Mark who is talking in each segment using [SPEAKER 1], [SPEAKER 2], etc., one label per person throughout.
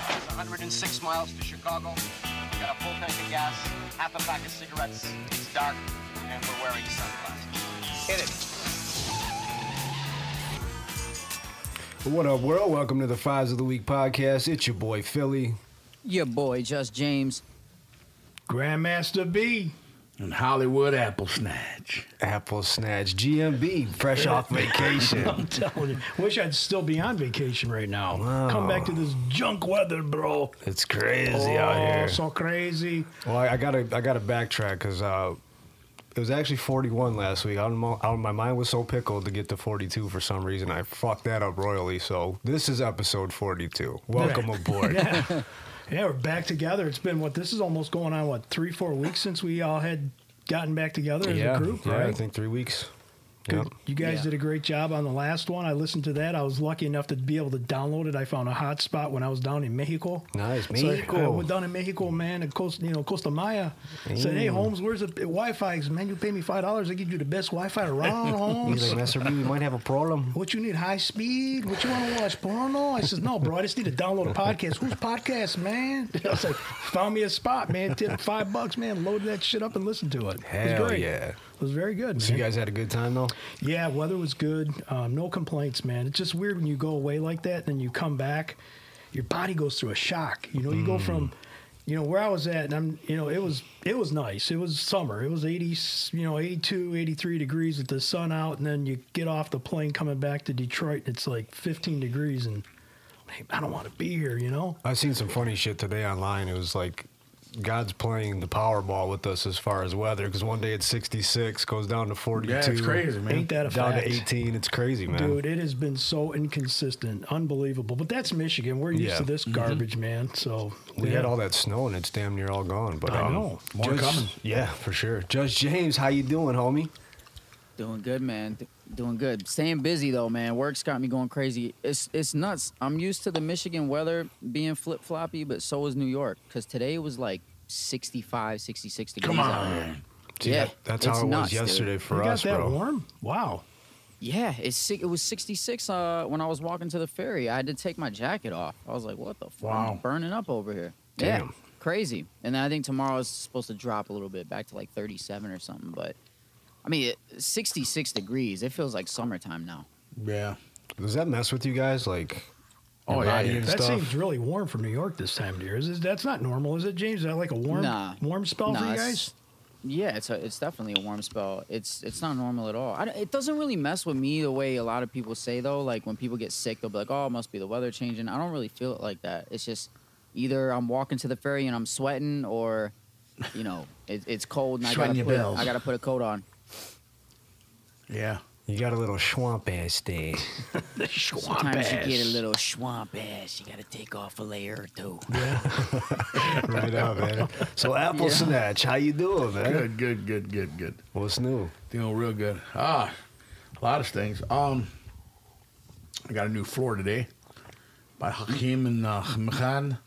[SPEAKER 1] 106 miles to Chicago. We got a full tank of gas, half a pack of cigarettes. It's dark, and we're wearing sunglasses. Hit it.
[SPEAKER 2] What up, world? Welcome to the Fives of the Week podcast. It's your boy Philly,
[SPEAKER 3] Your boy, Just James.
[SPEAKER 4] Grandmaster B and Hollywood Apple Snatch.
[SPEAKER 2] Apple Snatch, GMB, fresh off vacation.
[SPEAKER 4] I'm telling you, wish I'd still be on vacation right now.
[SPEAKER 2] Wow.
[SPEAKER 4] Come back to this junk weather, bro. Oh,
[SPEAKER 2] It's crazy out here.
[SPEAKER 4] so crazy.
[SPEAKER 2] Well, I, I gotta, I gotta backtrack because uh, it was actually 41 last week. I don't know, I, my mind was so pickled to get to 42 for some reason. I fucked that up royally. So this is episode 42. Welcome
[SPEAKER 4] Right.
[SPEAKER 2] aboard.
[SPEAKER 4] Yeah. yeah, we're back together. It's been what this is almost going on what three, four weeks since we all had gotten back together as a group,
[SPEAKER 2] yeah, I
[SPEAKER 4] right?
[SPEAKER 2] think three weeks.
[SPEAKER 4] Good.
[SPEAKER 2] Yep.
[SPEAKER 4] You guys
[SPEAKER 3] Yeah.
[SPEAKER 4] did a great job on the last one. I listened to that. I was lucky enough to be able to download it. I found a hotspot when I was down in Mexico.
[SPEAKER 2] Nice,
[SPEAKER 4] So I- I,
[SPEAKER 2] Mexico.
[SPEAKER 4] went down in Mexico, man, and Costa, you know, Costa Maya. Said,
[SPEAKER 2] Mm.
[SPEAKER 4] "Hey, Holmes, where's the Wi-Fi? Man, you pay me five dollars, I get you the best Wi-Fi around,
[SPEAKER 2] He's
[SPEAKER 4] Holmes."
[SPEAKER 2] like, Master B, we might have a problem.
[SPEAKER 4] What you need? High speed? What you want to watch porno? I says, no, bro. I just need to download a podcast. Whose podcast, man? I was like, found me a spot, man. Tip five bucks, man. Load that shit up and listen to it. it
[SPEAKER 2] Hell
[SPEAKER 4] was great.
[SPEAKER 2] yeah.
[SPEAKER 4] It was very good, man.
[SPEAKER 2] So you guys had a good time though.
[SPEAKER 4] Yeah, weather was good. Um, no complaints, man. It's just weird when you go away like that, and then you come back, your body goes through a shock. You know, you go
[SPEAKER 2] Mm.
[SPEAKER 4] from, you know, where I was at, and I'm, you know, it was it was nice. It was summer. It was 80, you know, 82, 83 degrees with the sun out, and then you get off the plane coming back to Detroit, and it's like 15 degrees, and hey, I don't want to be here. You know,
[SPEAKER 2] I've seen some funny shit today online. It was like God's playing the Powerball with us as far as weather because one day it's 66, goes down to 42.
[SPEAKER 4] ain't that a
[SPEAKER 2] Down
[SPEAKER 4] fact?
[SPEAKER 2] to 18. It's crazy, man.
[SPEAKER 4] Dude, it has been so inconsistent, unbelievable. But that's Michigan. We're used
[SPEAKER 2] Yeah. Mm-hmm.
[SPEAKER 4] to this garbage, man. So
[SPEAKER 2] we
[SPEAKER 4] yeah.
[SPEAKER 2] had all that snow and it's damn near all gone. But
[SPEAKER 4] I
[SPEAKER 2] um,
[SPEAKER 4] know.
[SPEAKER 5] More
[SPEAKER 2] Judge-
[SPEAKER 5] coming.
[SPEAKER 2] Yeah, for sure. Judge James, how you doing, homie?
[SPEAKER 3] Doing good, man. D- Doing good. Staying busy though, man. Work's got me going crazy. It's it's nuts. I'm used to the Michigan weather being flip floppy, but so is New York. Cause today was like 65, 66 degrees.
[SPEAKER 5] Come
[SPEAKER 3] out
[SPEAKER 5] on.
[SPEAKER 3] here.
[SPEAKER 2] Dude,
[SPEAKER 3] Yeah,
[SPEAKER 2] that- that's
[SPEAKER 3] it's
[SPEAKER 2] how it
[SPEAKER 3] nuts,
[SPEAKER 2] was
[SPEAKER 3] dude.
[SPEAKER 2] yesterday for
[SPEAKER 4] you
[SPEAKER 2] us,
[SPEAKER 4] got that
[SPEAKER 2] bro.
[SPEAKER 4] warm? Wow.
[SPEAKER 3] Yeah, it's si- it was 66 uh, when I was walking to the ferry. I had to take my jacket off. I was like, what the fuck? I'm
[SPEAKER 5] Wow.
[SPEAKER 3] burning up over here. Yeah,
[SPEAKER 2] Damn.
[SPEAKER 3] crazy. And then I think tomorrow is supposed to drop a little bit back to like 37 or something. But I mean, it, 66 degrees. It feels like summertime now.
[SPEAKER 5] Yeah.
[SPEAKER 2] Does that mess with you guys? Like,
[SPEAKER 5] Oh,
[SPEAKER 2] your
[SPEAKER 5] yeah,
[SPEAKER 2] body
[SPEAKER 5] yeah.
[SPEAKER 2] and
[SPEAKER 4] That
[SPEAKER 2] stuff?
[SPEAKER 4] seems really warm for New York this time of year. Is this, that's not normal, is it, James? Is that like a warm
[SPEAKER 3] Nah.
[SPEAKER 4] warm spell
[SPEAKER 3] Nah,
[SPEAKER 4] for you
[SPEAKER 3] it's-
[SPEAKER 4] guys?
[SPEAKER 3] Yeah, it's a, it's definitely a warm spell. It's it's not normal at all. I, don't- it doesn't really mess with me the way a lot of people say though. Like when people get sick, they'll be like, "Oh, it must be the weather changing." I don't really feel it like that. It's just either I'm walking to the ferry and I'm sweating, or you know, it, it's cold and I
[SPEAKER 5] Sweating
[SPEAKER 3] gotta
[SPEAKER 5] your
[SPEAKER 3] put,
[SPEAKER 5] balls.
[SPEAKER 3] I gotta put a coat on.
[SPEAKER 5] Yeah.
[SPEAKER 2] you got a little swamp ass day.
[SPEAKER 4] The swamp
[SPEAKER 3] Sometimes
[SPEAKER 4] ass.
[SPEAKER 3] you get a little swamp ass. You gotta take off a layer or two.
[SPEAKER 2] right on, man. So, Apple
[SPEAKER 3] Yeah.
[SPEAKER 2] Snatch, how you doing, man?
[SPEAKER 5] Good, good, good, good, good.
[SPEAKER 2] What's new?
[SPEAKER 5] Doing real good. Ah, a lot of things. Um, I got a new floor today by Hakim and uh, Khan.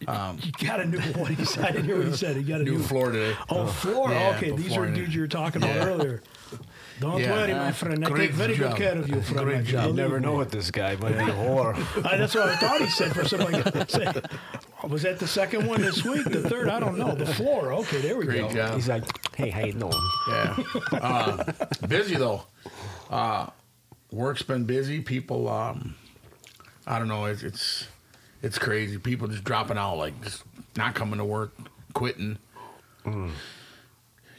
[SPEAKER 4] You got a new voice. I didn't hear what you said. You got a new,
[SPEAKER 5] New floor today.
[SPEAKER 4] Oh, floor.
[SPEAKER 5] Yeah,
[SPEAKER 4] okay, these
[SPEAKER 5] before
[SPEAKER 4] are
[SPEAKER 5] it-
[SPEAKER 4] dudes you were talking
[SPEAKER 5] Yeah.
[SPEAKER 4] about earlier. Don't
[SPEAKER 5] Yeah.
[SPEAKER 4] worry, my friend. I
[SPEAKER 5] Great
[SPEAKER 4] take very
[SPEAKER 5] job.
[SPEAKER 4] good care of you, friend.
[SPEAKER 5] Great
[SPEAKER 4] I can
[SPEAKER 5] job.
[SPEAKER 2] You
[SPEAKER 4] believe
[SPEAKER 2] never
[SPEAKER 4] me.
[SPEAKER 2] know what this guy might be a whore.
[SPEAKER 4] I, that's what I thought he said for something. Like say, was that the second one this week? The third? I don't know. The floor. Okay, there we
[SPEAKER 5] Great
[SPEAKER 4] go.
[SPEAKER 5] job.
[SPEAKER 2] He's like, hey, how you doing?
[SPEAKER 5] Yeah. Uh, busy though. Uh, work's been busy. People, um, I don't know. It's it's it's crazy. People just dropping out, like just not coming to work, quitting.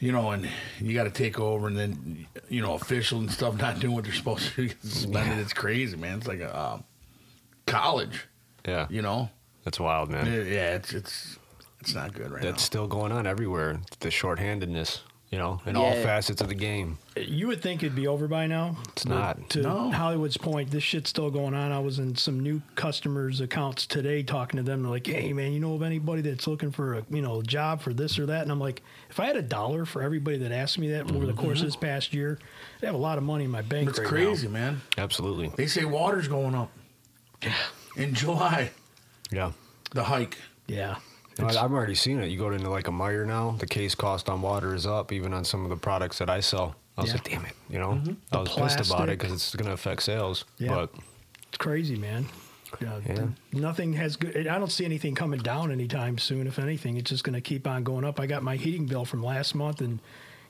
[SPEAKER 5] You know, and you got to take over, and then you know, officials and stuff not doing what they're supposed to. Get suspended. It's crazy, man. It's like a uh, college.
[SPEAKER 2] Yeah.
[SPEAKER 5] You know.
[SPEAKER 2] That's wild, man.
[SPEAKER 5] Yeah. It's it's it's not good right
[SPEAKER 2] That's
[SPEAKER 5] now.
[SPEAKER 2] still going on everywhere. The shorthandedness, you know, in all
[SPEAKER 3] Yeah.
[SPEAKER 2] facets of the game.
[SPEAKER 4] You would think it'd be over by now.
[SPEAKER 2] It's not.
[SPEAKER 4] to
[SPEAKER 5] No.
[SPEAKER 4] Hollywood's point, this shit's still going on. I was in some new customers' accounts today talking to them. They're like, "Hey, man, you know of anybody that's looking for a you know job for this or that?" And I'm like, "If I had a dollar for everybody that asked me that
[SPEAKER 5] Mm-hmm.
[SPEAKER 4] over the course of this past year, I'd have a lot of money in my bank."
[SPEAKER 5] It's
[SPEAKER 4] right
[SPEAKER 5] crazy, man.
[SPEAKER 2] Absolutely.
[SPEAKER 5] They say water's going up. In July,
[SPEAKER 2] Yeah.
[SPEAKER 5] the hike.
[SPEAKER 4] Now. Yeah,
[SPEAKER 2] No, I- I've already seen it. You go into like a Meyer now, the case cost on water is up, even on some of the products that I sell. I was
[SPEAKER 4] Yeah.
[SPEAKER 2] like, damn it. Mm-hmm. You know, I was pissed about
[SPEAKER 4] plastic.
[SPEAKER 2] it because it's going to affect sales.
[SPEAKER 4] Yeah.
[SPEAKER 2] But
[SPEAKER 4] it's crazy, man. Uh,
[SPEAKER 2] Yeah.
[SPEAKER 4] Nothing has good. I don't see anything coming down anytime soon. If anything, it's just going to keep on going up. I got my heating bill from last month, and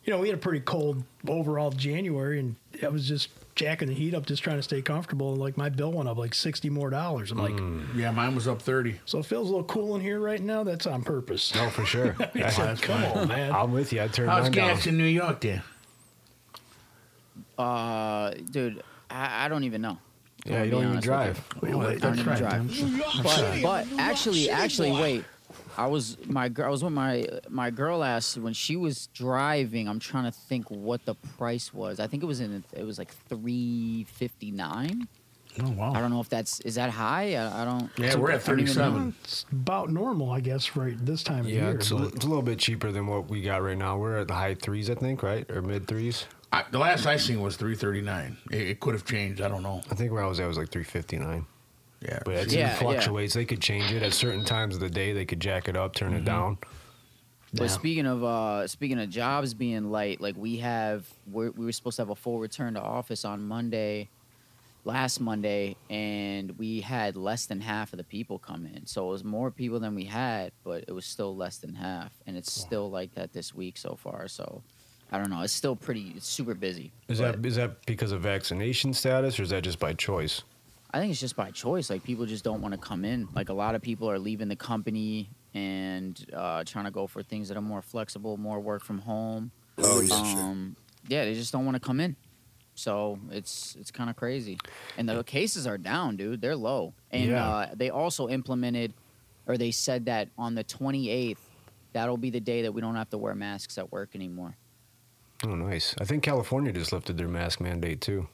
[SPEAKER 4] you know we had a pretty cold overall January, and I was just jacking the heat up, just trying to stay comfortable. And like my bill went up like sixty more dollars. I'm
[SPEAKER 2] Mm.
[SPEAKER 4] like,
[SPEAKER 5] Yeah, mine was up 30.
[SPEAKER 4] so it feels a little cool in here right now. That's on purpose.
[SPEAKER 2] No, for sure.
[SPEAKER 4] It's like, come on, man.
[SPEAKER 2] I'm with you. I turned
[SPEAKER 5] How's
[SPEAKER 2] mine down.
[SPEAKER 5] gas in New York there?
[SPEAKER 3] Uh, dude, I, I don't even know.
[SPEAKER 2] Yeah,
[SPEAKER 3] I'll
[SPEAKER 2] you
[SPEAKER 3] be
[SPEAKER 2] don't even
[SPEAKER 3] honest with you.
[SPEAKER 2] drive.
[SPEAKER 5] Oh,
[SPEAKER 3] wait, that's right, But, but actually, actually, wait. I was my gir- I was with my my girl asked when she was driving. I'm trying to think what the price was. I think it was in it was like three fifty nine.
[SPEAKER 5] Oh,
[SPEAKER 3] I
[SPEAKER 5] wow.
[SPEAKER 3] don't know if that's is that high. I, I don't.
[SPEAKER 5] Yeah, we're at
[SPEAKER 3] I don't even know.
[SPEAKER 5] 37.
[SPEAKER 4] It's about normal, I guess, right this time of
[SPEAKER 2] Yeah,
[SPEAKER 4] year.
[SPEAKER 2] it's a, it's a little bit cheaper than what we got right now. We're at the high threes, I think, right? Or mid threes.
[SPEAKER 5] I, the last I seen was 339. It, it could have changed. I don't know.
[SPEAKER 2] I think where I was at was like 359.
[SPEAKER 5] Yeah.
[SPEAKER 2] But it
[SPEAKER 3] Yeah, yeah.
[SPEAKER 2] fluctuates. They could change it at certain times of the day. They could jack it up, turn it down.
[SPEAKER 3] But
[SPEAKER 4] Yeah.
[SPEAKER 3] speaking of uh, speaking of jobs being light, like we have, we're, we were supposed to have a full return to office on Monday, last Monday, and we had less than half of the people come in. So it was more people than we had, but it was still less than half, and it's still like that this week so far. So I don't know. It's still pretty. It's super busy.
[SPEAKER 2] Is
[SPEAKER 3] but
[SPEAKER 2] that is that because of vaccination status, or is that just by choice?
[SPEAKER 3] I think it's just by choice. Like people just don't want to come in. Like a lot of people are leaving the company and uh, trying to go for things that are more flexible, more work from home.
[SPEAKER 6] Oh, yeah, sure.
[SPEAKER 3] Um, yeah, they just don't want to come in. So it's it's kind of crazy, and the cases are down, dude. They're low, and
[SPEAKER 2] Yeah.
[SPEAKER 3] uh, they also implemented, or they said that on the twenty eighth, that'll be the day that we don't have to wear masks at work anymore.
[SPEAKER 2] Oh, nice. I think California just lifted their mask mandate too.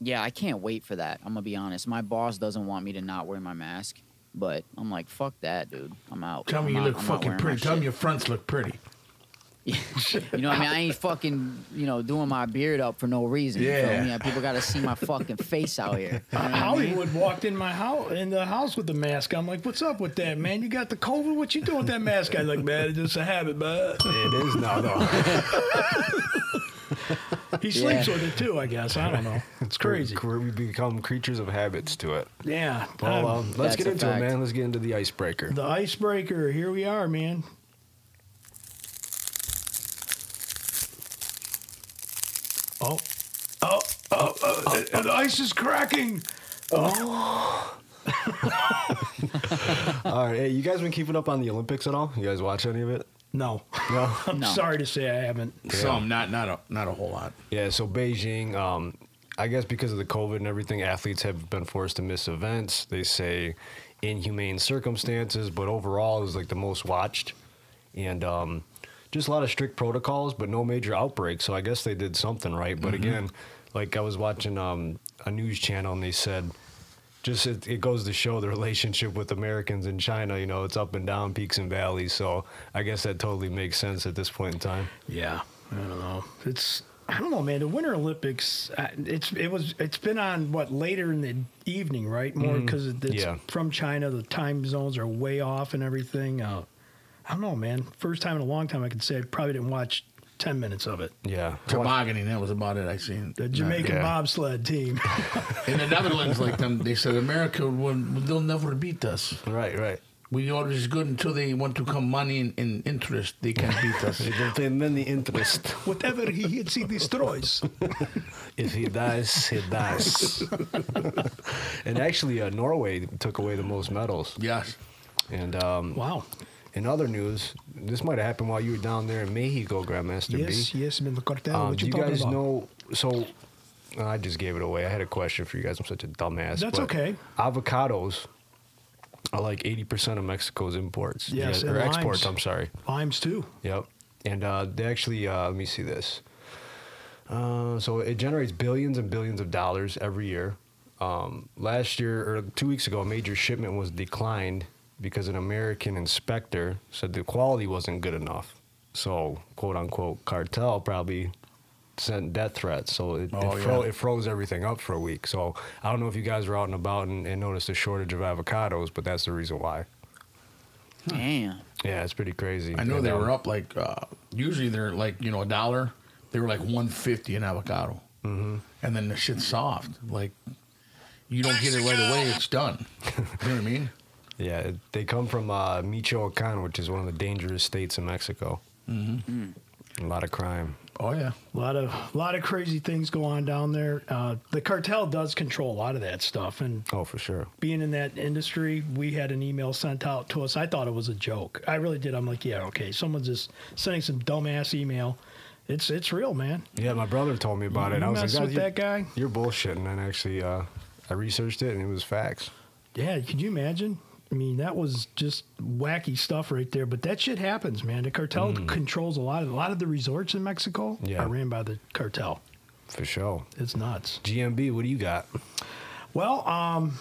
[SPEAKER 3] Yeah, I can't wait for that. I'm gonna be honest. My boss doesn't want me to not wear my mask, but I'm like, fuck that, dude. I'm out.
[SPEAKER 5] Tell me
[SPEAKER 3] I'm
[SPEAKER 5] you
[SPEAKER 3] out-
[SPEAKER 5] look
[SPEAKER 3] I'm not
[SPEAKER 5] fucking
[SPEAKER 3] wearing my
[SPEAKER 5] pretty. Tell me
[SPEAKER 3] shit.
[SPEAKER 5] your fronts look pretty.
[SPEAKER 3] You know what I mean? I ain't fucking, you know, doing my beard up for no reason. You feel
[SPEAKER 5] Yeah.
[SPEAKER 3] me? People gotta see my fucking face out here. You know what I mean?
[SPEAKER 4] Hollywood walked in my house in the house with the mask. I'm like, "What's up with that, man? You got the COVID? What you doing with that mask?" I like, "Man, it's just a habit, man."
[SPEAKER 2] It is now, though.
[SPEAKER 4] He sleeps with it too, I guess. I don't know. It's crazy. Uh,
[SPEAKER 2] Where we become creatures of habits to it.
[SPEAKER 4] Yeah.
[SPEAKER 2] Well,
[SPEAKER 4] um,
[SPEAKER 2] um, let's
[SPEAKER 3] that's
[SPEAKER 2] get
[SPEAKER 3] a
[SPEAKER 2] into
[SPEAKER 3] fact.
[SPEAKER 2] it, man. Let's get into the icebreaker.
[SPEAKER 4] the icebreaker. Here we are, man. Oh, oh, oh, oh, the- the ice is cracking.
[SPEAKER 2] All right, hey, you guys been keeping up on the Olympics at all? You guys watch any of it?
[SPEAKER 4] No,
[SPEAKER 2] No.
[SPEAKER 4] I'm
[SPEAKER 3] No.
[SPEAKER 4] sorry to say I haven't.
[SPEAKER 5] Some, not not a not a whole lot.
[SPEAKER 2] Yeah, so Beijing, um, I guess because of the COVID and everything, athletes have been forced to miss events. They say inhumane circumstances, but overall, it was like the most watched. And um, just a lot of strict protocols, but no major outbreaks. So I guess they did something right. But again, like I was watching um, a news channel and they said, just it, it goes to show the relationship with Americans in China. You know, it's up and down, peaks and valleys. So I guess that totally makes sense at this point in time.
[SPEAKER 4] Yeah, I don't know. It's I don't know, man. The Winter Olympics, I- it's it was it's been on what later in the evening, right? More because it's
[SPEAKER 2] yeah.
[SPEAKER 4] from China. The time zones are way off and everything. Uh, I don't know, man. First time in a long time I could say I probably didn't watch ten minutes of it.
[SPEAKER 2] Yeah.
[SPEAKER 5] Tobogganing, that was about it I seen.
[SPEAKER 4] The Jamaican
[SPEAKER 2] yeah.
[SPEAKER 4] bobsled team.
[SPEAKER 5] In the Netherlands, like them, they said America will they'll never beat us.
[SPEAKER 2] Right, right.
[SPEAKER 5] We always good until they want to come money and, and interest. They can beat us.
[SPEAKER 2] They many interest.
[SPEAKER 4] Whatever he hits, he destroys.
[SPEAKER 2] If he dies, he dies. and actually, uh, Norway took away the most medals.
[SPEAKER 5] yes.
[SPEAKER 2] And um,
[SPEAKER 4] wow.
[SPEAKER 2] in other news, this might have happened while you were down there in Mexico, Grandmaster
[SPEAKER 4] Yes,
[SPEAKER 2] B.
[SPEAKER 4] yes, Mr. Cartel.
[SPEAKER 2] Um,
[SPEAKER 4] what you,
[SPEAKER 2] do you
[SPEAKER 4] talking
[SPEAKER 2] guys
[SPEAKER 4] about?
[SPEAKER 2] know? So uh, I just gave it away. I had a question for you guys. I'm such a dumbass.
[SPEAKER 4] That's
[SPEAKER 2] but
[SPEAKER 4] okay.
[SPEAKER 2] Avocados are like 80% of Mexico's imports.
[SPEAKER 4] Yes,
[SPEAKER 2] Yeah,
[SPEAKER 4] and
[SPEAKER 2] or
[SPEAKER 4] limes.
[SPEAKER 2] exports, I'm sorry.
[SPEAKER 4] Limes too.
[SPEAKER 2] Yep. And uh, they actually, uh, let me see this. Uh, so it generates billions and billions of dollars every year. Um, last year, or two weeks ago, a major shipment was declined because an American inspector said the quality wasn't good enough. So, quote unquote, cartel probably sent death threats. So it,
[SPEAKER 5] Oh,
[SPEAKER 2] it, fro-
[SPEAKER 5] yeah.
[SPEAKER 2] it froze everything up for a week. So I don't know if you guys were out and about and, and noticed a shortage of avocados, but that's the reason why.
[SPEAKER 3] Damn.
[SPEAKER 2] Yeah, it's pretty crazy.
[SPEAKER 5] I know
[SPEAKER 2] And,
[SPEAKER 5] they
[SPEAKER 2] um,
[SPEAKER 5] were up like uh, usually they're like you know a dollar. They were like one fifty an avocado, mm-hmm. and then the shit's soft. Like you don't get it right away, it's done. You know what I mean?
[SPEAKER 2] Yeah, it- they come from uh, Michoacan, which is one of the dangerous states in Mexico. Mm-hmm. A lot of crime.
[SPEAKER 5] Oh yeah.
[SPEAKER 4] A lot of lot of crazy things go on down there. Uh, the cartel does control a lot of that stuff, and
[SPEAKER 2] Oh, for sure.
[SPEAKER 4] being in that industry, we had an email sent out to us. I thought it was a joke. I really did. I'm like, yeah, okay, someone's just sending some dumbass email. It's it's real, man.
[SPEAKER 2] Yeah, my brother told me about it.
[SPEAKER 4] You
[SPEAKER 2] I was like,
[SPEAKER 4] mess with
[SPEAKER 2] you're-
[SPEAKER 4] that guy?
[SPEAKER 2] You're bullshit. And then actually, uh, I researched it and it was facts.
[SPEAKER 4] Yeah, could you imagine? I mean, that was just wacky stuff right there. But that shit happens, man. The cartel controls a lot of a lot of the resorts in Mexico
[SPEAKER 2] Mm. Yeah.
[SPEAKER 4] are ran by the cartel.
[SPEAKER 2] For sure.
[SPEAKER 4] It's nuts.
[SPEAKER 2] GMB, what do you got?
[SPEAKER 4] Well, um,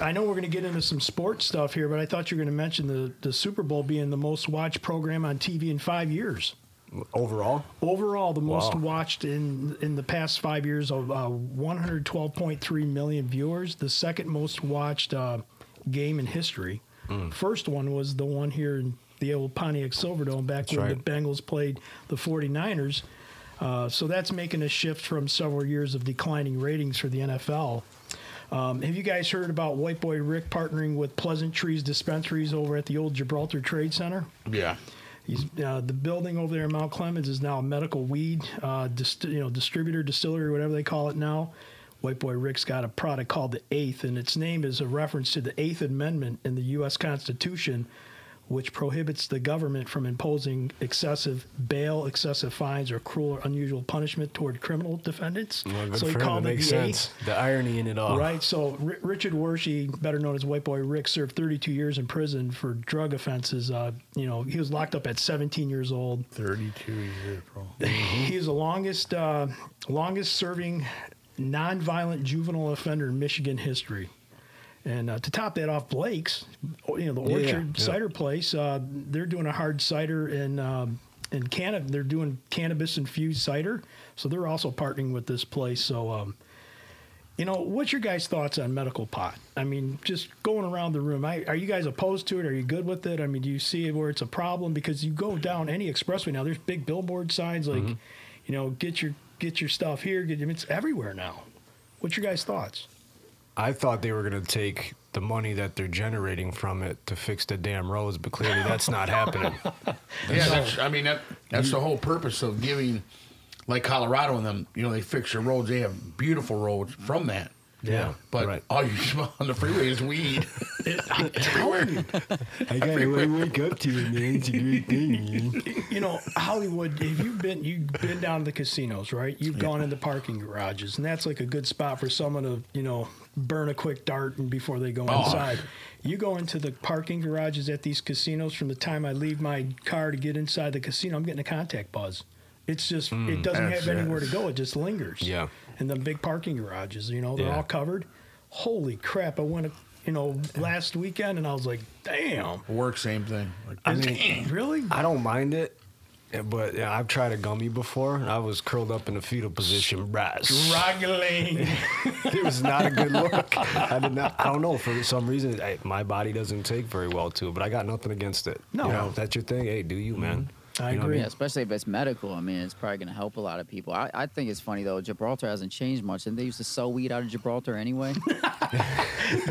[SPEAKER 4] I know we're going to get into some sports stuff here, but I thought you were going to mention the, the Super Bowl being the most watched program on TV in five years.
[SPEAKER 2] Overall?
[SPEAKER 4] Overall, the most
[SPEAKER 2] Wow.
[SPEAKER 4] watched in in the past five years of uh, 112.3 million viewers. The second most watched uh, game in history.
[SPEAKER 2] Hmm.
[SPEAKER 4] First one was the one here in the old Pontiac Silverdome back when
[SPEAKER 2] right.
[SPEAKER 4] the Bengals played the 49ers. Uh, so that's making a shift from several years of declining ratings for the NFL. Um, have you guys heard about White Boy Rick partnering with Pleasant Trees Dispensaries over at the old Gibraltar Trade Center?
[SPEAKER 5] Yeah.
[SPEAKER 4] He's, uh, the building over there in Mount Clemens is now a medical weed, uh, dist- you know, distributor, distillery, whatever they call it now. White Boy Rick's got a product called the Eighth, and its name is a reference to the Eighth Amendment in the U.S. Constitution, which prohibits the government from imposing excessive bail, excessive fines, or cruel or unusual punishment toward criminal defendants.
[SPEAKER 2] Well, good
[SPEAKER 4] so he
[SPEAKER 2] for him.
[SPEAKER 4] called
[SPEAKER 2] It
[SPEAKER 4] it
[SPEAKER 2] makes
[SPEAKER 4] the Eighth.
[SPEAKER 2] sense. The irony in it all.
[SPEAKER 4] Right. So R- Richard Worshi, better known as White Boy Rick, served 32 years in prison for drug offenses. Uh, you know, he was locked up at 17 years old.
[SPEAKER 5] Thirty-two years, bro.
[SPEAKER 4] He is the longest, uh, longest serving nonviolent juvenile offender in Michigan history. And uh, to top that off, Blake's, o- you know, the
[SPEAKER 2] Yeah,
[SPEAKER 4] Orchard
[SPEAKER 2] yeah.
[SPEAKER 4] Cider Place, uh, they're doing a hard cider and um, and canna- they're doing cannabis infused cider. So they're also partnering with this place. So, um, you know, what's your guys' thoughts on medical pot? I mean, just going around the room, I, are you guys opposed to it? Are you good with it? I mean, do you see it where it's a problem? Because you go down any expressway now, there's big billboard signs like,
[SPEAKER 2] Mm-hmm.
[SPEAKER 4] you know, get your get your stuff here. Get, it's everywhere now. What's your guys' thoughts?
[SPEAKER 2] I thought they were going to take the money that they're generating from it to fix the damn roads, but clearly that's not happening.
[SPEAKER 5] Yeah, that's, I mean that that's the whole purpose of giving, like Colorado and them. You know, they fix their roads. They have beautiful roads from that.
[SPEAKER 2] Yeah,
[SPEAKER 5] But
[SPEAKER 2] right.
[SPEAKER 5] all you smell on the freeway is weed. Everywhere.
[SPEAKER 2] I got to wake up to it, man. It's a great thing, man.
[SPEAKER 4] you know, Hollywood. If you've been, you've been down to the casinos, right? You've gone in the parking garages, and that's like a good spot for someone to, you know, burn a quick dart and before they go
[SPEAKER 2] Oh.
[SPEAKER 4] inside. You go into the parking garages at these casinos. From the time I leave my car to get inside the casino, I'm getting a contact buzz. It's just, it doesn't have
[SPEAKER 5] that's-
[SPEAKER 4] anywhere to go. It just lingers.
[SPEAKER 2] Hmm. Yeah.
[SPEAKER 4] And the big parking garages, you know, they're
[SPEAKER 2] Yeah.
[SPEAKER 4] all covered. Holy crap! I went, you know, last weekend, and I was like, damn.
[SPEAKER 5] Work same thing. Like,
[SPEAKER 4] Really?
[SPEAKER 2] I don't mind it, eh, but yeah, I've tried a gummy before. and I was curled up in a fetal position. Right.
[SPEAKER 4] Struggling.
[SPEAKER 2] it was not a good look. I did not. I don't know. For some reason, I, my body doesn't take very well to it, but I got nothing against it.
[SPEAKER 4] No. Mm-hmm.
[SPEAKER 2] you know, if that's your thing. Hey, do you, man?
[SPEAKER 4] I
[SPEAKER 2] You know what
[SPEAKER 4] agree.
[SPEAKER 2] mean?
[SPEAKER 4] Yeah.
[SPEAKER 3] Yeah, especially if it's medical. I mean, it's probably going to help a lot of people. I, I think it's funny though. Gibraltar hasn't changed much, and they used to sell weed out of Gibraltar anyway.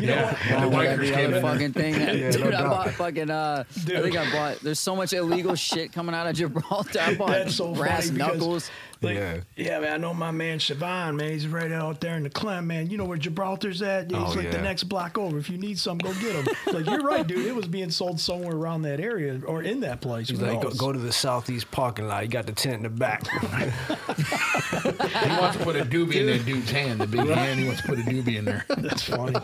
[SPEAKER 5] yeah. When the
[SPEAKER 3] That'd
[SPEAKER 5] bikers
[SPEAKER 3] be
[SPEAKER 5] came
[SPEAKER 3] other
[SPEAKER 5] in there.
[SPEAKER 3] fucking thing.
[SPEAKER 2] Yeah,
[SPEAKER 3] Dude,
[SPEAKER 2] no
[SPEAKER 3] I
[SPEAKER 2] doubt.
[SPEAKER 3] bought fucking. Uh, I think I bought. There's so much illegal shit coming out of Gibraltar. I bought
[SPEAKER 4] That's so
[SPEAKER 3] brass
[SPEAKER 4] funny because-
[SPEAKER 3] knuckles.
[SPEAKER 4] Like,
[SPEAKER 2] Yeah.
[SPEAKER 4] yeah. man, I know my man Siobhan, man. He's right out there in the Clem, man. You know where Gibraltar's at? He's
[SPEAKER 2] Oh,
[SPEAKER 4] like the
[SPEAKER 2] yeah.
[SPEAKER 4] next block over. If you need some, go get him. like, you're right, dude. It was being sold somewhere around that area or in that place.
[SPEAKER 2] He's
[SPEAKER 4] Who
[SPEAKER 2] like, go,
[SPEAKER 4] knows?
[SPEAKER 2] go to the southeast parking lot. You got the tent in the back.
[SPEAKER 5] He wants to put a doobie in that dude's hand. The big man. He wants to put a doobie in there.
[SPEAKER 4] That's funny.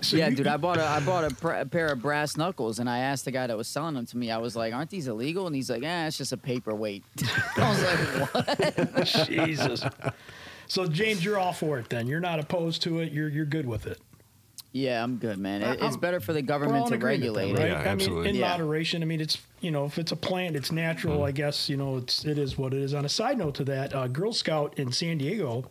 [SPEAKER 4] So
[SPEAKER 3] yeah,
[SPEAKER 4] you-
[SPEAKER 3] dude, I bought a I bought a, pr- a pair of brass knuckles, and I asked the guy that was selling them to me. I was like, "Aren't these illegal?" And he's like, "Yeah, it's just a paperweight." I was like, "What?"
[SPEAKER 4] Jesus. So, James, you're all for it then. You're not opposed to it. You're, you're good with it.
[SPEAKER 3] Yeah, I'm good, man. It, it's
[SPEAKER 4] I'm-
[SPEAKER 3] better for the
[SPEAKER 4] We're all
[SPEAKER 3] government
[SPEAKER 4] in
[SPEAKER 3] to
[SPEAKER 4] agreement then,
[SPEAKER 3] regulate
[SPEAKER 4] right?
[SPEAKER 3] it.
[SPEAKER 2] Yeah,
[SPEAKER 4] I mean,
[SPEAKER 2] absolutely. Mm-hmm.
[SPEAKER 4] in
[SPEAKER 3] Yeah.
[SPEAKER 4] moderation. I mean, it's you know, if it's a plant, it's natural. I guess you know, it's it is what it is. On a side note to that, uh, Girl Scout in San Diego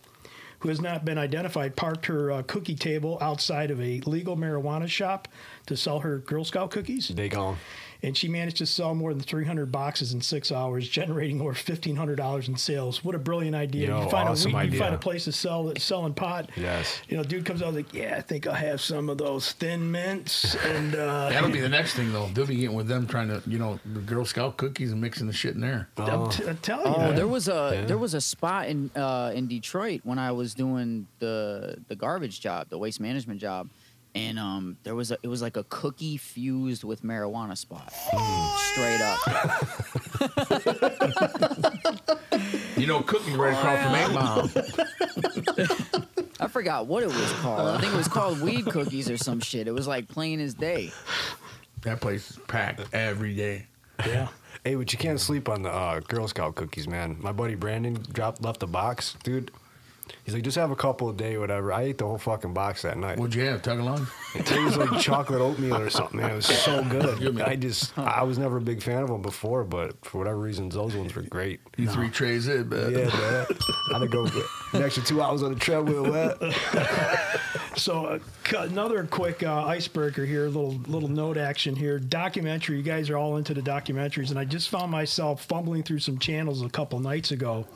[SPEAKER 4] who has not been identified, parked her uh, cookie table outside of a legal marijuana shop to sell her Girl Scout cookies.
[SPEAKER 2] They gone.
[SPEAKER 4] And she managed to sell more than 300 boxes in six hours, generating over $1,500 in sales. What a brilliant idea.
[SPEAKER 2] Yo,
[SPEAKER 4] you find
[SPEAKER 2] awesome
[SPEAKER 4] a week, you
[SPEAKER 2] idea.
[SPEAKER 4] find a place to sell selling pot.
[SPEAKER 2] Yes.
[SPEAKER 4] You know, dude comes out like, yeah, I think I'll have some of those thin mints. And uh,
[SPEAKER 5] That'll be the next thing, though. They'll be getting with them trying to, you know, the Girl Scout cookies and mixing the shit in there.
[SPEAKER 4] I'm, t- I'm telling you.
[SPEAKER 3] Oh,
[SPEAKER 4] man.
[SPEAKER 3] there was a
[SPEAKER 2] Yeah.
[SPEAKER 3] there was a spot in uh, in Detroit when I was doing the the garbage job, the waste management job, and um there was a it was like a cookie fused with marijuana spot, straight up.
[SPEAKER 5] You know, cookies right across from Eight Mile.
[SPEAKER 3] I forgot what it was called. I think it was called weed cookies or some shit. It was like plain as day.
[SPEAKER 5] That place is packed every day.
[SPEAKER 4] yeah.
[SPEAKER 2] Hey, but you can't sleep on the uh, Girl Scout cookies, man. My buddy Brandon dropped left the box, dude. He's like, just have a couple a day, whatever. I ate the whole fucking box that night.
[SPEAKER 5] What'd you have, Tug Along?
[SPEAKER 2] It was like chocolate oatmeal or something. Man, it was so
[SPEAKER 5] Give
[SPEAKER 2] good.
[SPEAKER 5] me-
[SPEAKER 2] I just, I was never a big fan of them before, but for whatever reason, those ones were great.
[SPEAKER 5] You three trays in, man.
[SPEAKER 2] Yeah, man. I'd go an extra two hours on the treadmill, man.
[SPEAKER 4] So uh, cu- another quick uh, icebreaker here, little little note action here. Documentary, you guys are all into the documentaries, and I just found myself fumbling through some channels a couple nights ago.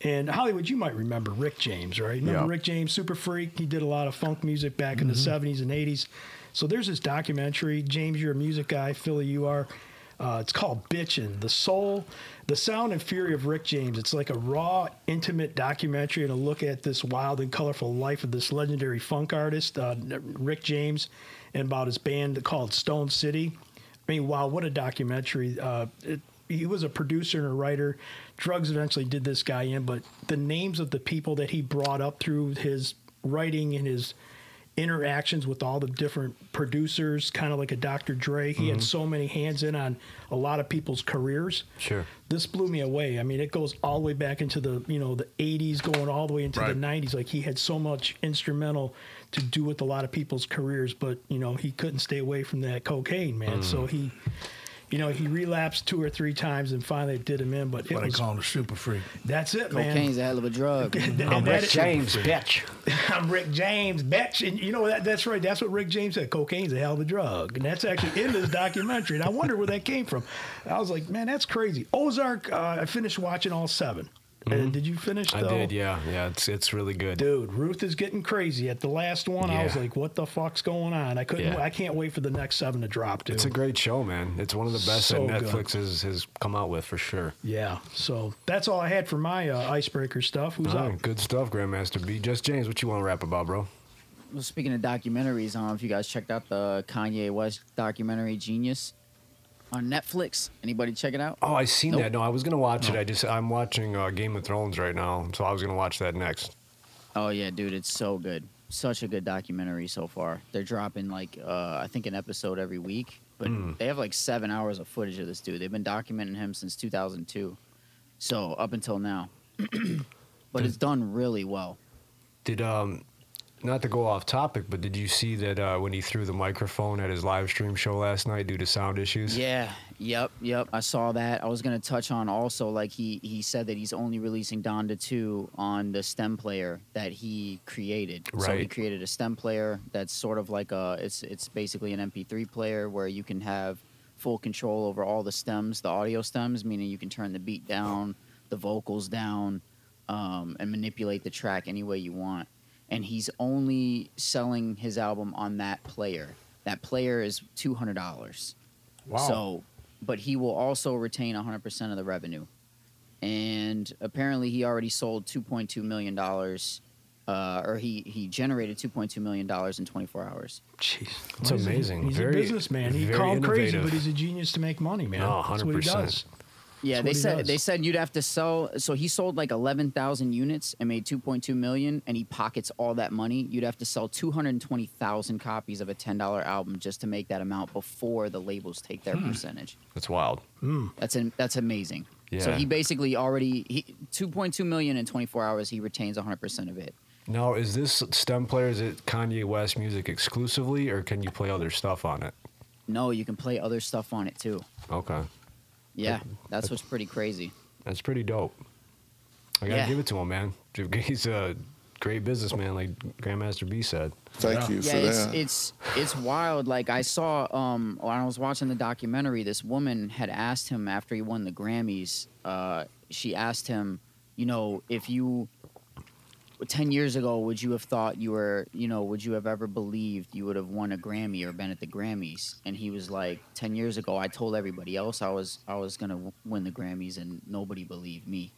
[SPEAKER 4] And Hollywood, you might remember Rick James, right? Remember
[SPEAKER 2] Yeah.
[SPEAKER 4] Rick James, super freak. He did a lot of funk music back in the '70s and '80s. So there's this documentary. James, you're a music guy. Philly, you are. Uh, it's called Bitchin', the soul, the sound and fury of Rick James. It's like a raw, intimate documentary and a look at this wild and colorful life of this legendary funk artist, uh, Rick James, and about his band called Stone City. I mean, wow, what a documentary. Uh, it, he was a producer and a writer. Drugs eventually did this guy in, but the names of the people that he brought up through his writing and his interactions with all the different producers, kind of like a Dr. Dre, he had so many hands in on a lot of people's careers.
[SPEAKER 2] Sure.
[SPEAKER 4] This blew me away. I mean, it goes all the way back into the, you know, the 80s going all the way into
[SPEAKER 5] Right.
[SPEAKER 4] the 90s. Like he had so much instrumental to do with a lot of people's careers, but, you know, he couldn't stay away from that cocaine, man.
[SPEAKER 5] Mm.
[SPEAKER 4] So he you know, he relapsed two or three times and finally it did him in, but it
[SPEAKER 5] What I
[SPEAKER 4] was,
[SPEAKER 5] call them, the super freak.
[SPEAKER 4] that's it, man.
[SPEAKER 3] Cocaine's a hell of a drug.
[SPEAKER 4] And that-
[SPEAKER 2] I'm
[SPEAKER 4] that
[SPEAKER 2] Rick
[SPEAKER 4] is-
[SPEAKER 2] James, bitch.
[SPEAKER 4] I'm Rick James, bitch. And you know that that's right. That's what Rick James said. Cocaine's a hell of a drug, and that's actually in this documentary. And I wonder where that came from. I was like, man, that's crazy. Ozark. Uh, I finished watching all 7 And did you finish?
[SPEAKER 2] Mm-hmm. I
[SPEAKER 4] though?
[SPEAKER 2] did, yeah. Yeah, it's it's really good.
[SPEAKER 4] Dude, Ruth is getting crazy. At the last one, I was
[SPEAKER 2] Yeah.
[SPEAKER 4] like, what the fuck's going on? I couldn't.
[SPEAKER 2] Yeah.
[SPEAKER 4] I can't wait for the next seven to drop, dude.
[SPEAKER 2] It's a great show, man. It's one of the best
[SPEAKER 4] So
[SPEAKER 2] that
[SPEAKER 4] good.
[SPEAKER 2] Netflix has, has come out with for sure.
[SPEAKER 4] yeah. So that's all I had for my uh, icebreaker stuff. Who's
[SPEAKER 2] All
[SPEAKER 4] up?
[SPEAKER 2] right, good stuff, Grandmaster B. Just James, what you want to rap about, bro?
[SPEAKER 3] Well, speaking of documentaries, um, if you guys checked out the Kanye West documentary Genius on Netflix, anybody check it out?
[SPEAKER 2] Oh, I seen
[SPEAKER 3] Nope.
[SPEAKER 2] that. No, I was gonna watch it. I just I'm watching uh, Game of Thrones right now, so I was gonna watch that next.
[SPEAKER 3] Oh yeah, dude, it's so good. Such a good documentary so far. They're dropping like uh, I think an episode every week, but they have like seven hours of footage of this dude. They've been documenting him since 2002, so up until now. but it's done really well.
[SPEAKER 2] Did um, not to go off topic, but did you see that uh, when he threw the microphone at his live stream show last night due to sound issues?
[SPEAKER 3] Yeah. Yep. Yep. I saw that. I was gonna touch on also like he he said that he's only releasing Donda two on the stem player that he created. So he
[SPEAKER 2] Right.
[SPEAKER 3] created a stem player that's sort of like a it's it's basically an MP3 player where you can have full control over all the stems, the audio stems, meaning you can turn the beat down, the vocals down, um, and manipulate the track any way you want. And he's only selling his album on that player. That player is two hundred dollars.
[SPEAKER 5] Wow.
[SPEAKER 3] So, but he will also retain 100% of the revenue. And apparently, he already sold 2.2 million dollars, uh, or he he generated 2.2 million dollars in 24 hours.
[SPEAKER 4] Jeez,
[SPEAKER 2] It's
[SPEAKER 4] Well, he's a-
[SPEAKER 2] amazing.
[SPEAKER 4] He's
[SPEAKER 2] Very-
[SPEAKER 4] a businessman. He
[SPEAKER 2] very
[SPEAKER 4] call him crazy,
[SPEAKER 2] innovative.
[SPEAKER 4] but he's a genius to make money, man.
[SPEAKER 2] No,
[SPEAKER 4] That's what he
[SPEAKER 2] 100%.
[SPEAKER 4] does.
[SPEAKER 3] Yeah,
[SPEAKER 4] That's
[SPEAKER 3] they
[SPEAKER 4] what he
[SPEAKER 3] said
[SPEAKER 4] does.
[SPEAKER 3] they said you'd have to sell. So he sold like 11,000 units and made 2.2 million, and he pockets all that money. You'd have to sell 220,000 copies of a $10 album just to make that amount before the labels take their percentage.
[SPEAKER 2] That's wild.
[SPEAKER 3] That's an, that's amazing. So
[SPEAKER 2] Yeah.
[SPEAKER 3] he basically already he 2.2 million in 24 hours. He retains 100 percent of it.
[SPEAKER 2] Now, is this stem player? Is it Kanye West music exclusively, or can you play other stuff on it?
[SPEAKER 3] No, you can play other stuff on it too.
[SPEAKER 2] Okay,
[SPEAKER 3] Yeah, that's what's pretty crazy.
[SPEAKER 2] that's pretty dope. I gotta
[SPEAKER 3] Yeah.
[SPEAKER 2] give it to him, man. He's a great businessman, like Grandmaster B said.
[SPEAKER 6] Thank
[SPEAKER 5] Yeah.
[SPEAKER 6] you
[SPEAKER 3] yeah,
[SPEAKER 6] for
[SPEAKER 3] it's,
[SPEAKER 6] that.
[SPEAKER 3] it's it's wild. Like I saw um when I was watching the documentary, this woman had asked him after he won the Grammys. Uh, she asked him, you know, if you ten years ago would you have thought you were, you know, would you have ever believed you would have won a Grammy or been at the Grammys? And he was like, ten years ago, I told everybody else I was I was gonna w- win the Grammys, and nobody believed me.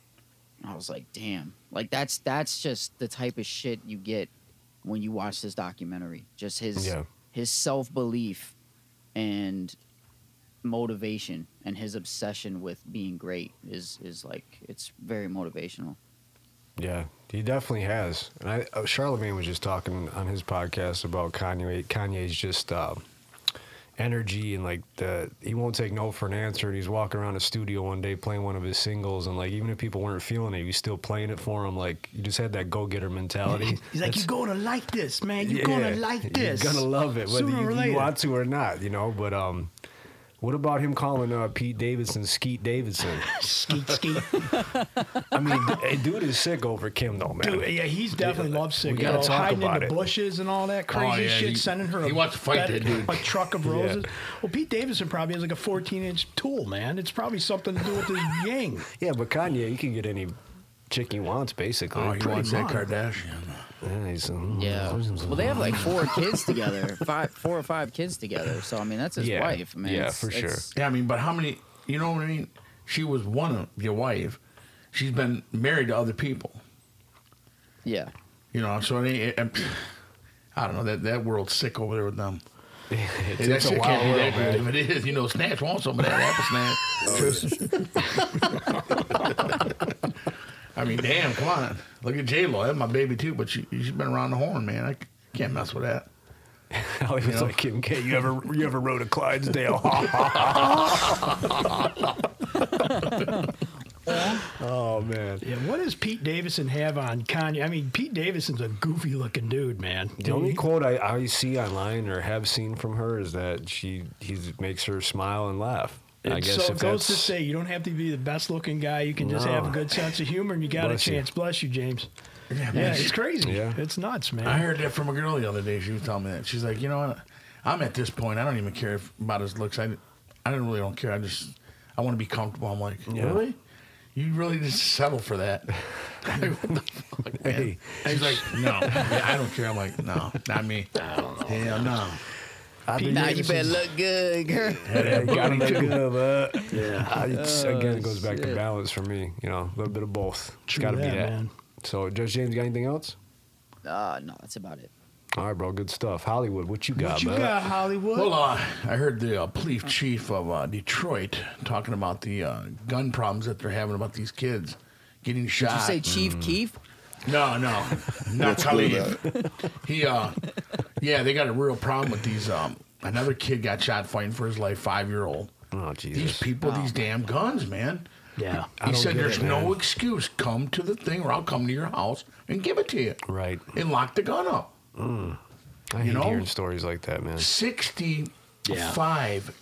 [SPEAKER 3] And I was like, damn, like that's that's just the type of shit you get when you watch this documentary. Just his
[SPEAKER 2] Yeah.
[SPEAKER 3] his self belief and motivation and his obsession with being great is is like it's very motivational.
[SPEAKER 2] Yeah, he definitely has. And I, uh, Charlemagne was just talking on his podcast about Kanye. Kanye's just uh, energy and like the he won't take no for an answer. And he's walking around the studio one day playing one of his singles, and like even if people weren't feeling it, he was still playing it for him. Like you just had that go getter mentality.
[SPEAKER 4] He's like, you're gonna like this, man. You're gonna like this.
[SPEAKER 2] You're gonna love it, whether
[SPEAKER 4] Sooner or
[SPEAKER 2] you,
[SPEAKER 4] later.
[SPEAKER 2] you want to or not, you know. But um, what about him calling uh, Pete Davidson Skeet Davidson?
[SPEAKER 4] Skeet, skeet.
[SPEAKER 2] I mean, hey, dude is sick over Kim though, man.
[SPEAKER 4] Dude, yeah, he's definitely lovesick.
[SPEAKER 2] we
[SPEAKER 4] you
[SPEAKER 2] gotta
[SPEAKER 4] know,
[SPEAKER 2] talk
[SPEAKER 4] hiding
[SPEAKER 2] about
[SPEAKER 4] in the
[SPEAKER 2] it.
[SPEAKER 4] bushes and all that crazy
[SPEAKER 5] Oh, yeah,
[SPEAKER 4] shit,
[SPEAKER 5] he-
[SPEAKER 4] sending her
[SPEAKER 5] he
[SPEAKER 4] a,
[SPEAKER 5] wants to fight that dude.
[SPEAKER 4] a truck of roses. Well, Pete Davidson probably has like a 14 inch tool, man. It's probably something to do with his yang.
[SPEAKER 2] Yeah, but Kanye, he can get any chick he wants, basically.
[SPEAKER 5] Oh, he
[SPEAKER 4] pretty
[SPEAKER 5] wants that
[SPEAKER 4] much.
[SPEAKER 5] Kardashian.
[SPEAKER 2] yeah, he's, mm,
[SPEAKER 3] Yeah. Well, they have like four kids together, five, four or five kids together. So I mean, that's his
[SPEAKER 2] Yeah.
[SPEAKER 3] wife. I mean,
[SPEAKER 2] Yeah,
[SPEAKER 3] it's-
[SPEAKER 2] for sure.
[SPEAKER 3] it's-
[SPEAKER 5] Yeah, I mean, but how many? You know what I mean? She was one of your wife. She's been married to other people.
[SPEAKER 3] Yeah.
[SPEAKER 5] You know, so it, ain't- it, I don't know that that world's sick over there with them.
[SPEAKER 2] it's,
[SPEAKER 5] Hey, that
[SPEAKER 2] it's a
[SPEAKER 5] shit
[SPEAKER 2] wild
[SPEAKER 5] can't be that
[SPEAKER 2] world,
[SPEAKER 5] good
[SPEAKER 2] man.
[SPEAKER 5] if it is. You know, Snatch wants some of that apple snatch. I mean, damn, come on. Look at J Lo. That's my baby too, but she she's been around the horn, man. I c- can't mess with that.
[SPEAKER 2] How he was like, Kim K, you ever you ever rode a Clydesdale? oh man.
[SPEAKER 4] Yeah, what does Pete Davidson have on Kanye? I mean, Pete Davidson's a goofy looking dude, man.
[SPEAKER 2] The only quote I, I see online or have seen from her is that she he makes her smile and laugh. I
[SPEAKER 4] And
[SPEAKER 2] guess
[SPEAKER 4] so
[SPEAKER 2] if
[SPEAKER 4] it goes to
[SPEAKER 2] that's-
[SPEAKER 4] say you don't have to be the best looking guy. You can just
[SPEAKER 2] No.
[SPEAKER 4] have a good sense of humor and you got
[SPEAKER 2] Bless
[SPEAKER 4] a
[SPEAKER 2] you.
[SPEAKER 4] chance. Bless you, James.
[SPEAKER 5] Yeah,
[SPEAKER 4] Yeah,
[SPEAKER 5] man, she-
[SPEAKER 4] it's crazy.
[SPEAKER 2] Yeah.
[SPEAKER 4] It's nuts, man.
[SPEAKER 5] I heard that from a girl the other day. She was telling me that she's like, you know what? I'm at this point. I don't even care if, about his looks. I, I don't really don't care. I just I want to be comfortable. I'm like,
[SPEAKER 2] Yeah.
[SPEAKER 5] really? You really just settle for that? Like, what the fuck, man?
[SPEAKER 2] Hey.
[SPEAKER 5] She's like, no, yeah, I don't care. I'm like, no, not me. I don't know. Hell no.
[SPEAKER 2] I think
[SPEAKER 3] Now you better look good, girl.
[SPEAKER 2] Yeah, got him
[SPEAKER 5] too.
[SPEAKER 2] good, but yeah, it's, again, it goes back to
[SPEAKER 3] Oh, shit.
[SPEAKER 2] balance for me. You know, a little bit of both. It's
[SPEAKER 4] True
[SPEAKER 2] got to be
[SPEAKER 4] that,
[SPEAKER 2] that.
[SPEAKER 4] man.
[SPEAKER 2] So, Judge James, got anything else?
[SPEAKER 3] Uh, no, that's about it.
[SPEAKER 2] All right, bro, good stuff. Hollywood, what you got?
[SPEAKER 4] what you
[SPEAKER 2] bud?
[SPEAKER 4] got, Hollywood?
[SPEAKER 5] Well, uh, I heard the uh, police chief of uh, Detroit talking about the uh, gun problems that they're having about these kids getting
[SPEAKER 3] Did
[SPEAKER 5] shot.
[SPEAKER 3] you say Chief Keef?
[SPEAKER 5] No, no,
[SPEAKER 6] Let's
[SPEAKER 5] not
[SPEAKER 6] clear
[SPEAKER 5] Khalif. He, uh, yeah, they got a real problem with these. Um, another kid got shot fighting for his life, five year old.
[SPEAKER 2] Oh,
[SPEAKER 5] These
[SPEAKER 2] Jesus.
[SPEAKER 5] people, these damn guns, man.
[SPEAKER 4] yeah.
[SPEAKER 2] I
[SPEAKER 5] He
[SPEAKER 2] don't
[SPEAKER 5] said,
[SPEAKER 2] get
[SPEAKER 5] "There's
[SPEAKER 2] it,
[SPEAKER 5] no
[SPEAKER 2] man."
[SPEAKER 5] excuse. Come to the thing, or I'll come to your house and give it to you."
[SPEAKER 2] Right.
[SPEAKER 5] And lock the gun up.
[SPEAKER 2] I hate
[SPEAKER 5] know?
[SPEAKER 2] hearing stories like that, man.
[SPEAKER 5] Sixty-five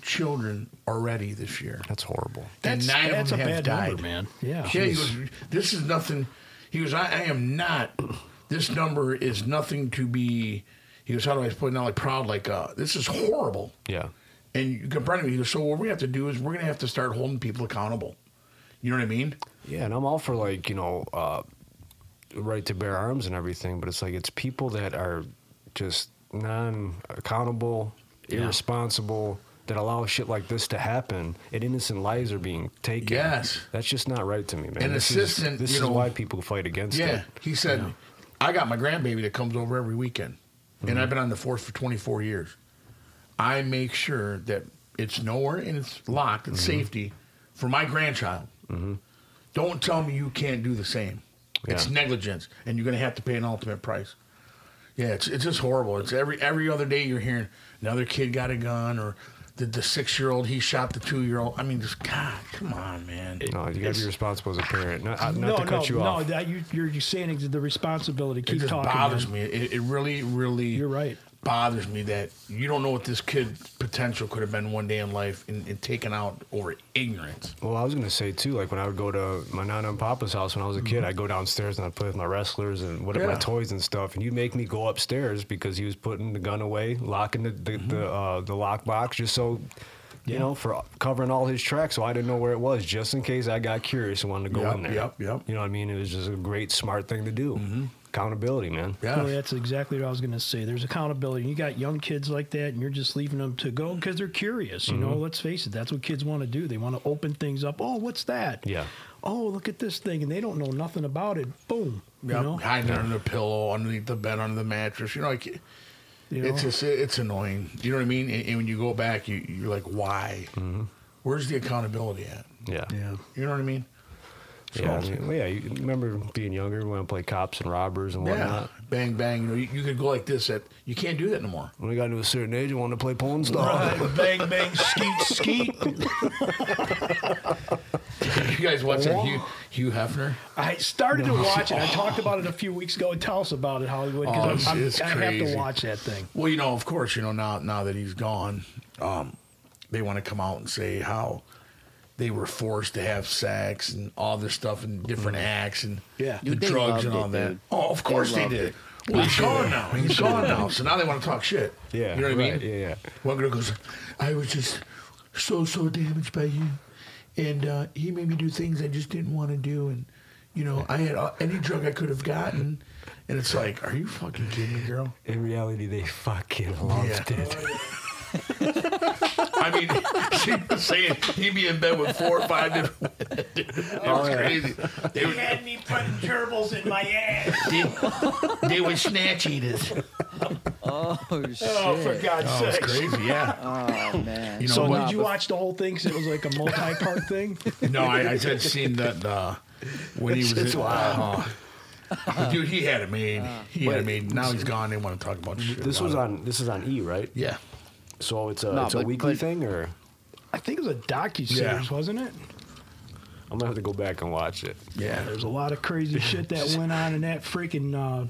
[SPEAKER 5] children already this year.
[SPEAKER 2] That's horrible.
[SPEAKER 4] That's,
[SPEAKER 5] nine of
[SPEAKER 4] that's
[SPEAKER 5] them
[SPEAKER 4] a
[SPEAKER 5] have
[SPEAKER 4] bad
[SPEAKER 5] died.
[SPEAKER 4] number, man. Yeah.
[SPEAKER 5] Yeah, he goes, this is nothing. He goes, I, I am not. This number is nothing to be. He goes, how do I put it? Not like proud, like uh, this is horrible.
[SPEAKER 2] Yeah.
[SPEAKER 5] And you confront him. He goes, so what we have to do is we're gonna have to start holding people accountable. You know what I mean?
[SPEAKER 2] Yeah, and I'm all for like you know, uh, right to bear arms and everything, but it's like it's people that are just non-accountable, irresponsible, that allow shit like this to happen, and innocent lives are being taken.
[SPEAKER 5] Yes.
[SPEAKER 2] that's just not right to me, man.
[SPEAKER 5] An
[SPEAKER 2] this
[SPEAKER 5] assistant,
[SPEAKER 2] Is, this
[SPEAKER 5] you
[SPEAKER 2] is
[SPEAKER 5] know-
[SPEAKER 2] why people fight against
[SPEAKER 5] Yeah.
[SPEAKER 2] it.
[SPEAKER 5] He said, I got my grandbaby that comes over every weekend,
[SPEAKER 2] Mm-hmm.
[SPEAKER 5] and I've been on the force for 24 years. I make sure that it's nowhere and it's locked and
[SPEAKER 2] Mm-hmm.
[SPEAKER 5] safety for my grandchild. Don't tell me you can't do the same. It's
[SPEAKER 2] Yeah.
[SPEAKER 5] negligence, and you're going to have to pay an ultimate price. Yeah, it's it's just horrible. It's every every other day you're hearing another kid got a gun or. The, the six year old, he shot the two year old. I mean, just God, come on, man.
[SPEAKER 2] No, you gotta be responsible as a parent. Not, not
[SPEAKER 4] no,
[SPEAKER 2] to cut
[SPEAKER 4] no,
[SPEAKER 2] you
[SPEAKER 4] no.
[SPEAKER 2] off.
[SPEAKER 4] That you, you're, you're saying it's the responsibility.
[SPEAKER 5] it
[SPEAKER 4] Keep
[SPEAKER 5] just
[SPEAKER 4] talking.
[SPEAKER 5] bothers
[SPEAKER 4] man.
[SPEAKER 5] me. It, it really, really.
[SPEAKER 4] You're right.
[SPEAKER 5] bothers me that you don't know what this kid's potential could have been one day in life and, and taken out over ignorance.
[SPEAKER 2] Well, I was gonna say too, like when I would go to my nana and papa's house when I was a kid, I'd go downstairs and I'd play with my wrestlers and what my
[SPEAKER 5] Mm-hmm. Yeah.
[SPEAKER 2] toys and stuff, and you'd make me go upstairs because he was putting the gun away, locking the the the,
[SPEAKER 5] Mm-hmm.
[SPEAKER 2] uh, the lock box just so. You know, for covering all his tracks, so I didn't know where it was, just in case I got curious and wanted to go
[SPEAKER 5] Yep,
[SPEAKER 2] in there.
[SPEAKER 5] yep, yep. Mm-hmm.
[SPEAKER 2] You know what I mean? It was just a great, smart thing to do. Accountability, man.
[SPEAKER 5] Yeah.
[SPEAKER 4] No, that's exactly what I was going to say. There's accountability. You got young kids like that, and you're just leaving them to go because they're curious. You
[SPEAKER 5] Mm-hmm.
[SPEAKER 4] know, let's face it, that's what kids want to do. They want to open things up. Oh, what's that?
[SPEAKER 2] Yeah.
[SPEAKER 4] Oh, look at this thing, and they don't know nothing about it. Boom.
[SPEAKER 5] Yep.
[SPEAKER 4] You know.
[SPEAKER 5] Hiding under the pillow, underneath the bed, under the mattress. You know, like
[SPEAKER 4] You know?
[SPEAKER 5] it's just it's annoying. You know what I mean? And, and when you go back, you you're like, why?
[SPEAKER 4] Mm-hmm.
[SPEAKER 5] Where's the accountability at?
[SPEAKER 2] Yeah.
[SPEAKER 4] yeah.
[SPEAKER 5] You know what I mean?
[SPEAKER 2] Yeah, I mean, well, yeah. You remember being younger? We want to play cops and robbers and whatnot.
[SPEAKER 5] Bang bang. You know, you, you could go like this. At you can't do that no more.
[SPEAKER 2] When we got to a certain age, we wanted to play porn star.
[SPEAKER 5] bang bang skeet skeet. you guys watch that Hugh, Hugh Hefner?
[SPEAKER 4] I started to watch it. I talked about it a few weeks ago. Tell us about it, Hollywood,
[SPEAKER 5] Oh,
[SPEAKER 4] because
[SPEAKER 5] it's-
[SPEAKER 4] I'm,
[SPEAKER 5] it's
[SPEAKER 4] I'm, I have
[SPEAKER 5] crazy.
[SPEAKER 4] to watch that thing.
[SPEAKER 5] Well, you know, of course, you know now now that he's gone, um, they want to come out and say how they were forced to have sex and all this stuff and different
[SPEAKER 2] Mm-hmm.
[SPEAKER 5] acts and
[SPEAKER 4] Yeah.
[SPEAKER 5] the
[SPEAKER 3] Dude, they
[SPEAKER 5] drugs
[SPEAKER 3] loved
[SPEAKER 5] and all
[SPEAKER 3] it,
[SPEAKER 5] that.
[SPEAKER 3] dude.
[SPEAKER 5] Oh, of course they,
[SPEAKER 3] loved
[SPEAKER 5] did.
[SPEAKER 3] it.
[SPEAKER 5] Well, he's gone now. He's gone now. So now they want to talk shit.
[SPEAKER 2] Yeah,
[SPEAKER 5] you know what I
[SPEAKER 2] right,
[SPEAKER 5] mean?
[SPEAKER 2] yeah, yeah.
[SPEAKER 5] One girl goes, "I was just so so damaged by him, and uh, he made me do things I just didn't want to do, and you know I had uh, any drug I could have gotten." And it's like, are you fucking kidding me, girl?
[SPEAKER 2] In reality, they fucking loved
[SPEAKER 5] Yeah.
[SPEAKER 2] it.
[SPEAKER 5] I mean, she was saying he'd be in bed with four or five different women. It was crazy. They would,
[SPEAKER 4] had me putting gerbils in my ass.
[SPEAKER 5] they, they would snatch eaters.
[SPEAKER 3] Oh shit!
[SPEAKER 4] Oh, for God's
[SPEAKER 5] Oh,
[SPEAKER 4] sake.
[SPEAKER 5] it's crazy, yeah.
[SPEAKER 3] Oh, man.
[SPEAKER 5] You know
[SPEAKER 4] So uh,
[SPEAKER 5] what?
[SPEAKER 4] did you watch the whole thing? 'Cause it was like a multi-part thing.
[SPEAKER 5] No, I, I had seen that uh, when he was in. Wow. dude, he had it made. He had it made. Now he's gone. They want to talk about shit.
[SPEAKER 2] This
[SPEAKER 5] about
[SPEAKER 2] was
[SPEAKER 5] it.
[SPEAKER 2] on. This is on E, right?
[SPEAKER 5] Yeah.
[SPEAKER 2] So it's a
[SPEAKER 3] No,
[SPEAKER 2] it's a
[SPEAKER 3] but-
[SPEAKER 2] weekly
[SPEAKER 3] but-
[SPEAKER 2] thing, or
[SPEAKER 4] I think it was a docu-series,
[SPEAKER 5] Yeah.
[SPEAKER 4] wasn't it?
[SPEAKER 2] I'm gonna have to go back and watch it.
[SPEAKER 5] Yeah.
[SPEAKER 4] There's a lot of crazy shit that went on in that freaking uh,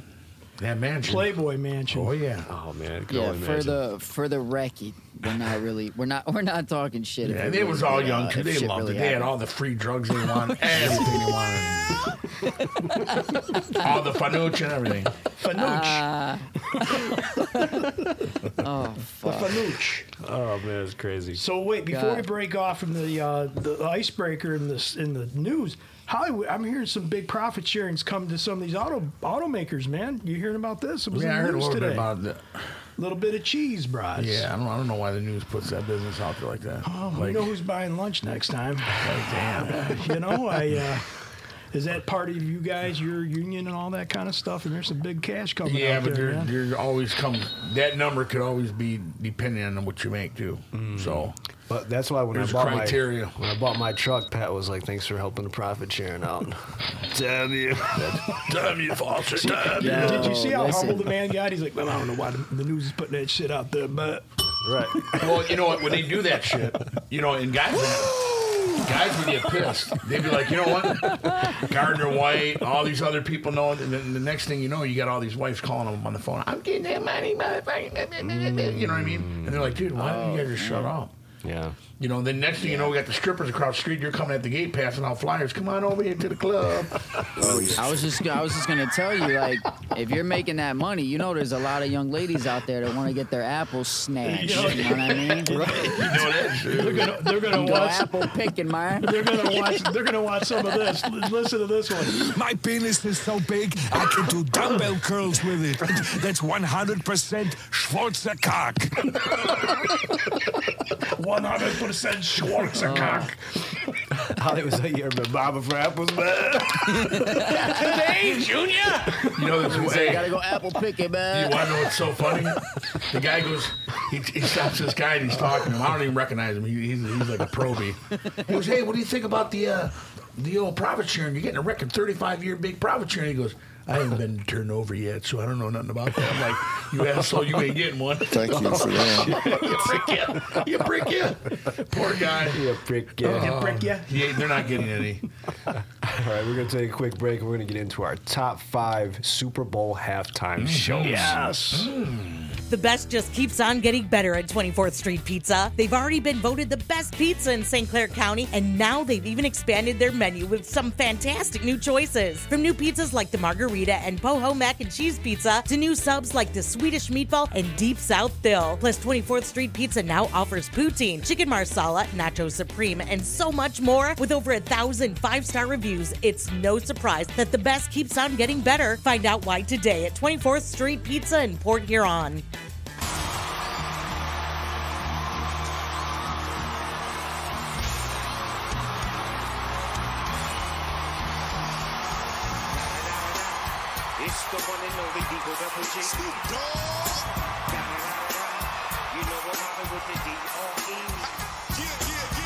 [SPEAKER 5] That mansion.
[SPEAKER 4] Playboy mansion.
[SPEAKER 5] Oh, yeah.
[SPEAKER 2] Oh man, I can
[SPEAKER 3] Yeah,
[SPEAKER 2] only
[SPEAKER 3] for
[SPEAKER 2] imagine.
[SPEAKER 3] the for the record, we're not really we're not we're not talking shit. if
[SPEAKER 5] Yeah,
[SPEAKER 3] it
[SPEAKER 5] they
[SPEAKER 3] really-
[SPEAKER 5] was all young.
[SPEAKER 3] uh,
[SPEAKER 5] too.
[SPEAKER 3] if
[SPEAKER 5] they
[SPEAKER 3] shit
[SPEAKER 5] loved
[SPEAKER 3] really
[SPEAKER 5] it. They had
[SPEAKER 3] happened.
[SPEAKER 5] all the free drugs they wanted, everything they wanted, all the fanuch and everything.
[SPEAKER 4] Fanooch.
[SPEAKER 3] Oh fuck!
[SPEAKER 4] Fanooch.
[SPEAKER 2] oh man, it's crazy.
[SPEAKER 4] So wait, before we
[SPEAKER 3] God.
[SPEAKER 4] break off from the uh, the icebreaker and the in the news, Hollywood. I'm hearing some big profit sharings come to some of these auto automakers. Man, you hearing about this? It was
[SPEAKER 5] Yeah, I
[SPEAKER 4] in the
[SPEAKER 5] heard a
[SPEAKER 4] news
[SPEAKER 5] little
[SPEAKER 4] today.
[SPEAKER 5] bit about that.
[SPEAKER 4] little bit of cheese, bros.
[SPEAKER 5] Yeah, I don't, I don't know why the news puts that business out there like that.
[SPEAKER 4] Oh,
[SPEAKER 5] like,
[SPEAKER 4] you know who's buying lunch next time?
[SPEAKER 5] like, damn.
[SPEAKER 4] you know, I. Uh, is that part of you guys, your union, and all that kind of stuff? And there's some big cash coming
[SPEAKER 5] Yeah,
[SPEAKER 4] out
[SPEAKER 5] but
[SPEAKER 4] there.
[SPEAKER 5] there,
[SPEAKER 4] man.
[SPEAKER 5] there always comes that number could always be depending on what you make too. So
[SPEAKER 2] But that's why when I
[SPEAKER 5] There's
[SPEAKER 2] bought
[SPEAKER 5] criteria.
[SPEAKER 2] my when I bought my truck, Pat was like, "Thanks for helping the profit sharing out." Damn you.
[SPEAKER 5] damn you, Foster. Damn
[SPEAKER 3] Yeah.
[SPEAKER 4] Did you see how
[SPEAKER 3] Listen.
[SPEAKER 4] humble the man got? He's like, well, I don't know why the, the news is putting that shit out there, but
[SPEAKER 2] right.
[SPEAKER 5] Well, you know what? When they do that shit, you know, and guys, guys would get pissed. They'd be like, you know what? Gardner White, all these other people know. And then the next thing you know, you got all these wives calling them on the phone. I'm getting that money, motherfucker. You know what I mean? And they're like, dude, why don't you guys just shut up?
[SPEAKER 2] Yeah.
[SPEAKER 5] You know, then next thing you know, we got the strippers across the street. You're coming at the gate, passing out flyers. Come on over here to the club.
[SPEAKER 3] I was just I was just gonna tell you like if you're making that money, you know there's a lot of young ladies out there that want to get their apples snatched.
[SPEAKER 4] Yeah.
[SPEAKER 3] You know what I mean?
[SPEAKER 5] You know that
[SPEAKER 4] they're
[SPEAKER 5] shit.
[SPEAKER 4] gonna they're gonna
[SPEAKER 3] Go
[SPEAKER 4] watch
[SPEAKER 3] apple picking, man.
[SPEAKER 4] they're gonna watch they're gonna watch some of this. L- Listen to this one.
[SPEAKER 6] My penis is so big, I can do dumbbell curls with it. That's 100% Schwarzer cock.
[SPEAKER 4] One hundred percent Schwarzer cock.
[SPEAKER 2] Holly was like, "You ever been bobbing for apples, man?"
[SPEAKER 4] Today, Junior.
[SPEAKER 5] You know this
[SPEAKER 3] You
[SPEAKER 5] way.
[SPEAKER 3] gotta go apple picking,
[SPEAKER 5] You
[SPEAKER 3] man.
[SPEAKER 5] want to know what's so funny? The guy goes, he, he stops this guy and he's talking to him. I don't even recognize him. He, he's, he's like a probie. He goes, hey, what do you think about the uh, the old profit sharing? You're getting a record 35 year big profit sharing. He goes, I haven't been turned over yet, so I don't know nothing about that. I'm like, you asshole, you ain't getting one.
[SPEAKER 7] Thank you for that.
[SPEAKER 5] you prick you. You prick you. Poor guy.
[SPEAKER 2] Yeah, prick. Yeah.
[SPEAKER 4] You prick ya.
[SPEAKER 5] He ain't, they're not getting any.
[SPEAKER 2] All right, we're gonna take a quick break. and We're gonna get into our top five Super Bowl halftime shows.
[SPEAKER 4] Yes.
[SPEAKER 7] The best just keeps on getting better at 24th Street Pizza. They've already been voted the best pizza in St. Clair County, and now they've even expanded their menu with some fantastic new choices. From new pizzas like the margarita and poho mac and cheese pizza to new subs like the Swedish meatball and deep south fill. Plus, 24th Street Pizza now offers poutine, chicken marsala, nacho supreme, and so much more. With over a thousand five star reviews, it's no surprise that the best keeps on getting better. Find out why today at 24th Street Pizza in Port Huron.
[SPEAKER 8] Esto con el no big digo that was it. You know what happened with the E? D.R.E.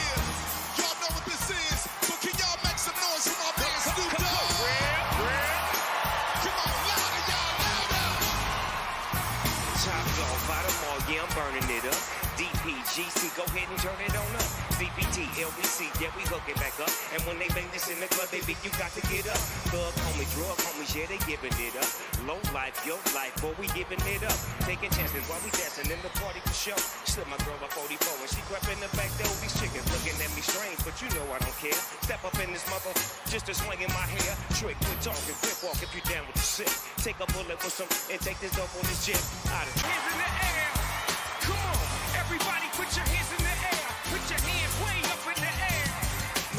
[SPEAKER 8] Top off, bottom all, yeah, I'm burning it up. DPGC, go ahead and turn it on up. DPT, LBC, yeah, we hook it back up. And when they bang this in the club, they beat you got to get up. Thug homie, drug homies, yeah, they giving it up. Low life, yo life, boy, we giving it up. Taking chances while we dancing in the party for show. Slip my girl up 44 and she crept in the back door. These chickens looking at me strange, but you know I don't care. Step up in this mother, just a swing in my hair. Trick, quit talking, quick walk if you down with the shit. Take a bullet with some and take this dope on this jet. Out of hands in the air. Come on, everybody, put your hands in the air. Put your hands way up in the air.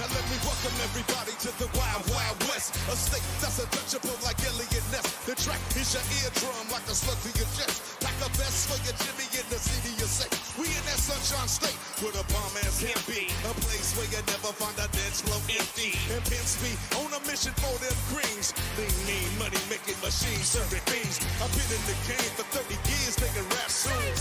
[SPEAKER 9] Now let me welcome everybody to the Wild Wild West, a state that's untouchable like Elliot Ness. The track is your eardrum like a slug to your chest. Pack the best for your Jimmy in the city you say. We in that sunshine state with a bomb ass
[SPEAKER 8] Can't
[SPEAKER 9] hippie,
[SPEAKER 8] be.
[SPEAKER 9] a place where you never find a dance floor empty. And pimps be on a mission for them greens. Lean, mean, money making machines serving beans. I've been in the game for 30 years making rap soon.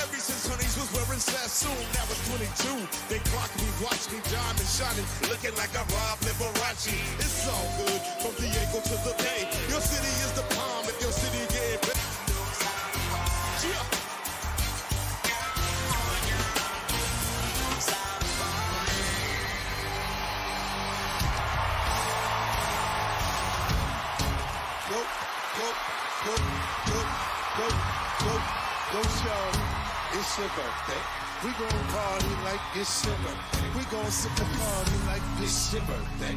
[SPEAKER 9] Ever since honeys was wearing Sassoon, now it's 22. They clock me, watch me, diamond shining, looking like I robbed Liberace. It's all good, from Diego to the Bay. Your city is the palm, if your city gave back. Yeah. Go, go, go, go, go, go, go, show. It's your birthday. We gon' party like it's your birthday. We gon' sip the party like it's your birthday.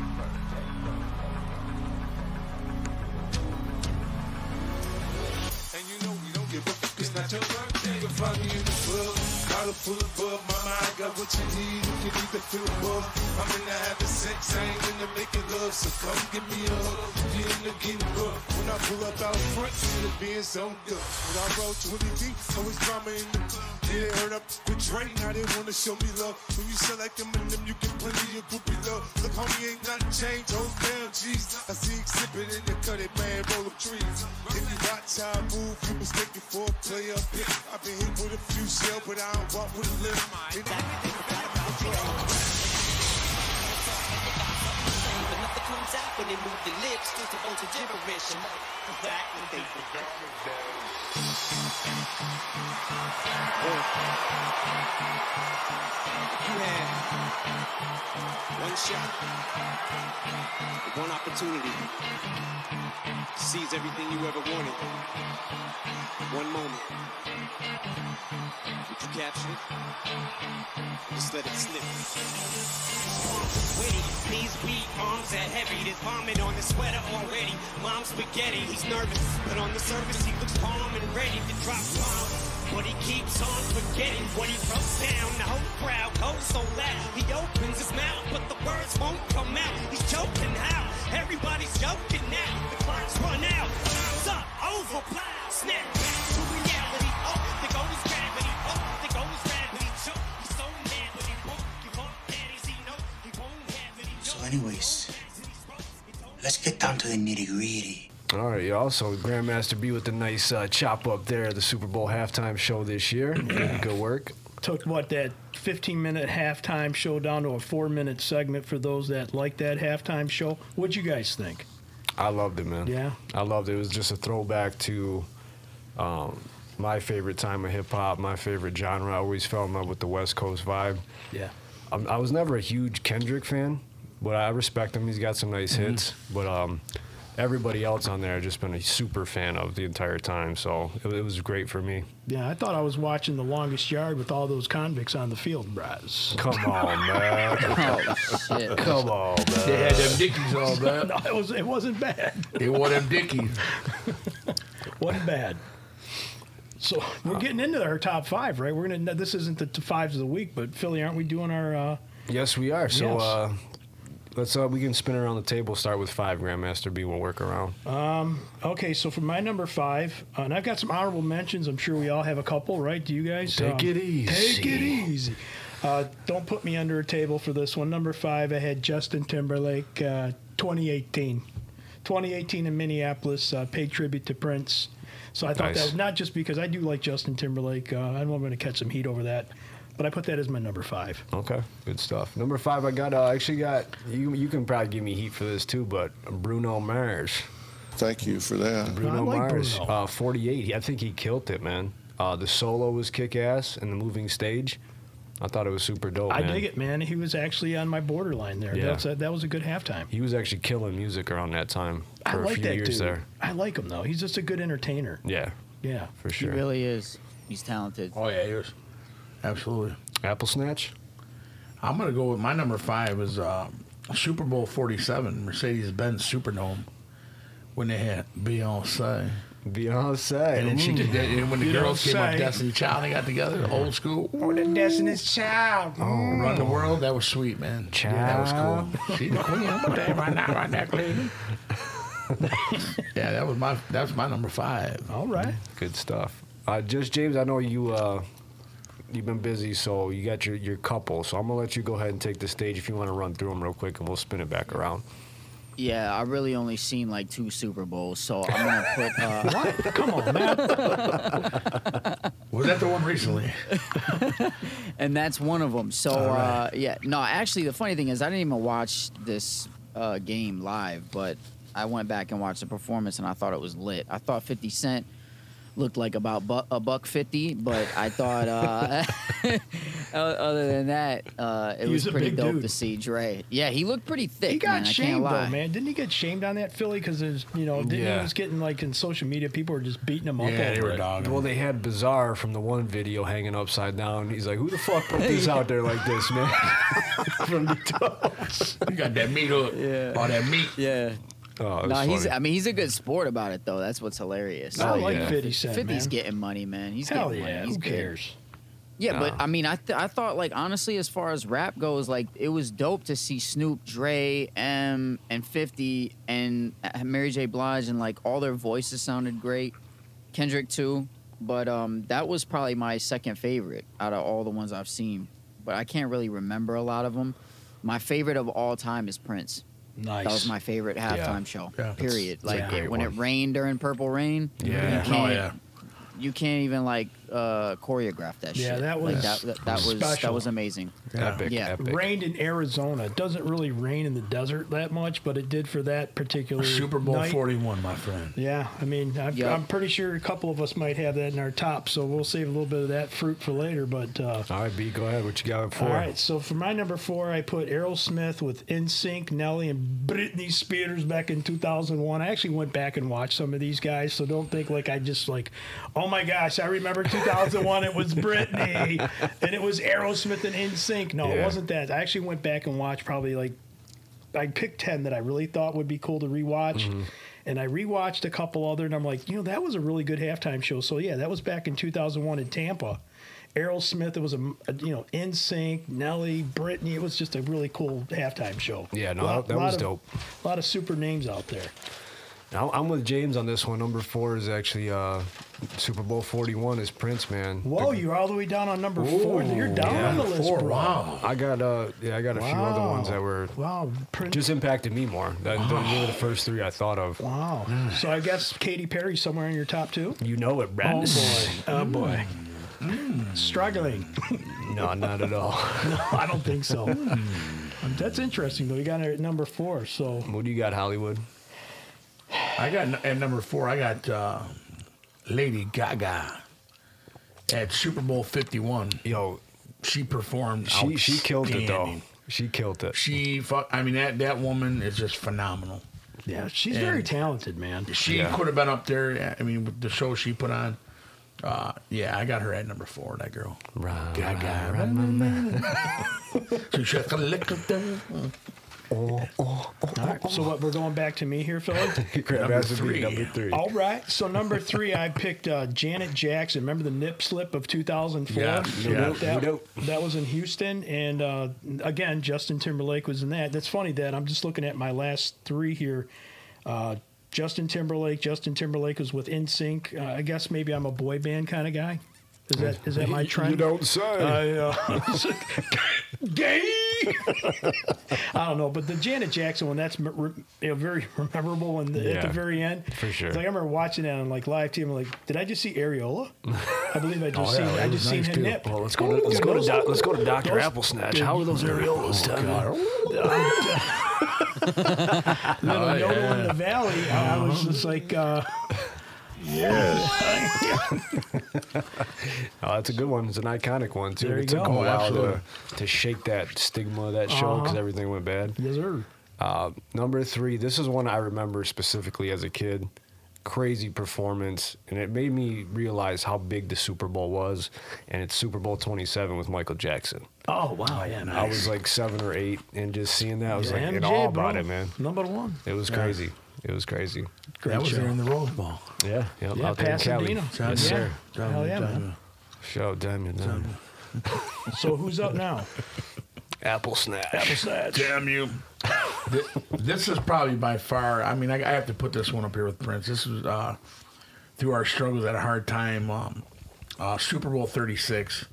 [SPEAKER 9] And you know we don't give a fuck, it's not your birthday. You can find me in the club, got a full of bub. Mama, I got what you need if you need to feel bub. I'm in the having sex, I ain't in the making love. So come give me a hug, get in the getting rough. When I pull up out front, see the Benz so good. When I roll 20 deep, always drama in the club. Yeah, they heard up with Drake, now they wanna show me love. When you sell like them and them, you get plenty of groupie love. Look, homie, ain't nothing changed, those damn G's. I see exhibit in the cut it, man, roll up trees. If you watch how I move, you mistake me for a player. I've been hit with a few shell, but I don't walk with a limp. And
[SPEAKER 8] But nothing comes out when they move their lips. Still supposed to gibberish. And like, come back when they forgot.
[SPEAKER 1] You had one shot, one opportunity to seize everything you ever wanted. One moment. Did you capture it? Just let it slip.
[SPEAKER 8] Witty, knees weak, arms are heavy. There's vomit on his sweater already. Mom's spaghetti, he's nervous. But on the surface, he looks calm and ready to drop bombs. But he keeps on forgetting what he wrote down. The whole crowd goes so loud. He opens his mouth, but the words won't come out. He's choking out. Everybody's joking now. The clock's run out. Time's up, over, plow. Snap back to reality. Oh, there goes gravity. Oh, there goes gravity. Choke. He's so mad, but he won't give up. Daddies, he knows he won't have it. He knows.
[SPEAKER 10] So, anyways, let's get down to the nitty gritty.
[SPEAKER 2] All right, y'all. So Grandmaster B with the nice uh, chop up there at the Super Bowl halftime show this year. Good, good work.
[SPEAKER 4] Took what that 15 minute halftime show down to a four minute segment for those that like that halftime show. What'd you guys think?
[SPEAKER 2] I loved it, man.
[SPEAKER 4] Yeah.
[SPEAKER 2] I loved it. It was just a throwback to um, my favorite time of hip hop, my favorite genre. I always fell in love with the West Coast vibe.
[SPEAKER 4] Yeah.
[SPEAKER 2] I'm, I was never a huge Kendrick fan, but I respect him. He's got some nice hits. But um, everybody else on there, I've just been a super fan of the entire time. So it, it was great for me.
[SPEAKER 4] Yeah, I thought I was watching The Longest Yard with all those convicts on the field, bros.
[SPEAKER 2] Come on, man.
[SPEAKER 3] Oh shit!
[SPEAKER 2] Come on, man.
[SPEAKER 5] They had them dickies all that.
[SPEAKER 4] No, it was it wasn't bad.
[SPEAKER 5] They wore them dickies.
[SPEAKER 4] wasn't bad. So we're getting into our top five, right? We're gonna. This isn't the t- fives of the week, but Philly, aren't we doing our? Uh,
[SPEAKER 2] Yes, we are. So
[SPEAKER 4] Yes.
[SPEAKER 2] uh, let's uh, we can spin around the table. Start with five, Grandmaster B. We'll work around.
[SPEAKER 4] okay, so for my number five, uh, and I've got some honorable mentions. I'm sure we all have a couple, right? Do you guys? Um,
[SPEAKER 2] Take it
[SPEAKER 4] Take it
[SPEAKER 2] easy.
[SPEAKER 4] easy. Uh, don't put me under a table for this one. Number five, I had Justin Timberlake, uh, 2018. 2018 in Minneapolis, uh, paid tribute to Prince. So I thought
[SPEAKER 2] Nice.
[SPEAKER 4] that was not just because I do like Justin Timberlake. Uh, I know I'm going to catch some heat over that, but I put that as my number five.
[SPEAKER 2] Okay, good stuff. Number five, I got. Uh, actually, got you. You can probably give me heat for this too, but Bruno Mars.
[SPEAKER 9] Thank you for that.
[SPEAKER 2] Bruno
[SPEAKER 4] like
[SPEAKER 2] Mars,
[SPEAKER 4] Bruno.
[SPEAKER 2] Uh, 48. I think he killed it, man. Uh, the solo was kick ass, and the moving stage. I thought it was super dope.
[SPEAKER 4] I
[SPEAKER 2] Oh, man.
[SPEAKER 4] dig it, man. He was actually on my borderline there.
[SPEAKER 2] Yeah.
[SPEAKER 4] That's a, that was a good halftime.
[SPEAKER 2] He was actually killing music around that time
[SPEAKER 4] I
[SPEAKER 2] for a
[SPEAKER 4] like
[SPEAKER 2] few
[SPEAKER 4] that
[SPEAKER 2] years
[SPEAKER 4] dude.
[SPEAKER 2] there.
[SPEAKER 4] I like him though. He's just a good entertainer.
[SPEAKER 2] Yeah,
[SPEAKER 4] Yeah.
[SPEAKER 2] for
[SPEAKER 3] He
[SPEAKER 2] sure.
[SPEAKER 3] really is. He's talented.
[SPEAKER 5] Oh yeah, yours. Absolutely.
[SPEAKER 2] Apple Snatch.
[SPEAKER 5] I'm gonna go with my number five is uh, Super Bowl 47, Mercedes Benz Superdome, when they had Beyonce,
[SPEAKER 2] Beyonce.
[SPEAKER 5] and then she did that, and when the girls came up,
[SPEAKER 4] Beyonce.
[SPEAKER 5] Destiny Child, they got together, old school,
[SPEAKER 4] Oh, Destiny's Oh. Child.
[SPEAKER 5] run the world. That was sweet, man. Yeah, that
[SPEAKER 2] Child.
[SPEAKER 5] was cool. She the queen. I'm gonna tell you right now, right now, Cleveland. yeah, that was my that was my number five.
[SPEAKER 4] All right.
[SPEAKER 2] Good stuff. Uh, just James, I know you uh, you've been busy, so you got your, your couple. So I'm gonna let you go ahead and take the stage if you want to run through them real quick, and we'll spin it back around.
[SPEAKER 3] Yeah, I really only seen like two Super Bowls, so I'm gonna put. Uh,
[SPEAKER 4] Come on, man.
[SPEAKER 5] Was that the one recently?
[SPEAKER 3] and that's one of them. So uh, yeah, no, actually, the funny thing is, I didn't even watch this uh, game live, but I went back and watched the performance, and I thought it was lit. I thought Fifty Cent looked like about bu- a buck fifty, but I thought uh, o- other than that, uh, it
[SPEAKER 4] He
[SPEAKER 3] was
[SPEAKER 4] was a
[SPEAKER 3] pretty
[SPEAKER 4] big
[SPEAKER 3] dope
[SPEAKER 4] dude.
[SPEAKER 3] to see Dre. Yeah, he looked pretty thick.
[SPEAKER 4] He got
[SPEAKER 3] man, I can't
[SPEAKER 4] shamed
[SPEAKER 3] lie.
[SPEAKER 4] though, man. Didn't he get shamed on that Philly? Because there's, you know, didn't
[SPEAKER 2] Yeah.
[SPEAKER 4] he was getting like in social media, people were just beating him up.
[SPEAKER 5] Yeah, they
[SPEAKER 4] over
[SPEAKER 5] were
[SPEAKER 4] it.
[SPEAKER 5] dogging.
[SPEAKER 2] Well, they had Bizarre from the one video hanging upside down. He's like, "Who the fuck put this out there like this, man?" from the top.
[SPEAKER 5] You got that meat hook.
[SPEAKER 3] Yeah.
[SPEAKER 5] All that meat.
[SPEAKER 3] Yeah.
[SPEAKER 2] Oh, it was
[SPEAKER 3] No, he's.
[SPEAKER 2] funny.
[SPEAKER 3] I mean, he's a good sport about it, though. That's what's hilarious.
[SPEAKER 4] I
[SPEAKER 2] Oh,
[SPEAKER 4] like
[SPEAKER 2] yeah.
[SPEAKER 4] 50 Cent.
[SPEAKER 3] 50's
[SPEAKER 4] man.
[SPEAKER 3] getting money, man. He's
[SPEAKER 4] Hell
[SPEAKER 3] getting
[SPEAKER 4] yeah.
[SPEAKER 3] money. He's
[SPEAKER 4] Who
[SPEAKER 3] good.
[SPEAKER 4] cares?
[SPEAKER 3] Yeah, but
[SPEAKER 2] Nah.
[SPEAKER 3] I mean, I th- I thought like honestly, as far as rap goes, like it was dope to see Snoop, Dre, M, and Fifty, and uh, Mary J. Blige, and like all their voices sounded great. Kendrick too, but um, that was probably my second favorite out of all the ones I've seen. But I can't really remember a lot of them. My favorite of all time is Prince.
[SPEAKER 4] Nice.
[SPEAKER 3] That was my favorite halftime show.
[SPEAKER 5] Yeah.
[SPEAKER 3] period. Like
[SPEAKER 5] That's- that's a
[SPEAKER 3] it-
[SPEAKER 5] great
[SPEAKER 3] when it
[SPEAKER 5] one.
[SPEAKER 3] rained during Purple Rain.
[SPEAKER 2] Yeah.
[SPEAKER 3] You
[SPEAKER 5] Oh,
[SPEAKER 3] can't,
[SPEAKER 5] yeah.
[SPEAKER 3] You can't even like uh, choreograph that
[SPEAKER 4] Yeah,
[SPEAKER 3] shit.
[SPEAKER 4] that
[SPEAKER 3] like,
[SPEAKER 4] was
[SPEAKER 3] that, that, that was that
[SPEAKER 4] special.
[SPEAKER 3] was amazing.
[SPEAKER 2] epic,
[SPEAKER 3] Yeah.
[SPEAKER 2] epic.
[SPEAKER 4] Rained in Arizona. It Doesn't really rain in the desert that much, but it did for that particular
[SPEAKER 5] Super Bowl
[SPEAKER 4] night.
[SPEAKER 5] 41, my friend.
[SPEAKER 4] Yeah, I mean, I've,
[SPEAKER 3] Yep.
[SPEAKER 4] I'm pretty sure a couple of us might have that in our top, so we'll save a little bit of that fruit for later. But uh,
[SPEAKER 2] All right, B, go ahead. What you got for?
[SPEAKER 4] all right, so for my number four, I put Aerosmith with NSYNC, Nelly, and Britney Spears back in 2001. I actually went back and watched some of these guys, so don't think like I just like, oh my gosh, I remember 2001. it was Britney, and it was Aerosmith and NSYNC. No, it
[SPEAKER 2] Yeah.
[SPEAKER 4] wasn't that. I actually went back and watched probably like I picked 10 that I really thought would be cool to rewatch.
[SPEAKER 2] Mm-hmm.
[SPEAKER 4] And I rewatched a couple other, and I'm like, you know, that was a really good halftime show. So, yeah, that was back in 2001 in Tampa. Errol Smith, it was a, a you know, In Sync, Nelly, Britney. It was just a really cool halftime show.
[SPEAKER 2] Yeah, no, that- that was dope.
[SPEAKER 4] A lot of super names out there.
[SPEAKER 2] I'm I'm with James on this one. Number four is actually uh, Super Bowl 41 is Prince, man.
[SPEAKER 4] Whoa,
[SPEAKER 2] The-
[SPEAKER 4] you're all the way down on number four. You're down
[SPEAKER 2] yeah.
[SPEAKER 4] on the list,
[SPEAKER 5] Four,
[SPEAKER 4] bro.
[SPEAKER 5] wow.
[SPEAKER 2] I got uh, yeah, I got a few other ones that were
[SPEAKER 4] Wow. Prince.
[SPEAKER 2] just impacted me more. That, Those were the first three I thought of.
[SPEAKER 4] wow.
[SPEAKER 2] Mm.
[SPEAKER 4] So, I guess Katy Perry somewhere in your top two?
[SPEAKER 2] You know it,
[SPEAKER 4] Oh,
[SPEAKER 2] Brad.
[SPEAKER 4] boy. Oh, boy.
[SPEAKER 2] Mm.
[SPEAKER 4] Struggling.
[SPEAKER 2] no, not at all.
[SPEAKER 4] I don't think so. Um, That's interesting though. You got it at number four. So
[SPEAKER 2] what do you got, Hollywood?
[SPEAKER 5] I got n- at number four. I got uh, Lady Gaga at Super Bowl Fifty One.
[SPEAKER 2] Yo,
[SPEAKER 5] She performed.
[SPEAKER 2] she she killed it though.
[SPEAKER 5] outstanding.
[SPEAKER 2] She killed it.
[SPEAKER 5] She fuck. I mean that that woman is just phenomenal.
[SPEAKER 4] Yeah, she's very
[SPEAKER 5] And-
[SPEAKER 4] talented, man.
[SPEAKER 5] She could have been up there. I mean, with the show she put on. Uh, yeah, I got her at number four. That girl. Gaga. She shook a lick of the-
[SPEAKER 4] All right, so what? We're going back to me here, Philip.
[SPEAKER 2] Crab
[SPEAKER 5] Number
[SPEAKER 2] has to
[SPEAKER 5] three.
[SPEAKER 2] be number three.
[SPEAKER 4] All right. So number three, I picked uh, Janet Jackson. Remember the nip slip of 2004?
[SPEAKER 5] Yeah, yeah.
[SPEAKER 4] That, that was in Houston, and uh, again, Justin Timberlake was in that. That's funny that I'm just looking at my last three here. Uh, Justin Timberlake. Justin Timberlake was with NSYNC. Uh, I guess maybe I'm a boy band kind of guy. Is that is that my trend?
[SPEAKER 2] You don't say.
[SPEAKER 4] I, uh, gay. I don't know, but the Janet Jackson one that's me- re- you know, very memorable, and the- at the
[SPEAKER 2] Yeah,
[SPEAKER 4] very end,
[SPEAKER 2] for sure.
[SPEAKER 4] It's like I remember watching that on like live team. Like, did I just see Areola? I believe I just seen. I
[SPEAKER 2] that
[SPEAKER 4] just
[SPEAKER 2] Oh, was
[SPEAKER 4] seen
[SPEAKER 2] nice, Oh,
[SPEAKER 4] him
[SPEAKER 2] too.
[SPEAKER 4] nip.
[SPEAKER 11] Well, let's go to let's go to
[SPEAKER 4] Those-
[SPEAKER 11] doc, let's go to Doctor
[SPEAKER 4] those- Oh,
[SPEAKER 11] Applesnatch. How are those areolas, Tyler?
[SPEAKER 4] Little
[SPEAKER 5] Oh,
[SPEAKER 4] Yoda
[SPEAKER 5] yeah.
[SPEAKER 4] in the valley. I was
[SPEAKER 2] Uh-huh.
[SPEAKER 4] just like, uh,
[SPEAKER 2] Oh, that's a good one. It's an iconic one too.
[SPEAKER 4] There you
[SPEAKER 2] it took
[SPEAKER 4] go. Uh-huh. Oh,
[SPEAKER 2] a while to,
[SPEAKER 5] absolutely.
[SPEAKER 2] to shake that stigma of that show because everything went bad.
[SPEAKER 4] yes, sir.
[SPEAKER 2] Uh, number three, this is one I remember specifically as a kid. Crazy performance, and it made me realize how big the Super Bowl was. And it's Super Bowl 27 with Michael Jackson.
[SPEAKER 4] Oh wow, yeah, nice.
[SPEAKER 2] I was like seven or eight, and just seeing that, I was
[SPEAKER 4] Yeah,
[SPEAKER 2] like,
[SPEAKER 4] MJ,
[SPEAKER 2] in awe
[SPEAKER 4] bro.
[SPEAKER 2] about it, man.
[SPEAKER 4] Number one.
[SPEAKER 2] It was crazy. It was crazy.
[SPEAKER 4] Great
[SPEAKER 5] that was
[SPEAKER 4] show.
[SPEAKER 5] there in the Rose Bowl.
[SPEAKER 2] Yeah, yep,
[SPEAKER 4] Yeah,
[SPEAKER 2] out there in Cali.
[SPEAKER 4] Pasadena.
[SPEAKER 2] Yes,
[SPEAKER 5] Yeah.
[SPEAKER 2] sir.
[SPEAKER 4] Hell yeah, man.
[SPEAKER 2] Shout out Diamond. Diamond.
[SPEAKER 4] So who's up now?
[SPEAKER 11] Apple snatch.
[SPEAKER 4] Applesnatch.
[SPEAKER 5] Damn you. Th- this is probably by far, I mean, I, I have to put this one up here with Prince. This was uh, through our struggles at a hard time. Um, uh, Super Bowl 36.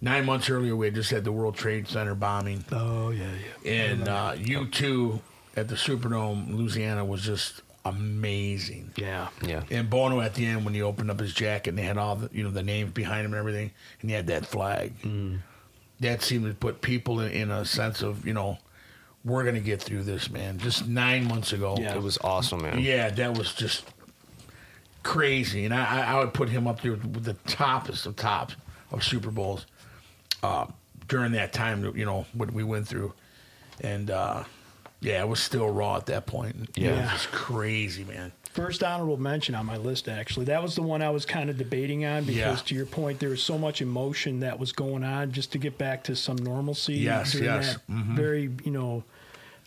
[SPEAKER 5] Nine months earlier, we had just had the World Trade Center bombing.
[SPEAKER 4] Oh yeah, yeah.
[SPEAKER 5] And uh, U2 at the Superdome, Louisiana, was just amazing.
[SPEAKER 4] Yeah.
[SPEAKER 2] Yeah.
[SPEAKER 5] And Bono at the end, when he opened up his jacket and they had all the you know the names behind him and everything, and he had that flag. That seemed to put people in, in a sense of you know we're gonna get through this, man. Just nine months ago,
[SPEAKER 2] It was awesome, man.
[SPEAKER 5] yeah, that was just crazy, and I, I I would put him up there with the toppest of tops of Super Bowls uh, during that time. You know what we went through, and uh, yeah, it was still raw at that point. Yeah, it was
[SPEAKER 4] Yeah.
[SPEAKER 5] just crazy, man.
[SPEAKER 4] First honorable mention on my list, actually. That was the one I was kind of debating on because,
[SPEAKER 5] Yeah.
[SPEAKER 4] to your point, there was so much emotion that was going on just to get back to some normalcy
[SPEAKER 5] Yes,
[SPEAKER 4] during
[SPEAKER 5] yes. Mm-hmm.
[SPEAKER 4] that very, you know,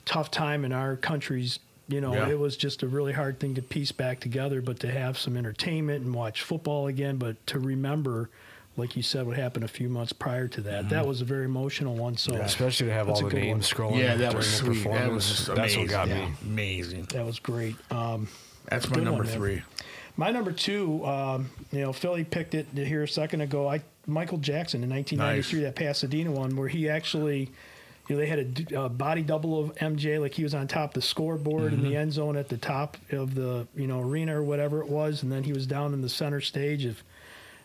[SPEAKER 4] tough time in our country's. You know,
[SPEAKER 5] Yeah.
[SPEAKER 4] it was just a really hard thing to piece back together, but to have some entertainment and watch football again, but to remember, like you said, what happened a few months prior to that.
[SPEAKER 5] Mm-hmm.
[SPEAKER 4] That was a very emotional one. So,
[SPEAKER 2] Especially to have
[SPEAKER 4] That's
[SPEAKER 2] all
[SPEAKER 4] a
[SPEAKER 2] the
[SPEAKER 4] good one.
[SPEAKER 2] names scrolling
[SPEAKER 5] Yeah, that
[SPEAKER 2] during
[SPEAKER 5] was
[SPEAKER 2] the
[SPEAKER 5] sweet.
[SPEAKER 2] performance.
[SPEAKER 5] That was just amazing.
[SPEAKER 2] That's what got
[SPEAKER 5] Yeah.
[SPEAKER 2] me.
[SPEAKER 5] Amazing.
[SPEAKER 4] that was great. Um,
[SPEAKER 5] That's my
[SPEAKER 4] Good
[SPEAKER 5] number
[SPEAKER 4] one, man.
[SPEAKER 5] three.
[SPEAKER 4] My number two, um, you know, Philly picked it here a second ago. I Michael Jackson in 1993, that Pasadena one, where he actually, you know, they had a d- a, body double of MJ, like he was on top of the scoreboard
[SPEAKER 5] Mm-hmm.
[SPEAKER 4] in the end zone at the top of the you know arena or whatever it was, and then he was down in the center stage of.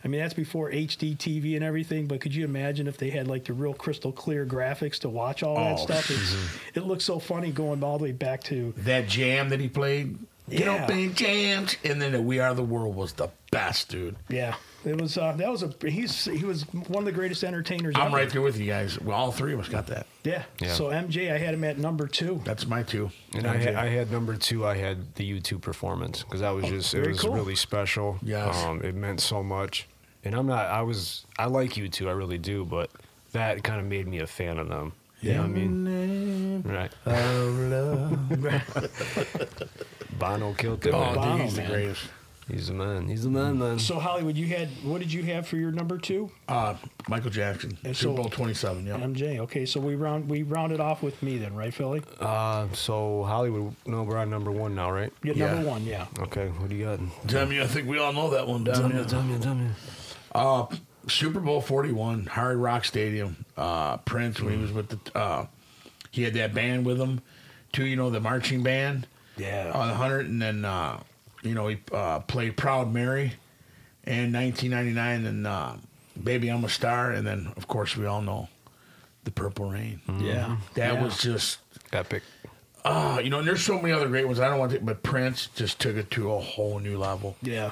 [SPEAKER 4] I mean, that's before HD TV and everything, but could you imagine if they had like the real crystal clear graphics to watch all that
[SPEAKER 5] Oh,
[SPEAKER 4] stuff? It's, it looks so funny going all the way back to
[SPEAKER 5] That jam that he played. Get
[SPEAKER 4] Yeah.
[SPEAKER 5] up and jams, and then the "We Are the World" was the best, dude.
[SPEAKER 4] Yeah, it was. Uh, that was a. He's he was one of the greatest entertainers.
[SPEAKER 5] I'm
[SPEAKER 4] ever.
[SPEAKER 5] right there with you guys. Well, all three of us got that.
[SPEAKER 4] Yeah.
[SPEAKER 2] Yeah.
[SPEAKER 4] So MJ, I had him at number two.
[SPEAKER 5] That's my two.
[SPEAKER 2] And I had, I had number two. I had the U2 performance because that was just it
[SPEAKER 4] Oh, very
[SPEAKER 2] was
[SPEAKER 4] cool.
[SPEAKER 2] really special.
[SPEAKER 5] Yes.
[SPEAKER 2] um, it meant so much. And I'm not. I was. I like U2. I really do. But that kind of made me a fan of them. You know what I
[SPEAKER 5] Oh,
[SPEAKER 2] mean? Right. Bono killed it.
[SPEAKER 5] oh,
[SPEAKER 2] man.
[SPEAKER 5] dude,
[SPEAKER 4] Bono,
[SPEAKER 5] he's the
[SPEAKER 4] man.
[SPEAKER 5] greatest.
[SPEAKER 2] He's the man. He's the man, man.
[SPEAKER 4] So Hollywood, you had what did you have for your number two?
[SPEAKER 5] Uh, Michael Jackson,
[SPEAKER 4] And
[SPEAKER 5] Super
[SPEAKER 4] so-
[SPEAKER 5] Bowl 27. Yeah,
[SPEAKER 4] MJ. Okay, so we round we rounded off with me then, right, Philly?
[SPEAKER 2] Uh, so Hollywood. No, we're on number one now, right?
[SPEAKER 4] Yeah,
[SPEAKER 5] Yeah.
[SPEAKER 4] number one. Yeah.
[SPEAKER 2] Okay. What do you got?
[SPEAKER 5] damn you! I think we all know that one. Damn you!
[SPEAKER 2] Tell me, tell me.
[SPEAKER 5] Uh, Super Bowl 41, Hard Rock Stadium. Uh, Prince, when he was with the, uh, he had that band with him, too, you know, the marching band.
[SPEAKER 4] Yeah.
[SPEAKER 5] On the 100, and then, uh, you know, he uh, played Proud Mary in 1999, and uh, Baby I'm a Star, and then, of course, we all know The Purple Rain.
[SPEAKER 2] Hmm.
[SPEAKER 4] Yeah.
[SPEAKER 5] Mm-hmm. That
[SPEAKER 4] Yeah.
[SPEAKER 5] was just, ah,
[SPEAKER 2] Epic.
[SPEAKER 5] uh, you know, and there's so many other great ones. I don't want to, but Prince just took it to a whole new level.
[SPEAKER 4] Yeah.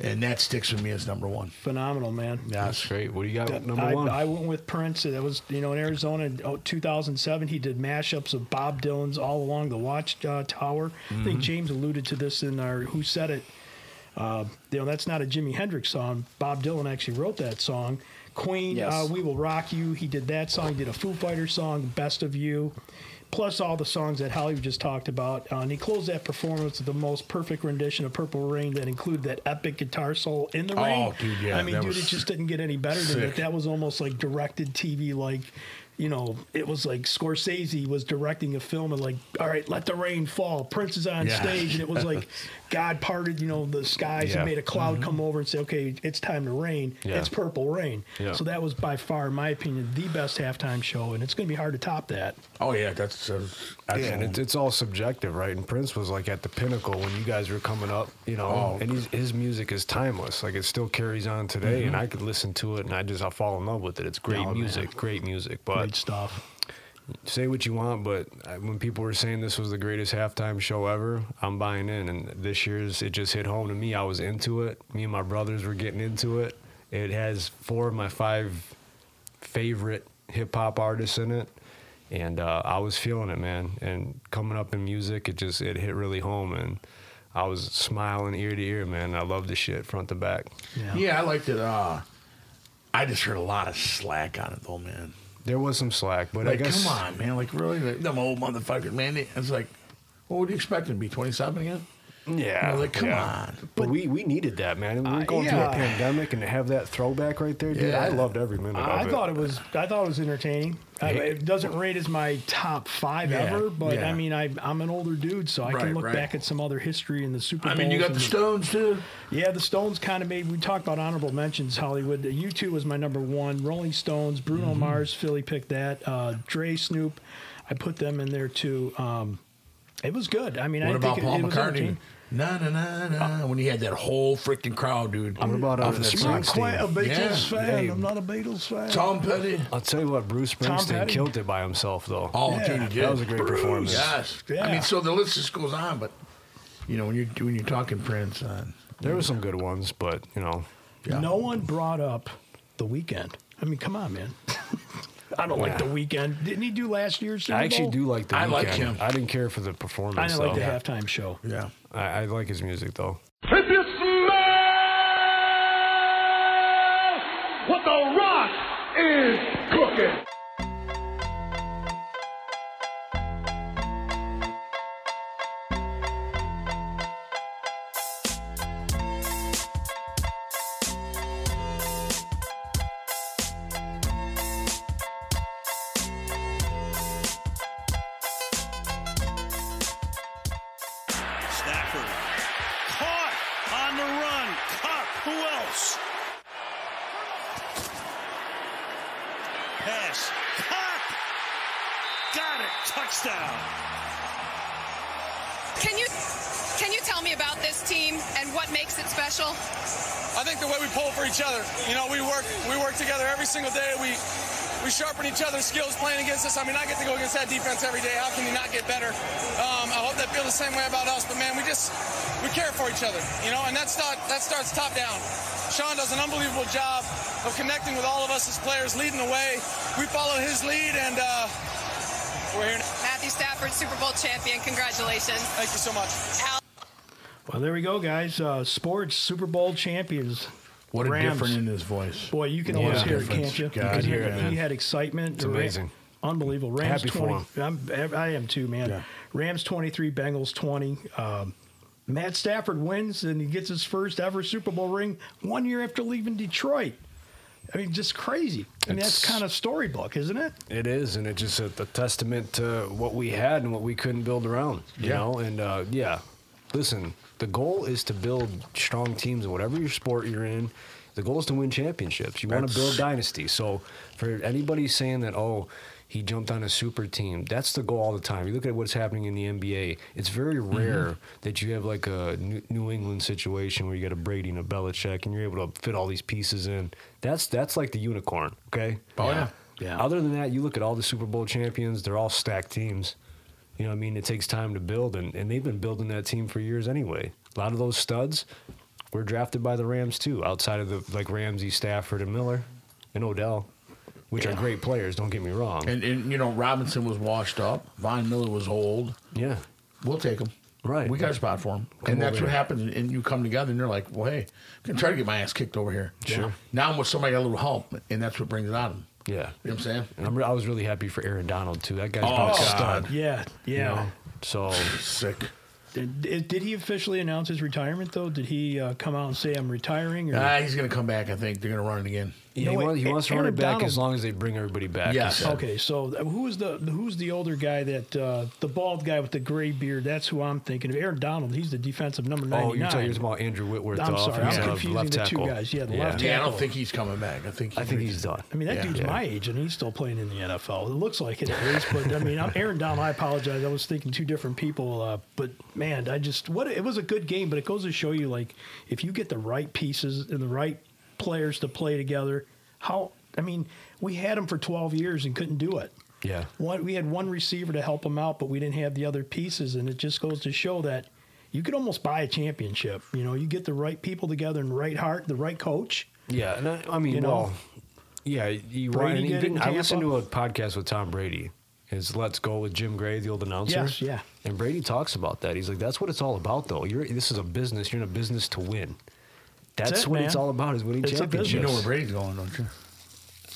[SPEAKER 5] and that sticks with me as number one.
[SPEAKER 4] Phenomenal, man.
[SPEAKER 5] Yes.
[SPEAKER 2] Great. What do you got
[SPEAKER 4] That-
[SPEAKER 2] number
[SPEAKER 4] I,
[SPEAKER 2] one?
[SPEAKER 4] I went with Prince. That was you know in Arizona in oh, 2007. He did mashups of Bob Dylan's "All Along the Watchtower." Uh, Tower. I
[SPEAKER 5] Mm-hmm.
[SPEAKER 4] think
[SPEAKER 12] Mhm.
[SPEAKER 4] James alluded to this in our "Who Said It." Uh, you know that's not a Jimi Hendrix song. Bob Dylan actually wrote that song. Queen,
[SPEAKER 12] Yes.
[SPEAKER 4] uh, "We Will Rock You." He did that song. He did a Foo Fighter song, "Best of You." Plus all the songs that Hollywood just talked about, uh, and he closed that performance with the most perfect rendition of "Purple Rain" that included that epic guitar solo in the
[SPEAKER 5] Oh,
[SPEAKER 4] rain.
[SPEAKER 5] dude, yeah,
[SPEAKER 4] I mean,
[SPEAKER 5] that
[SPEAKER 4] dude,
[SPEAKER 5] was
[SPEAKER 4] it just didn't get any better than
[SPEAKER 5] sick.
[SPEAKER 4] that. That was almost like directed TV, like, you know, it was like Scorsese was directing a film and like, all right, let the rain fall. Prince is on
[SPEAKER 12] Yeah.
[SPEAKER 4] stage, and it was like God parted, you know, the
[SPEAKER 12] Yeah.
[SPEAKER 4] skies
[SPEAKER 12] Mm-hmm.
[SPEAKER 4] and made a cloud come over and say, okay, it's time to rain.
[SPEAKER 12] Yeah.
[SPEAKER 4] It's purple rain.
[SPEAKER 12] Yeah.
[SPEAKER 4] So that was by far, in my opinion, the best halftime show, and it's going to be hard to top that.
[SPEAKER 5] Oh yeah, that's, uh,
[SPEAKER 2] yeah, and
[SPEAKER 5] excellent.
[SPEAKER 2] it's, it's all subjective, right? And Prince was like at the pinnacle when you guys were coming up, you know.
[SPEAKER 5] Oh.
[SPEAKER 2] And he's, his music is timeless; like it still carries on today. And
[SPEAKER 5] Mhm.
[SPEAKER 2] I could listen to it, and I just I fall in love with it. It's great
[SPEAKER 5] Oh, man.
[SPEAKER 2] music, great music. But
[SPEAKER 4] great stuff.
[SPEAKER 2] Say what you want, but I- when people were saying this was the greatest halftime show ever, I'm buying in. And this year's, it just hit home to me. I was into it. Me and my brothers were getting into it. It has four of my five favorite hip hop artists in it, and uh, I was feeling it, man. And coming up in music, it just it hit really home, and I was smiling ear to ear, man. I love the shit front to back.
[SPEAKER 5] Yeah. I liked it. Uh, I just heard a lot of slack on it though, man.
[SPEAKER 2] There was some slack, but
[SPEAKER 5] like,
[SPEAKER 2] I guess
[SPEAKER 5] come on, man. Like, really? Like, them old motherfuckers, man. They- It's like, what would you expect him to be? 27 again?
[SPEAKER 2] Yeah.
[SPEAKER 5] like, come
[SPEAKER 2] yeah.
[SPEAKER 5] on.
[SPEAKER 2] But, we, we needed that, man. And we were
[SPEAKER 4] Uh,
[SPEAKER 2] going through
[SPEAKER 4] yeah.
[SPEAKER 2] a pandemic and to have that throwback right there, dude, I
[SPEAKER 4] Yeah.
[SPEAKER 2] loved every minute of
[SPEAKER 4] I
[SPEAKER 2] it.
[SPEAKER 4] thought it was. I thought it was entertaining. I-
[SPEAKER 2] Yeah.
[SPEAKER 4] it doesn't rate as my top five
[SPEAKER 5] Yeah,
[SPEAKER 4] ever, but
[SPEAKER 5] yeah.
[SPEAKER 4] I mean, I, I'm an older dude, so I
[SPEAKER 5] Right,
[SPEAKER 4] can look
[SPEAKER 5] right.
[SPEAKER 4] back at some other history in the Super.
[SPEAKER 5] I mean, you
[SPEAKER 4] Bowls
[SPEAKER 5] got the
[SPEAKER 4] and
[SPEAKER 5] Stones, too.
[SPEAKER 4] Yeah, the Stones kind of made. We talked about honorable mentions. Hollywood. U two was my number one. Rolling Stones. Bruno
[SPEAKER 5] Mm-hmm.
[SPEAKER 4] Mars. Philly picked that. Uh, Dre, Snoop. I put them in there too. Um, it was good. I mean,
[SPEAKER 5] what
[SPEAKER 4] I
[SPEAKER 5] about
[SPEAKER 4] think it-
[SPEAKER 5] Paul
[SPEAKER 4] it, was
[SPEAKER 5] McCartney?
[SPEAKER 4] entertaining.
[SPEAKER 5] Na na na na. When he had that whole freaking crowd, dude.
[SPEAKER 2] What about
[SPEAKER 5] Off
[SPEAKER 2] uh,
[SPEAKER 5] that
[SPEAKER 2] Springsteen?
[SPEAKER 5] Springsteen. Yeah. Hey,
[SPEAKER 4] not a Beatles fan.
[SPEAKER 5] Tom Petty.
[SPEAKER 2] I'll tell you what, Bruce
[SPEAKER 5] Tom
[SPEAKER 2] Springsteen
[SPEAKER 5] Petty.
[SPEAKER 2] killed it by himself, though.
[SPEAKER 5] Oh, dude, he did.
[SPEAKER 2] that was a great
[SPEAKER 5] Bruce.
[SPEAKER 2] performance.
[SPEAKER 5] Yes. I
[SPEAKER 2] Yeah.
[SPEAKER 5] mean, so the list just goes on, but you know, when you're when you're talking Prince, uh,
[SPEAKER 2] There were some good ones, but you know,
[SPEAKER 4] No one brought up the weekend. I mean, come on, man. I don't like
[SPEAKER 2] Yeah.
[SPEAKER 4] the weekend. Didn't he do last year's? Super
[SPEAKER 2] I actually
[SPEAKER 4] Bowl?
[SPEAKER 2] do like the.
[SPEAKER 4] I
[SPEAKER 2] weekend.
[SPEAKER 4] like him.
[SPEAKER 2] I didn't care for the performance.
[SPEAKER 4] I didn't like
[SPEAKER 2] though.
[SPEAKER 4] the halftime show.
[SPEAKER 5] Yeah,
[SPEAKER 2] I, I like his music though.
[SPEAKER 9] Can you smell what the rock is cooking?
[SPEAKER 13] Stafford. Caught on the run. Cup. Who else? Pass. Cup. Got it. Touchdown.
[SPEAKER 14] Can you can you tell me about this team and what makes it special?
[SPEAKER 15] I think the way we pull for each other, you know, we work we work together every single day. We we sharpen each other's skills playing against us. I mean, I get to go against that defense every day. How can you not get better? Um, I hope they feel the same way about us. But man, we just we care for each other, you know, and that's not that starts top down. Sean does an unbelievable job of connecting with all of us as players, leading the way. We follow his lead, and uh, we're here. Now.
[SPEAKER 14] Matthew Stafford, Super Bowl champion. Congratulations.
[SPEAKER 15] Thank you so much.
[SPEAKER 4] Well, there we go, guys. Uh, sports Super Bowl champions.
[SPEAKER 5] what a
[SPEAKER 4] Rams.
[SPEAKER 5] difference in his voice.
[SPEAKER 4] Boy, you can
[SPEAKER 5] What a
[SPEAKER 4] always hear it,
[SPEAKER 5] difference.
[SPEAKER 4] can't you?
[SPEAKER 5] God,
[SPEAKER 4] you can
[SPEAKER 5] hear it, man.
[SPEAKER 4] He had excitement.
[SPEAKER 5] It's
[SPEAKER 4] The Ra-
[SPEAKER 5] amazing.
[SPEAKER 4] unbelievable. Rams
[SPEAKER 5] Happy for
[SPEAKER 4] twenty. I'm, I am too, man.
[SPEAKER 5] Yeah.
[SPEAKER 4] Rams twenty three, Bengals twenty. Um, Matt Stafford wins and he gets his first ever Super Bowl ring one year after leaving Detroit. I mean, just crazy. I mean, that's
[SPEAKER 2] It's-
[SPEAKER 4] kind of storybook, isn't it?
[SPEAKER 2] It is, and it's just a, a testament to what we had and what we couldn't build around. You
[SPEAKER 4] Yeah.
[SPEAKER 2] know, and uh, yeah, listen, the goal is to build strong teams in whatever your sport you're in. The goal is to win championships. You want to
[SPEAKER 5] That's-
[SPEAKER 2] build dynasty. So for anybody saying that, oh, he jumped on a super team, that's the goal all the time. You look at what's happening in the NBA. It's very
[SPEAKER 5] Mm-hmm.
[SPEAKER 2] rare that you have like a New- New England situation where you got a Brady and a Belichick, and you're able to fit all these pieces in. That's that's like the unicorn. Okay.
[SPEAKER 5] Oh, yeah.
[SPEAKER 2] Yeah. Other than that, you look at all the Super Bowl champions, they're all stacked teams. You know what I mean? It takes time to build, and, and they've been building that team for years anyway. A lot of those studs were drafted by the Rams too, outside of the like Ramsey, Stafford, and Miller, and Odell, which are great players. Don't get me wrong.
[SPEAKER 5] And, and you know, Robinson was washed up. Von Miller was old.
[SPEAKER 2] Yeah,
[SPEAKER 5] we'll take him.
[SPEAKER 2] Right,
[SPEAKER 5] we got a spot for him,
[SPEAKER 2] Come
[SPEAKER 5] and that's
[SPEAKER 2] over
[SPEAKER 5] what
[SPEAKER 2] here.
[SPEAKER 5] happens. And you come together, and they're like, "Well, hey, I'm gonna try to get my ass kicked over here."
[SPEAKER 2] Sure.
[SPEAKER 5] Now I'm with somebody got a little help, and that's what brings it out of them.
[SPEAKER 2] Yeah,
[SPEAKER 5] You know what I'm saying?
[SPEAKER 2] and I'm re- I was really happy for Aaron Donald too. That guy's
[SPEAKER 5] Oh,
[SPEAKER 2] been a
[SPEAKER 5] God.
[SPEAKER 2] stud.
[SPEAKER 4] Yeah,
[SPEAKER 2] you
[SPEAKER 4] yeah.
[SPEAKER 2] know? So
[SPEAKER 5] sick.
[SPEAKER 4] Did, did- did he officially announce his retirement though? Did he uh, come out and say I'm retiring? Or?
[SPEAKER 5] Ah, he's gonna come back. I think they're gonna run it again.
[SPEAKER 2] Yeah, he,
[SPEAKER 4] No,
[SPEAKER 2] wants, he
[SPEAKER 4] A-
[SPEAKER 2] wants to run
[SPEAKER 4] Aaron
[SPEAKER 2] it back
[SPEAKER 4] Donald-
[SPEAKER 2] as long as they bring everybody back. he
[SPEAKER 5] Yes.
[SPEAKER 2] said.
[SPEAKER 4] Okay, so who is the who's the older guy that uh, the bald guy with the gray beard? That's who I'm thinking of. Aaron Donald. He's the defensive number ninety nine.
[SPEAKER 2] Oh, you're talking you're talking about Andrew Whitworth,
[SPEAKER 4] I'm
[SPEAKER 2] the
[SPEAKER 4] sorry, I'm
[SPEAKER 2] offensive
[SPEAKER 4] confusing
[SPEAKER 2] left
[SPEAKER 4] the two
[SPEAKER 2] tackle.
[SPEAKER 4] guys. Yeah, the left
[SPEAKER 5] Yeah, I don't
[SPEAKER 4] tackle.
[SPEAKER 5] think he's coming back. I think.
[SPEAKER 2] I think he's done.
[SPEAKER 4] I mean, that
[SPEAKER 5] Yeah.
[SPEAKER 4] dude's
[SPEAKER 5] Yeah.
[SPEAKER 4] my age, and he's still playing in the NFL. It looks like it at least. But I mean, I'm Aaron Donald. I apologize. I was thinking two different people. Uh, but man, I just what it was a good game. But it goes to show you, like, if you get the right pieces and the right players to play together, how I mean, we had him for 12 years and couldn't do it.
[SPEAKER 2] Yeah.
[SPEAKER 4] One, we had one receiver to help him out, but we didn't have the other pieces, and it just goes to show that you could almost buy a championship. You know, you get the right people together and right heart, the right coach.
[SPEAKER 2] Yeah, and I, I mean,
[SPEAKER 4] You know?
[SPEAKER 2] well, yeah, you
[SPEAKER 4] Brady
[SPEAKER 2] and
[SPEAKER 4] did it
[SPEAKER 2] even,
[SPEAKER 4] in
[SPEAKER 2] I listened to
[SPEAKER 4] Tampa.
[SPEAKER 2] a podcast with Tom Brady. His "Let's Go" with Jim Gray, the old announcer.
[SPEAKER 4] Yes, yeah.
[SPEAKER 2] And Brady talks about that. He's like, "That's what it's all about, though. You're this is a business. You're in a business to win. That's,
[SPEAKER 4] That's it,
[SPEAKER 2] what
[SPEAKER 4] man.
[SPEAKER 2] it's all about is winning
[SPEAKER 4] It's a
[SPEAKER 2] championships."
[SPEAKER 5] You know where Brady's going, don't you?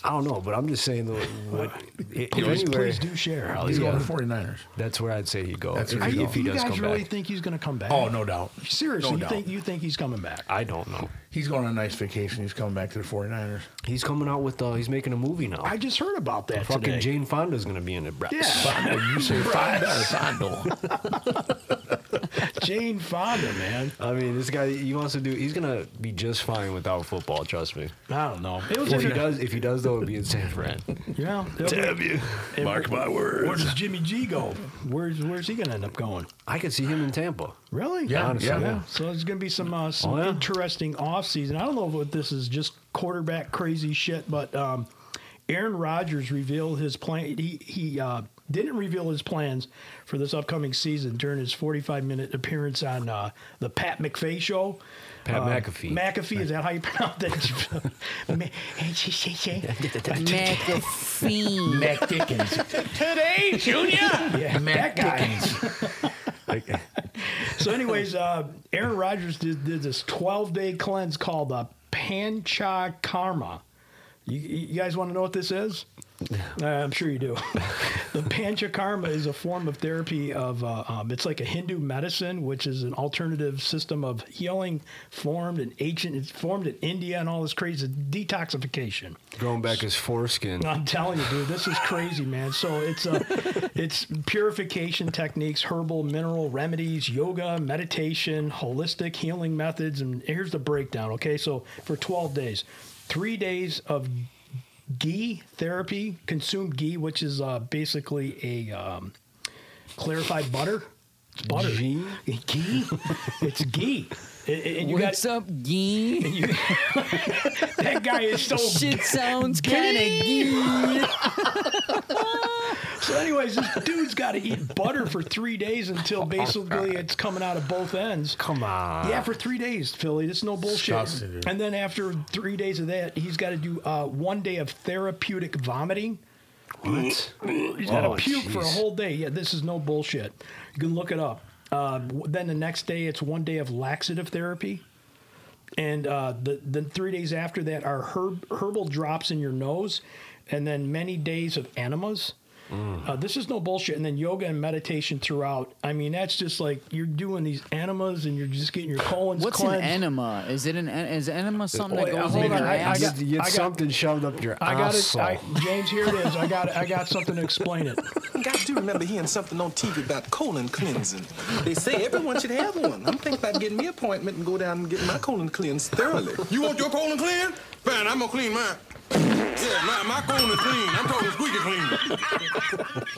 [SPEAKER 2] I don't know, but I'm just saying though. What, if
[SPEAKER 4] Please,
[SPEAKER 2] anywhere-
[SPEAKER 4] please do share.
[SPEAKER 2] Oh,
[SPEAKER 5] He's
[SPEAKER 2] yeah.
[SPEAKER 5] going to the 49ers.
[SPEAKER 2] That's where I'd say he'd go.
[SPEAKER 5] That's
[SPEAKER 2] if,
[SPEAKER 5] where he'd
[SPEAKER 2] he-
[SPEAKER 5] go.
[SPEAKER 2] if he
[SPEAKER 4] you
[SPEAKER 2] does
[SPEAKER 4] guys
[SPEAKER 2] come
[SPEAKER 4] really
[SPEAKER 2] back.
[SPEAKER 4] think he's going to come back?
[SPEAKER 5] Oh, no doubt.
[SPEAKER 4] Seriously,
[SPEAKER 5] No
[SPEAKER 4] you
[SPEAKER 5] doubt.
[SPEAKER 4] think you think he's coming back?
[SPEAKER 2] I don't know.
[SPEAKER 5] He's going on a nice vacation. He's coming back to the 49ers.
[SPEAKER 2] He's coming out with. Uh, he's making a movie now.
[SPEAKER 4] I just heard about that
[SPEAKER 2] Fucking
[SPEAKER 4] today.
[SPEAKER 2] Jane Fonda's gonna be in it, Brett.
[SPEAKER 4] Yeah,
[SPEAKER 5] Fondo, you say
[SPEAKER 4] Right.
[SPEAKER 5] Fondo, Fondo.
[SPEAKER 4] Jane Fonda, man.
[SPEAKER 2] I mean, this guy. He wants to do. He's gonna be just fine without football. Trust me.
[SPEAKER 4] I don't know. It was
[SPEAKER 2] If he
[SPEAKER 4] interesting.
[SPEAKER 2] does, if he does though, it'll be in San Fran.
[SPEAKER 4] Yeah,
[SPEAKER 2] Damn you. Mark my
[SPEAKER 4] Where
[SPEAKER 2] words.
[SPEAKER 4] does Jimmy G go? Where's Where's he going to end up going?
[SPEAKER 2] I could see him in Tampa.
[SPEAKER 4] Really?
[SPEAKER 2] Yeah, Honestly, yeah. yeah.
[SPEAKER 4] So there's going to be some uh, some
[SPEAKER 2] Oh, yeah.
[SPEAKER 4] interesting offseason. I don't know what this is, just quarterback crazy shit, but um, Aaron Rodgers revealed his plan. He he uh, didn't reveal his plans for this upcoming season during his 45 minute appearance on uh, the Pat McPhee show.
[SPEAKER 2] Pat
[SPEAKER 4] Uh,
[SPEAKER 2] McAfee.
[SPEAKER 4] McAfee, is that how you pronounce that? E
[SPEAKER 7] McAfee.
[SPEAKER 5] Mac Dickens.
[SPEAKER 13] Today, Junior.
[SPEAKER 4] yeah,
[SPEAKER 5] Mac
[SPEAKER 4] that guy.
[SPEAKER 5] Dickens.
[SPEAKER 4] So, anyways, uh, Aaron Rodgers did, did this 12 day cleanse called the Pancha Karma. You, you guys want to know what this is? Uh, I'm sure you do. the Panchakarma is a form of therapy of uh, um, it's like a Hindu medicine, which is an alternative system of healing formed in ancient. It's formed in India and all this crazy detoxification.
[SPEAKER 2] Growing back his foreskin.
[SPEAKER 4] I'm telling you, dude, this is crazy, man. So it's a, it's purification techniques, herbal mineral remedies, yoga, meditation, holistic healing methods, and here's the breakdown. Okay, so for 12 days, three days of ghee therapy, consumed ghee, which is uh, basically a um, clarified butter. It's butter. Ghee. Ghee. It's ghee. And- And you got
[SPEAKER 3] What's up, Gee?
[SPEAKER 4] that guy is so
[SPEAKER 3] Shit sounds kind of gee.
[SPEAKER 4] So, anyways, this dude's got to eat butter for three days until basically it's coming out of both ends.
[SPEAKER 2] Come on.
[SPEAKER 4] Yeah, for three days, Philly. It's no bullshit.
[SPEAKER 5] Disgusting, dude.
[SPEAKER 4] And then after three days of that, he's got to do uh, one day of therapeutic vomiting.
[SPEAKER 2] What?
[SPEAKER 4] He's got to
[SPEAKER 2] Oh,
[SPEAKER 4] puke for a
[SPEAKER 2] jeez.
[SPEAKER 4] whole day. Yeah, this is no bullshit. You can look it up. Uh, w- then the next day, it's one day of laxative therapy. And uh, the, the three days after that are herb, herbal drops in your nose, and then many days of enemas.
[SPEAKER 5] Mm.
[SPEAKER 4] Uh, this is no bullshit. And then yoga and meditation throughout. I mean, that's just like you're doing these enemas and you're just getting your colons
[SPEAKER 3] What's
[SPEAKER 4] cleansed.
[SPEAKER 3] an enema? Is it an en- is enema something that
[SPEAKER 4] Wait,
[SPEAKER 3] goes
[SPEAKER 4] hold
[SPEAKER 3] in
[SPEAKER 4] on,
[SPEAKER 3] your
[SPEAKER 4] I- I
[SPEAKER 3] ass?
[SPEAKER 4] got-
[SPEAKER 2] you get
[SPEAKER 4] I got-
[SPEAKER 2] something shoved up your
[SPEAKER 4] I got it.
[SPEAKER 2] asshole.
[SPEAKER 4] I, James, here it is. I got it. I got something to explain it.
[SPEAKER 12] I do remember hearing something on TV about colon cleansing. They say everyone should have one. I'm thinking about getting me an appointment and go down and get my colon cleansed thoroughly.
[SPEAKER 9] You want your colon clean? Fine, I'm gonna clean mine. Yeah, my, my colon is clean. I'm talking squeaky clean.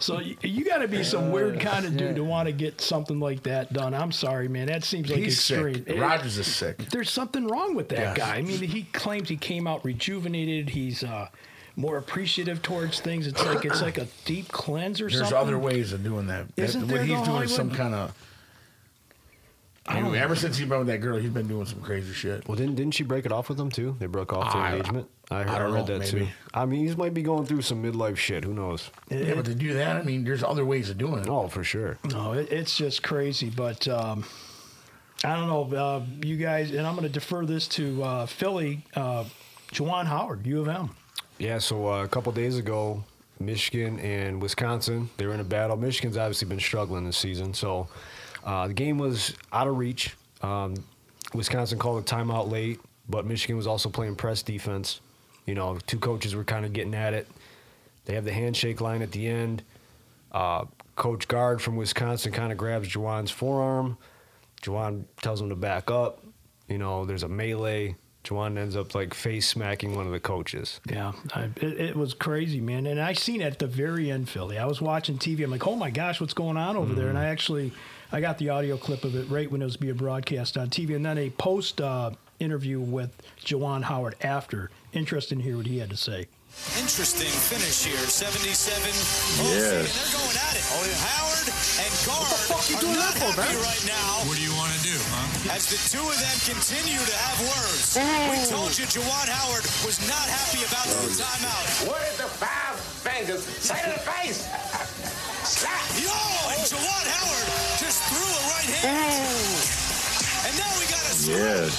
[SPEAKER 4] So you, you got to be some
[SPEAKER 3] Uh,
[SPEAKER 4] weird kind of dude to want to get something like that done. I'm sorry, man. That seems like
[SPEAKER 5] He's
[SPEAKER 4] extreme.
[SPEAKER 5] sick.
[SPEAKER 4] It-
[SPEAKER 5] Rogers is sick.
[SPEAKER 4] there's something wrong with that
[SPEAKER 5] Yes.
[SPEAKER 4] guy. I mean, he claims he came out rejuvenated. He's uh, more appreciative towards things. It's like it's like a deep cleanse or
[SPEAKER 5] There's
[SPEAKER 4] something.
[SPEAKER 5] other ways of doing that. That-
[SPEAKER 4] Isn't
[SPEAKER 5] what
[SPEAKER 4] there,
[SPEAKER 5] he's
[SPEAKER 4] though,
[SPEAKER 5] doing is some
[SPEAKER 4] Hollywood?
[SPEAKER 5] kind of Anyway, ever since he been with that girl, he's been doing some crazy shit.
[SPEAKER 2] Well, didn't didn't she break it off with him too? They broke off their
[SPEAKER 5] I-
[SPEAKER 2] engagement. I, heard,
[SPEAKER 5] I
[SPEAKER 2] I,
[SPEAKER 5] don't
[SPEAKER 2] read
[SPEAKER 5] know,
[SPEAKER 2] that
[SPEAKER 5] maybe.
[SPEAKER 2] too. I mean, he might be going through some midlife shit. Who knows?
[SPEAKER 5] Yeah, but to do that, I mean, there's other ways of doing it.
[SPEAKER 2] Oh, for sure.
[SPEAKER 4] No, it, it's just crazy. But um, I don't know, uh, you guys, and I'm going to defer this to uh, Philly, uh, Juwan Howard, U of M.
[SPEAKER 2] Yeah, so uh, a couple days ago, Michigan and Wisconsin, they were in a battle. Michigan's obviously been struggling this season, so uh, the game was out of reach. Um, Wisconsin called a timeout late, but Michigan was also playing press defense. You know, two coaches were kind of getting at it. They have the handshake line at the end. Uh, Coach Guard from Wisconsin kind of grabs Juwan's forearm. Juwan tells him to back up. You know, there's a melee. Juwan ends up like face smacking one of the coaches.
[SPEAKER 4] Yeah, I, it, it was crazy, man. And I seen it at the very end, Philly. I was watching TV. I'm like, oh my gosh, what's going on over there? And I actually, I got the audio clip of it right when it was being broadcast on TV, and then a post uh, interview with Jawan Howard after. Interesting to hear what he had to say.
[SPEAKER 16] Interesting finish here, 77.
[SPEAKER 4] Yes.
[SPEAKER 16] And they're going at it. Oh, yeah. Howard and Guard are not happy right now. What do you want to do, huh? As the two of them continue to have words. We
[SPEAKER 17] Oh.
[SPEAKER 16] told you Jawan Howard was not happy about the timeout. Where is the five fingers? Side of the face. Slap. Yo, and Jawan Howard just threw a right hand. And now we got a
[SPEAKER 17] Yes.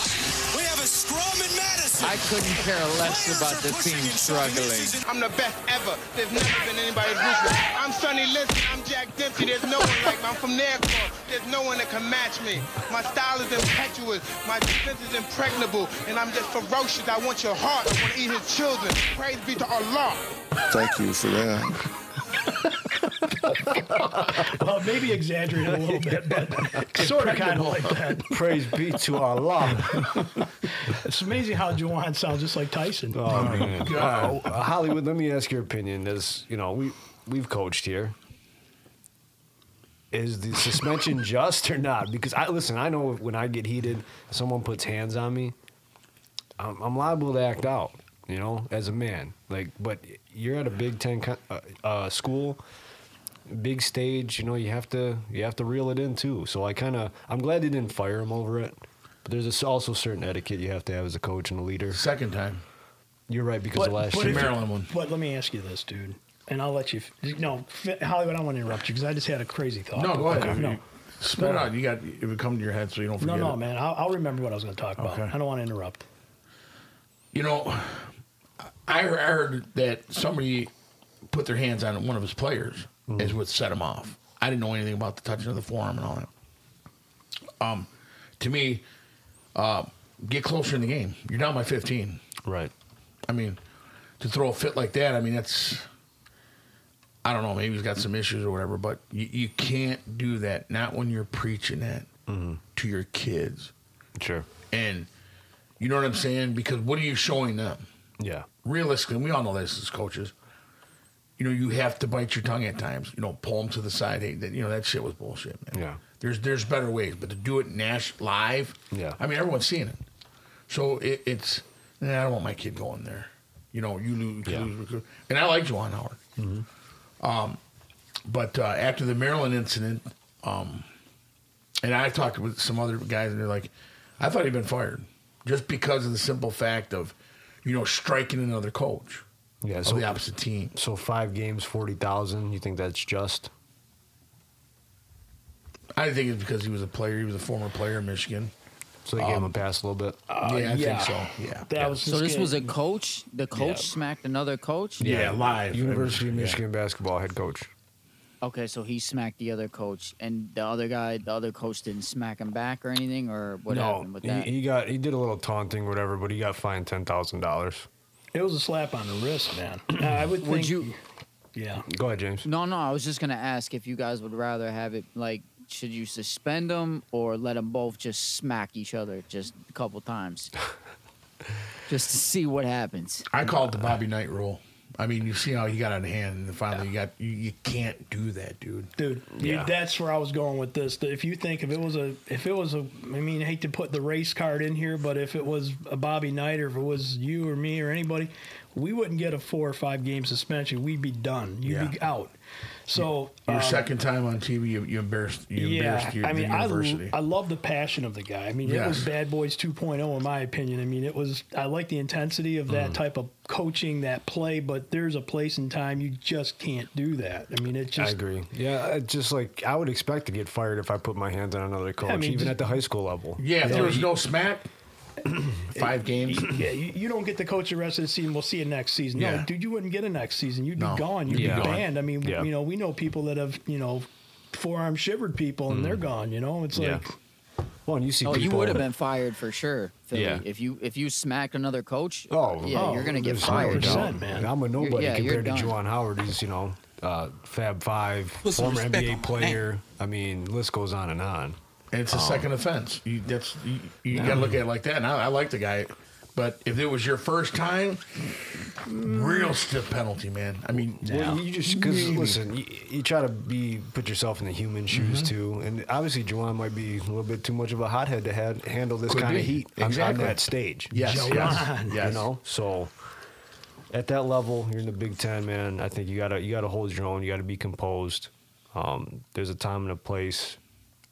[SPEAKER 16] We have a scrum in Madison.
[SPEAKER 18] I couldn't care less about the team struggling.
[SPEAKER 17] I'm the best ever. There's never been anybody ruthless. I'm Sonny Liston. I'm Jack Dempsey. There's no one like me. I'm from Naircore. There's no one that can match me. My style is impetuous. My defense is impregnable. And I'm just ferocious. I want your heart. I want to eat his children. Praise be to Allah.
[SPEAKER 19] Thank you for that.
[SPEAKER 4] well, Uh, maybe exaggerated a little bit, but sort of kind of like that.
[SPEAKER 2] Praise be to Allah.
[SPEAKER 4] It's amazing how Jawan sounds just like Tyson.
[SPEAKER 2] Oh, man. Uh, Hollywood, let me ask your opinion. As you know, we we've coached here. Is the suspension just or not? Because I listen. I know when I get heated, someone puts hands on me. I'm, I'm liable to act out. You know, as a man. Like, but you're at a Big Ten co- uh, uh, school, big stage. You know, you have to you have to reel it in too. So I kind of I'm glad they didn't fire him over it. But there's this- also certain etiquette you have to have as a coach and a leader.
[SPEAKER 5] Second time.
[SPEAKER 2] You're right because the last
[SPEAKER 4] but
[SPEAKER 2] year
[SPEAKER 4] if- But let me ask you this, dude, and I'll let you. f- No, F- Hollywood, I want to interrupt you because I just had a crazy thought.
[SPEAKER 5] No, go ahead.
[SPEAKER 4] Okay, No,
[SPEAKER 5] Spit it
[SPEAKER 4] No.
[SPEAKER 5] out. You got it would come to your head so you don't
[SPEAKER 4] no,
[SPEAKER 5] forget.
[SPEAKER 4] no,
[SPEAKER 5] it.
[SPEAKER 4] man. I'll, I'll remember what I was going to talk about.
[SPEAKER 5] Okay.
[SPEAKER 4] I don't want to interrupt.
[SPEAKER 5] You know, I I heard that somebody put their hands on one of his players is what set him off. I didn't know anything about the touching of the forearm and all that. Um, to me, uh, get closer in the game. You're down by 15.
[SPEAKER 2] Right.
[SPEAKER 5] I mean, to throw a fit like that, I mean that's. I don't know. Maybe he's got some issues or whatever, but you, you can't do that. Not when you're preaching that to your kids.
[SPEAKER 2] Sure.
[SPEAKER 5] And you know what I'm saying? Because what are you showing them?
[SPEAKER 2] Yeah.
[SPEAKER 5] Realistically, we all know this as coaches. You know, you have to bite your tongue at times. You know, pull them to the side. Hey, that, you know that shit was bullshit, man.
[SPEAKER 2] Yeah.
[SPEAKER 5] There's there's better ways, but to do it Nash live.
[SPEAKER 2] Yeah.
[SPEAKER 5] I mean, everyone's seeing it. So it, it's. Nah, I don't want my kid going there. You know, you lose. you lose- and I like Juwan Howard. Um, but uh, after the Maryland incident, um, and I talked with some other guys, and they're like, I thought he'd been fired just because of the simple fact of, you know, striking another coach.
[SPEAKER 2] Oh, Yeah,
[SPEAKER 5] of the opposite team.
[SPEAKER 2] So five games, forty thousand. You think that's just?
[SPEAKER 5] I think it's because he was a player. He was a former player in Michigan.
[SPEAKER 2] So they gave him a pass a little bit.
[SPEAKER 5] yeah, I think so. Yeah.
[SPEAKER 3] so. This was a coach. The coach smacked another coach.
[SPEAKER 2] University of Michigan basketball head coach.
[SPEAKER 3] Okay, so he smacked the other coach, and the other guy, the other coach, didn't smack him back or anything, or what happened with
[SPEAKER 2] he,
[SPEAKER 3] that?
[SPEAKER 2] he got he did a little taunting, whatever, but he got fined ten thousand dollars.
[SPEAKER 4] It was a slap on the wrist, man. I would
[SPEAKER 3] Would
[SPEAKER 4] think.
[SPEAKER 3] you-
[SPEAKER 4] Yeah.
[SPEAKER 2] Go ahead, James.
[SPEAKER 3] No, no, I was just gonna ask if you guys would rather have it like, should you suspend them or let them both just smack each other just a couple times, just to see what happens?
[SPEAKER 5] I call it the Bobby Knight rule. I mean, you see how he got out of hand, and then finally you got you, you can't do that, dude.
[SPEAKER 4] Dude, you-
[SPEAKER 5] Yeah.
[SPEAKER 4] that's where I was going with this. That If you think if it was a, if it was a, I mean, I hate to put the race card in here, but if it was a Bobby Knight or if it was you or me or anybody, we wouldn't get a four or five game suspension. We'd be done. You'd be out. So
[SPEAKER 5] Your
[SPEAKER 4] um,
[SPEAKER 5] second time on TV, you, you embarrassed. You embarrassed your,
[SPEAKER 4] I mean,
[SPEAKER 5] the university.
[SPEAKER 4] I, I love the passion of the guy. I mean, it was
[SPEAKER 5] Yes.
[SPEAKER 4] Bad Boys 2.0 in my opinion. I mean, it was. I like the intensity of
[SPEAKER 5] Mm.
[SPEAKER 4] that type of coaching, that play. But there's a place and time you just can't do that. I mean, it just.
[SPEAKER 2] I agree. Yeah, I just like I would expect to get fired if I put my hands on another coach,
[SPEAKER 4] I mean,
[SPEAKER 2] even
[SPEAKER 4] just-
[SPEAKER 2] at the high school level.
[SPEAKER 5] yeah, if
[SPEAKER 2] You
[SPEAKER 5] there
[SPEAKER 2] know,
[SPEAKER 5] was
[SPEAKER 2] you-
[SPEAKER 5] no smack, five games.
[SPEAKER 4] Yeah, you, you don't get to coach the rest of the season. We'll see you next season.
[SPEAKER 5] Yeah.
[SPEAKER 4] No, dude, you wouldn't get a next season. You'd
[SPEAKER 5] No,
[SPEAKER 4] be gone. You'd
[SPEAKER 5] you'd
[SPEAKER 4] be
[SPEAKER 5] be gone.
[SPEAKER 4] banned. I mean,
[SPEAKER 5] Yeah.
[SPEAKER 4] you know, we know people that have you know forearm shivered people, and
[SPEAKER 5] Mm.
[SPEAKER 4] they're gone. You know, it's
[SPEAKER 2] Yeah.
[SPEAKER 4] like
[SPEAKER 2] Well, and you see
[SPEAKER 3] Oh, you
[SPEAKER 2] people-
[SPEAKER 3] would have been fired for sure, Philly.
[SPEAKER 2] Yeah.
[SPEAKER 3] If you if you smacked another coach,
[SPEAKER 2] Oh,
[SPEAKER 3] yeah,
[SPEAKER 2] oh,
[SPEAKER 3] you're gonna get
[SPEAKER 2] there's no
[SPEAKER 3] fired.
[SPEAKER 2] doubt. I'm a
[SPEAKER 3] You're-
[SPEAKER 2] nobody
[SPEAKER 3] yeah, you're
[SPEAKER 2] compared to
[SPEAKER 3] done.
[SPEAKER 2] Juwan Howard. He's you know uh, Fab Five,
[SPEAKER 5] Put some
[SPEAKER 2] former
[SPEAKER 5] respect
[SPEAKER 2] NBA
[SPEAKER 5] on my name.
[SPEAKER 2] player. I mean, list goes on and on.
[SPEAKER 5] And it's a
[SPEAKER 2] Um,
[SPEAKER 5] second offense. You, that's you, you got to look at it like that. And I, I like the guy, but if it was your first time, real stiff penalty, man. I mean,
[SPEAKER 2] Well, you just because
[SPEAKER 5] Maybe. Mm-hmm.
[SPEAKER 2] listen, you, you try to be put yourself in the human shoes too, and obviously Juwan might be a little bit too much of a hothead to had, handle this
[SPEAKER 5] Could
[SPEAKER 2] kind
[SPEAKER 5] be.
[SPEAKER 2] of heat on- on,
[SPEAKER 5] Exactly.
[SPEAKER 2] that stage.
[SPEAKER 5] Yes,
[SPEAKER 2] you
[SPEAKER 5] yes,
[SPEAKER 2] know?
[SPEAKER 5] yes.
[SPEAKER 2] You know, so at that level, you're in the Big Ten, man. I think you gotta you gotta hold your own. You gotta be composed. Um, there's a time and a place.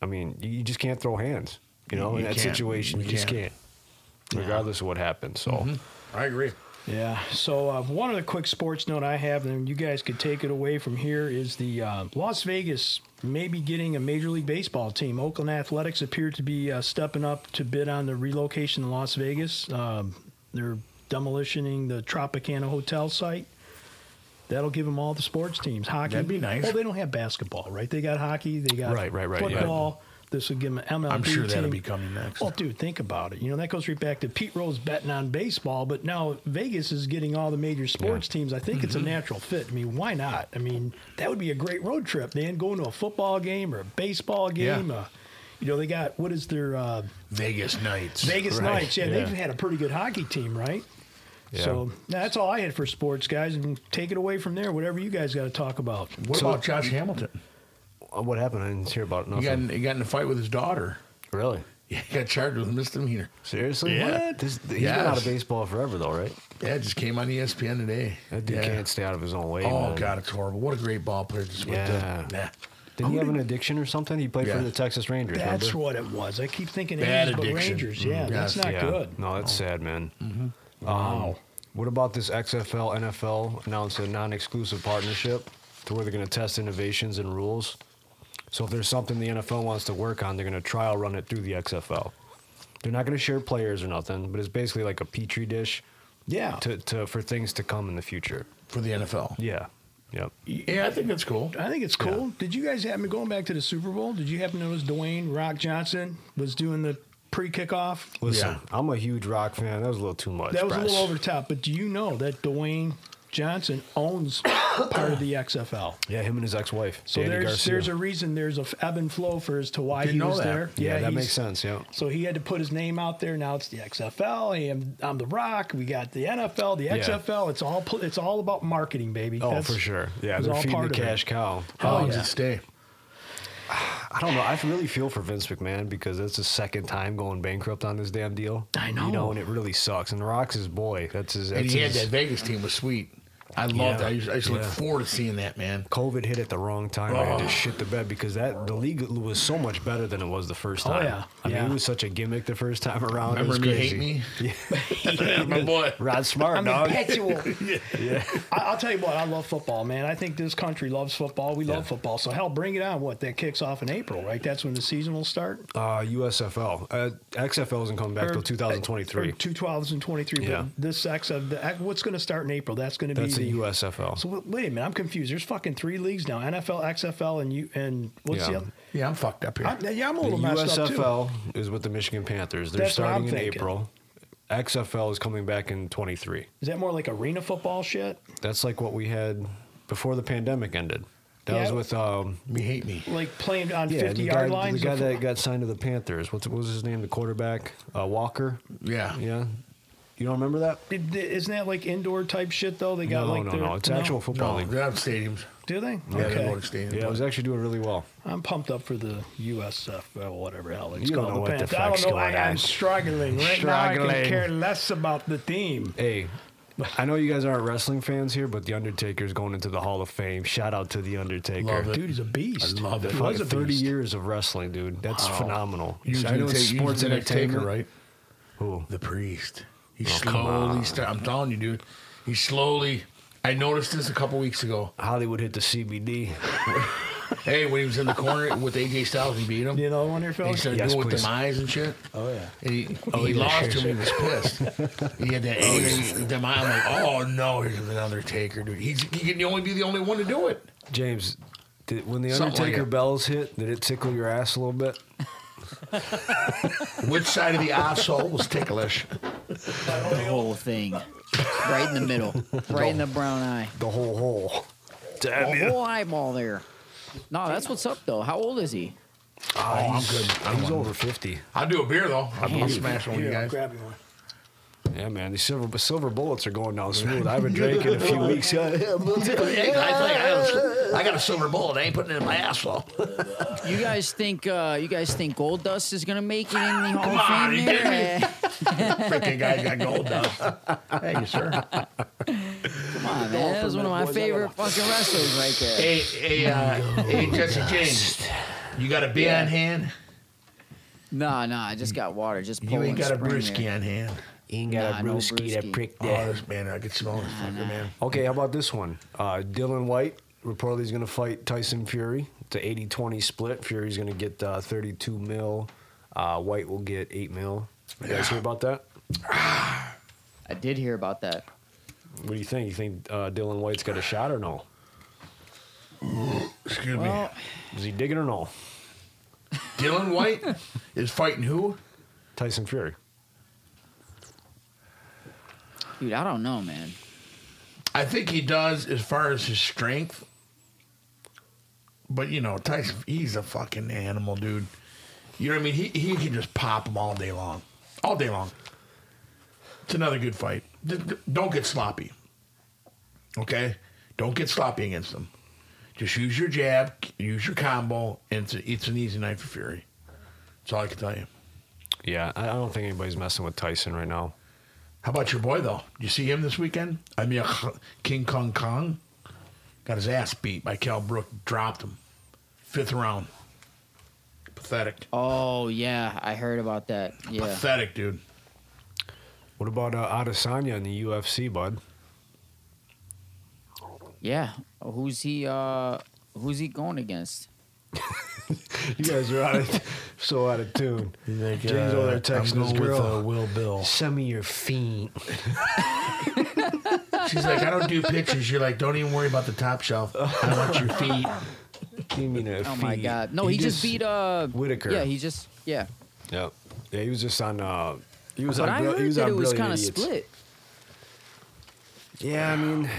[SPEAKER 2] I mean, you, you just can't throw hands. You know,
[SPEAKER 5] You-
[SPEAKER 2] in
[SPEAKER 5] you
[SPEAKER 2] that
[SPEAKER 5] can't.
[SPEAKER 2] situation,
[SPEAKER 5] You
[SPEAKER 2] you, just
[SPEAKER 5] can't. Mm-hmm.
[SPEAKER 2] can't, regardless of what happens. So.
[SPEAKER 5] Hmm? I agree.
[SPEAKER 4] Yeah. So uh, one other quick sports note I have, and you guys could take it away from here, is the uh, Las Vegas maybe getting a Major League Baseball team. Oakland Athletics appear to be uh, stepping up to bid on the relocation to Las Vegas. Um, they're demolitioning the Tropicana Hotel site. That'll give them all the sports teams. Hockey.
[SPEAKER 5] That'd be nice.
[SPEAKER 4] Well, they don't have basketball, right? They got hockey. They got
[SPEAKER 5] Right, right, right, yeah.
[SPEAKER 4] football. This would give them an MLB
[SPEAKER 5] I'm sure that'll
[SPEAKER 4] team.
[SPEAKER 5] be coming next.
[SPEAKER 4] Well, dude, think about it. You know, that goes right back to Pete Rose betting on baseball, but now Vegas is getting all the major sports teams. I think it's a natural fit. I mean, why not? I mean, that would be a great road trip, man. Going to a football game or a baseball
[SPEAKER 5] Yeah.
[SPEAKER 4] game. Uh, you know, they got, what is their uh,
[SPEAKER 5] Vegas nights.
[SPEAKER 4] Vegas
[SPEAKER 5] Right.
[SPEAKER 4] Knights? Yeah, they've had a pretty good hockey team, right?
[SPEAKER 5] Yeah.
[SPEAKER 4] So that's all I had for sports, guys. And take it away from there, whatever you guys got to talk about.
[SPEAKER 5] What about Josh Hamilton?
[SPEAKER 2] Uh, What happened? I didn't hear about
[SPEAKER 5] He
[SPEAKER 2] nothing.
[SPEAKER 5] got, in, he got in a fight with his daughter.
[SPEAKER 2] Really?
[SPEAKER 5] Yeah, he got charged with a misdemeanor.
[SPEAKER 2] Seriously?
[SPEAKER 5] Yeah.
[SPEAKER 2] What? This, he's
[SPEAKER 5] Yes.
[SPEAKER 2] been out of baseball forever, though, right?
[SPEAKER 5] Yeah, it just came on E ESPN today.
[SPEAKER 2] That
[SPEAKER 5] Yeah.
[SPEAKER 2] dude can't stay out of his own way.
[SPEAKER 5] oh
[SPEAKER 2] man.
[SPEAKER 5] God, it's horrible. What a great ball player just went
[SPEAKER 2] Yeah.
[SPEAKER 5] to. Nah.
[SPEAKER 2] Didn't he have an addiction or something? He played
[SPEAKER 5] Yeah.
[SPEAKER 2] for the Texas Rangers.
[SPEAKER 4] That's
[SPEAKER 2] remember?
[SPEAKER 4] what it was. I keep thinking
[SPEAKER 5] Bad
[SPEAKER 4] A's, but
[SPEAKER 5] addiction.
[SPEAKER 4] Rangers. Yeah,
[SPEAKER 5] Mm,
[SPEAKER 4] that's
[SPEAKER 5] yes,
[SPEAKER 4] not
[SPEAKER 2] yeah.
[SPEAKER 4] good.
[SPEAKER 2] No, that's
[SPEAKER 5] Oh.
[SPEAKER 2] sad, man. Mm-hmm.
[SPEAKER 4] Wow.
[SPEAKER 2] what about this XFL NFL announced a non-exclusive partnership to where they're going to test innovations and rules? So if there's something the NFL wants to work on, they're going to trial run it through the XFL. They're not going to share players or nothing, but it's basically like a petri dish.
[SPEAKER 5] Oh.
[SPEAKER 4] Yeah.
[SPEAKER 2] To, to for things to come in the future.
[SPEAKER 5] For the NFL.
[SPEAKER 2] Yeah. Oh, Yep.
[SPEAKER 5] Yeah, I think that's cool.
[SPEAKER 4] I think it's cool. Did you guys happen going back to the Super Bowl? Did you happen to notice Dwayne Rock Johnson was doing the pre kickoff?
[SPEAKER 2] Listen, I'm a huge rock fan. That was a little too much.
[SPEAKER 4] that was a little
[SPEAKER 2] Bryce.
[SPEAKER 4] over the top. But do you know that Dwayne Johnson owns part of the XFL?
[SPEAKER 2] Yeah, him and his ex-wife.
[SPEAKER 4] So
[SPEAKER 2] Danny
[SPEAKER 4] there's
[SPEAKER 2] Garcia.
[SPEAKER 4] there's a reason there's a f- ebb and flow for as to why
[SPEAKER 2] Didn't
[SPEAKER 4] he
[SPEAKER 2] know
[SPEAKER 4] was
[SPEAKER 2] that.
[SPEAKER 4] there.
[SPEAKER 2] Yeah, that
[SPEAKER 4] he's-
[SPEAKER 2] makes sense, yeah.
[SPEAKER 4] So he had to put his name out there. Now it's the XFL. I am I'm the Rock. We got the NFL, the
[SPEAKER 2] Yeah.
[SPEAKER 4] XFL. It's all pl- it's all about marketing, baby.
[SPEAKER 2] Oh,
[SPEAKER 4] That's-
[SPEAKER 2] for sure. Yeah,
[SPEAKER 4] it's
[SPEAKER 2] they're
[SPEAKER 4] all
[SPEAKER 2] feeding
[SPEAKER 4] part
[SPEAKER 2] the
[SPEAKER 4] of it.
[SPEAKER 2] cash cow.
[SPEAKER 4] Oh,
[SPEAKER 5] long does
[SPEAKER 4] yeah.
[SPEAKER 5] it stay?
[SPEAKER 2] I don't know. I really feel for Vince McMahon because that's the second time going bankrupt on this damn deal. I
[SPEAKER 4] know.
[SPEAKER 2] You know, and it really sucks. And The Rock's his boy. That's his. That's
[SPEAKER 5] and he had
[SPEAKER 2] his,
[SPEAKER 5] that Vegas team was sweet. I loved
[SPEAKER 2] Yeah.
[SPEAKER 5] that. I used, I used to look
[SPEAKER 2] Yeah.
[SPEAKER 5] forward to seeing that man.
[SPEAKER 2] COVID hit at the wrong time. I had
[SPEAKER 5] Oh.
[SPEAKER 2] to shit the bed because that the league was so much better than it was the first
[SPEAKER 5] Oh,
[SPEAKER 2] time.
[SPEAKER 5] yeah.
[SPEAKER 2] I
[SPEAKER 5] Yeah.
[SPEAKER 2] mean, it was such a gimmick the first time around. it
[SPEAKER 5] Remember
[SPEAKER 2] was
[SPEAKER 5] me
[SPEAKER 2] crazy.
[SPEAKER 5] hate me? My boy.
[SPEAKER 2] Rod Smart,
[SPEAKER 4] I'm
[SPEAKER 2] dog.
[SPEAKER 4] impetual.
[SPEAKER 2] yeah.
[SPEAKER 4] I, I'll tell you what, I love football, man. I think this country loves football. We love football. So hell, bring it on. What that kicks off in April, right? That's when the season will start.
[SPEAKER 2] Uh, USFL. Uh, XFL isn't coming back
[SPEAKER 4] Or-
[SPEAKER 2] till 2023.
[SPEAKER 4] Or two twelves and twenty three.
[SPEAKER 2] Yeah.
[SPEAKER 4] But this X of the what's going to start in April? That's going to be
[SPEAKER 2] That's
[SPEAKER 4] the
[SPEAKER 2] the USFL.
[SPEAKER 4] So wait, wait a minute, I'm confused. There's fucking three leagues now: NFL, XFL, and you and what's the
[SPEAKER 2] Yeah.
[SPEAKER 4] other?
[SPEAKER 5] Yeah, I'm fucked up here.
[SPEAKER 4] I'm, yeah, I'm a little
[SPEAKER 2] the
[SPEAKER 4] messed up too.
[SPEAKER 2] USFL is with the Michigan Panthers. They're
[SPEAKER 4] That's what I'm
[SPEAKER 2] starting in
[SPEAKER 4] thinking.
[SPEAKER 2] April. XFL is coming back in 23.
[SPEAKER 4] Is that more like arena football shit?
[SPEAKER 2] That's like what we had before the pandemic ended. That was
[SPEAKER 4] Yeah.
[SPEAKER 2] with um,
[SPEAKER 5] me hate me.
[SPEAKER 4] Like playing on
[SPEAKER 2] Yeah,
[SPEAKER 4] fifty
[SPEAKER 2] the
[SPEAKER 4] yard
[SPEAKER 2] guy,
[SPEAKER 4] lines?
[SPEAKER 2] The guy
[SPEAKER 4] of-
[SPEAKER 2] that got signed to the Panthers. What's, what was his name? The quarterback, uh, Walker.
[SPEAKER 5] Yeah,
[SPEAKER 2] yeah. You don't remember that?
[SPEAKER 4] Did- Isn't that like indoor type shit though? They got
[SPEAKER 2] no,
[SPEAKER 4] like
[SPEAKER 2] no,
[SPEAKER 4] their,
[SPEAKER 2] no. It's actual football
[SPEAKER 5] No,
[SPEAKER 2] league.
[SPEAKER 5] they have stadiums.
[SPEAKER 4] Do they?
[SPEAKER 2] Yeah,
[SPEAKER 5] they
[SPEAKER 4] Okay.
[SPEAKER 5] go to stadiums.
[SPEAKER 2] Yeah, it was actually doing really well.
[SPEAKER 4] I'm pumped up for the USF, well, uh, whatever the hell it's
[SPEAKER 2] You don't
[SPEAKER 4] called.
[SPEAKER 2] know what the
[SPEAKER 4] Panthers. I don't
[SPEAKER 2] fuck's
[SPEAKER 4] know. I,
[SPEAKER 2] going
[SPEAKER 4] I'm
[SPEAKER 2] on.
[SPEAKER 4] struggling right now. I
[SPEAKER 2] Struggling.
[SPEAKER 4] can care less about the team.
[SPEAKER 2] Hey, I know you guys aren't wrestling fans here, but The Undertaker's going into the Hall of Fame. Shout out to The Undertaker.
[SPEAKER 4] Love it. Dude, he's a beast. I love it. He
[SPEAKER 2] Fucking
[SPEAKER 4] was a
[SPEAKER 2] 30
[SPEAKER 4] beast.
[SPEAKER 2] years of wrestling, dude. That's
[SPEAKER 5] Wow.
[SPEAKER 2] phenomenal.
[SPEAKER 5] Oh. You was
[SPEAKER 2] I know
[SPEAKER 5] gonna
[SPEAKER 2] it's
[SPEAKER 5] take- you was
[SPEAKER 2] sports
[SPEAKER 5] gonna take Taker,
[SPEAKER 2] entertainment.
[SPEAKER 5] right?
[SPEAKER 2] Who?
[SPEAKER 5] The priest. He
[SPEAKER 2] Oh, come
[SPEAKER 5] slowly
[SPEAKER 2] on.
[SPEAKER 5] start. I'm telling you, dude. He slowly. I noticed this a couple weeks ago.
[SPEAKER 2] Hollywood hit the CBD.
[SPEAKER 5] hey, when he was in the corner with AJ Styles, he beat him.
[SPEAKER 4] You know, one there, Phil?
[SPEAKER 5] He started
[SPEAKER 4] Yes,
[SPEAKER 5] doing with
[SPEAKER 4] please.
[SPEAKER 5] them eyes and shit.
[SPEAKER 4] Oh, yeah.
[SPEAKER 5] And he,
[SPEAKER 4] Oh,
[SPEAKER 5] he
[SPEAKER 4] yeah,
[SPEAKER 5] lost
[SPEAKER 4] sure,
[SPEAKER 5] him. He was pissed. he had that
[SPEAKER 4] Oh,
[SPEAKER 5] anger.
[SPEAKER 4] yeah.
[SPEAKER 5] he- them eye- I'm like, oh no, here's another Taker, dude. He's, he can only be the only one to do it.
[SPEAKER 2] James, did, when The
[SPEAKER 5] Something like
[SPEAKER 2] Undertaker
[SPEAKER 5] it.
[SPEAKER 2] bells hit, did it tickle your ass a little bit?
[SPEAKER 5] Which side of the asshole was ticklish?
[SPEAKER 3] The whole thing. Right in the middle. Right in the brown eye.
[SPEAKER 2] The whole hole.
[SPEAKER 3] the
[SPEAKER 5] Oh,
[SPEAKER 3] whole eyeball Oh, there. No, that's what's up though. How old is he?
[SPEAKER 5] Oh, I'm good. I'm
[SPEAKER 2] he's
[SPEAKER 5] one.
[SPEAKER 2] over 50.
[SPEAKER 5] I'll do a beer though. I'll,
[SPEAKER 2] Damn.
[SPEAKER 5] I'll smash one with you
[SPEAKER 2] Here, I'll
[SPEAKER 5] guys.
[SPEAKER 4] Grab you one.
[SPEAKER 2] Yeah, man. These silver, silver bullets are going down smooth. I haven't drank in a few weeks. Yeah, yeah, I'm a little ticklish.
[SPEAKER 5] Hey, guys, I, got a- I got a silver bullet. I ain't putting it in my asshole.
[SPEAKER 3] You guys think uh, you guys think Gold Dust is gonna make it in the Hall of
[SPEAKER 5] on,
[SPEAKER 3] Fame?
[SPEAKER 5] you
[SPEAKER 3] there?
[SPEAKER 5] kidding me? Freaking guy got gold dust. Thank you, sir.
[SPEAKER 3] Come on, man. That was one of my favorite fucking wrestlers right there.
[SPEAKER 5] Hey, hey, uh, hey, Jesse James. You got a beer
[SPEAKER 3] Yeah.
[SPEAKER 5] on hand?
[SPEAKER 3] No, no, I just got water. Just
[SPEAKER 5] You ain't
[SPEAKER 3] Poland
[SPEAKER 5] got a
[SPEAKER 3] Spring
[SPEAKER 5] brewski
[SPEAKER 3] there.
[SPEAKER 5] on hand.
[SPEAKER 2] You ain't
[SPEAKER 3] got a Nah, no brewski to brewski. prick that.
[SPEAKER 5] Oh, this man, I could smell this fucker, man.
[SPEAKER 2] Okay, how about this one? Uh, Dylan White reportedly is going to fight Tyson Fury. It's an 80 20 split. Fury's going to get uh, 32 mil. Uh, White will get 8 mil. You guys hear about that?
[SPEAKER 3] I did hear about that.
[SPEAKER 2] What do you think? You think uh, Dylan White's got a shot or no?
[SPEAKER 5] Excuse me.
[SPEAKER 3] Well,
[SPEAKER 2] Is he digging or no?
[SPEAKER 5] Dylan White is fighting who?
[SPEAKER 2] Tyson Fury.
[SPEAKER 3] dude, I don't know, man.
[SPEAKER 5] I think he does as far as his strength. But you know, Tyson, he's a fucking animal, dude. You know what I mean? He he can just pop him all day long, all day long. It's another good fight. D- d- Don't get sloppy. Okay, don't get sloppy against him. Just use your jab, use your combo, and it's, it's an easy night for Fury. That's all I can tell you.
[SPEAKER 2] Yeah, I I don't think anybody's messing with Tyson right now.
[SPEAKER 5] How about your boy though? You see him this weekend? I mean, King Kong Kong got his ass beat by Cal Brook. Dropped him fifth round. Pathetic.
[SPEAKER 3] Oh yeah, I heard about that. Yeah.
[SPEAKER 5] Pathetic, dude.
[SPEAKER 2] What about uh, Adesanya in the UFC, bud?
[SPEAKER 3] Yeah. Who's he uh who's he going against?
[SPEAKER 2] You guys are out of, so out of tune. James
[SPEAKER 5] uh,
[SPEAKER 2] over there texting his girl.
[SPEAKER 5] Will Bill.
[SPEAKER 2] Some of your feet.
[SPEAKER 5] She's like, I don't do pictures. You're like, don't even worry about the top shelf. I want your feet.
[SPEAKER 2] You mean a
[SPEAKER 3] Oh my
[SPEAKER 2] feet.
[SPEAKER 3] god. No, he, just, beat uh
[SPEAKER 2] Whitaker.
[SPEAKER 3] Yeah, he just yeah.
[SPEAKER 2] Yep. Yeah, he was just on. Uh, he was
[SPEAKER 3] But
[SPEAKER 2] on.
[SPEAKER 3] I
[SPEAKER 2] Bri-
[SPEAKER 3] heard
[SPEAKER 2] he was
[SPEAKER 3] that
[SPEAKER 2] on
[SPEAKER 3] it was
[SPEAKER 2] Brilliant
[SPEAKER 3] kind of
[SPEAKER 2] Idiots.
[SPEAKER 3] split.
[SPEAKER 2] Yeah, I mean,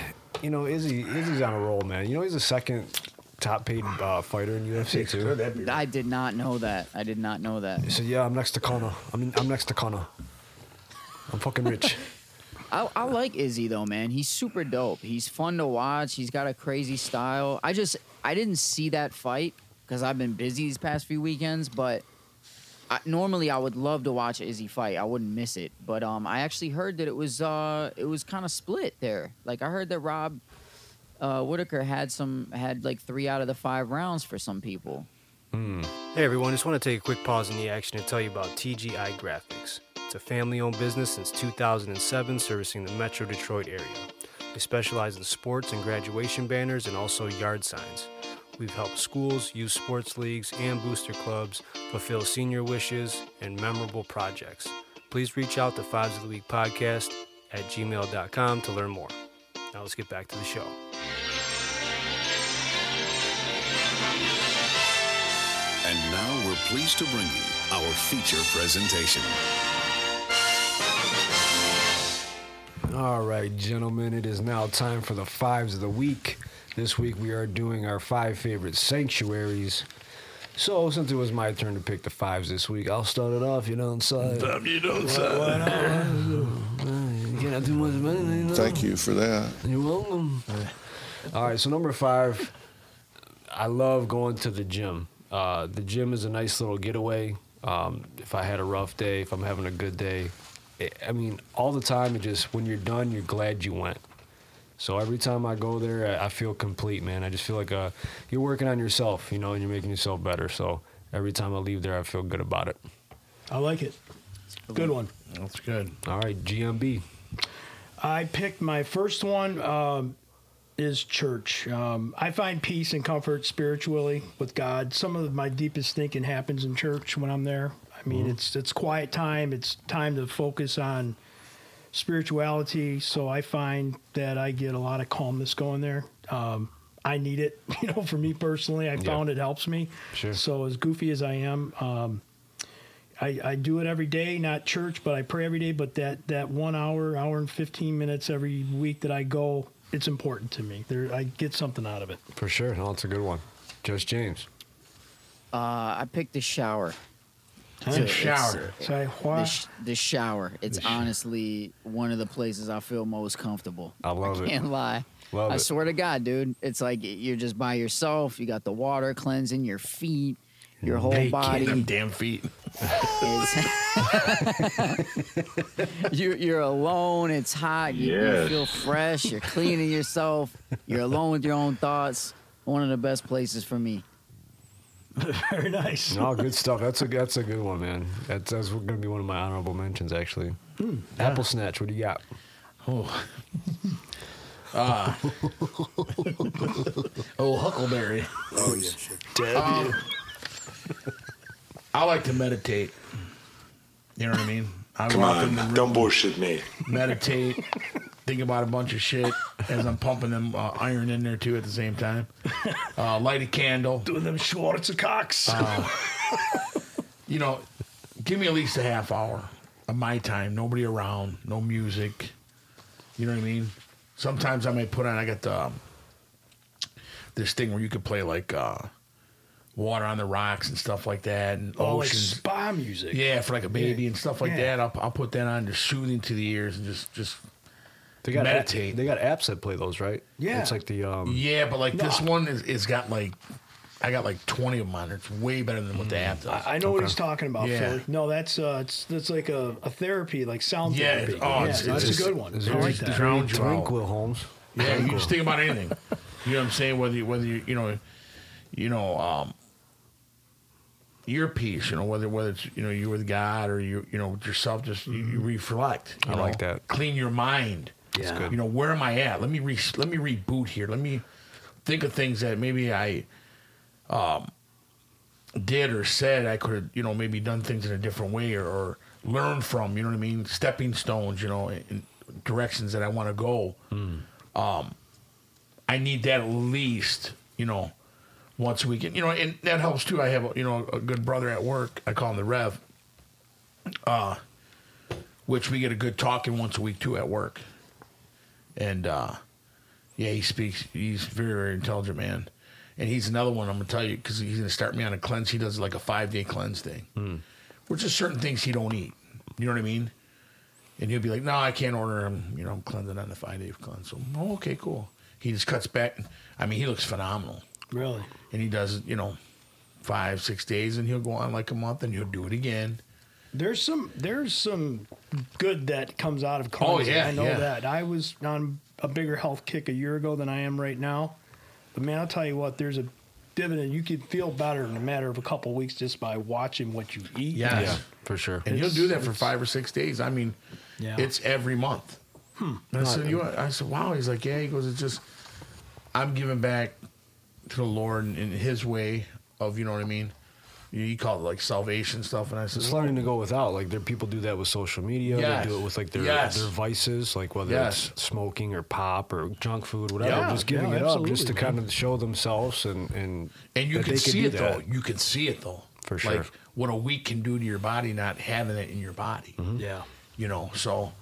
[SPEAKER 2] you know, Izzy, Izzy's on a roll, man. You know, he's the second top paid uh, fighter in UFC too.
[SPEAKER 3] I did not know that. I did not know that.
[SPEAKER 2] He said, "Yeah, I'm next to Connor. I mean, I'm next to Connor. I'm fucking rich."
[SPEAKER 3] I, I like Izzy though, man. He's super dope. He's fun to watch. He's got a crazy style. I just I didn't see that fight because I've been busy these past few weekends. But I, normally I would love to watch Izzy fight. I wouldn't miss it. But um, I actually heard that it was uh it was kind of split there. Like I heard that Rob uh, Whitaker had some had like three out of the five rounds for some people.
[SPEAKER 20] Hey everyone, just want to take a quick pause in the action and tell you about TGI Graphics. It's a family owned business since 2007 servicing the metro Detroit area. They specialize in sports and graduation banners and also yard signs. We've helped schools, youth sports leagues, and booster clubs fulfill senior wishes and memorable projects. Please reach out to Fives of the Week podcast at gmail.com to learn more. Now let's get back to the show.
[SPEAKER 21] And now we're pleased to bring you our feature presentation.
[SPEAKER 2] All right, gentlemen, it is now time for the fives of the week. This week we are doing our five favorite sanctuaries. So, since it was my turn to pick the fives this week, I'll start it off. You know, inside.
[SPEAKER 5] Damn, you know,
[SPEAKER 2] Why- why not? You can't do much better, you know?
[SPEAKER 19] Thank you for that.
[SPEAKER 2] You're welcome. All right, so number five, I love going to the gym. Uh, the gym is a nice little getaway. Um, if I had a rough day, if I'm having a good day, I mean, all the time. It just when you're done, you're glad you went. So every time I go there, I I feel complete, man. I just feel like uh, you're working on yourself, you know, and you're making yourself better. So every time I leave there, I feel good about it.
[SPEAKER 4] I like it. Good one.
[SPEAKER 2] That's good. All right, GMB.
[SPEAKER 4] I picked my first one um, is church. Um, I find peace and comfort spiritually with God. Some of my deepest thinking happens in church when I'm there. I mean, it's it's quiet time. It's time to focus on spirituality. So I find that I get a lot of calmness going there. Um, I need it, you know, for me personally. I found it helps me.
[SPEAKER 2] Sure.
[SPEAKER 4] So as goofy as I am, um, I, I do it every day, not church, but I pray every day. But that, that one hour, hour and 15 minutes every week that I go, it's important to me. There, I get something out of it.
[SPEAKER 2] For sure. No, it's a good one. Judge James.
[SPEAKER 3] Uh, I picked the shower.
[SPEAKER 4] Huh?
[SPEAKER 3] it's-
[SPEAKER 4] Shower. Say what?
[SPEAKER 3] The, sh- the shower. It's
[SPEAKER 4] The sh-
[SPEAKER 3] honestly one of the places I feel most comfortable.
[SPEAKER 2] I love
[SPEAKER 3] I
[SPEAKER 2] it.
[SPEAKER 3] Can't lie.
[SPEAKER 2] Love
[SPEAKER 3] I
[SPEAKER 2] it.
[SPEAKER 3] swear to God, dude. It's like you're just by yourself. You got the water cleansing your feet, your whole
[SPEAKER 5] Naked,
[SPEAKER 3] body.
[SPEAKER 5] them damn feet.
[SPEAKER 3] you, you're alone. It's hot. You, you
[SPEAKER 5] Yes.
[SPEAKER 3] feel fresh. You're cleaning yourself. You're alone with your own thoughts. One of the best places for me.
[SPEAKER 4] Very nice.
[SPEAKER 2] No, good stuff. That's a that's a good one, man. That's that's gonna be one of my honorable mentions, actually. Apple snatch. What do you got?
[SPEAKER 5] Oh. Uh, oh, Huckleberry.
[SPEAKER 2] Oh, yeah,
[SPEAKER 5] shit. I like to meditate. You know what I mean? I
[SPEAKER 19] Come
[SPEAKER 5] walk in
[SPEAKER 19] on,
[SPEAKER 5] the room,
[SPEAKER 19] don't bullshit me.
[SPEAKER 5] meditate, think about a bunch of shit as I'm pumping them uh, iron in there too at the same time. Uh, light a candle.
[SPEAKER 4] Doing them Schwartz cocks.
[SPEAKER 5] you know, give me at least a half hour of my time. Nobody around, no music. You know what I mean? Sometimes I might put on. I got the um, this thing where you could play like uh, water on the rocks and stuff like that, and
[SPEAKER 4] Oh, like
[SPEAKER 5] oceans.
[SPEAKER 4] spa music.
[SPEAKER 5] Yeah, for like a baby and stuff like
[SPEAKER 4] Yeah.
[SPEAKER 5] that. I'll, I'll put that on, just soothing to the ears, and just just
[SPEAKER 2] They got
[SPEAKER 5] meditate.
[SPEAKER 2] they got apps that play those, right? It's like the um.
[SPEAKER 5] yeah, but like
[SPEAKER 2] No,
[SPEAKER 5] this
[SPEAKER 2] I-
[SPEAKER 5] one is it's got like I got like twenty of them on. it. It's way better than what the app does.
[SPEAKER 4] Mm. I know what he's talking about,
[SPEAKER 5] Yeah.
[SPEAKER 4] Philly. No, that's uh, it's that's like a, a therapy, like sound
[SPEAKER 5] Yeah,
[SPEAKER 4] therapy.
[SPEAKER 5] it's- oh, it's- it's
[SPEAKER 4] that's
[SPEAKER 5] just-
[SPEAKER 4] a good one.
[SPEAKER 5] it's
[SPEAKER 4] I like
[SPEAKER 5] just
[SPEAKER 4] that.
[SPEAKER 5] drowned you out.
[SPEAKER 2] Tranquil Holmes.
[SPEAKER 5] Yeah, you
[SPEAKER 2] Tranquil.
[SPEAKER 5] just think about anything. You know what I'm saying? Whether you, whether you, you know, you know, um, earpiece. You know, whether whether it's you know you with God or you you know with yourself, just you, you reflect. You
[SPEAKER 2] Mm-hmm. I
[SPEAKER 5] know?
[SPEAKER 2] like that.
[SPEAKER 5] Clean your mind.
[SPEAKER 2] That's Yeah. good.
[SPEAKER 5] You know, where am I at? Let me re- let me reboot here. Let me think of things that maybe I um, did or said I could have, you know, maybe done things in a different way or, or learned from, you know what I mean? Stepping stones, you know, in, in directions that I want to go.
[SPEAKER 2] Hmm.
[SPEAKER 5] Um, I need that at least, you know, once a weekend, you know, and that helps too. I have, a- you know, a good brother at work. I call him the Rev, uh, which we get a good talking once a week too at work. And, uh, yeah, he speaks. He's very, very intelligent man, and he's another one I'm gonna tell you because he's gonna start me on a cleanse. He does like a five day cleanse thing, which is certain things he don't eat. You know what I mean? And he'll be like, "No, I can't order him. You know, I'm cleansing on the five day cleanse." So, oh, okay, cool. He just cuts back. I mean, he looks phenomenal,
[SPEAKER 4] Really?
[SPEAKER 5] and he does you know five, six days, and he'll go on like a month, and he'll do it again.
[SPEAKER 4] There's some there's some good that comes out of cleansing.
[SPEAKER 5] Oh, yeah,
[SPEAKER 4] I know
[SPEAKER 5] yeah.
[SPEAKER 4] that. I was on a bigger health kick a year ago than I am right now. But man, I'll tell you what, there's a dividend. You could feel better in a matter of a couple weeks just by watching what you eat.
[SPEAKER 5] Yes.
[SPEAKER 2] Yeah, for sure.
[SPEAKER 5] And
[SPEAKER 4] It's-
[SPEAKER 5] he'll do that for
[SPEAKER 4] it's-
[SPEAKER 5] five or six days. I mean,
[SPEAKER 4] Yeah.
[SPEAKER 5] it's every month.
[SPEAKER 4] Hmm.
[SPEAKER 5] And I
[SPEAKER 4] No,
[SPEAKER 5] said,
[SPEAKER 4] I-
[SPEAKER 5] you, I said, wow. He's like, yeah. He goes, it's just, I'm giving back to the Lord in His way of, you know what I mean? He called it like salvation stuff. And I said,
[SPEAKER 2] It's learning to go without. Like there, people do that with social media.
[SPEAKER 5] Yes.
[SPEAKER 2] They do it with like their
[SPEAKER 5] Yes.
[SPEAKER 2] their vices, like whether
[SPEAKER 5] Yes.
[SPEAKER 2] it's smoking or pop or junk food, whatever.
[SPEAKER 5] Yeah,
[SPEAKER 2] just giving
[SPEAKER 5] yeah,
[SPEAKER 2] it up, just
[SPEAKER 5] absolutely,
[SPEAKER 2] to kind
[SPEAKER 5] man.
[SPEAKER 2] of show themselves and and
[SPEAKER 5] and you
[SPEAKER 2] that
[SPEAKER 5] can
[SPEAKER 2] they
[SPEAKER 5] see
[SPEAKER 2] do
[SPEAKER 5] it
[SPEAKER 2] that.
[SPEAKER 5] though. You can see it though.
[SPEAKER 2] For sure.
[SPEAKER 5] Like what a week can do to your body, not having it in your body.
[SPEAKER 4] Yeah.
[SPEAKER 5] You know, so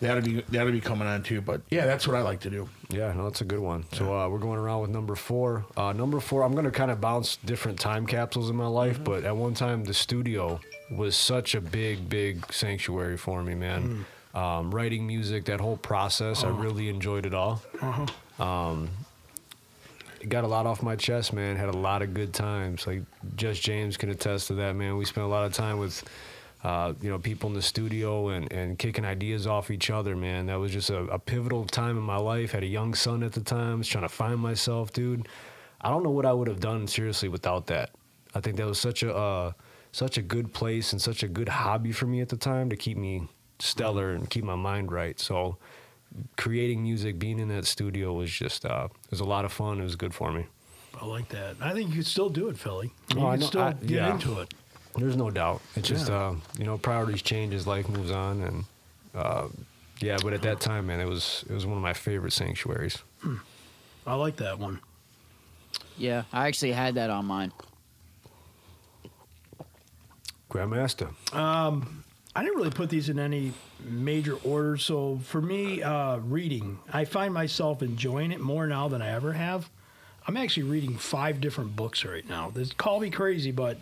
[SPEAKER 5] that'll be, that'll be coming on too. But yeah, that's what I like to do.
[SPEAKER 2] Yeah, no, that's a good one. So uh, we're going around with number four. Uh, number four, I'm going to kind of bounce different time capsules in my life, but at one time, the studio was such a big, big sanctuary for me, man. Um, writing music, that whole process, I really enjoyed it all.
[SPEAKER 4] Uh-huh.
[SPEAKER 2] Um, it got a lot off my chest, man. Had a lot of good times. Like Judge James can attest to that, man. We spent a lot of time with uh, you know, people in the studio and, and kicking ideas off each other, man. That was just a, a pivotal time in my life. Had a young son at the time, was trying to find myself, dude. I don't know what I would have done seriously without that. I think that was such a uh, such a good place and such a good hobby for me at the time to keep me stellar and keep my mind right. So creating music, being in that studio was just uh, it was a lot of fun. It was good for me.
[SPEAKER 4] I like that. I think you could still do it, Philly. You
[SPEAKER 2] Oh, I
[SPEAKER 4] can
[SPEAKER 2] know-
[SPEAKER 4] still
[SPEAKER 2] I-
[SPEAKER 4] get
[SPEAKER 2] yeah.
[SPEAKER 4] into it.
[SPEAKER 2] There's no doubt. It's just
[SPEAKER 4] Yeah.
[SPEAKER 2] uh, you know priorities change as life moves on, and uh, yeah. But at that time, man, it was it was one of my favorite sanctuaries.
[SPEAKER 4] I like that one.
[SPEAKER 3] Yeah, I actually had that on mine.
[SPEAKER 2] Grandmaster.
[SPEAKER 4] Um, I didn't really put these in any major order. So for me, uh, reading, I find myself enjoying it more now than I ever have. I'm actually reading five different books right now. This call me crazy, but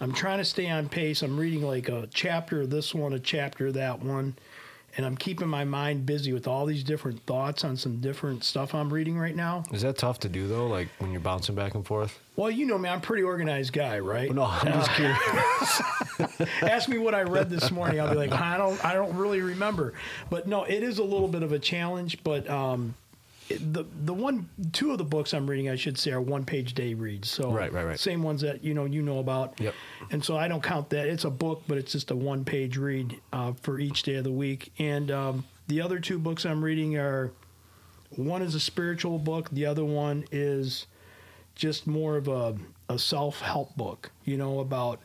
[SPEAKER 4] I'm trying to stay on pace. I'm reading like a chapter of this one, a chapter of that one, and I'm keeping my mind busy with all these different thoughts on some different stuff I'm reading right now.
[SPEAKER 2] Is that tough to do though? Like when you're bouncing back and forth?
[SPEAKER 4] Well, you know me, I'm a pretty organized guy, right? Uh,
[SPEAKER 2] No, I'm just kidding.
[SPEAKER 4] Ask me what I read this morning. I'll be like, I don't, I don't really remember. But no, it is a little bit of a challenge. But um, it, the the one, two of the books I'm reading, I should say, are one page day reads. So
[SPEAKER 2] Right, right, right.
[SPEAKER 4] Same ones that you know you know about.
[SPEAKER 2] Yep.
[SPEAKER 4] And so I don't count that. It's a book, but it's just a one page read uh, for each day of the week. And um, the other two books I'm reading are one is a spiritual book, the other one is just more of a, a self help book, you know, about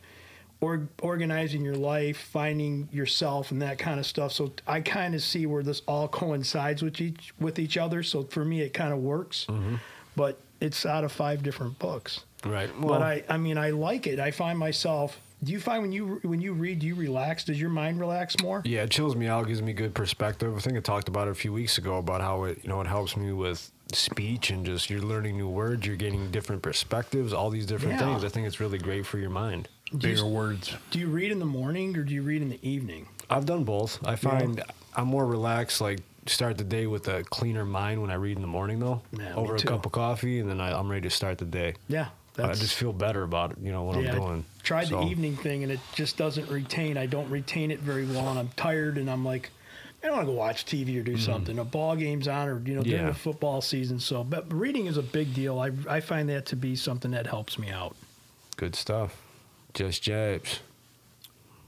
[SPEAKER 4] or, organizing your life, finding yourself, and that kind of stuff. So I kind of see where this all coincides with each with each other. So for me, it kind of works, but it's out of five different books.
[SPEAKER 2] Right.
[SPEAKER 4] but I, I mean, I like it. I find myself. Do you find when you when you read, do you relax? Does your mind relax more?
[SPEAKER 2] Yeah, it chills me out, gives me good perspective. I think I talked about it a few weeks ago about how it, you know, it helps me with speech and just you're learning new words, you're getting different perspectives, all these different
[SPEAKER 4] Yeah.
[SPEAKER 2] things. I think it's really great for your mind.
[SPEAKER 4] Do you- Bigger
[SPEAKER 2] words.
[SPEAKER 4] Do you read in the morning or do you read in the evening?
[SPEAKER 2] I've done both. I find I'm more relaxed, like start the day with a cleaner mind when I read in the morning though.
[SPEAKER 4] Yeah, me
[SPEAKER 2] over a
[SPEAKER 4] too.
[SPEAKER 2] cup of coffee and then I, I'm ready to start the day.
[SPEAKER 4] Yeah,
[SPEAKER 2] I just feel better about it, you know, what I'm
[SPEAKER 4] I
[SPEAKER 2] doing.
[SPEAKER 4] tried
[SPEAKER 2] So-
[SPEAKER 4] the evening thing and it just doesn't retain. I don't retain it very well, and I'm tired, and I'm like, I don't want to go watch TV or do something. A ball game's on, or you know, during
[SPEAKER 2] Mm-hmm. Yeah.
[SPEAKER 4] the football season. So, but reading is a big deal. I I find that to be something that helps me out.
[SPEAKER 2] Good stuff. Just jabs.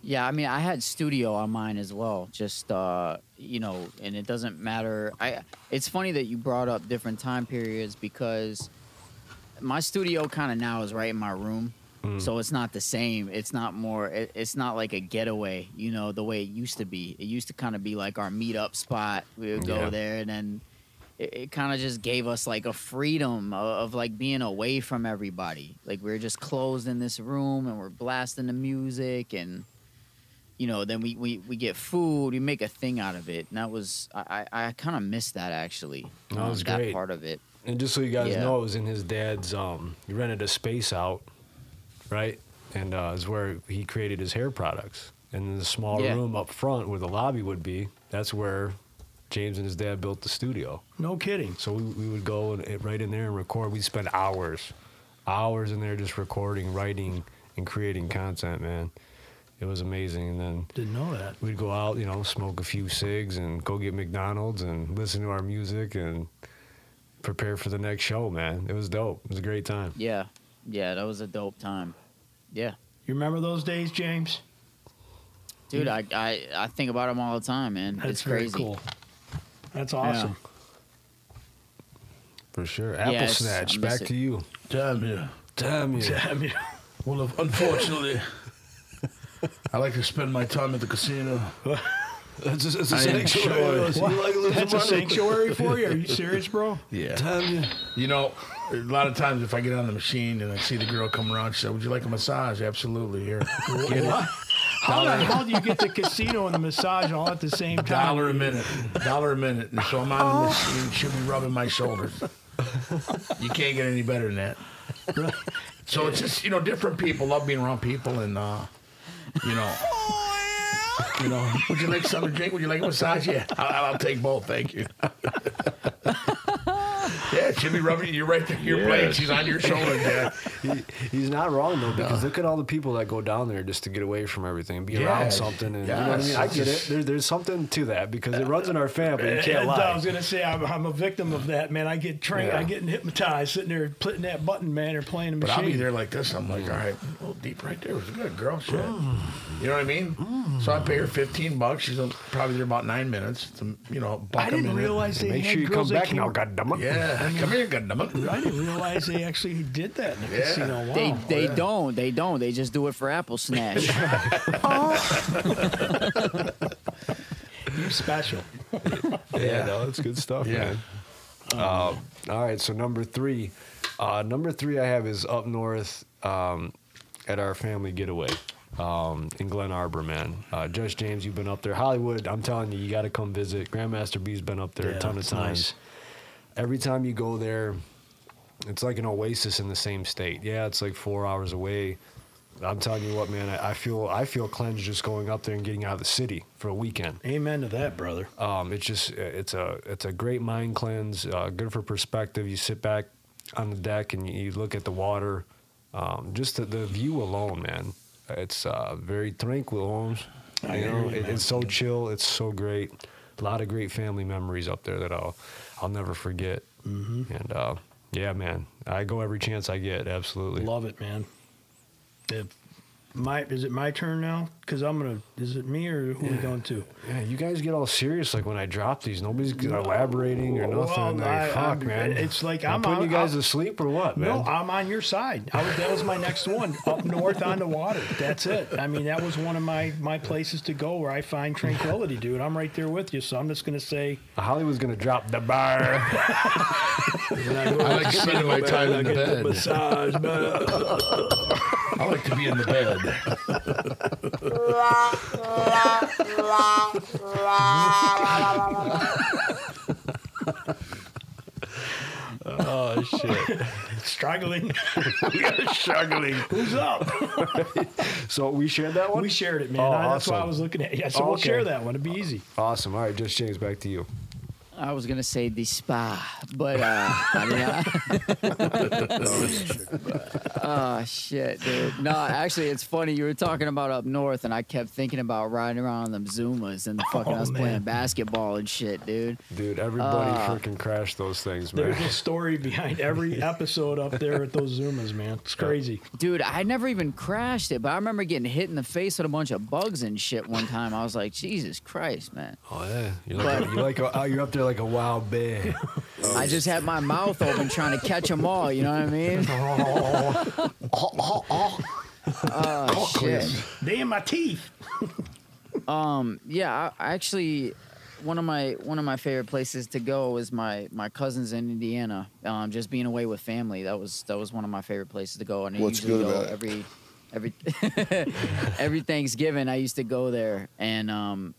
[SPEAKER 3] Yeah, I mean, I had studio on mine as well. Just uh, you know, and it doesn't matter. I it's funny that you brought up different time periods because my studio kind of now is right in my room.
[SPEAKER 6] Mm.
[SPEAKER 3] So it's not the same. It's not more. It, it's not like a getaway. You know the way it used to be. It used to kind of be like our meetup spot. We would go
[SPEAKER 6] Yeah.
[SPEAKER 3] there, and then it, it kind of just gave us like a freedom of, of like being away from everybody. Like we were just closed in this room, and we're blasting the music, and you know, then we, we, we get food, we make a thing out of it. And that was, I, I, I kind of missed that actually.
[SPEAKER 4] Oh,
[SPEAKER 2] That
[SPEAKER 3] um,
[SPEAKER 2] was
[SPEAKER 3] that
[SPEAKER 2] great.
[SPEAKER 3] part of it.
[SPEAKER 2] And just so you guys
[SPEAKER 3] Yeah.
[SPEAKER 2] know, it was in his dad's. Um, he rented a space out, right? And uh, is where he created his hair products. And in the small
[SPEAKER 4] Yeah.
[SPEAKER 2] room up front where the lobby would be, that's where James and his dad built the studio.
[SPEAKER 4] No kidding.
[SPEAKER 2] So we, we would go and, and right in there and record. We'd spend hours, hours in there just recording, writing, and creating content, man. It was amazing. And then
[SPEAKER 4] Didn't know that.
[SPEAKER 2] we'd go out, you know, smoke a few cigs and go get McDonald's and listen to our music and prepare for the next show, man. It was dope. It was a great time.
[SPEAKER 3] Yeah. Yeah. That was a dope time. Yeah.
[SPEAKER 4] You remember those days, James?
[SPEAKER 3] Dude, I, I, I think about them all the time, man.
[SPEAKER 4] That's
[SPEAKER 3] it's
[SPEAKER 4] very
[SPEAKER 3] crazy.
[SPEAKER 4] cool. That's awesome.
[SPEAKER 2] For sure.
[SPEAKER 3] Yeah,
[SPEAKER 2] Apple
[SPEAKER 3] it's- I
[SPEAKER 2] Snatch,
[SPEAKER 3] miss
[SPEAKER 2] back
[SPEAKER 3] it.
[SPEAKER 2] to you.
[SPEAKER 5] Damn you.
[SPEAKER 2] Damn you.
[SPEAKER 4] Damn you.
[SPEAKER 5] Well, if- unfortunately, I like to spend my time at the casino.
[SPEAKER 2] That's a,
[SPEAKER 4] that's a sanctuary. What? That's a sanctuary for you? Are you serious, bro?
[SPEAKER 5] Yeah.
[SPEAKER 2] Damn you.
[SPEAKER 5] know, a lot of times if I get on the machine and I see the girl coming around, she said, "Would you like a massage?" Absolutely. Here. Get it.
[SPEAKER 4] How the
[SPEAKER 5] Dollar-
[SPEAKER 4] hell do you get the casino and the massage all at the same time?
[SPEAKER 5] Dollar a minute. Dollar a minute. And so I'm on the machine. She'll be rubbing my shoulders. You can't get any better than that. So it's just, you know, different people love being around people and, uh, you know. You know, would you like something to drink? Would you like a massage? Yeah, I'll, I'll take both. Thank you. Yeah, it should be rubbing you right there. Your
[SPEAKER 2] Yeah.
[SPEAKER 5] blade, she's on your shoulder, Dad.
[SPEAKER 2] He, he's not wrong though, because look at all the people that go down there just to get away from everything, and be
[SPEAKER 5] Yeah.
[SPEAKER 2] around something, and you know what I
[SPEAKER 5] Yes,
[SPEAKER 2] mean. I
[SPEAKER 5] it's
[SPEAKER 2] get it.
[SPEAKER 5] just-
[SPEAKER 2] There, there's something to that because it runs in our family. You can't
[SPEAKER 4] And I was
[SPEAKER 2] lie.
[SPEAKER 4] gonna say I'm, I'm a victim of that, man. I get trained, I
[SPEAKER 5] Yeah.
[SPEAKER 4] get hypnotized, sitting there putting that button, man, or playing the
[SPEAKER 5] But
[SPEAKER 4] machine.
[SPEAKER 5] I'll be there like this. I'm
[SPEAKER 4] Mm.
[SPEAKER 5] like, all right, a little deep right there. It was a good girl shit. You know what I mean?
[SPEAKER 4] Mm.
[SPEAKER 5] So I pay her 15 bucks. She's probably there about nine minutes. It's, um, you know, buck
[SPEAKER 4] I
[SPEAKER 5] a
[SPEAKER 4] didn't
[SPEAKER 5] minute.
[SPEAKER 4] realize they Make had sure you come girls that back came- now, goddammit.
[SPEAKER 5] Yeah,
[SPEAKER 4] I mean-
[SPEAKER 5] come here, goddammit.
[SPEAKER 4] I didn't realize they actually did that in the
[SPEAKER 5] Yeah.
[SPEAKER 4] casino. Wow.
[SPEAKER 3] They they
[SPEAKER 4] Yeah.
[SPEAKER 3] don't. They don't. They just do it for Apple Snatch.
[SPEAKER 4] You special.
[SPEAKER 2] Yeah, no, that's good stuff,
[SPEAKER 5] Yeah.
[SPEAKER 2] man. Um, all right, so number three, uh, number three I have is up north um, at our family getaway um, in Glen Arbor, man. Uh, Judge James, you've been up there. Hollywood, I'm telling you, you got to come visit. Grandmaster B's been up there
[SPEAKER 4] Yeah,
[SPEAKER 2] a ton of
[SPEAKER 4] it's
[SPEAKER 2] times.
[SPEAKER 4] nice.
[SPEAKER 2] Every time you go there, it's like an oasis in the same state. Yeah, it's like four hours away. I'm telling you what, man, I, I feel I feel cleansed just going up there and getting out of the city for a weekend.
[SPEAKER 4] Amen to that, brother.
[SPEAKER 2] Um, it's just it's a it's a great mind cleanse. Uh, good for perspective. You sit back on the deck and you, you look at the water. Um, just the, the view alone, man. It's uh, very tranquil, Holmes.
[SPEAKER 4] I
[SPEAKER 2] You
[SPEAKER 4] hear
[SPEAKER 2] know,
[SPEAKER 4] you,
[SPEAKER 2] it,
[SPEAKER 4] man.
[SPEAKER 2] it's so chill. It's so great. A lot of great family memories up there that I'll I'll never forget.
[SPEAKER 4] Mm-hmm.
[SPEAKER 2] And uh, yeah, man, I go every chance I get. Absolutely.
[SPEAKER 4] Love it, man. If my is it my turn now? Because I'm gonna. Is it me or who are we going to?
[SPEAKER 2] Yeah, you guys get all serious like when I drop these. Nobody's elaborating or
[SPEAKER 4] Well,
[SPEAKER 2] nothing. like,
[SPEAKER 4] I-
[SPEAKER 2] fuck,
[SPEAKER 4] I'm-
[SPEAKER 2] man.
[SPEAKER 4] It's like
[SPEAKER 2] Am I
[SPEAKER 4] I'm
[SPEAKER 2] putting
[SPEAKER 4] on,
[SPEAKER 2] you guys
[SPEAKER 4] I'm-
[SPEAKER 2] to sleep or what, man?
[SPEAKER 4] No, I'm on your side. I was, that was my next one. Up north on the water. That's it. I mean, that was one of my my places to go where I find tranquility, dude. I'm right there with you. So I'm just gonna say
[SPEAKER 2] Hollywood's gonna drop the bar.
[SPEAKER 5] I like spending my time in the
[SPEAKER 4] get
[SPEAKER 5] bed.
[SPEAKER 4] massage.
[SPEAKER 5] I like to be in the bed.
[SPEAKER 2] oh shit.
[SPEAKER 4] Struggling.
[SPEAKER 2] we are struggling.
[SPEAKER 4] Who's up?
[SPEAKER 2] So we shared that one?
[SPEAKER 4] We shared it, man.
[SPEAKER 2] Oh,
[SPEAKER 4] I- that's why I
[SPEAKER 2] awesome.
[SPEAKER 4] was looking at. it. Yeah, so
[SPEAKER 2] Oh,
[SPEAKER 4] we'll
[SPEAKER 2] okay.
[SPEAKER 4] share that one. It'd be easy.
[SPEAKER 2] Awesome. All right, just James, back to you.
[SPEAKER 3] I was gonna say the spa, but uh, I mean, I- oh shit, dude. No, actually, it's funny. You were talking about up north, and I kept thinking about riding around on them Zumas and the fucking us playing basketball and shit, dude.
[SPEAKER 2] Dude, everybody
[SPEAKER 3] Ah.
[SPEAKER 2] freaking crashed those things, man.
[SPEAKER 4] There's a story behind every episode up there at those Zumas, man. It's crazy.
[SPEAKER 3] Dude, I never even crashed it, but I remember getting hit in the face with a bunch of bugs and shit one time. I was like, Jesus Christ, man.
[SPEAKER 2] Oh yeah, you're like, you're, like a, oh, you're up there like a wild bear.
[SPEAKER 3] I just had my mouth open trying to catch them all. You know what I mean? oh shit.
[SPEAKER 4] They in my teeth.
[SPEAKER 3] Um. Yeah. I, I actually, one of my one of my favorite places to go is my my cousins in Indiana. Um, just being away with family. That was that was one of my favorite places to go. And I
[SPEAKER 19] What's
[SPEAKER 3] usually
[SPEAKER 19] good
[SPEAKER 3] go
[SPEAKER 19] about it?
[SPEAKER 3] every every every Thanksgiving. I used to go there, and um,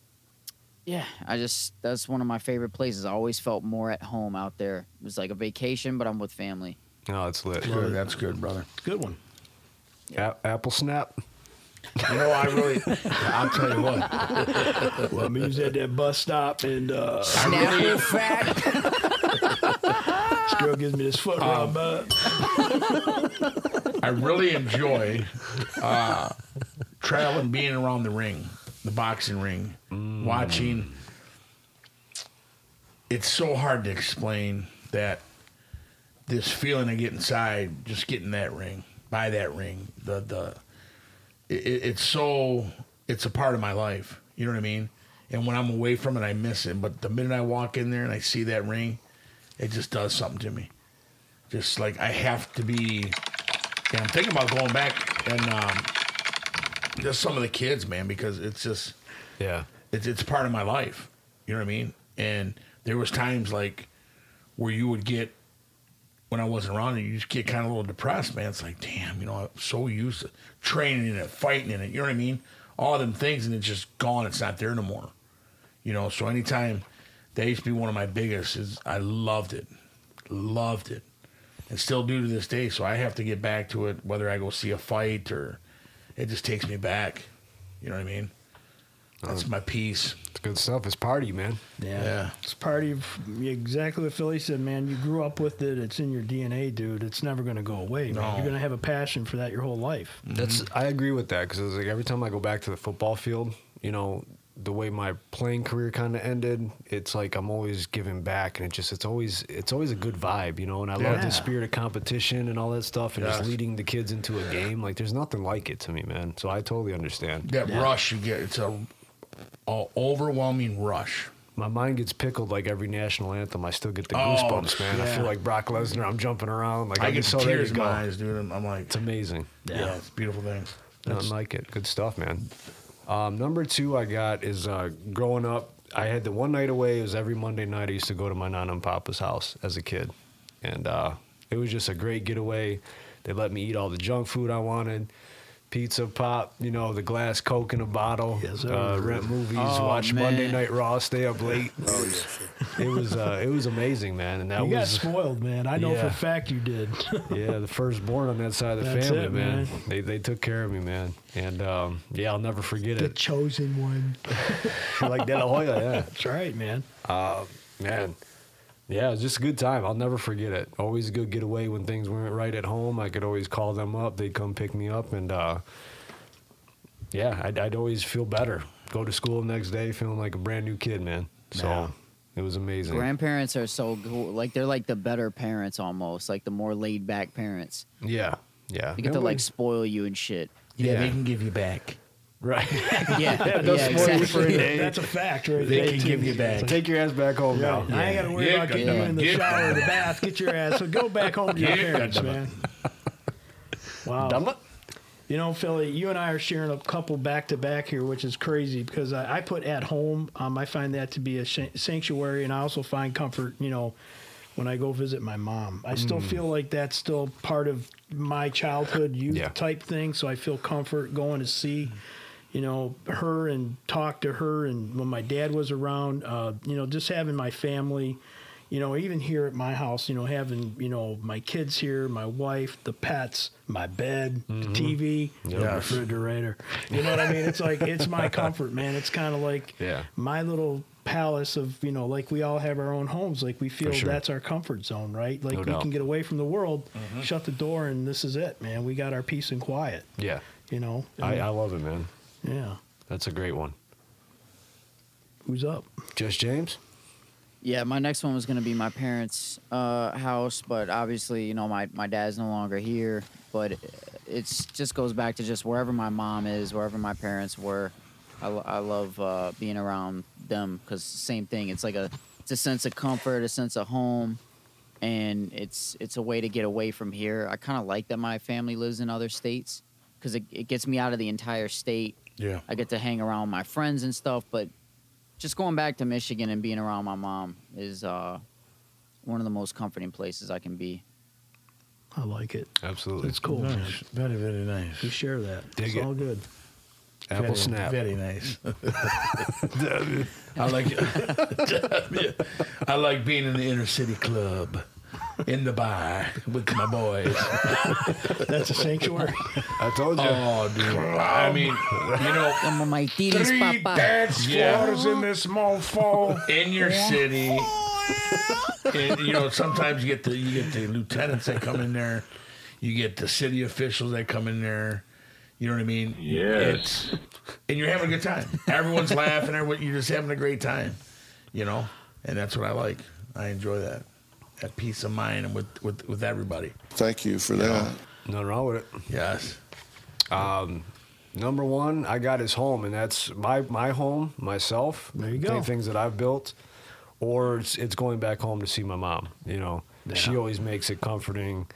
[SPEAKER 3] yeah, I just that's one of my favorite places. I always felt more at home out there. It was like a vacation, but I'm with family.
[SPEAKER 2] No, Oh, it's lit.
[SPEAKER 5] Good, that's good, brother.
[SPEAKER 4] Good one.
[SPEAKER 2] A- apple snap.
[SPEAKER 5] You know, I really, I'll tell you what.
[SPEAKER 4] Well, I mean, was at that bus stop, and uh,
[SPEAKER 3] Snap you fat.
[SPEAKER 4] this girl gives me this foot
[SPEAKER 2] Um,
[SPEAKER 4] rub. uh,
[SPEAKER 5] I really enjoy uh, traveling, being around the ring, the boxing ring, watching. It's so hard to explain that this feeling I get inside, just getting that ring, by that ring, the the, it, it- it's so it's a part of my life. You know what I mean? And when I'm away from it, I miss it. But the minute I walk in there and I see that ring, it just does something to me. Just like I have to be yeah, I'm thinking about going back and um, just some of the kids, man, because it's just
[SPEAKER 2] yeah,
[SPEAKER 5] it's it's part of my life. You know what I mean? And there was times like where you would get when I wasn't around, you just get kind of a little depressed, man. It's like, damn, you know, I'm so used to training in it, fighting in it. You know what I mean? All them things, and it's just gone. It's not there no more. You know, so anytime that used to be one of my biggest, is I loved it, loved it, and still do to this day. So I have to get back to it, whether I go see a fight or it just takes me back. You know what I mean? That's my piece.
[SPEAKER 2] It's good stuff. It's party, man.
[SPEAKER 4] Yeah. It's part of exactly what Philly said, man. You grew up with it. It's in your DNA, dude. It's never going to go away, man.
[SPEAKER 2] No.
[SPEAKER 4] You're going to have a passion for that your whole life.
[SPEAKER 2] That's
[SPEAKER 5] Mm-hmm.
[SPEAKER 2] I agree with that because like every time I go back to the football field, you know, the way my playing career kind of ended, it's like I'm always giving back, and it just it's always it's always a good vibe, you know. And I love
[SPEAKER 5] Yeah.
[SPEAKER 2] the spirit of competition and all that stuff, and
[SPEAKER 5] Yes.
[SPEAKER 2] just leading the kids into a game. Like there's nothing like it to me, man. So I totally understand
[SPEAKER 5] That rush you get, it's a, a overwhelming rush.
[SPEAKER 2] My mind gets pickled like every national anthem. I still get the
[SPEAKER 5] Oh,
[SPEAKER 2] goosebumps, man. I feel
[SPEAKER 5] yeah.
[SPEAKER 2] like Brock Lesnar. I'm jumping around. Like
[SPEAKER 5] I
[SPEAKER 2] I'm
[SPEAKER 5] get
[SPEAKER 2] just
[SPEAKER 5] the
[SPEAKER 2] so ready
[SPEAKER 5] tears
[SPEAKER 2] to
[SPEAKER 5] in my
[SPEAKER 2] go.
[SPEAKER 5] eyes, dude. I'm, I'm like,
[SPEAKER 2] it's amazing.
[SPEAKER 5] Yeah, it's a beautiful thing.
[SPEAKER 2] Nothing like it. Good stuff, man. Um, number two I got is uh, growing up. I had the one night away. It was every Monday night. I used to go to my nana and papa's house as a kid, and uh, it was just a great getaway. They let me eat all the junk food I wanted. Pizza pop, you know, the glass Coke in a bottle, uh, rent movies,
[SPEAKER 5] Oh,
[SPEAKER 2] watch Monday
[SPEAKER 5] man.
[SPEAKER 2] Night Raw, stay up late.
[SPEAKER 5] Oh,
[SPEAKER 2] It was uh, it was amazing, man. And that
[SPEAKER 4] you got
[SPEAKER 2] was
[SPEAKER 4] spoiled, man. I know for
[SPEAKER 2] Yeah.
[SPEAKER 4] a fact you did.
[SPEAKER 2] yeah, the firstborn on that side of the
[SPEAKER 4] That's
[SPEAKER 2] family,
[SPEAKER 4] it,
[SPEAKER 2] man.
[SPEAKER 4] man.
[SPEAKER 2] They they took care of me, man. And um, yeah, I'll never forget
[SPEAKER 4] the
[SPEAKER 2] it.
[SPEAKER 4] chosen one.
[SPEAKER 2] like De La Hoya, yeah.
[SPEAKER 4] That's right, man.
[SPEAKER 2] Uh, man, yeah, it was just a good time. I'll never forget it. Always a good getaway when things weren't right at home. I could always call them up. They'd come pick me up, and uh, yeah, I'd, I'd always feel better. Go to school the next day feeling like a brand new kid, man. So
[SPEAKER 3] Yeah.
[SPEAKER 2] it was amazing.
[SPEAKER 3] Grandparents are so cool. Like they're like the better parents almost, like the more laid back parents.
[SPEAKER 2] yeah, yeah.
[SPEAKER 3] They get
[SPEAKER 2] It
[SPEAKER 3] to like
[SPEAKER 2] was-
[SPEAKER 3] spoil you and shit.
[SPEAKER 2] Yeah, they Yeah.
[SPEAKER 5] can give you back.
[SPEAKER 2] Right.
[SPEAKER 3] Yeah. yeah,
[SPEAKER 2] they'll spoil you for a
[SPEAKER 3] exactly.
[SPEAKER 2] day.
[SPEAKER 4] That's a fact, right?
[SPEAKER 2] They
[SPEAKER 4] there,
[SPEAKER 2] can
[SPEAKER 4] too.
[SPEAKER 2] give you back. Take your ass back home now.
[SPEAKER 4] I ain't got to worry
[SPEAKER 2] Yeah,
[SPEAKER 4] about getting
[SPEAKER 2] goddammit.
[SPEAKER 4] you in the
[SPEAKER 2] Yeah.
[SPEAKER 4] shower or the bath. Get your ass. So go back home to your
[SPEAKER 2] Yeah,
[SPEAKER 4] parents,
[SPEAKER 2] goddammit.
[SPEAKER 4] man. Wow.
[SPEAKER 2] Dumb it.
[SPEAKER 4] You know, Philly, you and I are sharing a couple back to back here, which is crazy because I, I put at home. Um, I find that to be a sh- sanctuary, and I also find comfort. You know, when I go visit my mom, I still
[SPEAKER 2] Mm.
[SPEAKER 4] feel like that's still part of my childhood youth type thing. So I feel comfort going to see, you know, her and talk to her. And when my dad was around, uh, you know, just having my family you know, even here at my house, you know, having, you know, my kids here, my wife, the pets, my bed,
[SPEAKER 2] Mhm.
[SPEAKER 4] the TV,
[SPEAKER 2] Yep.
[SPEAKER 4] the
[SPEAKER 2] Yes.
[SPEAKER 4] refrigerator. You know what I mean? It's like, it's my comfort, man. It's kind of like
[SPEAKER 2] Yeah.
[SPEAKER 4] my little palace of, you know, like we all have our own homes. Like we feel
[SPEAKER 2] sure.
[SPEAKER 4] that's our comfort zone, right? Like
[SPEAKER 2] No
[SPEAKER 4] we
[SPEAKER 2] doubt.
[SPEAKER 4] can get away from the world,
[SPEAKER 5] Mm-hmm.
[SPEAKER 4] shut the door, and this is it, man. We got our peace and quiet,
[SPEAKER 2] Yeah.
[SPEAKER 4] you know?
[SPEAKER 2] I, I love it, man.
[SPEAKER 4] yeah.
[SPEAKER 2] That's a great one.
[SPEAKER 4] Who's up?
[SPEAKER 2] Just James?
[SPEAKER 3] Yeah, my next one was gonna be my parents' uh, house, but obviously, you know, my, my dad's no longer here. But it's just goes back to just wherever my mom is, wherever my parents were. I, lo- I love uh, being around them because same thing. It's like a it's a sense of comfort, a sense of home, and it's it's a way to get away from here. I kind of like that my family lives in other states because it, it gets me out of the entire state.
[SPEAKER 5] Yeah.
[SPEAKER 3] I get to hang around my friends and stuff, but just going back to Michigan and being around my mom is uh, one of the most comforting places I can be.
[SPEAKER 4] I like it.
[SPEAKER 2] Absolutely.
[SPEAKER 4] It's cool, man.
[SPEAKER 5] Nice. Very, very nice.
[SPEAKER 4] We share that.
[SPEAKER 5] Dig
[SPEAKER 4] it's
[SPEAKER 5] it.
[SPEAKER 4] all good.
[SPEAKER 2] Apple
[SPEAKER 5] very,
[SPEAKER 2] snap.
[SPEAKER 5] Very nice. I like I like being in the inner city club. In the bar with my boys.
[SPEAKER 4] That's a sanctuary.
[SPEAKER 2] I told
[SPEAKER 5] you. Oh, dude. I mean, you know,
[SPEAKER 3] I'm my
[SPEAKER 5] Three dance floors in
[SPEAKER 4] this mofo.
[SPEAKER 5] in your city. and, you know, sometimes you get the you get the lieutenants that come in there, you get the city officials that come in there. You know what I mean?
[SPEAKER 16] Yes.
[SPEAKER 5] It's- and you're having a good time. Everyone's laughing. Everyone, you're just having a great time. You know, and that's what I like. I enjoy that that peace of mind and with with with everybody.
[SPEAKER 19] Thank you for that.
[SPEAKER 2] Nothing wrong with it.
[SPEAKER 5] Yes.
[SPEAKER 2] Um, number one, I got his home, and that's my my home, myself. There you
[SPEAKER 4] go.
[SPEAKER 2] Things that I've built, or it's it's going back home to see my mom. You know, she always makes it comforting,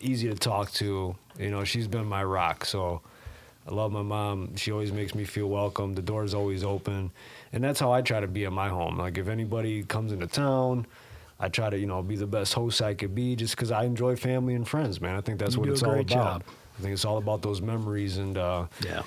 [SPEAKER 2] easy to talk to. You know, she's been my rock. So I love my mom. She always makes me feel welcome. The door's always open, and that's how I try to be at my home. Like if anybody comes into town. I try to, you know, be the best host I could be, just because I enjoy family and friends, man. I think that's
[SPEAKER 4] You
[SPEAKER 2] what
[SPEAKER 4] do a
[SPEAKER 2] it's all
[SPEAKER 4] great
[SPEAKER 2] about.
[SPEAKER 4] job.
[SPEAKER 2] I think it's all about those memories and uh,
[SPEAKER 4] yeah,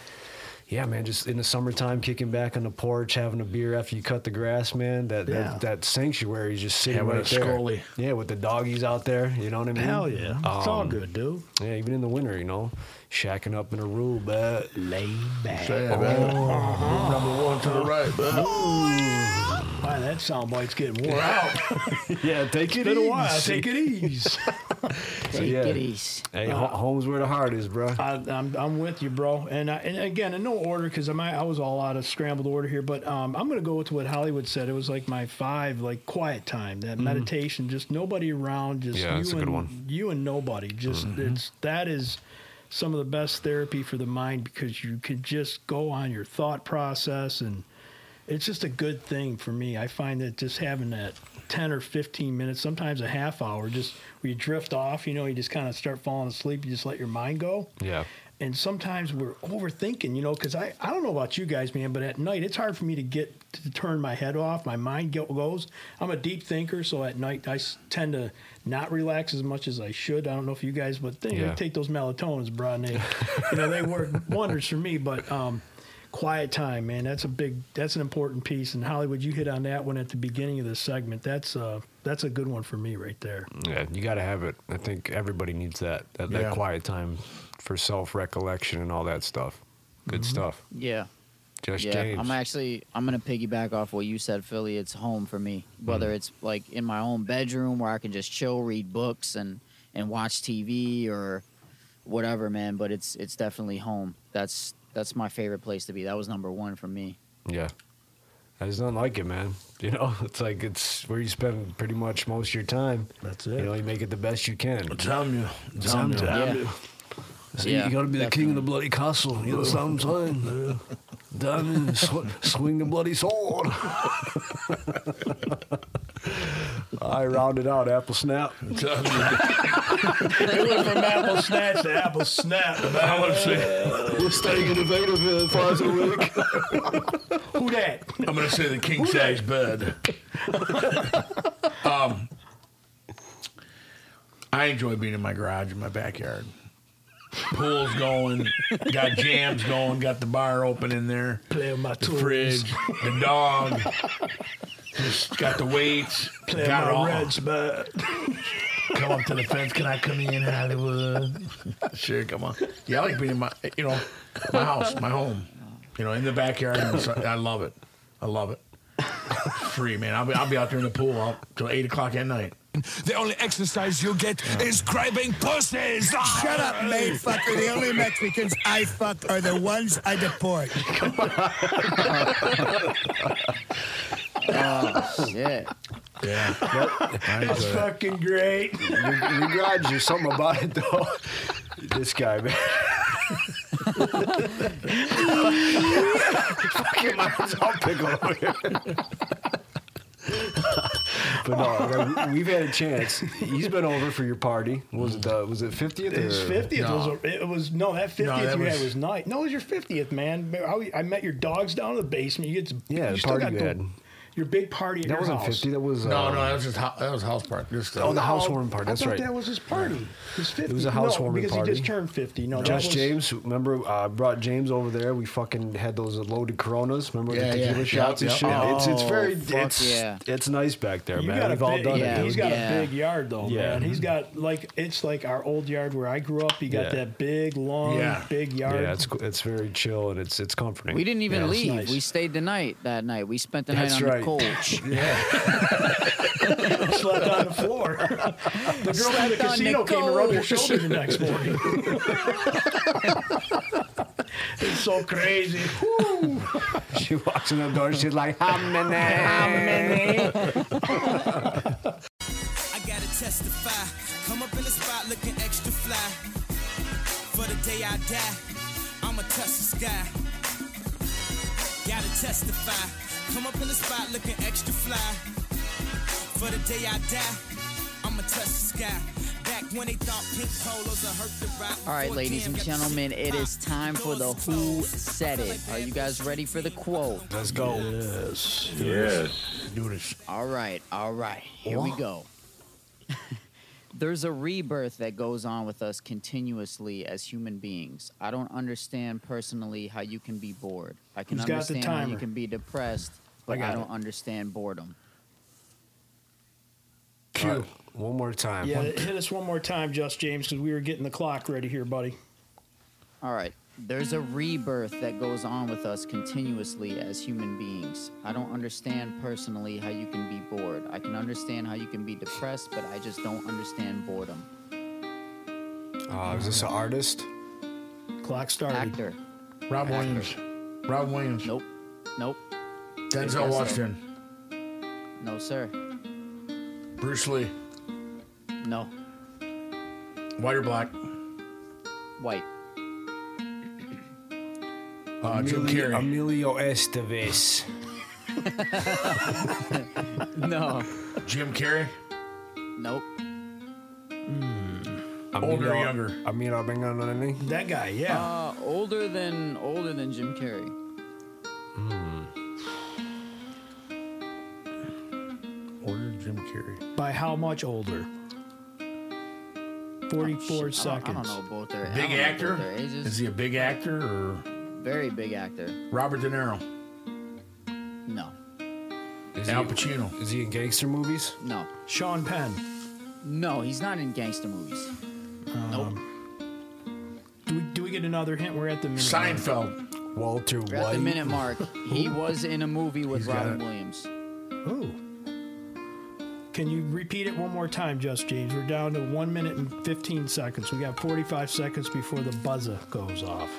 [SPEAKER 2] yeah, man, just in the summertime, kicking back on the porch, having a beer after you cut the grass, man. That
[SPEAKER 5] Yeah.
[SPEAKER 2] that, that sanctuary is just sitting
[SPEAKER 5] Having
[SPEAKER 2] right
[SPEAKER 5] a
[SPEAKER 2] there.
[SPEAKER 5] scully.
[SPEAKER 2] Yeah, with the doggies out there. You know what I mean? Um,
[SPEAKER 5] Hell yeah. It's all
[SPEAKER 4] good, dude.
[SPEAKER 2] Yeah, even in the winter, you know, shacking up in a room, but lay back.
[SPEAKER 5] Say it, man. Number one to the right, man.
[SPEAKER 4] Wow, that sound bite's getting wore out.
[SPEAKER 2] yeah, take
[SPEAKER 4] It's
[SPEAKER 2] it
[SPEAKER 4] been a while.
[SPEAKER 2] easy.
[SPEAKER 4] Take it easy.
[SPEAKER 2] So, yeah. Hey, ho- home's where the heart is, bro.
[SPEAKER 4] I, I'm, I'm with you, bro. And I, and again, in no order because I might- I was all out of scrambled order here, but um, I'm gonna go with what Hollywood said. It was like my five, like quiet time, that
[SPEAKER 2] Mhm.
[SPEAKER 4] meditation, just nobody around, just
[SPEAKER 2] Yeah,
[SPEAKER 4] you
[SPEAKER 2] that's a
[SPEAKER 4] and
[SPEAKER 2] good one. Mm-hmm.
[SPEAKER 4] you and nobody. Just it's that is some of the best therapy for the mind because you could just go on your thought process and it's just a good thing for me. I find that just having that 10 or 15 minutes, sometimes a half hour, just where you drift off, you know, you just kind of start falling asleep, you just let your mind go.
[SPEAKER 2] Yeah.
[SPEAKER 4] And sometimes we're overthinking, you know, because I, I don't know about you guys, man, but at night it's hard for me to get to turn my head off. My mind go- goes. I'm a deep thinker, so at night I s- tend to not relax as much as I should. I don't know if you guys, but they
[SPEAKER 2] Yeah.
[SPEAKER 4] take those melatonins, bro, and they, you know, they work wonders for me. But um, quiet time, man, that's a big, that's an important piece. And Hollywood, you hit on that one at the beginning of this segment. That's uh, that's a good one for me right there.
[SPEAKER 2] Yeah, you got to have it. I think everybody needs that that,
[SPEAKER 4] Yeah.
[SPEAKER 2] that quiet time for self recollection and all that stuff. Good stuff.
[SPEAKER 3] Yeah.
[SPEAKER 2] Just
[SPEAKER 3] yeah,
[SPEAKER 2] James.
[SPEAKER 3] I'm actually I'm gonna piggyback off what you said, Philly. It's home for me.
[SPEAKER 2] Mm.
[SPEAKER 3] Whether it's like in my own bedroom where I can just chill, read books, and and watch TV or whatever, man. But it's it's definitely home. That's that's my favorite place to be. That was number one for me.
[SPEAKER 2] Yeah. There's nothing like it, man. You know, it's like it's where you spend pretty much most of your time.
[SPEAKER 4] That's it.
[SPEAKER 2] You know, you make it the best you can.
[SPEAKER 5] telling you. I'm telling you.
[SPEAKER 2] Sometimes.
[SPEAKER 5] Yeah.
[SPEAKER 2] So
[SPEAKER 5] Yeah,
[SPEAKER 2] you got to be the king of the bloody castle. You know what I'm saying? Diamond, sw- swing the bloody sword. I rounded out apple snap.
[SPEAKER 4] it went from apple snatch to apple snap.
[SPEAKER 5] I want to say
[SPEAKER 2] we're staying in the vein of uh, Father Rick.
[SPEAKER 4] Who that?
[SPEAKER 5] I'm gonna say the king size bed. um, I enjoy being in my garage in my backyard. Pool's going, got jams going, got the bar open in there.
[SPEAKER 4] Play with my
[SPEAKER 5] the
[SPEAKER 4] tools.
[SPEAKER 5] fridge, the dog. Just got the weights.
[SPEAKER 4] Play
[SPEAKER 5] got
[SPEAKER 4] my
[SPEAKER 5] all.
[SPEAKER 4] reds, but
[SPEAKER 5] Come up to the fence. Can I come in, Hollywood? sure, come on. Yeah, I like being in my, you know, my house, my home. You know, in the backyard. and so- I love it. I love it. Free man. I'll be, I'll be out there in the pool up till eight o'clock at night.
[SPEAKER 16] The only exercise you get is grabbing pussies.
[SPEAKER 6] Shut up, mate fucker. The only Mexicans I fuck are the ones I deport.
[SPEAKER 3] Oh shit.
[SPEAKER 5] Yeah.
[SPEAKER 4] That's fucking great.
[SPEAKER 2] Your, your garage, there's something about it though. This guy, man. Fucking my hands all pickled over here. but no, like, we've had a chance. He's been over for your party. Was it the, was it fiftieth?
[SPEAKER 4] His fiftieth was a, it was no that fiftieth
[SPEAKER 2] that
[SPEAKER 4] you had
[SPEAKER 2] was-
[SPEAKER 4] was night. No, it was your fiftieth, man. I, I met your dogs down in the basement. You get to,
[SPEAKER 2] Yeah,
[SPEAKER 4] you
[SPEAKER 2] the
[SPEAKER 4] still
[SPEAKER 2] party
[SPEAKER 4] got
[SPEAKER 2] you
[SPEAKER 4] the-
[SPEAKER 2] had.
[SPEAKER 4] Your big party. At
[SPEAKER 2] That
[SPEAKER 4] your
[SPEAKER 2] wasn't
[SPEAKER 4] house.
[SPEAKER 2] 50, that was,
[SPEAKER 5] No,
[SPEAKER 2] uh,
[SPEAKER 5] no, that was just hou- that was house party. Just
[SPEAKER 2] Oh, the
[SPEAKER 5] house
[SPEAKER 2] housewarming party.
[SPEAKER 4] I
[SPEAKER 2] That's
[SPEAKER 4] thought
[SPEAKER 2] right.
[SPEAKER 4] that was his party. His fifty.
[SPEAKER 2] It was a
[SPEAKER 4] no,
[SPEAKER 2] housewarming
[SPEAKER 4] because
[SPEAKER 2] party.
[SPEAKER 4] he just turned fifty. No, that
[SPEAKER 2] Josh
[SPEAKER 4] was,
[SPEAKER 2] James. Remember, uh, I brought James over there. We fucking had those loaded Coronas. Remember
[SPEAKER 5] Yeah,
[SPEAKER 2] the
[SPEAKER 5] yeah.
[SPEAKER 2] tequila
[SPEAKER 5] Yep,
[SPEAKER 2] shots
[SPEAKER 5] yep.
[SPEAKER 2] and shit. it's it's
[SPEAKER 4] Oh,
[SPEAKER 2] very
[SPEAKER 4] fuck
[SPEAKER 2] it's
[SPEAKER 4] yeah.
[SPEAKER 2] it's nice back there,
[SPEAKER 4] You
[SPEAKER 2] man.
[SPEAKER 4] got
[SPEAKER 2] We've
[SPEAKER 4] a
[SPEAKER 2] all
[SPEAKER 4] big,
[SPEAKER 2] done
[SPEAKER 4] yeah,
[SPEAKER 2] it.
[SPEAKER 4] He's
[SPEAKER 2] dude.
[SPEAKER 4] got a big yard though,
[SPEAKER 2] Yeah.
[SPEAKER 4] man. He's got like it's like our old yard where I grew up. He got
[SPEAKER 2] Yeah.
[SPEAKER 4] that big, long, big yard.
[SPEAKER 2] Yeah, it's co- it's very chill and it's it's comforting.
[SPEAKER 3] We didn't even
[SPEAKER 2] Yeah.
[SPEAKER 3] leave. We stayed the night that night. We spent the night
[SPEAKER 2] That's
[SPEAKER 3] on
[SPEAKER 2] right.
[SPEAKER 3] the couch.
[SPEAKER 4] Slept on the floor. The girl from the
[SPEAKER 3] Slept on
[SPEAKER 4] casino
[SPEAKER 3] the
[SPEAKER 4] came and rubbed your
[SPEAKER 3] couch.
[SPEAKER 4] shoulder the next morning. it's so crazy. Woo.
[SPEAKER 3] e-
[SPEAKER 2] she walks in the door. She's like, "How many? How
[SPEAKER 6] I gotta testify. Come up in the spot looking extra fly. For the day I die, I'ma touch the sky. Gotta testify. Come up in the spot looking extra fly. For the day I die, I'ma touch the sky. Back when they thought pink polos would hurt the rock.
[SPEAKER 3] All right, ladies and gentlemen, it is time for the Who Said It. Are you guys ready for the quote?
[SPEAKER 2] Let's go.
[SPEAKER 4] Yes.
[SPEAKER 5] Yes. Do this.
[SPEAKER 3] All right, all right. Here we
[SPEAKER 5] Wha-
[SPEAKER 3] go. there's a rebirth that goes on with us continuously as human beings. I don't understand personally how you can be bored. I can
[SPEAKER 4] Who's got the
[SPEAKER 3] understand how you
[SPEAKER 4] timer?
[SPEAKER 3] can be depressed,
[SPEAKER 2] I
[SPEAKER 3] but I,
[SPEAKER 2] got
[SPEAKER 3] don't
[SPEAKER 2] it.
[SPEAKER 3] understand boredom.
[SPEAKER 2] All right, one more time.
[SPEAKER 4] Yeah, hit us one more time, Just James, because we were getting the clock ready here, buddy.
[SPEAKER 3] All right. There's a rebirth that goes on with us continuously as human beings. I don't understand personally how you can be bored. I can understand how you can be depressed, but I just don't understand boredom.
[SPEAKER 2] Uh, is this an artist?
[SPEAKER 4] Clock started.
[SPEAKER 3] Actor.
[SPEAKER 5] Rob
[SPEAKER 3] Actor.
[SPEAKER 5] Williams. Rob Williams.
[SPEAKER 3] Nope. Nope.
[SPEAKER 5] Denzel
[SPEAKER 3] Yes,
[SPEAKER 5] Washington.
[SPEAKER 3] No, sir.
[SPEAKER 5] Bruce Lee.
[SPEAKER 3] No.
[SPEAKER 5] White or black?
[SPEAKER 3] White.
[SPEAKER 5] Uh, Jim
[SPEAKER 2] Emilio-
[SPEAKER 5] Carrey.
[SPEAKER 2] Emilio Estevez.
[SPEAKER 3] no.
[SPEAKER 5] Jim Carrey.
[SPEAKER 3] Nope.
[SPEAKER 5] Older or younger?
[SPEAKER 2] I mean, I've been on any.
[SPEAKER 4] That guy,
[SPEAKER 3] Uh, older than older than Jim Carrey.
[SPEAKER 5] Older than Jim Carrey.
[SPEAKER 4] By how much older? 44
[SPEAKER 3] Oh, Shit, I don't-
[SPEAKER 4] seconds.
[SPEAKER 3] I don't know both their I
[SPEAKER 5] Big
[SPEAKER 3] don't know
[SPEAKER 5] actor?
[SPEAKER 3] both their ages.
[SPEAKER 5] Is he a big actor or
[SPEAKER 3] Very big actor.
[SPEAKER 5] Robert De Niro?
[SPEAKER 3] No.
[SPEAKER 5] Al Pacino.
[SPEAKER 2] Is he in gangster movies?
[SPEAKER 3] No.
[SPEAKER 4] Sean Penn.
[SPEAKER 3] No, he's not in gangster movies. nope.
[SPEAKER 4] Do we, do we get another hint? We're at the minute. mark.
[SPEAKER 5] Seinfeld.
[SPEAKER 2] Walter
[SPEAKER 3] We're at the minute mark. He was in a movie with
[SPEAKER 4] He's got
[SPEAKER 3] Robin
[SPEAKER 4] it.
[SPEAKER 3] Williams.
[SPEAKER 4] Ooh. Oh. Can you repeat it one more time, Just James? We're down to one minute and 15 seconds. We got 45 seconds before the buzzer goes off.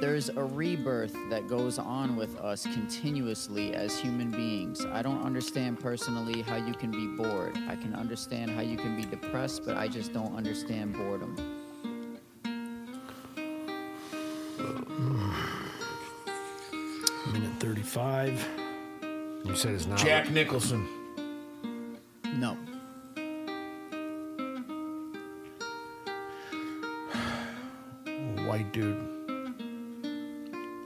[SPEAKER 3] There's a rebirth that goes on with us continuously as human beings. I don't understand personally how you can be bored. I can understand how you can be depressed, but I just don't understand boredom.
[SPEAKER 4] Minute 35.
[SPEAKER 2] You said it's not.
[SPEAKER 5] Jack Nicholson.
[SPEAKER 3] No.
[SPEAKER 5] White dude.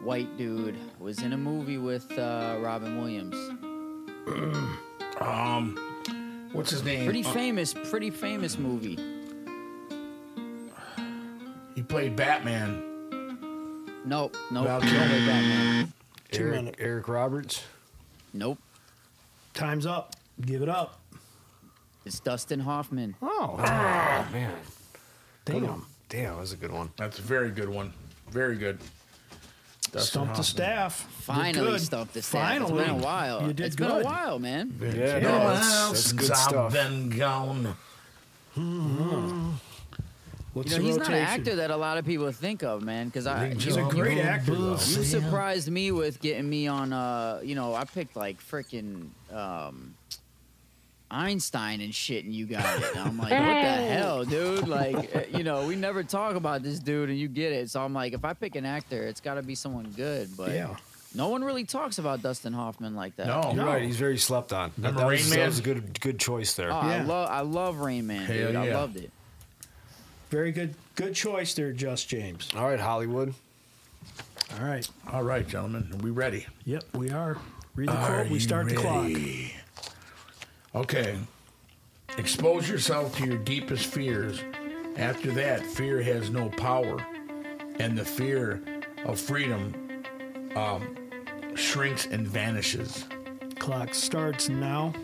[SPEAKER 3] White dude was in a movie with uh, Robin Williams.
[SPEAKER 5] um, what's his name?
[SPEAKER 3] Pretty
[SPEAKER 5] Uh,
[SPEAKER 3] famous, pretty famous movie.
[SPEAKER 5] He played Batman.
[SPEAKER 3] Nope, nope.
[SPEAKER 5] Val
[SPEAKER 3] no way Batman.
[SPEAKER 4] Two
[SPEAKER 2] Eric,
[SPEAKER 4] minute.
[SPEAKER 2] Eric Roberts.
[SPEAKER 3] Nope.
[SPEAKER 4] Time's up. Give it up.
[SPEAKER 3] It's Dustin Hoffman.
[SPEAKER 4] Oh.
[SPEAKER 5] Ah.
[SPEAKER 2] man.
[SPEAKER 4] Damn.
[SPEAKER 2] Damn, that was a good one.
[SPEAKER 5] That's a very good one. Very good. Dustin
[SPEAKER 4] Stump the
[SPEAKER 5] Hoffman.
[SPEAKER 4] staff. You're
[SPEAKER 3] Finally
[SPEAKER 4] good.
[SPEAKER 3] stumped the staff. It's been a
[SPEAKER 4] Finally.
[SPEAKER 3] while.
[SPEAKER 4] You did
[SPEAKER 3] It's
[SPEAKER 4] good.
[SPEAKER 3] been a while, man.
[SPEAKER 2] Yeah,
[SPEAKER 5] You know,
[SPEAKER 2] no, that's, that's
[SPEAKER 5] since
[SPEAKER 2] good
[SPEAKER 5] I've
[SPEAKER 2] stuff.
[SPEAKER 5] been gone.
[SPEAKER 3] You
[SPEAKER 4] What's
[SPEAKER 3] know,
[SPEAKER 4] the
[SPEAKER 3] he's not an
[SPEAKER 4] rotation?
[SPEAKER 3] actor that a lot of people think of, man. Because I,
[SPEAKER 4] He's
[SPEAKER 3] you
[SPEAKER 4] a
[SPEAKER 3] know,
[SPEAKER 4] great
[SPEAKER 3] you-
[SPEAKER 4] actor, though.
[SPEAKER 3] You surprised me with getting me on. Uh, you know, I picked like freaking um, Einstein and shit, and you got it. And I'm like, what the hell, dude? Like, eh, you know, we never talk about this dude, and you get it. So I'm like, if I pick an actor, it's got to be someone good. But
[SPEAKER 4] Yeah.
[SPEAKER 3] no one really talks about Dustin Hoffman like that.
[SPEAKER 5] No.
[SPEAKER 2] You're right. He's very slept on. That,
[SPEAKER 5] Remember
[SPEAKER 2] that,
[SPEAKER 5] Rain
[SPEAKER 2] was, that
[SPEAKER 5] Man?
[SPEAKER 2] was a good good choice there.
[SPEAKER 3] Oh, I
[SPEAKER 4] Yeah.
[SPEAKER 3] love I love Rain Man,
[SPEAKER 5] Hell
[SPEAKER 3] dude. I
[SPEAKER 5] yeah.
[SPEAKER 3] loved it.
[SPEAKER 4] Very good. Good choice there, Just James.
[SPEAKER 2] All right, Hollywood.
[SPEAKER 4] All right.
[SPEAKER 5] All right, gentlemen, are we ready?
[SPEAKER 4] Yep, we are. Read the
[SPEAKER 5] Are
[SPEAKER 4] quote. We
[SPEAKER 5] you
[SPEAKER 4] start the clock.
[SPEAKER 5] ready? Okay. Expose yourself to your deepest fears. After that, fear has no power, and the fear of freedom um, shrinks and vanishes.
[SPEAKER 4] Clock starts now.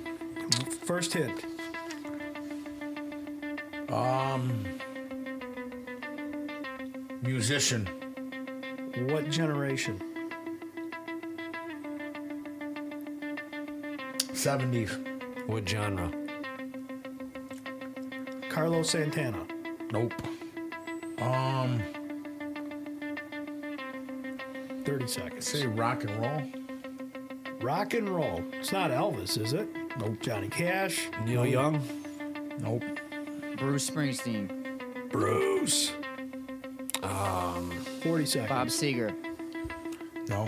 [SPEAKER 4] First hint.
[SPEAKER 5] Um, musician,
[SPEAKER 4] What generation?
[SPEAKER 5] 70s.
[SPEAKER 2] What genre?
[SPEAKER 4] Carlos Santana.
[SPEAKER 5] Nope. Um,
[SPEAKER 4] 30 seconds.
[SPEAKER 5] say rock and roll.
[SPEAKER 4] Rock and roll. It's not Elvis, is it? Nope. Johnny Cash.
[SPEAKER 2] Neil Young.
[SPEAKER 5] Nope.
[SPEAKER 3] Bruce Springsteen,
[SPEAKER 2] Bruce. Um,
[SPEAKER 4] 40 seconds.
[SPEAKER 3] Bob Seger.
[SPEAKER 5] No.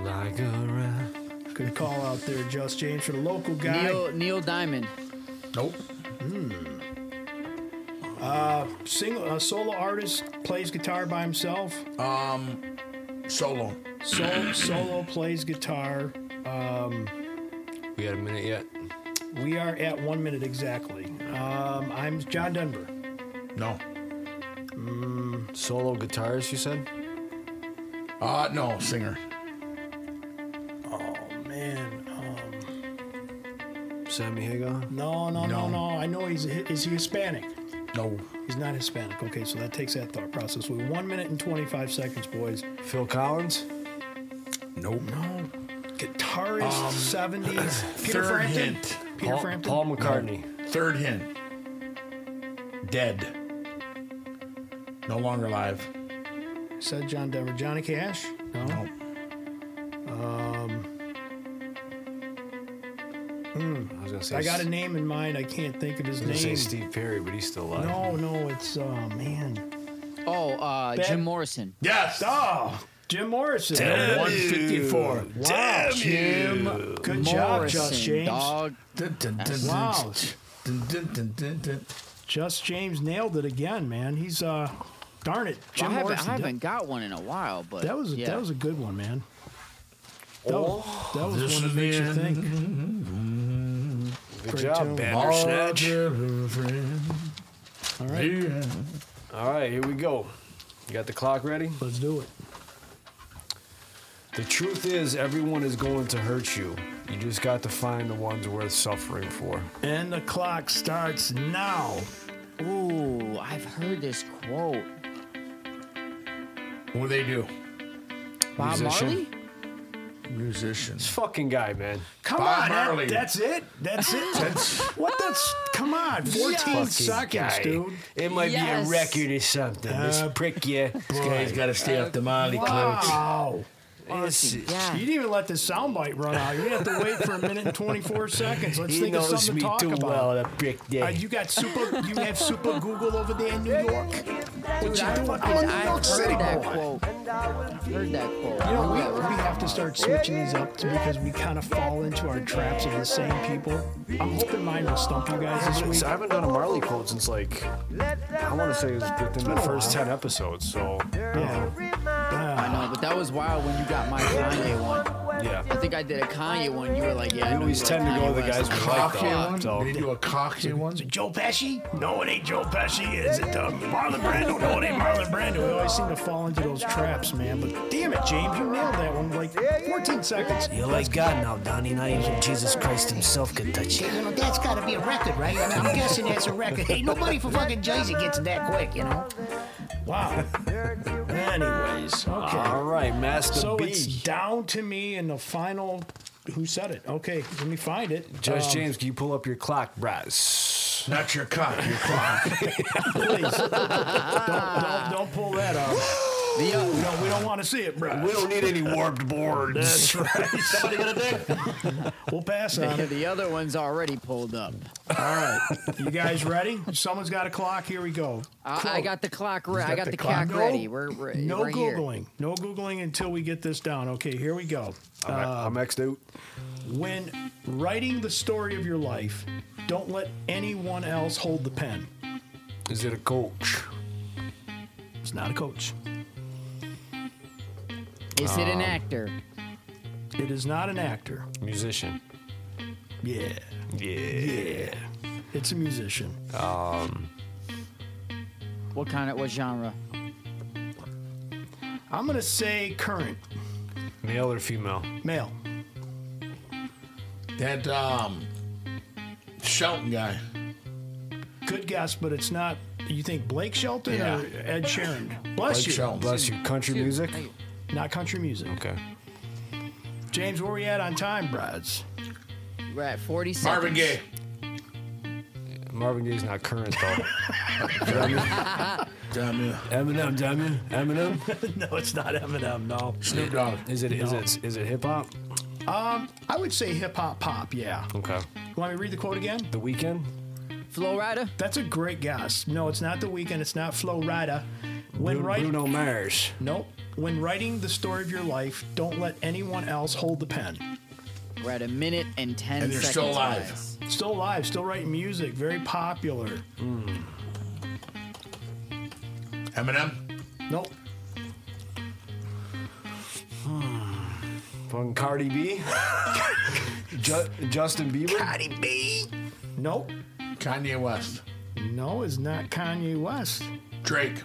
[SPEAKER 2] like a rat.
[SPEAKER 4] Good call out there, Just James, for the local guy.
[SPEAKER 3] Neil Neil Diamond.
[SPEAKER 5] Nope.
[SPEAKER 4] Uh, single, a solo artist plays guitar by himself.
[SPEAKER 5] Um, solo.
[SPEAKER 4] Sol, solo plays guitar. Um,
[SPEAKER 2] We got a minute yet.
[SPEAKER 4] We are at one minute exactly. Um, I'm John Denver.
[SPEAKER 5] No.
[SPEAKER 4] Mm,
[SPEAKER 5] Solo guitarist, you said? Uh, no, singer.
[SPEAKER 4] man. Um,
[SPEAKER 5] Sammy Hagar?
[SPEAKER 4] no, no, no, no, I know he's is he Hispanic?
[SPEAKER 5] No.
[SPEAKER 4] He's not Hispanic. Okay, so that takes that thought process. We're one minute and twenty five seconds, boys.
[SPEAKER 2] Phil Collins?
[SPEAKER 5] Nope.
[SPEAKER 4] No. Guitarist,
[SPEAKER 5] Um,
[SPEAKER 4] seventies. Peter
[SPEAKER 5] third
[SPEAKER 4] Frampton.
[SPEAKER 5] hint.
[SPEAKER 4] Peter
[SPEAKER 5] Paul-
[SPEAKER 4] Frampton.
[SPEAKER 5] Paul McCartney. Third hint. Dead. No longer alive.
[SPEAKER 4] Said John Denver. Johnny Cash? No. Um. hmm.
[SPEAKER 2] I was gonna say
[SPEAKER 4] I got
[SPEAKER 2] s-
[SPEAKER 4] a name in mind. I can't think of
[SPEAKER 2] I was
[SPEAKER 4] his
[SPEAKER 2] gonna
[SPEAKER 4] name.
[SPEAKER 2] say Steve Perry, but he's still alive.
[SPEAKER 4] No, no, it's uh, man.
[SPEAKER 3] Oh, uh,
[SPEAKER 4] That-
[SPEAKER 3] Jim Morrison.
[SPEAKER 5] Yes.
[SPEAKER 4] Oh, Jim Morrison.
[SPEAKER 5] Damn you. 154.
[SPEAKER 4] Wow,
[SPEAKER 5] Damn
[SPEAKER 4] Jim.
[SPEAKER 5] you.
[SPEAKER 4] Good job,
[SPEAKER 5] Morrison,
[SPEAKER 4] Just James.
[SPEAKER 5] dog. Dun, dun, dun,
[SPEAKER 4] wow.
[SPEAKER 5] dun,
[SPEAKER 4] Just James nailed it again, man. He's uh, darn it, Jim
[SPEAKER 3] I haven't,
[SPEAKER 4] Morrison.
[SPEAKER 3] I haven't got one in a while, but
[SPEAKER 4] that was a,
[SPEAKER 3] yeah.
[SPEAKER 4] that was a good one, man. That, was-
[SPEAKER 2] Oh,
[SPEAKER 4] that was one that makes you think.
[SPEAKER 2] Good
[SPEAKER 4] Great
[SPEAKER 2] job,
[SPEAKER 4] tune.
[SPEAKER 2] Bandersnatch.
[SPEAKER 4] All right.
[SPEAKER 2] All right, here we go. You got the clock ready?
[SPEAKER 4] Let's do it.
[SPEAKER 2] The truth is, everyone is going to hurt you. You just got to find the ones worth suffering for.
[SPEAKER 4] And the clock starts now.
[SPEAKER 3] Ooh, I've heard this quote.
[SPEAKER 5] What do they do?
[SPEAKER 3] Bob Marley?
[SPEAKER 5] Musician. This
[SPEAKER 2] fucking guy, man.
[SPEAKER 4] Come
[SPEAKER 5] Bob
[SPEAKER 4] on, that-
[SPEAKER 5] Marley.
[SPEAKER 4] that's it. That's it. what? That's come on.
[SPEAKER 2] This
[SPEAKER 4] Fourteen
[SPEAKER 2] fucking
[SPEAKER 4] seconds,
[SPEAKER 2] guy.
[SPEAKER 4] dude.
[SPEAKER 2] It might
[SPEAKER 4] Yes.
[SPEAKER 2] be a record or something. this
[SPEAKER 4] Uh,
[SPEAKER 2] prick, yeah.
[SPEAKER 5] This guy's got to stay off the Molly
[SPEAKER 4] Wow.
[SPEAKER 2] This is-
[SPEAKER 4] You didn't even let the soundbite run out. You have to wait for a minute and 24 seconds. Let's
[SPEAKER 2] he
[SPEAKER 4] think of
[SPEAKER 2] knows
[SPEAKER 4] something
[SPEAKER 2] me
[SPEAKER 4] to talk
[SPEAKER 2] too
[SPEAKER 4] about.
[SPEAKER 2] well, that prick. Yeah.
[SPEAKER 4] Uh, you got super. You have super Google over there in New York. What you doing? I'm a New York City
[SPEAKER 3] that
[SPEAKER 4] boy.
[SPEAKER 3] quote. I've heard that quote.
[SPEAKER 4] You know, we, we have to start switching these up to- because we kind of fall into our traps of the same people. I'm hoping mine will stump you guys this week.
[SPEAKER 2] I haven't done a Marley quote since like I want to say it was within the first ten episodes. So
[SPEAKER 4] yeah,
[SPEAKER 3] I know, but that was wild when you got my Kanye one.
[SPEAKER 2] Yeah.
[SPEAKER 3] I think I did a Kanye one. You were like, yeah. I
[SPEAKER 2] We
[SPEAKER 3] know
[SPEAKER 2] always
[SPEAKER 3] you
[SPEAKER 2] tend
[SPEAKER 3] like
[SPEAKER 2] to go
[SPEAKER 3] Kanye
[SPEAKER 2] with the
[SPEAKER 3] West.
[SPEAKER 2] guys we like a lot. So
[SPEAKER 5] They do a cocky one.
[SPEAKER 4] Joe Pesci? No, it ain't Joe Pesci. Is it uh, Marlon Brando? No, it ain't Marlon Brando. We always seem to fall into those traps, man. But damn it, James, you nailed that one. Like 14 seconds.
[SPEAKER 11] You're like God now, Donnie. Not even Jesus Christ himself could touch you.
[SPEAKER 1] You know, that's gotta be a record, right? I mean, I'm guessing that's a record. Ain't nobody for fucking Jersey gets it that quick, you know?
[SPEAKER 4] Wow. Anyways, uh, okay.
[SPEAKER 2] All right, Master
[SPEAKER 4] so
[SPEAKER 2] B.
[SPEAKER 4] it's down to me in the final. Who said it? Okay, let me find it.
[SPEAKER 2] Judge
[SPEAKER 4] Um,
[SPEAKER 2] James, can you pull up your clock, brass?
[SPEAKER 5] Not your cock, your clock.
[SPEAKER 4] Please. don't, don't, don't pull that out. no, we don't want to see it, bro.
[SPEAKER 2] We don't need any warped boards.
[SPEAKER 4] That's right.
[SPEAKER 2] Somebody
[SPEAKER 4] got a dick? We'll pass on
[SPEAKER 3] The,
[SPEAKER 4] it.
[SPEAKER 3] the other one's already pulled up.
[SPEAKER 4] All right. You guys ready? Someone's got a clock. Here we go.
[SPEAKER 3] I, I got the clock. Re-
[SPEAKER 4] He's
[SPEAKER 3] I got the, clock
[SPEAKER 4] clock. No-
[SPEAKER 3] ready. We're, we're
[SPEAKER 4] no
[SPEAKER 3] we're here.
[SPEAKER 4] googling. No googling until we get this down. Okay, here we go.
[SPEAKER 2] I'm, I'm X'd out.
[SPEAKER 4] When writing the story of your life, don't let anyone else hold the pen.
[SPEAKER 2] Is it a coach?
[SPEAKER 4] It's not a coach.
[SPEAKER 3] Is it an
[SPEAKER 4] Um,
[SPEAKER 3] actor?
[SPEAKER 4] It is not an actor.
[SPEAKER 2] Musician.
[SPEAKER 4] Yeah.
[SPEAKER 2] Yeah.
[SPEAKER 4] It's a musician.
[SPEAKER 2] Um.
[SPEAKER 3] What kind of what genre?
[SPEAKER 4] I'm gonna say current
[SPEAKER 2] Male or female?
[SPEAKER 4] male.
[SPEAKER 5] That um, Shelton guy.
[SPEAKER 4] Good guess, but it's not. You think Blake Shelton
[SPEAKER 5] Yeah.
[SPEAKER 4] or Ed Sheeran? Bless
[SPEAKER 2] Blake
[SPEAKER 4] you.
[SPEAKER 2] Shelton. Bless you. Country music?
[SPEAKER 4] Not country music.
[SPEAKER 2] Okay.
[SPEAKER 4] James, where we at on time, Brads?
[SPEAKER 3] We're at 40 seconds.
[SPEAKER 4] Marvin Gaye.
[SPEAKER 2] Marvin Gaye's not current though. Damn you. Eminem, damn you. Eminem.
[SPEAKER 4] no, it's not Eminem. No.
[SPEAKER 5] Snoop Dogg.
[SPEAKER 2] Is it? Is
[SPEAKER 4] No.
[SPEAKER 2] it? Is it hip hop?
[SPEAKER 4] Um, I would say hip hop pop. Yeah.
[SPEAKER 2] Okay.
[SPEAKER 4] Want me to read the quote again?
[SPEAKER 2] The Weekend.
[SPEAKER 3] Flow Rider.
[SPEAKER 4] That's a great guess. No, it's not the weekend. It's not Flow Rider. When
[SPEAKER 2] Bru-
[SPEAKER 4] writing,
[SPEAKER 2] Bruno Mars.
[SPEAKER 4] nope. When writing the story of your life, don't let anyone else hold the pen.
[SPEAKER 3] We're at a minute and 10
[SPEAKER 4] And
[SPEAKER 3] seconds.
[SPEAKER 4] they're still alive.
[SPEAKER 3] guys.
[SPEAKER 4] Still alive. Still writing music. Very popular.
[SPEAKER 5] Eminem.
[SPEAKER 4] Nope.
[SPEAKER 2] Fucking Cardi B. Ju- Justin Bieber? Cardi
[SPEAKER 4] B. Nope.
[SPEAKER 5] Kanye West.
[SPEAKER 4] No, it's not Kanye West.
[SPEAKER 5] Drake.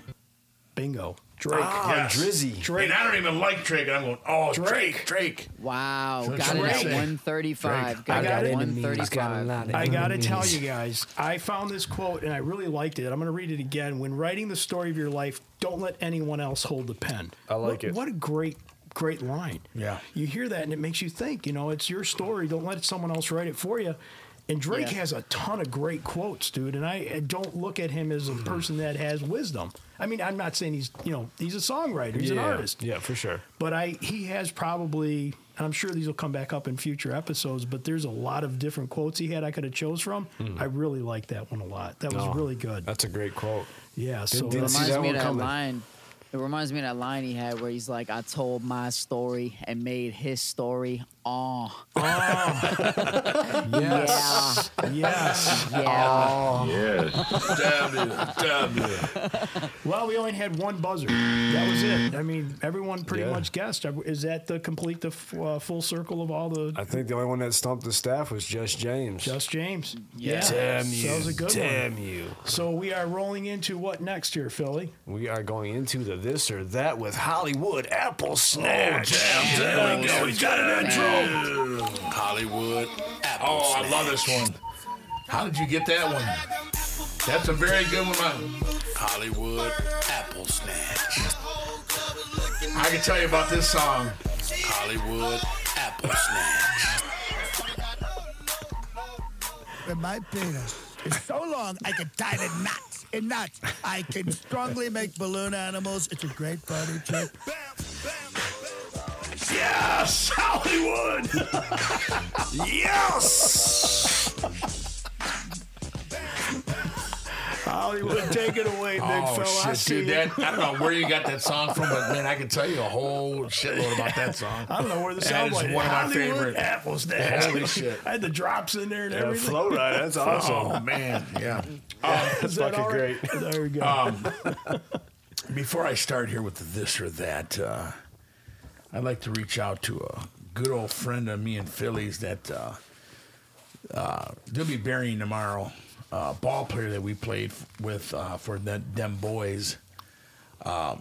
[SPEAKER 4] Bingo. Drake.
[SPEAKER 2] Ah. Oh,
[SPEAKER 4] Drake.
[SPEAKER 5] And I don't even like Drake. And I'm going, oh, Drake, Drake.
[SPEAKER 3] Wow,
[SPEAKER 5] So
[SPEAKER 3] got it
[SPEAKER 5] Drake.
[SPEAKER 3] at 135. Got,
[SPEAKER 4] I
[SPEAKER 3] it
[SPEAKER 4] got
[SPEAKER 3] at
[SPEAKER 4] it.
[SPEAKER 3] 135.
[SPEAKER 4] I gotta tell you guys, I found this quote and I really liked it. I'm gonna read it again. When writing the story of your life, don't let anyone else hold the pen.
[SPEAKER 20] I like
[SPEAKER 4] What-
[SPEAKER 20] it.
[SPEAKER 4] What a great, great line.
[SPEAKER 5] Yeah.
[SPEAKER 4] You hear that and it makes you think. You know, it's your story. Don't let someone else write it for you. And Drake
[SPEAKER 5] Yeah.
[SPEAKER 4] has a ton of great quotes, dude. And I I don't look at him as a person that has wisdom. I mean, I'm not saying he's, you know, he's a songwriter. He's an
[SPEAKER 2] Yeah,
[SPEAKER 4] artist
[SPEAKER 2] Yeah, for sure.
[SPEAKER 4] but I he has probably and I'm sure these will come back up in future episodes, but there's a lot of different quotes he had I could have chose from.
[SPEAKER 2] Mm.
[SPEAKER 4] I really like that one a lot. That was
[SPEAKER 2] No,
[SPEAKER 4] really good.
[SPEAKER 2] That's a great quote.
[SPEAKER 4] Yeah, so
[SPEAKER 2] Didn't- didn't see
[SPEAKER 4] reminds
[SPEAKER 2] that
[SPEAKER 4] me
[SPEAKER 2] one
[SPEAKER 4] of that
[SPEAKER 2] coming.
[SPEAKER 3] line. It reminds me of that line he had where he's like, "I told my story and made his story." Oh,
[SPEAKER 4] Yes. Yes.
[SPEAKER 3] Yeah.
[SPEAKER 4] Oh.
[SPEAKER 5] Yes. Damn it. Damn it.
[SPEAKER 4] Well, we only had one buzzer. That was it. I mean, everyone pretty
[SPEAKER 2] Yeah.
[SPEAKER 4] much guessed. Is that the complete the f- uh, full circle of all the
[SPEAKER 2] I think the only one that stumped the staff was Just James.
[SPEAKER 4] Just James?
[SPEAKER 2] Yeah. Damn
[SPEAKER 4] So
[SPEAKER 2] you.
[SPEAKER 4] That was a good
[SPEAKER 2] damn
[SPEAKER 4] one.
[SPEAKER 2] you.
[SPEAKER 4] So we are rolling into what next here, Philly?
[SPEAKER 2] We are going into the this or that with Hollywood Apple Snatch.
[SPEAKER 4] Oh,
[SPEAKER 5] damn, there we go. He's got an intro. Hollywood. oh, I love this one. How did you get that one? That's a very good one. man. Hollywood Apple Snatch. I can tell you about this song. Hollywood Apple Snatch.
[SPEAKER 8] But my penis is so long I can tie it in knots. In knots. I can strongly make balloon animals. It's a great party trick.
[SPEAKER 5] Yes, Hollywood. yes.
[SPEAKER 4] Hollywood, take it away, big
[SPEAKER 5] oh,
[SPEAKER 4] fella. I
[SPEAKER 5] Shit,
[SPEAKER 4] see
[SPEAKER 5] dude,
[SPEAKER 4] you.
[SPEAKER 5] that, I don't know where you got that song from, but man, I can tell you a whole shitload about that song.
[SPEAKER 4] I don't know where the
[SPEAKER 5] That
[SPEAKER 4] sound
[SPEAKER 5] is
[SPEAKER 4] like
[SPEAKER 5] one of my
[SPEAKER 4] Hollywood
[SPEAKER 5] favorite
[SPEAKER 4] apples. There.
[SPEAKER 5] Holy shit.
[SPEAKER 4] I had the drops in there and
[SPEAKER 5] Yeah, oh,
[SPEAKER 4] everything.
[SPEAKER 5] Flow Rider, that's awesome. Oh, man, yeah.
[SPEAKER 4] Is that all right? There we go.
[SPEAKER 5] Um, before I start here with this or that, uh, I'd like to reach out to a good old friend of me in Phillies that uh, uh, they'll be burying tomorrow. uh, ball player that we played f- with uh, for the, them boys, uh,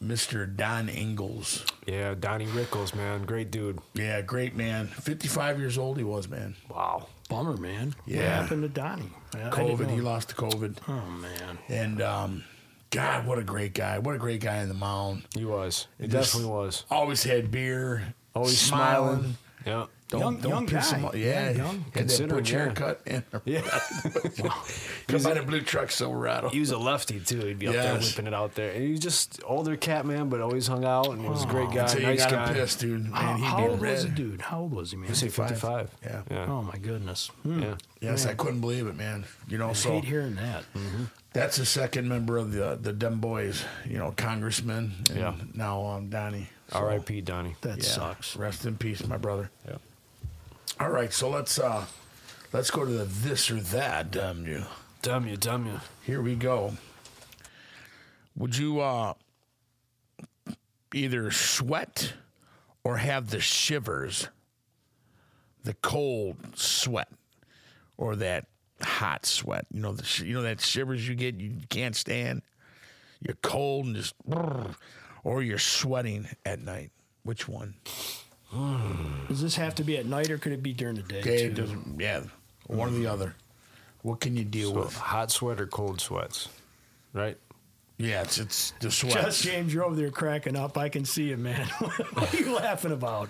[SPEAKER 5] Mr. Don Ingles.
[SPEAKER 2] Yeah, Donnie Rickles, man. Great dude.
[SPEAKER 5] Yeah, great man. 55 years old he was, man.
[SPEAKER 2] Wow.
[SPEAKER 4] Bummer, man.
[SPEAKER 5] Yeah.
[SPEAKER 4] What happened to Donnie? I- I didn't
[SPEAKER 5] COVID.
[SPEAKER 4] know.
[SPEAKER 5] He lost to COVID.
[SPEAKER 4] Oh man.
[SPEAKER 5] And um, God, what a great guy! What a great guy in the mound.
[SPEAKER 2] He was. He
[SPEAKER 5] It just
[SPEAKER 2] definitely was.
[SPEAKER 5] Always had beer.
[SPEAKER 2] Always smiling. Yeah.
[SPEAKER 5] Don't,
[SPEAKER 2] Young-
[SPEAKER 5] don't
[SPEAKER 2] young
[SPEAKER 5] piss
[SPEAKER 2] guy.
[SPEAKER 5] him off.
[SPEAKER 2] Yeah,
[SPEAKER 5] Yeah,
[SPEAKER 2] young.
[SPEAKER 5] Had that
[SPEAKER 2] Considering,
[SPEAKER 5] butch
[SPEAKER 2] yeah.
[SPEAKER 5] haircut. And yeah. Come
[SPEAKER 2] He's
[SPEAKER 5] by
[SPEAKER 2] a-
[SPEAKER 5] the blue truck Silverado.
[SPEAKER 2] He was a lefty too. He'd be up there
[SPEAKER 5] Yes.
[SPEAKER 2] whipping it out there. And he was just older cat man, but always hung out and he was a great guy.
[SPEAKER 5] Until you
[SPEAKER 2] nice
[SPEAKER 5] got him
[SPEAKER 2] guy.
[SPEAKER 5] pissed, dude.
[SPEAKER 4] How,
[SPEAKER 5] Man, he'd
[SPEAKER 4] how
[SPEAKER 5] be
[SPEAKER 4] old was the
[SPEAKER 5] red.
[SPEAKER 4] dude? How old was he, man?
[SPEAKER 2] He was like 55.
[SPEAKER 5] Yeah.
[SPEAKER 4] Oh my goodness. Hmm.
[SPEAKER 2] Yeah.
[SPEAKER 5] Yes,
[SPEAKER 4] Man.
[SPEAKER 5] I couldn't believe it, man. You know,
[SPEAKER 4] I
[SPEAKER 5] so Mm-hmm.
[SPEAKER 4] hate hearing that.
[SPEAKER 5] that's the second member of the the Dem Boys. You know, congressman. And
[SPEAKER 2] Yeah.
[SPEAKER 5] Now um, Donnie. So-
[SPEAKER 2] R.I.P. Donnie.
[SPEAKER 4] That
[SPEAKER 5] Yeah.
[SPEAKER 4] sucks.
[SPEAKER 5] Rest in peace, my brother. Yeah. All right, so let's uh let's go to the this or that, damn you.
[SPEAKER 2] Damn you, damn you.
[SPEAKER 5] Here we go. Would you uh either sweat or have the shivers? The cold sweat or that hot sweat. You know the sh- you know that shivers you get you can't stand. You're cold and just or you're sweating at night. Which one?
[SPEAKER 4] Does this have to be at night or could it be during the day?
[SPEAKER 5] Okay,
[SPEAKER 4] too?
[SPEAKER 5] it doesn't. Yeah, one or the other. What can you deal
[SPEAKER 2] So,
[SPEAKER 5] with?
[SPEAKER 2] hot sweat or cold sweats, right?
[SPEAKER 5] Yeah, it's it's the sweat.
[SPEAKER 4] Just James, you're over there cracking up. I can see you, man. what are you laughing about?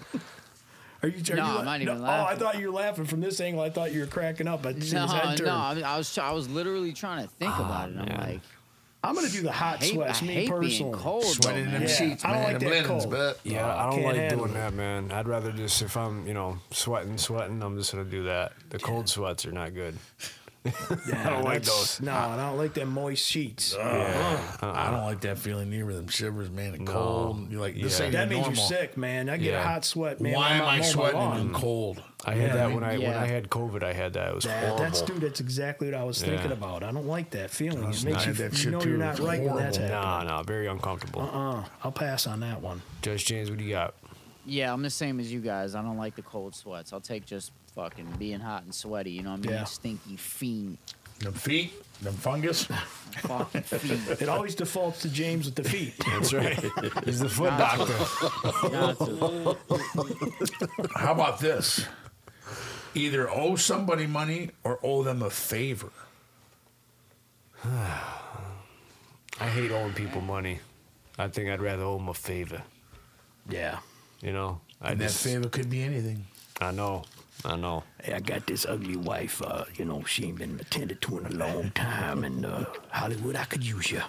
[SPEAKER 4] Are you? Are
[SPEAKER 3] No,
[SPEAKER 4] you
[SPEAKER 3] I'm not even
[SPEAKER 4] Oh, I
[SPEAKER 3] laughing.
[SPEAKER 4] thought you were laughing from this angle. I thought you were cracking up. But
[SPEAKER 3] No, no, I, mean, I was try- I was literally trying to think about it. I'm like,
[SPEAKER 4] I'm gonna do the hot
[SPEAKER 3] I hate-
[SPEAKER 4] sweats.
[SPEAKER 3] I
[SPEAKER 4] me
[SPEAKER 3] hate being
[SPEAKER 4] personally,
[SPEAKER 3] cold, though, Sweating in them man. sheets,
[SPEAKER 4] I don't
[SPEAKER 3] man,
[SPEAKER 4] like
[SPEAKER 3] them
[SPEAKER 4] that
[SPEAKER 3] linens,
[SPEAKER 4] cold.
[SPEAKER 5] but-
[SPEAKER 2] Yeah, I don't
[SPEAKER 4] Can't
[SPEAKER 2] like
[SPEAKER 4] handle
[SPEAKER 2] doing
[SPEAKER 4] it.
[SPEAKER 2] that, man. I'd rather just if I'm, you know, sweating, sweating, I'm just gonna do that. The cold sweats are not good. I don't like
[SPEAKER 4] That's-
[SPEAKER 2] those.
[SPEAKER 4] No, I don't like them moist sheets.
[SPEAKER 5] Yeah. I don't like that feeling either. Them shivers, man, and cold. You're like this
[SPEAKER 2] Yeah.
[SPEAKER 5] ain't
[SPEAKER 4] That means
[SPEAKER 5] normal.
[SPEAKER 4] you're sick, man. I get
[SPEAKER 2] Yeah.
[SPEAKER 4] a hot sweat, man.
[SPEAKER 5] Why
[SPEAKER 4] when
[SPEAKER 5] am I
[SPEAKER 4] I'm out mowing my
[SPEAKER 5] sweating
[SPEAKER 4] lawn.
[SPEAKER 5] and cold?
[SPEAKER 2] I had
[SPEAKER 4] Yeah.
[SPEAKER 2] that when I when
[SPEAKER 4] Yeah.
[SPEAKER 2] I had COVID. I had that. It was
[SPEAKER 4] That,
[SPEAKER 2] horrible.
[SPEAKER 4] that's dude. That's exactly what I was thinking
[SPEAKER 2] Yeah.
[SPEAKER 4] about. I don't like that feeling.
[SPEAKER 2] That's
[SPEAKER 4] It makes
[SPEAKER 2] not-
[SPEAKER 4] you,
[SPEAKER 2] I had that
[SPEAKER 4] you
[SPEAKER 2] shit
[SPEAKER 4] know
[SPEAKER 2] too.
[SPEAKER 4] you're
[SPEAKER 2] It
[SPEAKER 4] not
[SPEAKER 2] was
[SPEAKER 4] right when that's
[SPEAKER 2] horrible.
[SPEAKER 4] happening.
[SPEAKER 2] Nah, nah, very uncomfortable.
[SPEAKER 4] Uh-uh. I'll pass on that one.
[SPEAKER 2] Judge James, what do you got?
[SPEAKER 3] yeah, I'm the same as you guys. I don't like the cold sweats. I'll take just fucking being hot and sweaty. You know what I mean?
[SPEAKER 5] Yeah.
[SPEAKER 3] Stinky fiend.
[SPEAKER 5] Them feet, them fungus.
[SPEAKER 3] Fucking feet.
[SPEAKER 4] It always defaults to James with the feet.
[SPEAKER 5] That's right. He's the foot doctor. How about this? Either owe somebody money or owe them a favor.
[SPEAKER 2] I hate owing people money. I think I'd rather owe them a favor.
[SPEAKER 4] Yeah.
[SPEAKER 2] You know, I
[SPEAKER 5] and that
[SPEAKER 2] just-
[SPEAKER 5] favor could be anything.
[SPEAKER 2] I know. I know.
[SPEAKER 4] Hey, I got this ugly wife. Uh, you know, she ain't been attended to in a long time. And uh, Hollywood, I could use you.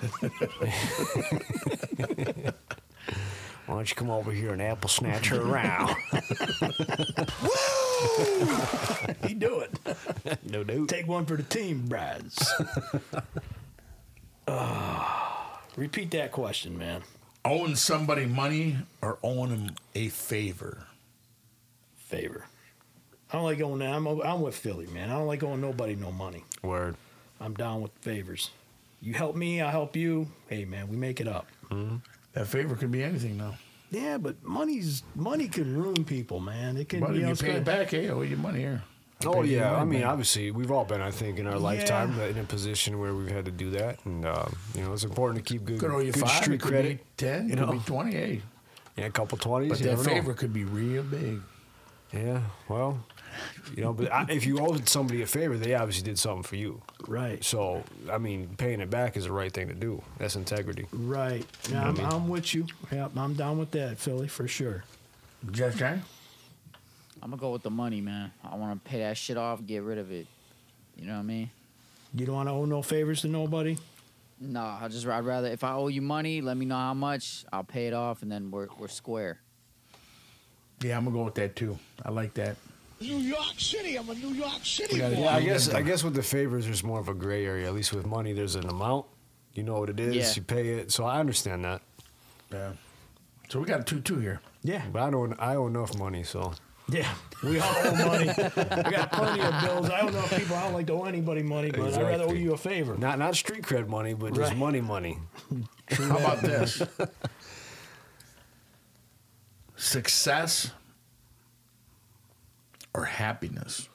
[SPEAKER 2] Why don't you come over here and apple snatch her around?
[SPEAKER 4] he do it.
[SPEAKER 2] no doubt.
[SPEAKER 4] Take one for the team, Brides. Ah, repeat that question, man.
[SPEAKER 5] Owing somebody money or owing them a favor.
[SPEAKER 4] Favor. I don't like going. I'm I'm with Philly, man. I don't like going nobody no money.
[SPEAKER 2] Word.
[SPEAKER 4] I'm down with favors. You help me, I help you. Hey, man, we make it up.
[SPEAKER 5] That favor could be anything, though.
[SPEAKER 4] Yeah, but money's money can ruin people, man. It can.
[SPEAKER 5] But if you
[SPEAKER 4] it's
[SPEAKER 5] pay
[SPEAKER 4] gonna-
[SPEAKER 5] it back, hey, I owe you money here.
[SPEAKER 2] Oh
[SPEAKER 5] paid you
[SPEAKER 2] yeah,
[SPEAKER 5] money
[SPEAKER 2] I mean,
[SPEAKER 5] back.
[SPEAKER 2] obviously, we've all been, I think, in our lifetime in a position where we've had to do that, and uh, you know, it's important to keep good,
[SPEAKER 5] Could owe you
[SPEAKER 2] good
[SPEAKER 5] five,
[SPEAKER 2] street
[SPEAKER 5] it could
[SPEAKER 2] credit.
[SPEAKER 5] be ten,
[SPEAKER 2] you
[SPEAKER 5] it could
[SPEAKER 2] know.
[SPEAKER 5] be twenty, hey.
[SPEAKER 2] Yeah, a couple twenties.
[SPEAKER 5] But
[SPEAKER 2] you
[SPEAKER 5] that
[SPEAKER 2] never know.
[SPEAKER 5] favor could be real big.
[SPEAKER 2] Yeah, well, you know, but I, if you owed somebody a favor, they obviously did something for you.
[SPEAKER 4] Right.
[SPEAKER 2] So, I mean, paying it back is the right thing to do. That's integrity.
[SPEAKER 4] Right.
[SPEAKER 2] You know
[SPEAKER 4] Yeah, I'm,
[SPEAKER 2] what I mean?
[SPEAKER 4] I'm with you. Yep, I'm down with that, Philly, for sure.
[SPEAKER 5] Just
[SPEAKER 3] I'm gonna go with the money, man. I want to pay that shit off, get rid of it. You know what I mean?
[SPEAKER 4] You don't want to owe no favors to nobody.
[SPEAKER 3] No, I just I'd rather if I owe you money, let me know how much. I'll pay it off, and then we're we're square.
[SPEAKER 5] Yeah, I'm gonna go with that too. I like that.
[SPEAKER 13] New York City. I'm a New York City
[SPEAKER 5] We gotta-
[SPEAKER 2] Yeah, I guess I
[SPEAKER 5] Yeah.
[SPEAKER 2] guess with the favors, there's more of a gray area. At least with money, there's an amount. You know what it is.
[SPEAKER 5] Yeah.
[SPEAKER 2] You pay it. So I understand that.
[SPEAKER 5] Yeah. So we got a two-two here.
[SPEAKER 4] Yeah.
[SPEAKER 2] But I don't. I owe enough money. So
[SPEAKER 4] Yeah, we all owe money. I got plenty of bills. I don't know if people. I don't like to owe anybody money, but I'd rather owe
[SPEAKER 2] Exactly.
[SPEAKER 4] you a favor.
[SPEAKER 2] not not street cred money, but just
[SPEAKER 4] Right.
[SPEAKER 2] money, money.
[SPEAKER 5] How about this? Success or happiness?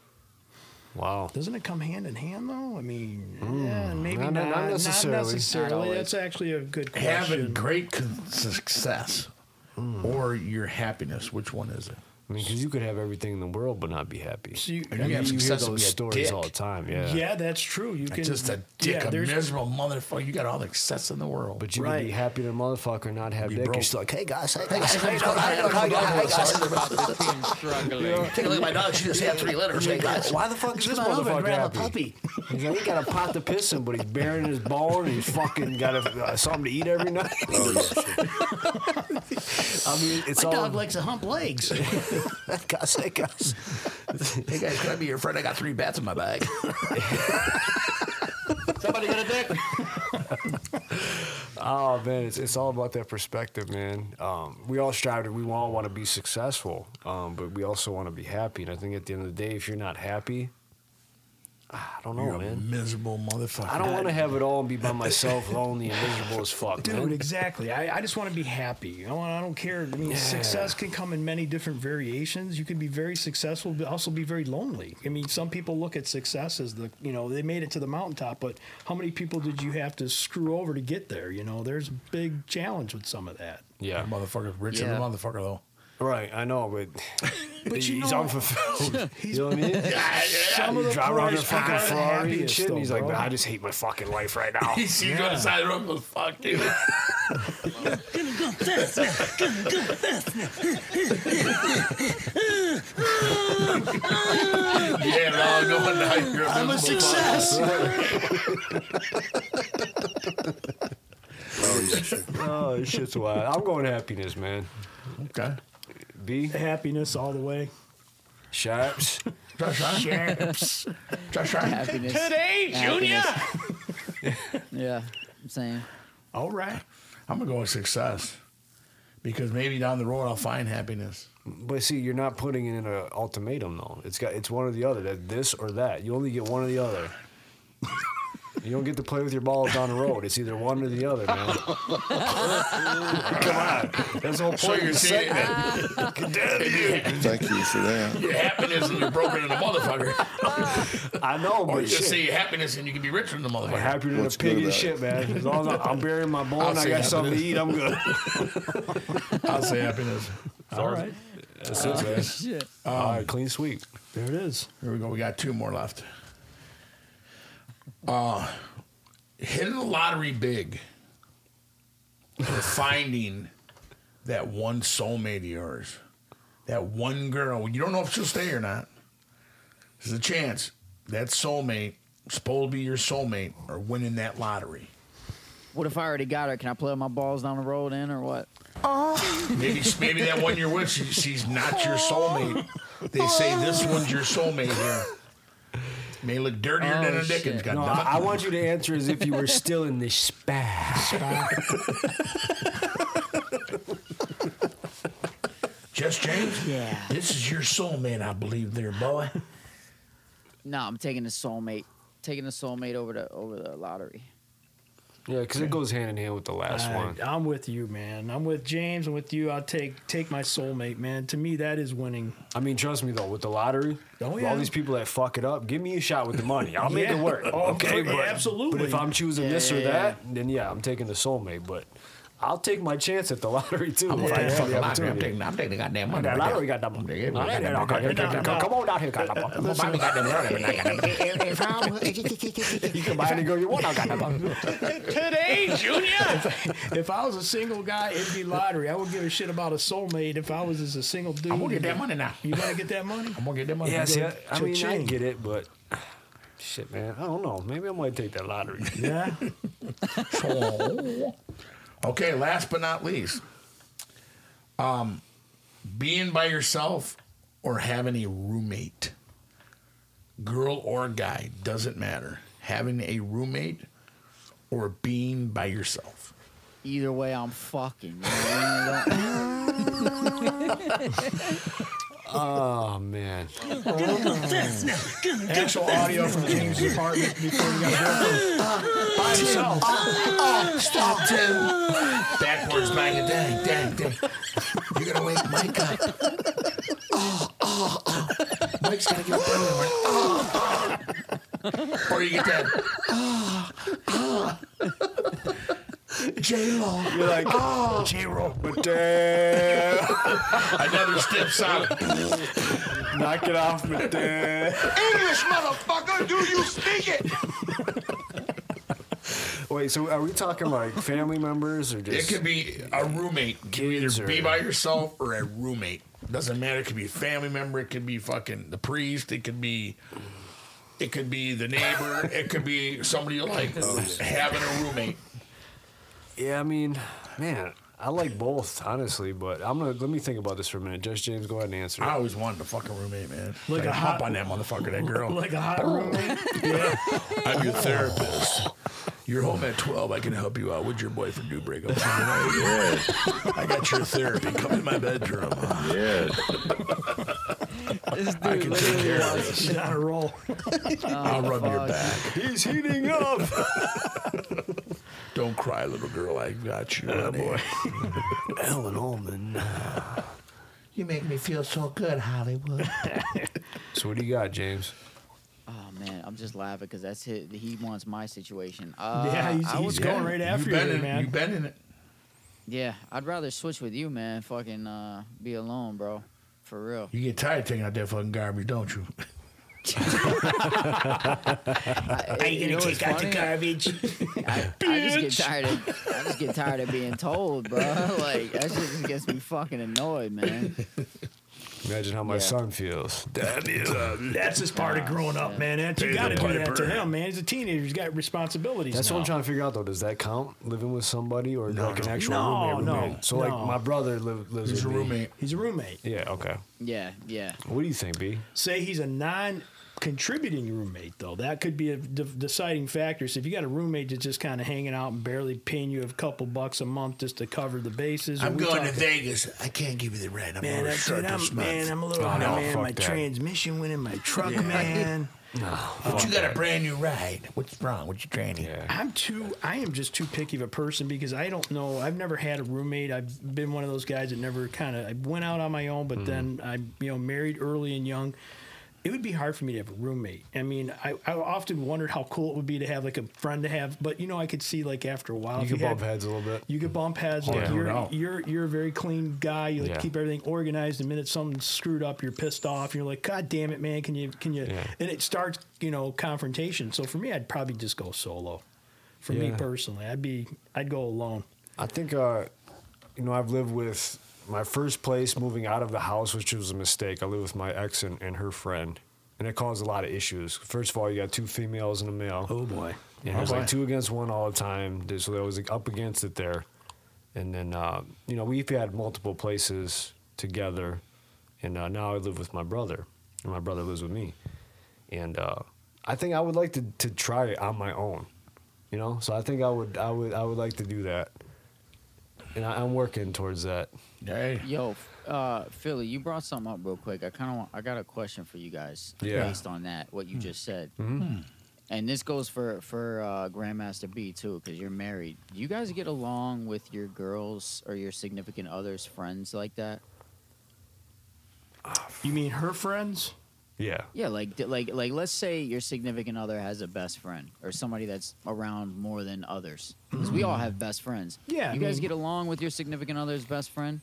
[SPEAKER 2] Wow.
[SPEAKER 4] Doesn't it come hand in hand though? I mean,
[SPEAKER 5] Mm.
[SPEAKER 4] yeah, maybe
[SPEAKER 5] Not-
[SPEAKER 4] not,
[SPEAKER 5] not- not
[SPEAKER 4] not
[SPEAKER 5] necessarily.
[SPEAKER 4] necessarily.
[SPEAKER 5] Not always.
[SPEAKER 4] That's actually a good question.
[SPEAKER 5] Having great con- success
[SPEAKER 2] Hmm.
[SPEAKER 5] or your happiness? Which one is it?
[SPEAKER 2] I mean, because you could have everything in the world but not be happy.
[SPEAKER 4] So you-
[SPEAKER 2] I
[SPEAKER 5] You
[SPEAKER 2] mean,
[SPEAKER 5] have
[SPEAKER 2] you hear
[SPEAKER 5] success and be
[SPEAKER 2] those
[SPEAKER 5] a
[SPEAKER 2] stories
[SPEAKER 5] dick.
[SPEAKER 2] all the time. Yeah.
[SPEAKER 4] Yeah, that's true. You
[SPEAKER 5] Like,
[SPEAKER 4] can
[SPEAKER 5] just a dick,
[SPEAKER 4] yeah,
[SPEAKER 5] a
[SPEAKER 4] there's-
[SPEAKER 5] miserable motherfucker. You got all the success in the world.
[SPEAKER 2] But you can be happy than a motherfucker and not have
[SPEAKER 5] Be
[SPEAKER 2] dick. You're
[SPEAKER 5] broke.
[SPEAKER 2] just like, hey guys, hey
[SPEAKER 5] Hey,
[SPEAKER 2] guys,
[SPEAKER 5] guys,
[SPEAKER 2] hey,
[SPEAKER 5] hey,
[SPEAKER 2] guys, hey, guys, hey, guys, hey, guys.
[SPEAKER 13] Take a look at my dog. She just had three litters. Hey guys,
[SPEAKER 2] Why the fuck is this
[SPEAKER 13] Come on over and
[SPEAKER 2] motherfucker
[SPEAKER 13] grab a puppy.
[SPEAKER 2] happy? He's like, he got a pot to piss in, but he's burying his bone. And he's fucking got a, uh, something to eat every night.
[SPEAKER 5] Oh,
[SPEAKER 2] I mean, it's
[SPEAKER 1] My
[SPEAKER 2] all.
[SPEAKER 1] dog likes to hump legs.
[SPEAKER 2] guys, hey guys,
[SPEAKER 5] hey guys, can I be your friend? I got three bats in my bag.
[SPEAKER 13] Somebody got a dick.
[SPEAKER 2] Oh man, it's, it's all about that perspective, man. Um, we all strive to, we all want to be successful, um, but we also want to be happy. And I think at the end of the day, if you're not happy, ah, I don't know,
[SPEAKER 5] You're a
[SPEAKER 2] man.
[SPEAKER 5] miserable motherfucker.
[SPEAKER 2] I don't want to have it all and be by myself, lonely and miserable as fuck,
[SPEAKER 4] Dude,
[SPEAKER 2] man.
[SPEAKER 4] exactly. I, I just want to be happy. I, want, I don't care. I mean,
[SPEAKER 2] Yeah.
[SPEAKER 4] success can come in many different variations. You can be very successful, but also be very lonely. I mean, some people look at success as the, you know, they made it to the mountaintop, but how many people did you have to screw over to get there? You know, there's a big challenge with some of that.
[SPEAKER 2] Yeah,
[SPEAKER 5] that motherfucker's rich than
[SPEAKER 4] Yeah.
[SPEAKER 5] a motherfucker though.
[SPEAKER 2] Right, I know, but,
[SPEAKER 4] But you
[SPEAKER 2] he's
[SPEAKER 4] know-
[SPEAKER 2] unfulfilled. you know what I mean?
[SPEAKER 4] Yeah, yeah. Some
[SPEAKER 2] You
[SPEAKER 4] of the
[SPEAKER 2] drive around in a
[SPEAKER 4] poorest people
[SPEAKER 2] fucking
[SPEAKER 4] are the
[SPEAKER 2] Ferrari and
[SPEAKER 4] happiest
[SPEAKER 2] shit, and
[SPEAKER 4] though,
[SPEAKER 2] he's like,
[SPEAKER 4] bro.
[SPEAKER 2] "Man, I just hate my fucking life right now.
[SPEAKER 5] He's he's on the side of the road. goes, Fuck you. yeah, no, no one now you're
[SPEAKER 13] I'm a
[SPEAKER 5] miserable
[SPEAKER 13] success.
[SPEAKER 2] oh, this shit's wild. I'm going happiness, man.
[SPEAKER 5] Okay.
[SPEAKER 2] B.
[SPEAKER 4] Happiness all the way.
[SPEAKER 2] Sharps.
[SPEAKER 4] Sharps.
[SPEAKER 5] Josh
[SPEAKER 3] Happiness.
[SPEAKER 13] Today, Junior.
[SPEAKER 3] Yeah, I'm saying.
[SPEAKER 5] All right. I'm gonna go with success because maybe down the road I'll find happiness.
[SPEAKER 2] But see, you're not putting it in an ultimatum though. It's got it's one or the other. That this or that. You only get one or the other. You don't get to play with your balls down the road. It's either one or the other, man. Come on. That's the whole Oh, point
[SPEAKER 5] So
[SPEAKER 2] of
[SPEAKER 5] you're
[SPEAKER 2] the
[SPEAKER 5] saying
[SPEAKER 2] segment.
[SPEAKER 5] that you,
[SPEAKER 19] Thank you for that.
[SPEAKER 5] your happiness and you're broken in a motherfucker.
[SPEAKER 2] I know,
[SPEAKER 5] Or
[SPEAKER 2] but
[SPEAKER 5] you just
[SPEAKER 2] shit.
[SPEAKER 5] say your happiness and you can be richer than the motherfucker.
[SPEAKER 2] I'm happier than a
[SPEAKER 5] What's good
[SPEAKER 2] pig and
[SPEAKER 5] about
[SPEAKER 2] shit,
[SPEAKER 5] it?
[SPEAKER 2] man. As long as I'm burying my bone,
[SPEAKER 5] I'll
[SPEAKER 2] I
[SPEAKER 5] say
[SPEAKER 2] got something to
[SPEAKER 5] happiness.
[SPEAKER 2] eat. I'm good.
[SPEAKER 5] I'll say happiness.
[SPEAKER 2] All right.
[SPEAKER 5] That's it, man.
[SPEAKER 2] Shit.
[SPEAKER 5] Um,
[SPEAKER 2] All right, clean sweep.
[SPEAKER 5] There it is. Here we go. We got two more left. Uh, hitting the lottery big for finding that one soulmate of yours, that one girl. You don't know if she'll stay or not. There's a chance that soulmate, supposed to be your soulmate, or winning that lottery.
[SPEAKER 3] What if I already got her? Can I play with my balls down the road in or what?
[SPEAKER 5] Maybe maybe that one you're with, she, she's not your soulmate. They say this one's your soulmate here. May look dirtier than a Dickens.
[SPEAKER 2] Oh, No,
[SPEAKER 5] goddammit.
[SPEAKER 2] I, I want you to answer as if you were still in this spa.
[SPEAKER 5] Just James? Yeah. This is your soulmate, I believe, there, boy.
[SPEAKER 3] No, I'm taking the soulmate. Taking the soulmate over the over the lottery.
[SPEAKER 2] Yeah, because it goes hand in hand with the last
[SPEAKER 4] I,
[SPEAKER 2] one.
[SPEAKER 4] I'm with you, man. I'm with James. I'm with you. I'll take take my soulmate, man. To me, that is winning.
[SPEAKER 2] I mean, trust me though, with the lottery,
[SPEAKER 5] Oh,
[SPEAKER 2] with
[SPEAKER 4] yeah.
[SPEAKER 2] all these people that fuck it up, give me a shot with the money. I'll make
[SPEAKER 4] Yeah.
[SPEAKER 2] it work.
[SPEAKER 4] Oh,
[SPEAKER 2] okay,
[SPEAKER 4] yeah,
[SPEAKER 2] but,
[SPEAKER 4] absolutely.
[SPEAKER 2] But if I'm choosing
[SPEAKER 4] Yeah,
[SPEAKER 2] this or
[SPEAKER 4] yeah,
[SPEAKER 2] that, then yeah, I'm taking the soulmate. But I'll take my chance at the lottery too.
[SPEAKER 5] I'm
[SPEAKER 2] if
[SPEAKER 5] gonna take
[SPEAKER 2] I
[SPEAKER 5] the
[SPEAKER 2] have
[SPEAKER 5] fucking lottery.
[SPEAKER 2] the
[SPEAKER 5] I'm
[SPEAKER 2] opportunity.
[SPEAKER 5] taking- I'm taking the goddamn money
[SPEAKER 2] That
[SPEAKER 5] right
[SPEAKER 2] lottery
[SPEAKER 5] there.
[SPEAKER 2] goddamn money.
[SPEAKER 5] I'm taking the
[SPEAKER 2] All right,
[SPEAKER 5] goddamn
[SPEAKER 2] okay,
[SPEAKER 5] money.
[SPEAKER 2] Come come on out here, goddamn.
[SPEAKER 5] I'm gonna buy me goddamn lottery. I got it.
[SPEAKER 1] If I'm,
[SPEAKER 2] You can buy any girl you want. I got
[SPEAKER 4] Today, Junior. if I was a single guy, it'd be lottery. I would give a shit about a soulmate. If I was as a single dude,
[SPEAKER 5] I'm gonna get that money now.
[SPEAKER 4] You gotta get that money.
[SPEAKER 5] I'm gonna get that money.
[SPEAKER 2] Yeah, see, I, I mean, I
[SPEAKER 4] Cha-ching.
[SPEAKER 2] get it, but shit, man, I don't know. Maybe I might take that lottery.
[SPEAKER 4] Yeah.
[SPEAKER 5] okay, last but not least, um, being by yourself or having a roommate, girl or guy, doesn't matter. Having a roommate or being by yourself.
[SPEAKER 3] Either way, I'm fucking. you know what I mean?
[SPEAKER 2] oh man.
[SPEAKER 5] Actual audio from James' apartment before we got By himself. Stop, Tim. Backwards banging. Dang, dang, dang. You're going to wake Mike up. Oh, oh, oh. Mike's going to get a burn. Oh, oh. Or you get that. Oh, oh. J-Lo.
[SPEAKER 2] You're like,
[SPEAKER 5] oh. J-Lo. Another step silent.
[SPEAKER 2] Knock it off, but
[SPEAKER 9] English motherfucker, do you speak it?
[SPEAKER 2] Wait, so are we talking like family members or
[SPEAKER 5] It
[SPEAKER 2] just?
[SPEAKER 5] could be a roommate. You can
[SPEAKER 2] Kids
[SPEAKER 5] either be
[SPEAKER 2] or-
[SPEAKER 5] by yourself or a roommate. Doesn't matter. It could be a family member. It could be fucking the priest. It could be. It could be the neighbor. it could be somebody you like.
[SPEAKER 2] Oh,
[SPEAKER 5] having a roommate.
[SPEAKER 2] Yeah, I mean, man, I like both honestly, but I'm gonna let me think about this for a minute. Just James, go ahead and answer.
[SPEAKER 4] Oh.
[SPEAKER 5] I always wanted a fucking roommate, man.
[SPEAKER 2] Like
[SPEAKER 5] I'd
[SPEAKER 2] a
[SPEAKER 5] hop
[SPEAKER 2] hot-
[SPEAKER 5] on that motherfucker, that girl.
[SPEAKER 2] like a
[SPEAKER 4] hot
[SPEAKER 5] roommate. yeah. I'm your therapist. You're home at twelve. I can help you out. What'd your boyfriend do? Break up? Yeah. I got your therapy. Come in my bedroom. Yeah. I can take care of this.
[SPEAKER 4] Shit on a roll.
[SPEAKER 5] I'll rub your back.
[SPEAKER 2] He's heating up.
[SPEAKER 5] Don't cry, little girl. I got you. Oh, boy.
[SPEAKER 2] Ellen Ullman.
[SPEAKER 5] You make me feel so good, Hollywood.
[SPEAKER 2] So what do you got, James?
[SPEAKER 3] oh man, I'm just laughing because that's his, he wants my situation. Uh,
[SPEAKER 4] Yeah, he's-
[SPEAKER 3] I
[SPEAKER 4] he's
[SPEAKER 3] would-
[SPEAKER 4] going right after you, man.
[SPEAKER 5] been in it.
[SPEAKER 3] Yeah, I'd rather switch with you, man. Fucking uh, be alone, bro. For real.
[SPEAKER 5] You get tired of taking out that fucking garbage, don't you?
[SPEAKER 1] Are you
[SPEAKER 3] know
[SPEAKER 1] gonna
[SPEAKER 3] what's
[SPEAKER 1] take out the
[SPEAKER 3] funny?
[SPEAKER 1] garbage?
[SPEAKER 3] I just get tired of I just get tired of being told, bro. Like that shit just gets me fucking annoyed, man.
[SPEAKER 2] Imagine how my
[SPEAKER 3] Yeah.
[SPEAKER 2] son feels. Damn you.
[SPEAKER 4] That's just part of growing up, man. That, you
[SPEAKER 2] Pay the
[SPEAKER 4] got to do that to
[SPEAKER 2] piper.
[SPEAKER 4] him, man. He's a teenager. He's got responsibilities.
[SPEAKER 2] That's
[SPEAKER 4] now.
[SPEAKER 2] what I'm trying to figure out though. Does that count? Living with somebody or like an actual
[SPEAKER 4] No,
[SPEAKER 2] roommate?
[SPEAKER 4] no,
[SPEAKER 2] roommate? So
[SPEAKER 4] no.
[SPEAKER 2] like my brother live, lives
[SPEAKER 4] He's
[SPEAKER 2] with
[SPEAKER 4] a
[SPEAKER 2] me.
[SPEAKER 4] roommate. He's a roommate.
[SPEAKER 2] Yeah. Okay.
[SPEAKER 3] Yeah, yeah.
[SPEAKER 2] What do you think, B?
[SPEAKER 4] Say he's a non contributing roommate, though. That could be a de- deciding factor. So if you got a roommate that's just kind of hanging out and barely paying you a couple bucks a month just to cover the bases,
[SPEAKER 5] I'm
[SPEAKER 4] are we
[SPEAKER 5] going to
[SPEAKER 4] talking-
[SPEAKER 5] Vegas. I can't give you the rent. I'm
[SPEAKER 4] Man,
[SPEAKER 5] going to
[SPEAKER 4] that's
[SPEAKER 5] short
[SPEAKER 4] it. I'm,
[SPEAKER 5] Oh, this month.
[SPEAKER 4] man, I'm a little
[SPEAKER 5] Oh, no,
[SPEAKER 4] man.
[SPEAKER 5] fuck
[SPEAKER 4] My
[SPEAKER 5] that.
[SPEAKER 4] transmission went in my truck,
[SPEAKER 5] Yeah.
[SPEAKER 4] man.
[SPEAKER 5] But you got a brand new ride. What's wrong with your training?
[SPEAKER 4] I'm too. I am just too picky of a person because I don't know. I've never had a roommate. I've been one of those guys that never kind of. I went out on my own,
[SPEAKER 2] Hmm.
[SPEAKER 4] but then I, you know, married early and young. It would be hard for me to have a roommate. I mean, I, I often wondered how cool it would be to have like a friend to have, but you know, I could see like after a while.
[SPEAKER 2] You
[SPEAKER 4] if
[SPEAKER 2] can bump
[SPEAKER 4] had-
[SPEAKER 2] heads a little bit.
[SPEAKER 4] You could bump heads.
[SPEAKER 2] Oh,
[SPEAKER 4] like
[SPEAKER 2] yeah, no
[SPEAKER 4] you're,
[SPEAKER 2] doubt.
[SPEAKER 4] you're you're a very clean guy. You like
[SPEAKER 2] Yeah.
[SPEAKER 4] keep everything organized. The minute something's screwed up, you're pissed off. You're like, God damn it, man! Can you can you?
[SPEAKER 2] Yeah.
[SPEAKER 4] And it starts, you know, confrontation. So for me, I'd probably just go solo. For me
[SPEAKER 2] Yeah.
[SPEAKER 4] personally, I'd be I'd go alone.
[SPEAKER 2] I think uh, you know I've lived with my first place moving out of the house, which was a mistake. I lived with my ex and, and her friend, and it caused a lot of issues. First of all, you got two females and a male. Oh boy! And it
[SPEAKER 5] Oh,
[SPEAKER 2] was
[SPEAKER 5] boy.
[SPEAKER 2] like two against one all the time. There's- So there was like up against it there, and then uh, you know we've had multiple places together, and uh, now I live with my brother, and my brother lives with me, and uh, I think I would like to to try it on my own. You know, so I think I would, I would, I would like to do that and I, I'm working towards that.
[SPEAKER 3] Yo, uh, Philly, you brought something up real quick. I kind of want. I got a question for you guys
[SPEAKER 2] Yeah.
[SPEAKER 3] based on that what
[SPEAKER 4] Hmm.
[SPEAKER 3] you just said.
[SPEAKER 4] Mm-hmm.
[SPEAKER 2] Mhm.
[SPEAKER 3] And this goes for for uh, Grandmaster B too, because you're married. Do you guys get along with your girls or your significant others' friends like that?
[SPEAKER 4] You mean her friends?
[SPEAKER 2] Yeah.
[SPEAKER 3] Yeah, like like like let's say your significant other has a best friend or somebody that's around more than others. 'Cause we all have best friends.
[SPEAKER 4] Hmm. Yeah, I
[SPEAKER 3] you guys
[SPEAKER 4] mean-
[SPEAKER 3] get along with your significant other's best friend.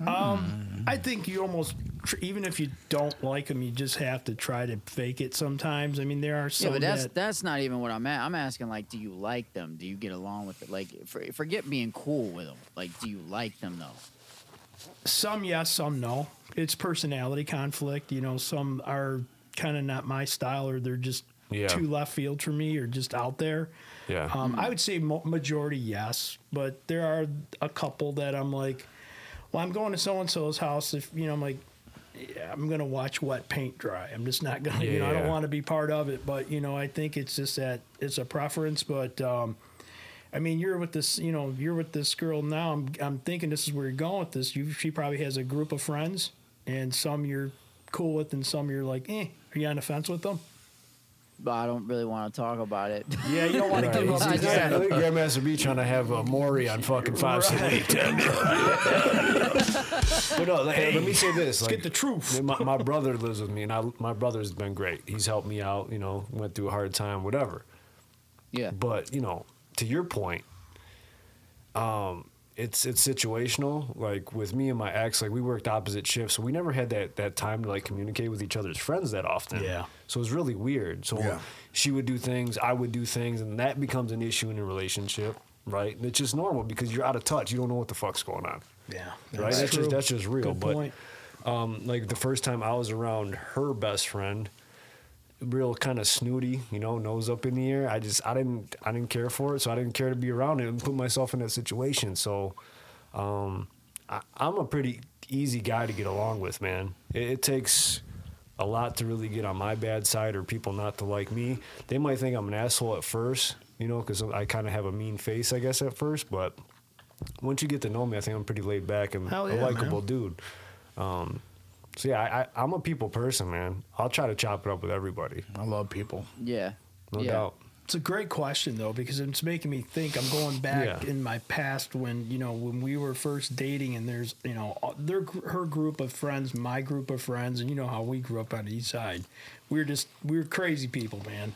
[SPEAKER 2] Mm-hmm.
[SPEAKER 4] Um, I think you almost tr- even if you don't like them, you just have to try to fake it sometimes. I mean, there are
[SPEAKER 3] yeah,
[SPEAKER 4] some
[SPEAKER 3] but that's
[SPEAKER 4] that
[SPEAKER 3] that's not even what I'm at. I'm asking like, do you like them? Do you get along with it? Like, for, forget being cool with them. Like, do you like them though?
[SPEAKER 4] some yes, some no. It's personality conflict. You know, some are kind of not my style, or they're just
[SPEAKER 2] Yeah.
[SPEAKER 4] too left field for me, or just out there.
[SPEAKER 2] Yeah.
[SPEAKER 4] Um, I would say mo- majority yes, but there are a couple that I'm like, well, I'm going to so and so's house. If you know, I'm like, yeah, I'm gonna watch wet paint dry. I'm just not gonna, you
[SPEAKER 2] Yeah,
[SPEAKER 4] know, I don't
[SPEAKER 2] yeah.
[SPEAKER 4] want to be part of it. But you know, I think it's just that it's a preference. But um, I mean, you're with this, you know, you're with this girl now. I'm, I'm thinking this is where you're going with this. You, she probably has a group of friends, and some you're cool with, and some you're like, eh, are you on the fence with them?
[SPEAKER 3] But I don't really want to talk about it.
[SPEAKER 4] Yeah, you don't wanna
[SPEAKER 2] Right.
[SPEAKER 4] give up
[SPEAKER 2] I
[SPEAKER 4] these-
[SPEAKER 2] think- I think Grandmaster B trying to have a Maury on fucking five right. but no, like, let me say this:
[SPEAKER 4] let's
[SPEAKER 2] like,
[SPEAKER 4] get the truth.
[SPEAKER 2] My, my brother lives with me, and I, my brother's been great. He's helped me out. You know, went through a hard time, whatever.
[SPEAKER 3] Yeah.
[SPEAKER 2] But you know, to your point, um, it's it's situational. Like with me and my ex, like we worked opposite shifts, so we never had that that time to like communicate with each other's friends that often.
[SPEAKER 4] Yeah.
[SPEAKER 2] So it was really weird. So
[SPEAKER 4] Yeah.
[SPEAKER 2] she would do things, I would do things, and that becomes an issue in a relationship, right? And it's just normal because you're out of touch. You don't know what the fuck's going on.
[SPEAKER 4] Yeah,
[SPEAKER 2] right. That's
[SPEAKER 4] true.
[SPEAKER 2] just that's just real.
[SPEAKER 4] Good
[SPEAKER 2] but
[SPEAKER 4] point.
[SPEAKER 2] um, like the first time I was around her best friend, real kind of snooty, you know, nose up in the air. I just I didn't I didn't care for it, so I didn't care to be around it and put myself in that situation. So, um, I, I'm a pretty easy guy to get along with, man. It, it takes a lot to really get on my bad side or people not to like me. They might think I'm an asshole at first, you know, because I kind of have a mean face, I guess, at first, but once you get to know me, I think I'm pretty laid back and
[SPEAKER 4] Hell
[SPEAKER 2] a
[SPEAKER 4] yeah,
[SPEAKER 2] likable dude. Um, so yeah, I, I, I'm a people person, man. I'll try to chop it up with everybody.
[SPEAKER 5] I love people.
[SPEAKER 3] Yeah.
[SPEAKER 2] No
[SPEAKER 4] Yeah.
[SPEAKER 2] doubt.
[SPEAKER 4] It's a great question though because it's making me think. I'm going back
[SPEAKER 2] Yeah.
[SPEAKER 4] in my past when you know when we were first dating, and there's you know their her group of friends, my group of friends, and you know how we grew up on the east side. We were just we were crazy people, man.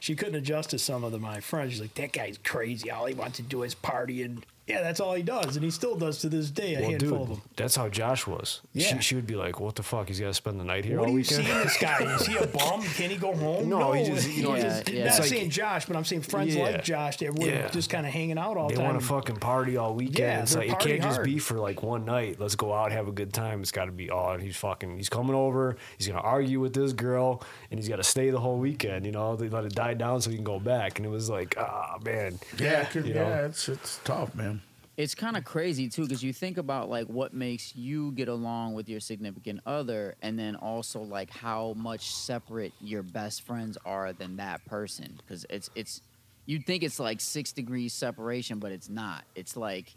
[SPEAKER 4] She couldn't adjust to some of the, my friends. She's like, that guy's crazy. All he wants to do is party, and yeah, that's all he does, and he still does to this day. A
[SPEAKER 2] Well,
[SPEAKER 4] handful of
[SPEAKER 2] dude,
[SPEAKER 4] them.
[SPEAKER 2] that's how Josh was.
[SPEAKER 4] Yeah.
[SPEAKER 2] She, she would be like, "What the fuck? He's got to spend the night here
[SPEAKER 4] What
[SPEAKER 2] all
[SPEAKER 4] do you see
[SPEAKER 2] weekend."
[SPEAKER 4] in this guy? Is he a bum? Can he go home?
[SPEAKER 2] No, he just- you know,
[SPEAKER 4] He's
[SPEAKER 2] yeah,
[SPEAKER 4] just-
[SPEAKER 2] yeah.
[SPEAKER 4] Not
[SPEAKER 2] It's like-
[SPEAKER 4] saying Josh, but I'm saying friends
[SPEAKER 2] Yeah.
[SPEAKER 4] like Josh that were
[SPEAKER 2] Yeah.
[SPEAKER 4] just kind of hanging out all
[SPEAKER 2] they
[SPEAKER 4] the time.
[SPEAKER 2] want to fucking party all weekend.
[SPEAKER 4] Yeah,
[SPEAKER 2] it's
[SPEAKER 4] they're
[SPEAKER 2] like it
[SPEAKER 4] party
[SPEAKER 2] can't just be
[SPEAKER 4] hard.
[SPEAKER 2] for like one night. Let's go out, have a good time. It's got to be all. And he's fucking. He's coming over. He's gonna argue with this girl, and he's got to stay the whole weekend. You know, they let it die down so he can go back. And it was like, ah, man.
[SPEAKER 5] Yeah, it could-
[SPEAKER 2] You know?
[SPEAKER 5] yeah, it's it's tough, man.
[SPEAKER 3] It's kind of crazy too, because you think about like what makes you get along with your significant other, and then also like how much separate your best friends are than that person. Because it's it's you'd think it's like six degrees separation, but it's not. It's like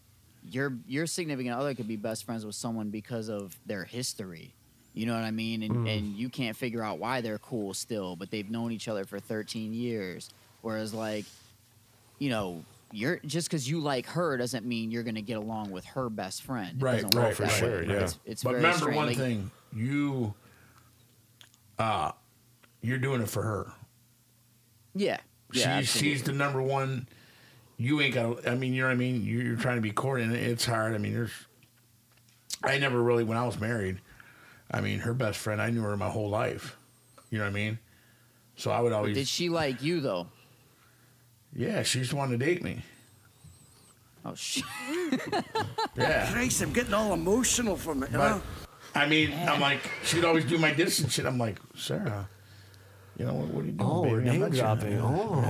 [SPEAKER 3] your your significant other could be best friends with someone because of their history. You know what I mean? And,
[SPEAKER 10] Mm.
[SPEAKER 3] and you can't figure out why they're cool still, but they've known each other for 13 years. Whereas, like, you know, you're just because you like her doesn't mean you're going to get along with her best friend. It
[SPEAKER 5] Right,
[SPEAKER 3] doesn't
[SPEAKER 5] right,
[SPEAKER 3] work that way. It's, it's
[SPEAKER 5] but
[SPEAKER 3] very
[SPEAKER 5] remember
[SPEAKER 3] strange.
[SPEAKER 5] one
[SPEAKER 3] Like,
[SPEAKER 5] thing: you, uh, you're doing it for her.
[SPEAKER 3] Yeah.
[SPEAKER 5] She,
[SPEAKER 3] yeah
[SPEAKER 5] she's the number one. You ain't got. I mean, you know what I mean. You're, you're trying to be courted. and It's hard. I mean, there's. I never really when I was married. I mean, her best friend. I knew her my whole life. You know what I mean? So I would
[SPEAKER 3] But
[SPEAKER 5] always.
[SPEAKER 3] Did she like you though?
[SPEAKER 5] Yeah, she just wanted to date me.
[SPEAKER 3] Oh shit! Oh,
[SPEAKER 5] Yeah.
[SPEAKER 13] Christ, I'm getting all emotional from it. you
[SPEAKER 5] But
[SPEAKER 13] know?
[SPEAKER 5] I mean, I'm like, she'd always do my dish and shit. I'm like, Sarah, you know what? What are you doing?
[SPEAKER 2] Oh,
[SPEAKER 5] baby?
[SPEAKER 2] we're
[SPEAKER 5] I'm
[SPEAKER 2] name
[SPEAKER 5] not your-
[SPEAKER 2] dropping. Oh.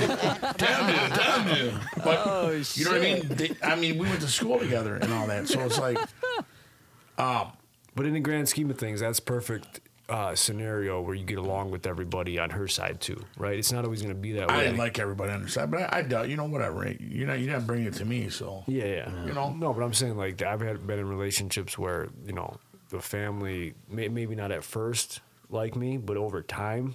[SPEAKER 5] Yeah. Damn you, damn you.
[SPEAKER 3] Oh,
[SPEAKER 5] But you know what I mean? They, I mean, we went to school together and all that, so it's like,
[SPEAKER 2] Um, but in the grand scheme of things, that's perfect uh, scenario where you get along with everybody on her side too, right? It's not always going to be that
[SPEAKER 5] I
[SPEAKER 2] way.
[SPEAKER 5] didn't like everybody on the side, but I, I doubt, you know, whatever. You know, you're not bringing it to me, so
[SPEAKER 2] Yeah, yeah.
[SPEAKER 5] You know?
[SPEAKER 2] No, but I'm saying like I've had been in relationships where you know the family may, maybe not at first like me, but over time.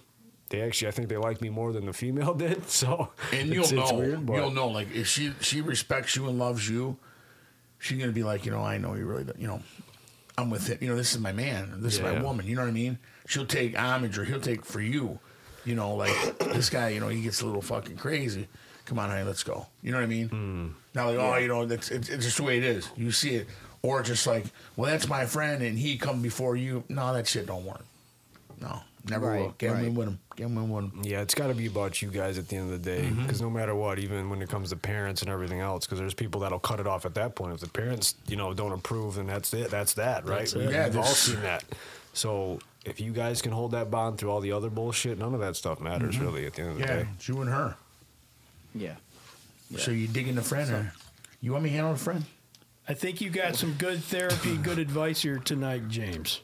[SPEAKER 2] They actually, I think they like me more than the female did. So,
[SPEAKER 5] and you'll
[SPEAKER 2] it's- it's
[SPEAKER 5] know,
[SPEAKER 2] weird, but-
[SPEAKER 5] you'll know, like if she she respects you and loves you, she's gonna be like, you know, I know you really, don't, you know, I'm with it. You know, this is my man, this is
[SPEAKER 2] Yeah.
[SPEAKER 5] my woman. You know what I mean? She'll take homage or he'll take for you. You know, like this guy, you know, he gets a little fucking crazy. Come on, honey, let's go. You know what I mean? Now, like, oh,
[SPEAKER 2] Hmm. Yeah.
[SPEAKER 5] you know, that's it's, it's just the way it is. You see it, or just like, well, that's my friend, and he come before you. No, that shit don't work. No, never
[SPEAKER 2] Right,
[SPEAKER 5] will. Get
[SPEAKER 2] right.
[SPEAKER 5] in with him. Get in with him.
[SPEAKER 2] Yeah, it's got to be about you guys at the end of the day.
[SPEAKER 5] Mm-hmm.
[SPEAKER 2] Because no matter what, even when it comes to parents and everything else, because there's people that'll cut it off at that point. If the parents, you know, don't approve, then that's it. That's that, right?
[SPEAKER 5] That's it.
[SPEAKER 2] We've
[SPEAKER 5] Yeah,
[SPEAKER 2] all
[SPEAKER 5] there's-
[SPEAKER 2] seen that. So if you guys can hold that bond through all the other bullshit, none of that stuff matters
[SPEAKER 5] Mhm.
[SPEAKER 2] really at the end of the
[SPEAKER 5] Yeah,
[SPEAKER 2] day.
[SPEAKER 5] it's you and her.
[SPEAKER 3] Yeah.
[SPEAKER 5] So you digging the friend, or you want me to handle a friend?
[SPEAKER 4] I think you got some good therapy, good advice here tonight, James.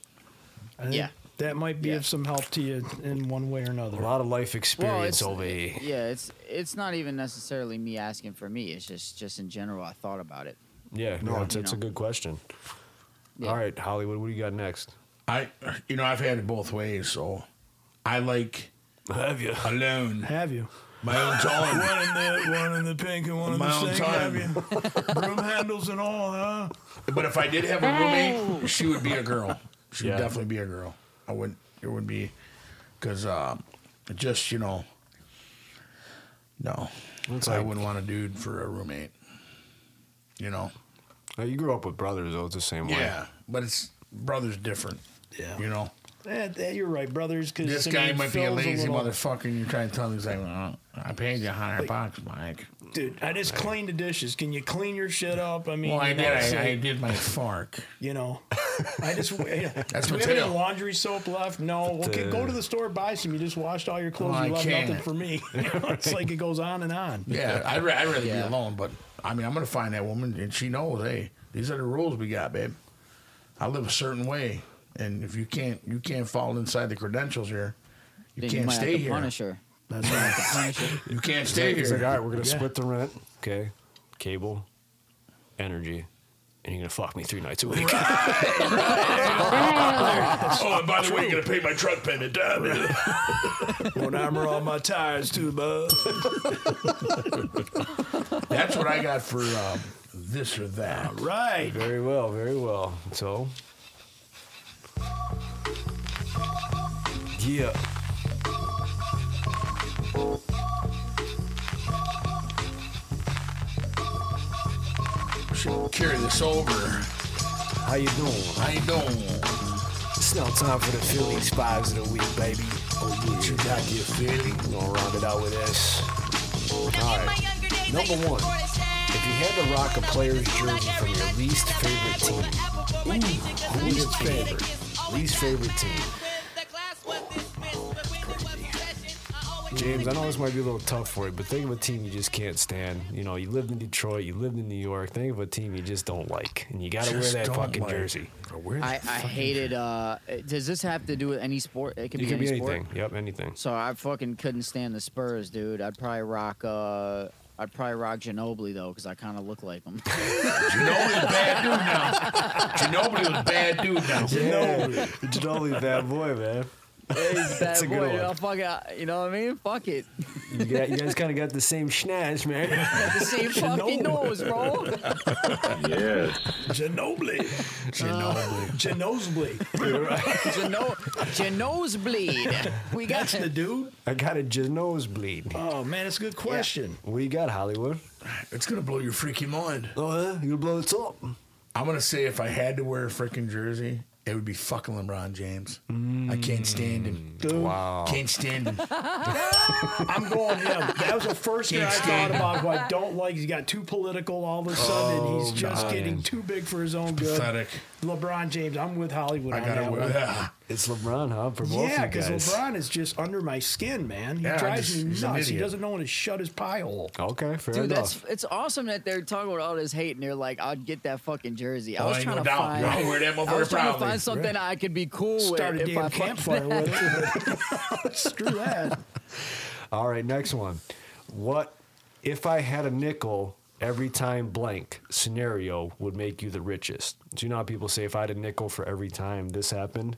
[SPEAKER 4] I think
[SPEAKER 3] Yeah.
[SPEAKER 4] That might be
[SPEAKER 3] Yeah.
[SPEAKER 4] of some help to you in one way or another. A
[SPEAKER 2] lot of life
[SPEAKER 4] experience,
[SPEAKER 3] well,
[SPEAKER 4] over.
[SPEAKER 3] it's, Yeah, it's it's not even necessarily me asking for me. It's just just in general, I thought about it.
[SPEAKER 2] Yeah, no,
[SPEAKER 3] Yeah.
[SPEAKER 2] it's, it's a good question.
[SPEAKER 3] Yeah.
[SPEAKER 2] All right, Hollywood, what do you got next?
[SPEAKER 5] I, you know, I've had it both ways, so I like
[SPEAKER 2] have you
[SPEAKER 5] alone.
[SPEAKER 4] Have you?
[SPEAKER 5] My own time.
[SPEAKER 22] one in the one in the pink and one in
[SPEAKER 5] My
[SPEAKER 22] the
[SPEAKER 5] own
[SPEAKER 22] sink. Have
[SPEAKER 5] time.
[SPEAKER 22] you? Broom handles and all, huh?
[SPEAKER 5] But if I did have a roommate, she would be a girl. She
[SPEAKER 22] Yeah.
[SPEAKER 5] would definitely be a girl. I wouldn't. It would be because uh, just you know, no, I wouldn't want a dude for a roommate. You know.
[SPEAKER 2] Now, you grew up with brothers, though. It's the same way.
[SPEAKER 5] Yeah, but it's brothers different. Yeah. You know.
[SPEAKER 4] Eh, eh, you're right, brothers. Because
[SPEAKER 5] This guy might be a lazy motherfucker, and you're trying to tell him he's like, "Uh, "I paid you a hundred bucks, Mike."
[SPEAKER 4] Dude, I just cleaned the dishes. Can you clean your shit up? I mean,
[SPEAKER 5] well, I
[SPEAKER 4] you know,
[SPEAKER 5] did.
[SPEAKER 4] it's
[SPEAKER 5] I, I
[SPEAKER 4] like,
[SPEAKER 5] did my fork.
[SPEAKER 4] You know, I just you know,
[SPEAKER 5] That's
[SPEAKER 4] do we have
[SPEAKER 5] potato.
[SPEAKER 4] any laundry soap left? No.
[SPEAKER 5] But,
[SPEAKER 4] Okay, go
[SPEAKER 5] uh,
[SPEAKER 4] to the store, buy some. You just washed all your clothes.
[SPEAKER 5] Well,
[SPEAKER 4] you
[SPEAKER 5] Oh, I
[SPEAKER 4] left nothing
[SPEAKER 5] can't.
[SPEAKER 4] for me. You know, it's like it goes on and on.
[SPEAKER 5] Yeah, I'd, ra- I'd rather
[SPEAKER 4] Yeah.
[SPEAKER 5] be alone. But I mean, I'm gonna find that woman, and she knows. Hey, these are the rules we got, babe. I live a certain way, and if you can't, you can't fall inside the credentials here. You
[SPEAKER 3] Then you
[SPEAKER 5] can't
[SPEAKER 3] might have
[SPEAKER 5] stay
[SPEAKER 3] to
[SPEAKER 5] here.
[SPEAKER 3] punish her.
[SPEAKER 5] That's right. you can't stay here.
[SPEAKER 2] He's like, all right, we're gonna
[SPEAKER 5] Yeah.
[SPEAKER 2] split the rent. Okay, cable, energy, and you're gonna fuck me three nights a week.
[SPEAKER 5] oh, and by the way, you're gonna pay my truck payment. Damn it.
[SPEAKER 22] When I'm on my tires too, bud.
[SPEAKER 5] That's what I got for um, this or that.
[SPEAKER 22] Right.
[SPEAKER 2] Very well. Very well. So. Yeah.
[SPEAKER 5] Should carry this over.
[SPEAKER 2] How you doing?
[SPEAKER 5] How you doing?
[SPEAKER 11] It's now time for the Phillies fives of the week, baby. Oh yeah, you got your Philly. We're gonna round it out with this.
[SPEAKER 2] All right. Number one. If you had to rock a player's jersey from your least favorite team, ooh, who is your favorite? Least favorite team. James, I know this might be a little tough for you, but think of a team you just can't stand. You know, you lived in Detroit, you lived in New York. Think of a team you just don't like, and you got to wear
[SPEAKER 5] Just
[SPEAKER 2] that
[SPEAKER 5] don't
[SPEAKER 2] fucking
[SPEAKER 5] like.
[SPEAKER 2] jersey.
[SPEAKER 3] I, I hated. Uh, does this have to do with any sport? It could
[SPEAKER 2] It
[SPEAKER 3] be,
[SPEAKER 2] could be
[SPEAKER 3] any sport?
[SPEAKER 2] anything. Yep, anything.
[SPEAKER 3] So I fucking couldn't stand the Spurs, dude. I'd probably rock. Uh, I'd probably rock Ginobili though, because I kind of look like him.
[SPEAKER 5] Ginobili was bad dude now.
[SPEAKER 23] Ginobili. Ginobili, bad boy, man.
[SPEAKER 3] He's
[SPEAKER 23] That's a
[SPEAKER 3] bad
[SPEAKER 23] good
[SPEAKER 3] boy.
[SPEAKER 23] one.
[SPEAKER 3] You know, fuck it. You know what I mean? Fuck it.
[SPEAKER 2] You, got, you guys kind of got the same schnaz, man.
[SPEAKER 3] The same fucking nose, bro.
[SPEAKER 2] Yeah.
[SPEAKER 4] Ginobili.
[SPEAKER 2] Ginobili.
[SPEAKER 4] Ginobili.
[SPEAKER 3] Geno- Nosebleed. We got
[SPEAKER 4] That's the dude.
[SPEAKER 2] I got a Genos bleed.
[SPEAKER 4] Oh man, it's a good question.
[SPEAKER 2] What you got, Hollywood?
[SPEAKER 5] It's gonna blow your freaking mind.
[SPEAKER 2] Oh yeah, you blow the top.
[SPEAKER 5] I'm gonna say if I had to wear a freaking jersey, it would be fucking LeBron James. I can't stand him.
[SPEAKER 23] Wow.
[SPEAKER 5] Can't stand him.
[SPEAKER 4] I'm going him. That was the first thing I
[SPEAKER 5] Can't
[SPEAKER 4] thought
[SPEAKER 5] stand him.
[SPEAKER 4] about who I don't like. He's got too political all of a sudden.
[SPEAKER 5] Oh,
[SPEAKER 4] he's just
[SPEAKER 5] man.
[SPEAKER 4] getting too big for his own good.
[SPEAKER 5] Pathetic.
[SPEAKER 4] LeBron James. I'm with Hollywood
[SPEAKER 5] I
[SPEAKER 4] on
[SPEAKER 5] gotta
[SPEAKER 4] that
[SPEAKER 5] wear
[SPEAKER 4] one.
[SPEAKER 5] that.
[SPEAKER 2] It's LeBron, huh? For both
[SPEAKER 4] Yeah,
[SPEAKER 2] you
[SPEAKER 4] because
[SPEAKER 2] guys.
[SPEAKER 4] LeBron is just under my skin, man. He
[SPEAKER 2] Yeah, I
[SPEAKER 4] drives
[SPEAKER 2] just-
[SPEAKER 4] me
[SPEAKER 2] he's an
[SPEAKER 4] nuts. He
[SPEAKER 2] idiot.
[SPEAKER 4] doesn't know when to shut his pie hole.
[SPEAKER 2] Okay, fair
[SPEAKER 3] Dude,
[SPEAKER 2] enough.
[SPEAKER 3] that's it's awesome that they're talking about all this hate and they're like, I'd get that fucking jersey. I
[SPEAKER 2] Oh,
[SPEAKER 3] was
[SPEAKER 2] ain't
[SPEAKER 3] trying
[SPEAKER 2] no
[SPEAKER 3] to
[SPEAKER 2] doubt.
[SPEAKER 3] find,
[SPEAKER 2] Y'all wear that
[SPEAKER 3] I was
[SPEAKER 2] motherfucker
[SPEAKER 3] trying to
[SPEAKER 2] proudly.
[SPEAKER 3] find something
[SPEAKER 2] Right.
[SPEAKER 3] I could be cool
[SPEAKER 4] Start a
[SPEAKER 3] with. if
[SPEAKER 4] damn
[SPEAKER 3] I fucking-
[SPEAKER 4] campfire with it. Screw that.
[SPEAKER 2] All right, next one. What if I had a nickel every time blank scenario would make you the richest? Do you know how people say if I had a nickel for every time this happened?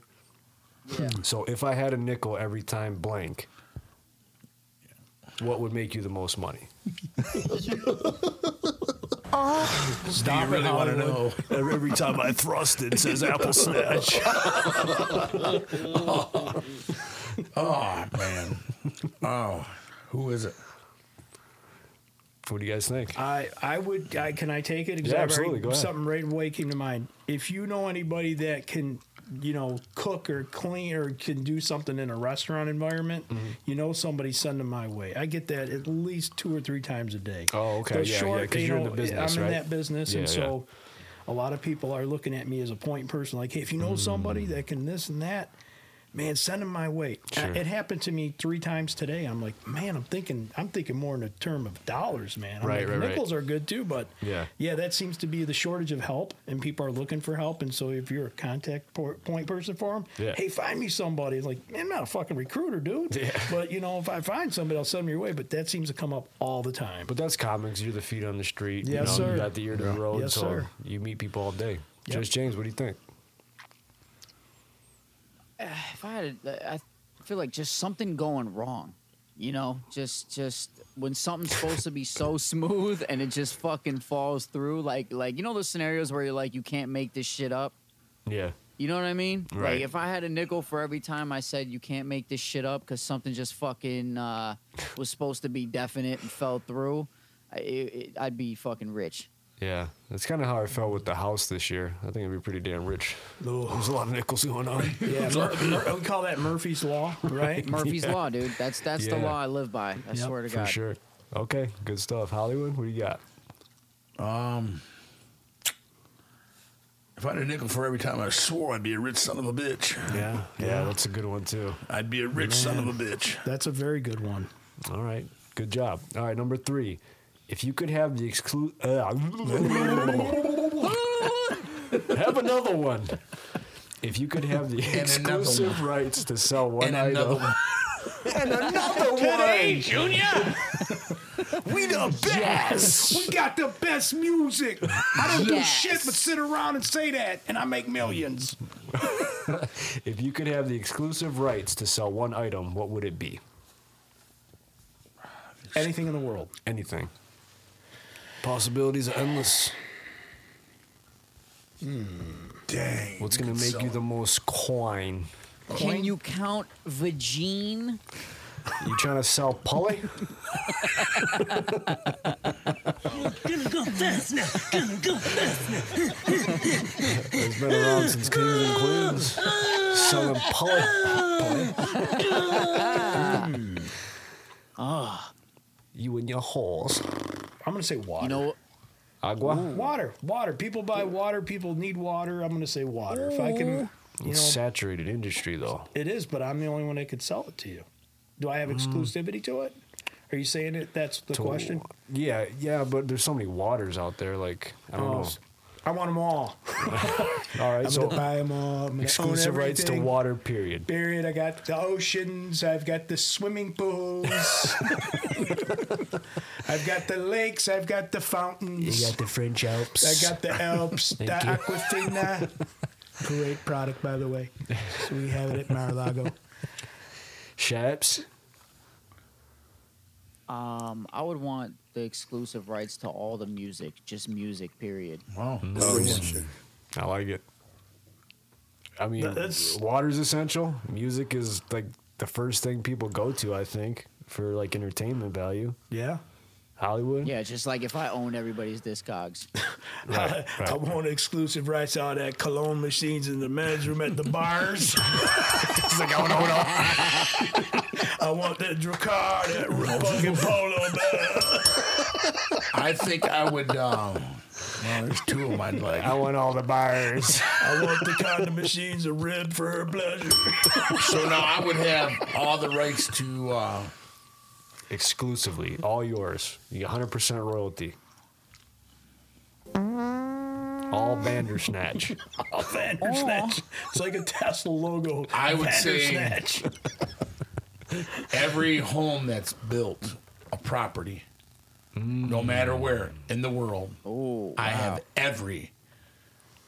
[SPEAKER 3] Yeah.
[SPEAKER 2] So if I had a nickel every time blank, what would make you the most money?
[SPEAKER 24] Stop
[SPEAKER 2] really wanna
[SPEAKER 24] Every every time I thrust it, it says apple snatch.
[SPEAKER 5] Oh man. Oh, who is it?
[SPEAKER 2] What do you guys think?
[SPEAKER 4] I, I would I, can I take it? 'Cause
[SPEAKER 2] Yeah,
[SPEAKER 4] I've
[SPEAKER 2] absolutely,
[SPEAKER 4] already-
[SPEAKER 2] go ahead.
[SPEAKER 4] Something right away came to mind. If you know anybody that can, you know, cook or clean or can do something in a restaurant environment,
[SPEAKER 2] Mm-hmm.
[SPEAKER 4] you know somebody send them my way. I get that at least two or three times a day.
[SPEAKER 2] Oh, okay,
[SPEAKER 4] They're
[SPEAKER 2] yeah, yeah,
[SPEAKER 4] short,
[SPEAKER 2] 'cause
[SPEAKER 4] you
[SPEAKER 2] you're in
[SPEAKER 4] know,
[SPEAKER 2] the business,
[SPEAKER 4] I'm
[SPEAKER 2] right?
[SPEAKER 4] in that business, and
[SPEAKER 2] Yeah,
[SPEAKER 4] so a lot of people are looking at me as a point person. Like, hey, if you know
[SPEAKER 2] Mm.
[SPEAKER 4] somebody that can this and that. Man, send them my way.
[SPEAKER 2] Sure.
[SPEAKER 4] It happened to me three times today. I'm like, man, I'm thinking, I'm thinking more in the term of dollars, man. I'm
[SPEAKER 2] Right,
[SPEAKER 4] like,
[SPEAKER 2] right, right.
[SPEAKER 4] Nickels are good too, but
[SPEAKER 2] Yeah.
[SPEAKER 4] yeah, that seems to be the shortage of help, and people are looking for help. And so, if you're a contact por- point person for them,
[SPEAKER 2] Yeah.
[SPEAKER 4] hey, find me somebody. It's Like, man, I'm not a fucking recruiter, dude.
[SPEAKER 2] Yeah.
[SPEAKER 4] But you know, if I find somebody, I'll send them your way. But that seems to come up all the time.
[SPEAKER 2] But that's common 'cause you're the feet on the street. you
[SPEAKER 4] Yes,
[SPEAKER 2] know,
[SPEAKER 4] sir.
[SPEAKER 2] You got the ear to the
[SPEAKER 4] Yeah.
[SPEAKER 2] road,
[SPEAKER 4] Yes,
[SPEAKER 2] so
[SPEAKER 4] sir.
[SPEAKER 2] you meet people all day.
[SPEAKER 4] Yep.
[SPEAKER 2] Judge James, what do you think?
[SPEAKER 3] if I had, a, I feel like just something going wrong. You know, just just when something's supposed to be so smooth and it just fucking falls through. Like like you know those scenarios where you're like you can't make this shit up.
[SPEAKER 2] Yeah.
[SPEAKER 3] You know what I mean?
[SPEAKER 2] Right.
[SPEAKER 3] Like if I had a nickel for every time I said you can't make this shit up because something just fucking uh, was supposed to be definite and fell through, I, it, it- I'd be fucking rich.
[SPEAKER 2] Yeah, that's kind of how I felt with the house this year. I think I'd be pretty damn rich. There's a lot of nickels going on.
[SPEAKER 4] Yeah, Mur- Mur- we call that Murphy's law, right?
[SPEAKER 3] Murphy's law, dude. That's that's the
[SPEAKER 2] Yeah.
[SPEAKER 3] law I live by. I swear to
[SPEAKER 2] for
[SPEAKER 3] God.
[SPEAKER 2] sure. Okay, good stuff. Hollywood, what do you got?
[SPEAKER 5] Um, if I had a nickel for every time I swore, I'd be a rich son of a bitch.
[SPEAKER 2] Yeah, yeah, that's a good one too.
[SPEAKER 5] I'd be a rich son of a bitch.
[SPEAKER 4] That's a very good one.
[SPEAKER 2] All right, good job. All right, number three. If you could have the uh, exclusive, have another one. If you could have the
[SPEAKER 5] And another
[SPEAKER 2] exclusive
[SPEAKER 5] one.
[SPEAKER 2] rights to sell one
[SPEAKER 5] And another
[SPEAKER 2] item,
[SPEAKER 5] one.
[SPEAKER 2] and another
[SPEAKER 9] Today,
[SPEAKER 2] one.
[SPEAKER 9] Junior.
[SPEAKER 4] We the best.
[SPEAKER 2] Yes.
[SPEAKER 4] We got the best music. I don't
[SPEAKER 9] Yes.
[SPEAKER 4] do shit but sit around and say that, and I make millions.
[SPEAKER 2] If you could have the exclusive rights to sell one item, what would it be?
[SPEAKER 4] Anything in the world.
[SPEAKER 2] Anything. Possibilities are endless.
[SPEAKER 5] Dang.
[SPEAKER 2] What's going to make you the most coin?
[SPEAKER 3] Can you count vagine?
[SPEAKER 2] You trying to sell Polly?
[SPEAKER 9] Gonna go fast now. Gonna go fast now.
[SPEAKER 2] It's been around since Kings and Queens. Selling Polly.
[SPEAKER 3] Ah.
[SPEAKER 2] You and your horse.
[SPEAKER 4] I'm gonna say water.
[SPEAKER 3] You know,
[SPEAKER 2] Agua?
[SPEAKER 4] water, water. People buy water. People need water. I'm gonna say water. If I can,
[SPEAKER 2] It's
[SPEAKER 4] you know,
[SPEAKER 2] saturated industry, though.
[SPEAKER 4] it is. But I'm the only one that could sell it to you. Do I have exclusivity to it? Are you saying it? That's the
[SPEAKER 2] Mm. To-
[SPEAKER 4] question.
[SPEAKER 2] Yeah, yeah, but there's so many waters out there. Like, I don't
[SPEAKER 4] Oh,
[SPEAKER 2] know.
[SPEAKER 4] I want them all.
[SPEAKER 2] All right,
[SPEAKER 4] I'm
[SPEAKER 2] so
[SPEAKER 4] gonna buy 'em all. I'm gonna own
[SPEAKER 2] exclusive rights to
[SPEAKER 4] everything.
[SPEAKER 2] water. Period.
[SPEAKER 4] Period. I got the oceans. I've got the swimming pools. I've got the lakes. I've got the fountains.
[SPEAKER 2] the French Alps.
[SPEAKER 4] I got the Alps, the
[SPEAKER 2] Thank you.
[SPEAKER 4] Aquafina. Great product, by the way. So we have it at Mar-a-Lago.
[SPEAKER 2] Shaps.
[SPEAKER 3] Um, I would want the exclusive rights to all the music, just music, period.
[SPEAKER 2] Mm-hmm.
[SPEAKER 5] Wow.
[SPEAKER 25] I like it.
[SPEAKER 2] I mean,
[SPEAKER 25] That's-
[SPEAKER 2] water's essential. Music is like the first thing people go to. I think for like entertainment value.
[SPEAKER 4] Yeah.
[SPEAKER 2] Hollywood.
[SPEAKER 3] Yeah, just like if I owned everybody's discogs.
[SPEAKER 2] Right,
[SPEAKER 4] I, I want exclusive rights to all that cologne machines in the men's room at the bars. it's like, I want, I want, I want that Dracar, that fucking polo
[SPEAKER 5] I think I would. Um, well, there's two of mine. Like I
[SPEAKER 2] want all the bars.
[SPEAKER 4] I want the condom machines a rib for her pleasure.
[SPEAKER 5] So now I would have all the rights to. Uh,
[SPEAKER 2] Exclusively, all yours. You get 100% royalty. All Bandersnatch.
[SPEAKER 4] all Bandersnatch. It's like a Tesla logo.
[SPEAKER 5] I would say
[SPEAKER 4] Bandersnatch.
[SPEAKER 5] every home that's built a property, no matter where in the world,
[SPEAKER 4] Oh,
[SPEAKER 5] I have every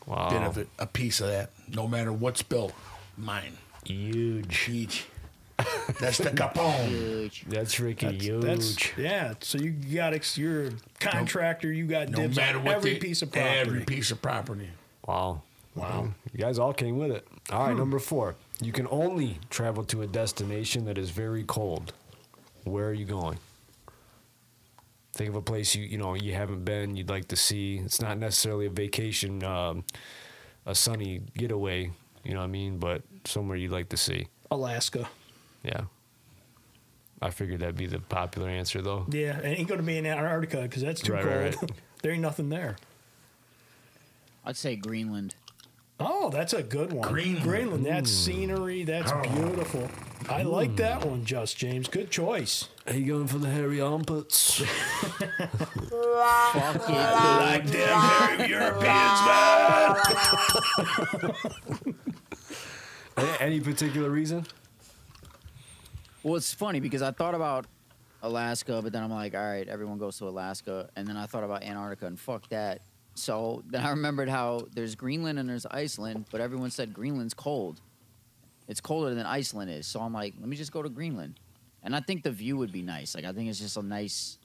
[SPEAKER 5] bit of it, a piece of that, no matter what's built, mine.
[SPEAKER 2] Huge.
[SPEAKER 5] Huge. That's the Capone.
[SPEAKER 2] That's Ricky. huge.
[SPEAKER 4] That's, yeah. So you got ex- you're a contractor. You got
[SPEAKER 5] No
[SPEAKER 4] dibs
[SPEAKER 5] matter
[SPEAKER 4] on
[SPEAKER 5] what
[SPEAKER 4] every
[SPEAKER 5] they-
[SPEAKER 4] piece of property.
[SPEAKER 5] Every piece of property.
[SPEAKER 2] Wow. Hmm. Wow. You guys all came with it. All right, number four. You can only travel to a destination that is very cold. Where are you going? Think of a place you you know you haven't been. You'd like to see. It's not necessarily a vacation, um, a sunny getaway. You know what I mean? But somewhere you'd like to see.
[SPEAKER 4] Alaska.
[SPEAKER 2] Yeah. I figured that'd be the popular answer though.
[SPEAKER 4] Yeah, it ain't going to be in Antarctica because that's too
[SPEAKER 2] Right,
[SPEAKER 4] cold.
[SPEAKER 2] right,
[SPEAKER 4] there ain't nothing there.
[SPEAKER 3] I'd say Greenland.
[SPEAKER 4] Oh, that's a good one.
[SPEAKER 3] Greenland.
[SPEAKER 4] Greenland. That's
[SPEAKER 3] Mm.
[SPEAKER 4] scenery. That's beautiful. I like that one, Just James. Good choice.
[SPEAKER 2] Are you going for the hairy armpits?
[SPEAKER 4] Fuck Like them hairy Europeans, man.
[SPEAKER 2] A- Any particular reason?
[SPEAKER 3] Well, it's funny because I thought about Alaska, but then I'm like, all right, everyone goes to Alaska, and then I thought about Antarctica, and fuck that. So then I remembered how there's Greenland and there's Iceland, but everyone said Greenland's cold. It's colder than Iceland is. So I'm like, let me just go to Greenland, and I think the view would be nice. Like I think it's just a nice,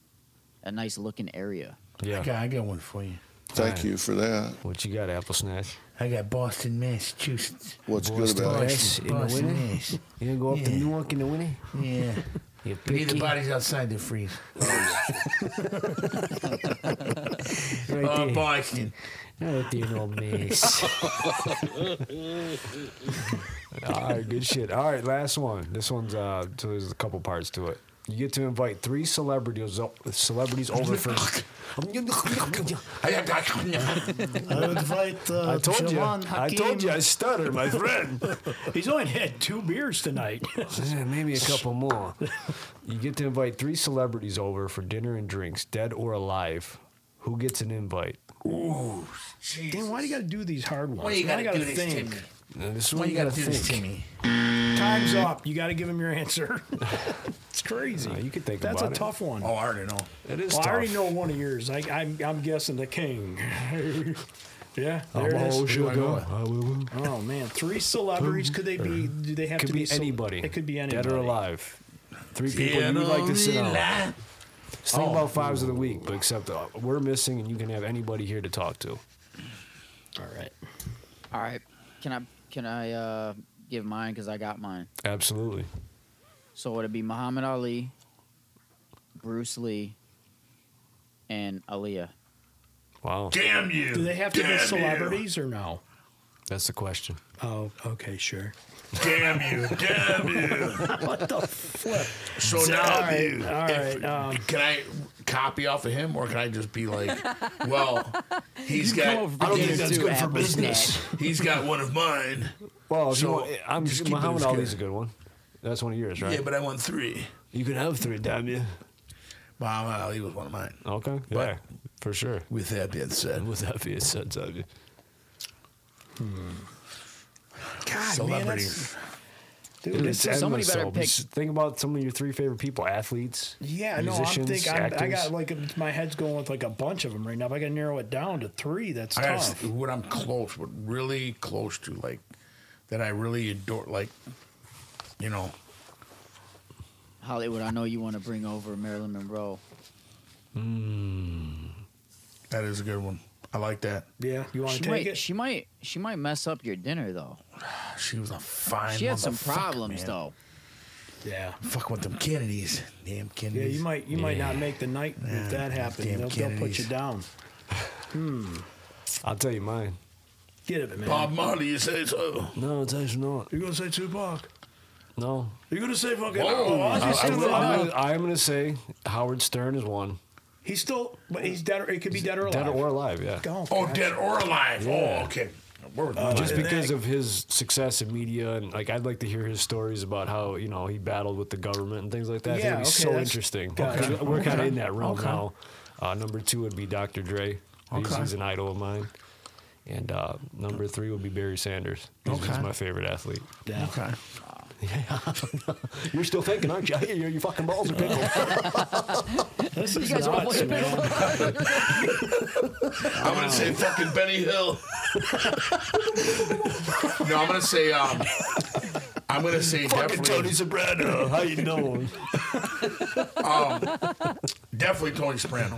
[SPEAKER 3] a nice looking area.
[SPEAKER 2] Yeah.
[SPEAKER 5] I got, I got one for you.
[SPEAKER 9] Thank you for that.
[SPEAKER 2] What you got, Apple Snatch?
[SPEAKER 5] I got Boston, Massachusetts.
[SPEAKER 9] What's good about it?
[SPEAKER 2] Boston in the winter? You gonna go up to Newark in the winter?
[SPEAKER 5] Yeah.
[SPEAKER 2] You
[SPEAKER 5] Leave the
[SPEAKER 2] picky?
[SPEAKER 5] bodies outside, they freeze.
[SPEAKER 2] Right
[SPEAKER 5] oh,
[SPEAKER 2] there.
[SPEAKER 5] Boston.
[SPEAKER 2] Right there, no miss. All right, good shit. All right, last one. This one's uh, so there's a couple parts to it. You get to invite three celebrities o- celebrities over for.
[SPEAKER 4] I would invite. Uh,
[SPEAKER 2] I told you.
[SPEAKER 4] Siobhan
[SPEAKER 2] I told you. I stutter, my friend.
[SPEAKER 4] He's only had two beers tonight.
[SPEAKER 2] Yeah, Maybe a couple more. You get to invite three celebrities over for dinner and drinks, dead or alive. Who gets an invite?
[SPEAKER 5] Ooh,
[SPEAKER 4] Damn, why do you got to do these hard ones?
[SPEAKER 5] Why you
[SPEAKER 4] Now I
[SPEAKER 5] gotta
[SPEAKER 4] gotta
[SPEAKER 5] do this to me?
[SPEAKER 2] Now, this
[SPEAKER 5] Why
[SPEAKER 2] one
[SPEAKER 5] you
[SPEAKER 2] you
[SPEAKER 5] gotta
[SPEAKER 2] gotta
[SPEAKER 5] do this to
[SPEAKER 2] think.
[SPEAKER 5] me?
[SPEAKER 4] Time's up. You got to give him your answer. it's crazy.
[SPEAKER 2] Uh, you can think
[SPEAKER 4] That's
[SPEAKER 2] about
[SPEAKER 4] a
[SPEAKER 2] it.
[SPEAKER 4] tough one.
[SPEAKER 5] Oh, I already know.
[SPEAKER 2] It is
[SPEAKER 4] Well, I already
[SPEAKER 2] tough.
[SPEAKER 4] know one of yours. I, I'm, I'm guessing the king. yeah, there
[SPEAKER 2] I'm
[SPEAKER 4] it is.
[SPEAKER 2] all sugar. Uh, I will.
[SPEAKER 4] Oh man, three celebrities. Could they be? Do they have
[SPEAKER 2] could
[SPEAKER 4] to
[SPEAKER 2] be,
[SPEAKER 4] be, cel-
[SPEAKER 2] anybody.
[SPEAKER 4] It could be anybody.
[SPEAKER 2] Dead or alive. Three people you would like to sit on.
[SPEAKER 5] Dead
[SPEAKER 2] Just think
[SPEAKER 5] Oh.
[SPEAKER 2] about fives of the week, but except uh, we're missing, and you can have anybody here to talk to.
[SPEAKER 4] All right.
[SPEAKER 3] All right, can I can I uh, give mine because I got mine.
[SPEAKER 2] Absolutely.
[SPEAKER 3] So it'd be Muhammad Ali, Bruce Lee, and Aaliyah.
[SPEAKER 2] Wow.
[SPEAKER 5] Damn you.
[SPEAKER 4] Do they have to be
[SPEAKER 5] Damn you.
[SPEAKER 4] celebrities or no?
[SPEAKER 2] That's the question.
[SPEAKER 4] Oh, okay, sure.
[SPEAKER 5] Damn you. Damn you.
[SPEAKER 4] what the flip?
[SPEAKER 5] So
[SPEAKER 4] All
[SPEAKER 5] now,
[SPEAKER 4] right,
[SPEAKER 5] if-
[SPEAKER 4] all right, um,
[SPEAKER 5] can I copy off of him, or can I just be like, well, he's
[SPEAKER 2] You
[SPEAKER 5] got.
[SPEAKER 2] come up with I don't think that's good for business.
[SPEAKER 5] he's got one of mine.
[SPEAKER 2] Well, if you
[SPEAKER 5] So,
[SPEAKER 2] want, eh, I'm
[SPEAKER 5] just keep it
[SPEAKER 2] Muhammad
[SPEAKER 5] obscure.
[SPEAKER 2] Ali's a good one. That's one of yours, right?
[SPEAKER 5] Yeah, but I won three.
[SPEAKER 2] you can have three, damn you.
[SPEAKER 5] Muhammad Ali was one of mine.
[SPEAKER 2] Okay.
[SPEAKER 5] But-
[SPEAKER 2] yeah, for sure.
[SPEAKER 5] With that being said,
[SPEAKER 2] with that being said, damn you.
[SPEAKER 4] God, man, that's,
[SPEAKER 2] Celebrities.
[SPEAKER 4] dude, it's just-
[SPEAKER 2] somebody better pick. Think about some of your three favorite people: athletes,
[SPEAKER 4] Yeah, no, I'm
[SPEAKER 2] musicians,
[SPEAKER 4] thinking I'm,
[SPEAKER 2] actors.
[SPEAKER 4] I got like a- my head's going with like a bunch of them right now. If I can narrow it down to three, that's
[SPEAKER 5] I gotta,
[SPEAKER 4] tough.
[SPEAKER 5] s- what I'm close, what really close to, like that I really adore, like you know,
[SPEAKER 3] Hollywood, I know you want to bring over Marilyn Monroe.
[SPEAKER 5] that is a good one. I like that.
[SPEAKER 4] Yeah, you
[SPEAKER 3] she might, She might. She might mess up your dinner though.
[SPEAKER 5] She was a fine.
[SPEAKER 3] She had some
[SPEAKER 5] motherfucker,
[SPEAKER 3] problems
[SPEAKER 5] man.
[SPEAKER 3] though.
[SPEAKER 4] Yeah.
[SPEAKER 5] Fuck with them Kennedys, damn
[SPEAKER 4] Yeah,
[SPEAKER 5] Kennedys.
[SPEAKER 4] you might you might not
[SPEAKER 5] Yeah.
[SPEAKER 4] make the night
[SPEAKER 5] Yeah,
[SPEAKER 4] if that happens.
[SPEAKER 5] damn
[SPEAKER 4] They'll, they'll put you
[SPEAKER 5] Kennedys.
[SPEAKER 4] down. Hmm.
[SPEAKER 2] I'll tell you mine.
[SPEAKER 4] Get it, man.
[SPEAKER 5] Bob Marley, you say so?
[SPEAKER 2] No, it's actually not.
[SPEAKER 4] You're gonna say Tupac?
[SPEAKER 2] No.
[SPEAKER 4] You're gonna say fucking?
[SPEAKER 2] I,
[SPEAKER 4] Oh, Ozzy's
[SPEAKER 2] I
[SPEAKER 4] still
[SPEAKER 2] will- I'm
[SPEAKER 4] alive.
[SPEAKER 2] gonna- I am going to say Howard Stern is one.
[SPEAKER 4] He's still, but he's dead. Or, it could be dead or alive.
[SPEAKER 2] Dead or alive, yeah.
[SPEAKER 4] Oh,
[SPEAKER 5] Oh,
[SPEAKER 4] gosh.
[SPEAKER 5] dead or alive.
[SPEAKER 2] Yeah.
[SPEAKER 5] Oh, okay. Where was
[SPEAKER 2] Uh,
[SPEAKER 5] my
[SPEAKER 2] just
[SPEAKER 5] mind?
[SPEAKER 2] because of his success in media and like I'd like to hear his stories about how you know he battled with the government and things like that.
[SPEAKER 5] Yeah,
[SPEAKER 2] Yeah, would be
[SPEAKER 5] okay,
[SPEAKER 2] so
[SPEAKER 5] that's-
[SPEAKER 2] interesting.
[SPEAKER 5] Gotcha.
[SPEAKER 2] We're kind of
[SPEAKER 5] Okay.
[SPEAKER 2] in that realm
[SPEAKER 5] Okay.
[SPEAKER 2] now. Uh, number two would be Dr. Dre. He's,
[SPEAKER 5] Okay.
[SPEAKER 2] he's an idol of mine. And uh, number three would be Barry Sanders. He's, he's
[SPEAKER 5] Okay.
[SPEAKER 2] my favorite athlete.
[SPEAKER 4] Yeah.
[SPEAKER 5] Okay.
[SPEAKER 2] You're still thinking, aren't you? Your, your fucking balls are pickled.
[SPEAKER 4] This
[SPEAKER 2] is
[SPEAKER 4] nuts, man.
[SPEAKER 5] I'm gonna say fucking Benny Hill. no, I'm gonna say um, I'm gonna say definitely
[SPEAKER 2] Fucking Tony Soprano. How you doing?
[SPEAKER 5] um, definitely Tony Soprano.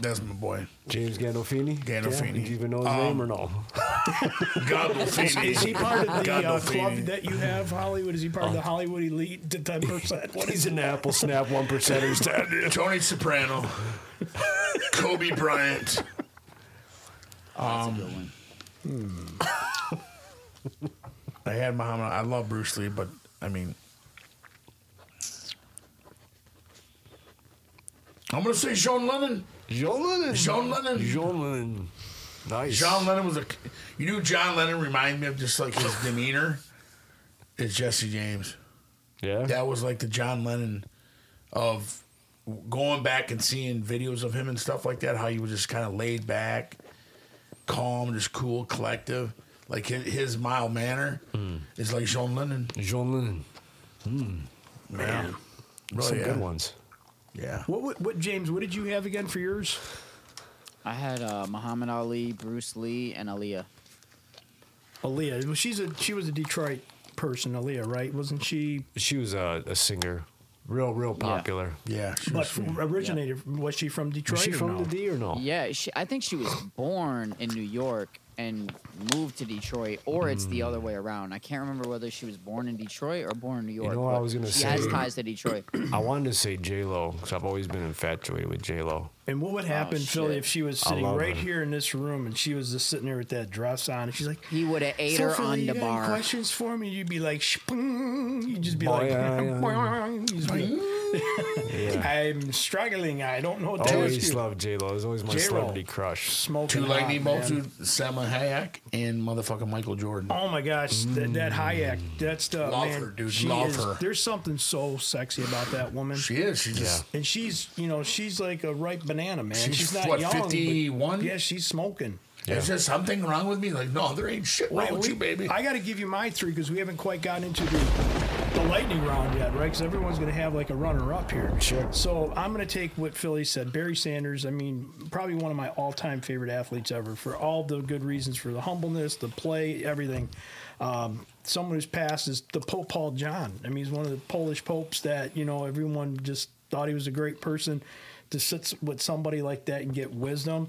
[SPEAKER 5] That's my boy.
[SPEAKER 2] James Gandolfini.
[SPEAKER 5] Gandolfini.
[SPEAKER 2] Do you even know his
[SPEAKER 5] Um,
[SPEAKER 2] name or no?
[SPEAKER 5] Gandolfini.
[SPEAKER 4] Is he part of the uh, club
[SPEAKER 5] Gandolfini.
[SPEAKER 4] that you have, Hollywood? Is he part of the Hollywood elite to 10%? What is
[SPEAKER 2] He's an apple snap one percenters. to-
[SPEAKER 5] Tony Soprano, Kobe Bryant. Um, Hmm. I had Muhammad. I love Bruce Lee, but I mean, I'm gonna say Sean Lennon.
[SPEAKER 2] Sean Lennon.
[SPEAKER 5] Sean Lennon.
[SPEAKER 2] Sean Lennon. Nice.
[SPEAKER 5] John Lennon was a. You knew John Lennon reminded me of just like his demeanor. Is Jesse James.
[SPEAKER 2] Yeah.
[SPEAKER 5] That was like the John Lennon of going back and seeing videos of him and stuff like that. How he was just kind of laid back, calm, just cool, collective. Like his, his mild manner is like John Lennon.
[SPEAKER 2] John Lennon.
[SPEAKER 5] Man,
[SPEAKER 4] Oh,
[SPEAKER 5] really,
[SPEAKER 2] Some
[SPEAKER 5] yeah.
[SPEAKER 2] good ones.
[SPEAKER 5] Yeah.
[SPEAKER 4] What, what, what, James, what did you have again for yours?
[SPEAKER 3] I had uh, Muhammad Ali, Bruce Lee, and Aaliyah.
[SPEAKER 4] Aaliyah. Well, she's a, she was a Detroit person, Aaliyah, right? Wasn't she?
[SPEAKER 2] She was a, a singer, real real popular.
[SPEAKER 5] Yeah.
[SPEAKER 4] But originated, was she from Detroit?
[SPEAKER 2] she
[SPEAKER 4] or
[SPEAKER 2] from
[SPEAKER 4] no?
[SPEAKER 2] the D or no?
[SPEAKER 3] Yeah, she, I think she was born in New York and moved to Detroit, or it's the other way around. I can't remember whether she was born in Detroit or born in New York.
[SPEAKER 2] You know what I
[SPEAKER 3] but
[SPEAKER 2] was gonna
[SPEAKER 3] she
[SPEAKER 2] say?
[SPEAKER 3] has ties to Detroit.
[SPEAKER 2] I wanted to say J Lo because I've always been infatuated with J Lo.
[SPEAKER 4] And what
[SPEAKER 3] Oh,
[SPEAKER 4] would happen, Philly,
[SPEAKER 2] shit.
[SPEAKER 4] if she was
[SPEAKER 2] I
[SPEAKER 4] sitting
[SPEAKER 2] love
[SPEAKER 4] right
[SPEAKER 2] her.
[SPEAKER 4] here in this room and she was just sitting there with that dress on, and she's like,
[SPEAKER 3] "He would have ate
[SPEAKER 4] so
[SPEAKER 3] her
[SPEAKER 4] Philly,
[SPEAKER 3] on
[SPEAKER 4] you
[SPEAKER 3] the
[SPEAKER 4] got any
[SPEAKER 3] bar.
[SPEAKER 4] Questions for me? You'd be like, "Shpung." you'd just be
[SPEAKER 2] Boy,
[SPEAKER 4] like,
[SPEAKER 2] yeah, yeah.
[SPEAKER 4] "Boing." You'd just be- I'm struggling. I don't know. What to ask
[SPEAKER 2] Always
[SPEAKER 4] you.
[SPEAKER 2] loved J Lo. It was always my
[SPEAKER 4] J-Lo.
[SPEAKER 2] celebrity crush.
[SPEAKER 4] Smoking
[SPEAKER 5] Two lightning
[SPEAKER 4] hot,
[SPEAKER 5] bolts,
[SPEAKER 4] man.
[SPEAKER 5] dude, Salma Hayek and motherfucking Michael Jordan.
[SPEAKER 4] Oh my gosh, that,
[SPEAKER 2] Mm.
[SPEAKER 4] that Hayek, that stuff,
[SPEAKER 5] Love
[SPEAKER 4] man.
[SPEAKER 5] her, dude.
[SPEAKER 4] She
[SPEAKER 5] Love
[SPEAKER 4] is,
[SPEAKER 5] her.
[SPEAKER 4] There's something so sexy about that woman.
[SPEAKER 5] She is. She just-
[SPEAKER 4] and she's, you know, she's like a ripe banana, man.
[SPEAKER 5] She's
[SPEAKER 4] She's, not
[SPEAKER 5] what,
[SPEAKER 4] young. but-
[SPEAKER 5] 51?
[SPEAKER 4] Yeah, she's smoking.
[SPEAKER 5] Is there something wrong with me? Like, no, there ain't shit wrong
[SPEAKER 4] Wait,
[SPEAKER 5] with
[SPEAKER 4] we-
[SPEAKER 5] you, baby.
[SPEAKER 4] I got to give you my three because we haven't quite gotten into the, the lightning round yet, right? Because everyone's going to have like a runner up here. Sure. So I'm going to take what Philly said. Barry Sanders, I mean, probably one of my all time favorite athletes ever for all the good reasons for the humbleness, the play, everything. Um, someone who's passed is the Pope Paul John. I mean, he's one of the Polish popes that, you know, everyone just thought he was a great person to sit with somebody like that and get wisdom.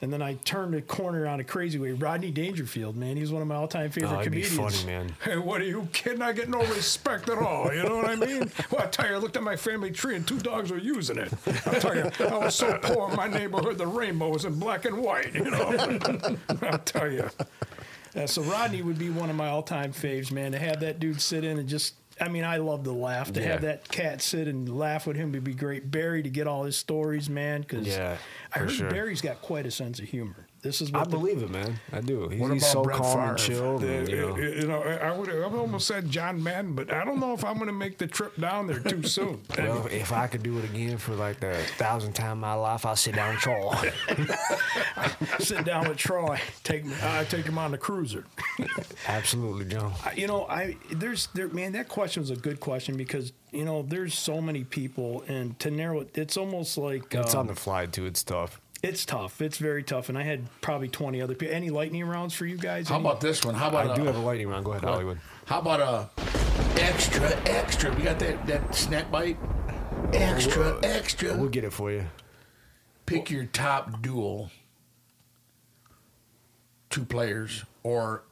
[SPEAKER 4] And then I turned a corner on a crazy way. Rodney Dangerfield, man, he's one of my all-time favorite
[SPEAKER 2] Oh, that'd be
[SPEAKER 4] comedians.
[SPEAKER 2] funny, man.
[SPEAKER 4] Hey, what are you kidding? I get no respect at all. You know what I mean? Well, I tell you, I looked at my family tree and two dogs were using it. I tell you, I was so poor in my neighborhood, the rainbow was in black and white. You know, I tell you. Yeah, Uh, so Rodney would be one of my all-time faves, man. To have that dude sit in and just—I mean, I love the laugh. To
[SPEAKER 2] Yeah.
[SPEAKER 4] have that cat sit and laugh with him would be great. Barry to get all his stories, man. Because
[SPEAKER 2] Yeah,
[SPEAKER 4] I
[SPEAKER 2] for
[SPEAKER 4] heard
[SPEAKER 2] sure.
[SPEAKER 4] Barry's got quite a sense of humor. This is
[SPEAKER 2] I
[SPEAKER 4] what the-
[SPEAKER 2] believe it, man. I do. He's,
[SPEAKER 4] What
[SPEAKER 2] he's
[SPEAKER 4] about
[SPEAKER 2] so
[SPEAKER 4] Brett
[SPEAKER 2] calm and
[SPEAKER 4] Favre?
[SPEAKER 2] chilled.
[SPEAKER 4] Yeah,
[SPEAKER 2] and, you know.
[SPEAKER 4] yeah,
[SPEAKER 22] You know, I I would I've almost said John Madden, but I don't know if I'm going to make the trip down there too soon.
[SPEAKER 2] Well, if I could do it again for like the thousandth time in my life, I'll sit down and troll.
[SPEAKER 4] sit down with Troy. Take uh, take him on the cruiser.
[SPEAKER 2] Absolutely, John.
[SPEAKER 4] I- you know, I there's there man, that question was a good question because you know there's so many people, and to narrow it, it's almost like
[SPEAKER 2] It's
[SPEAKER 4] um,
[SPEAKER 2] on the fly too. It's tough.
[SPEAKER 4] It's tough. It's very tough. And I had probably 20 other people. Any lightning rounds for you guys?
[SPEAKER 5] How
[SPEAKER 4] Any-
[SPEAKER 5] about this one? How about
[SPEAKER 4] I do have a
[SPEAKER 2] lightning round. Go ahead, Hollywood.
[SPEAKER 5] How about a extra, extra? We got that that snack bite. Extra, extra. We'll
[SPEAKER 2] get it for you.
[SPEAKER 5] Pick your top duel. Two players, or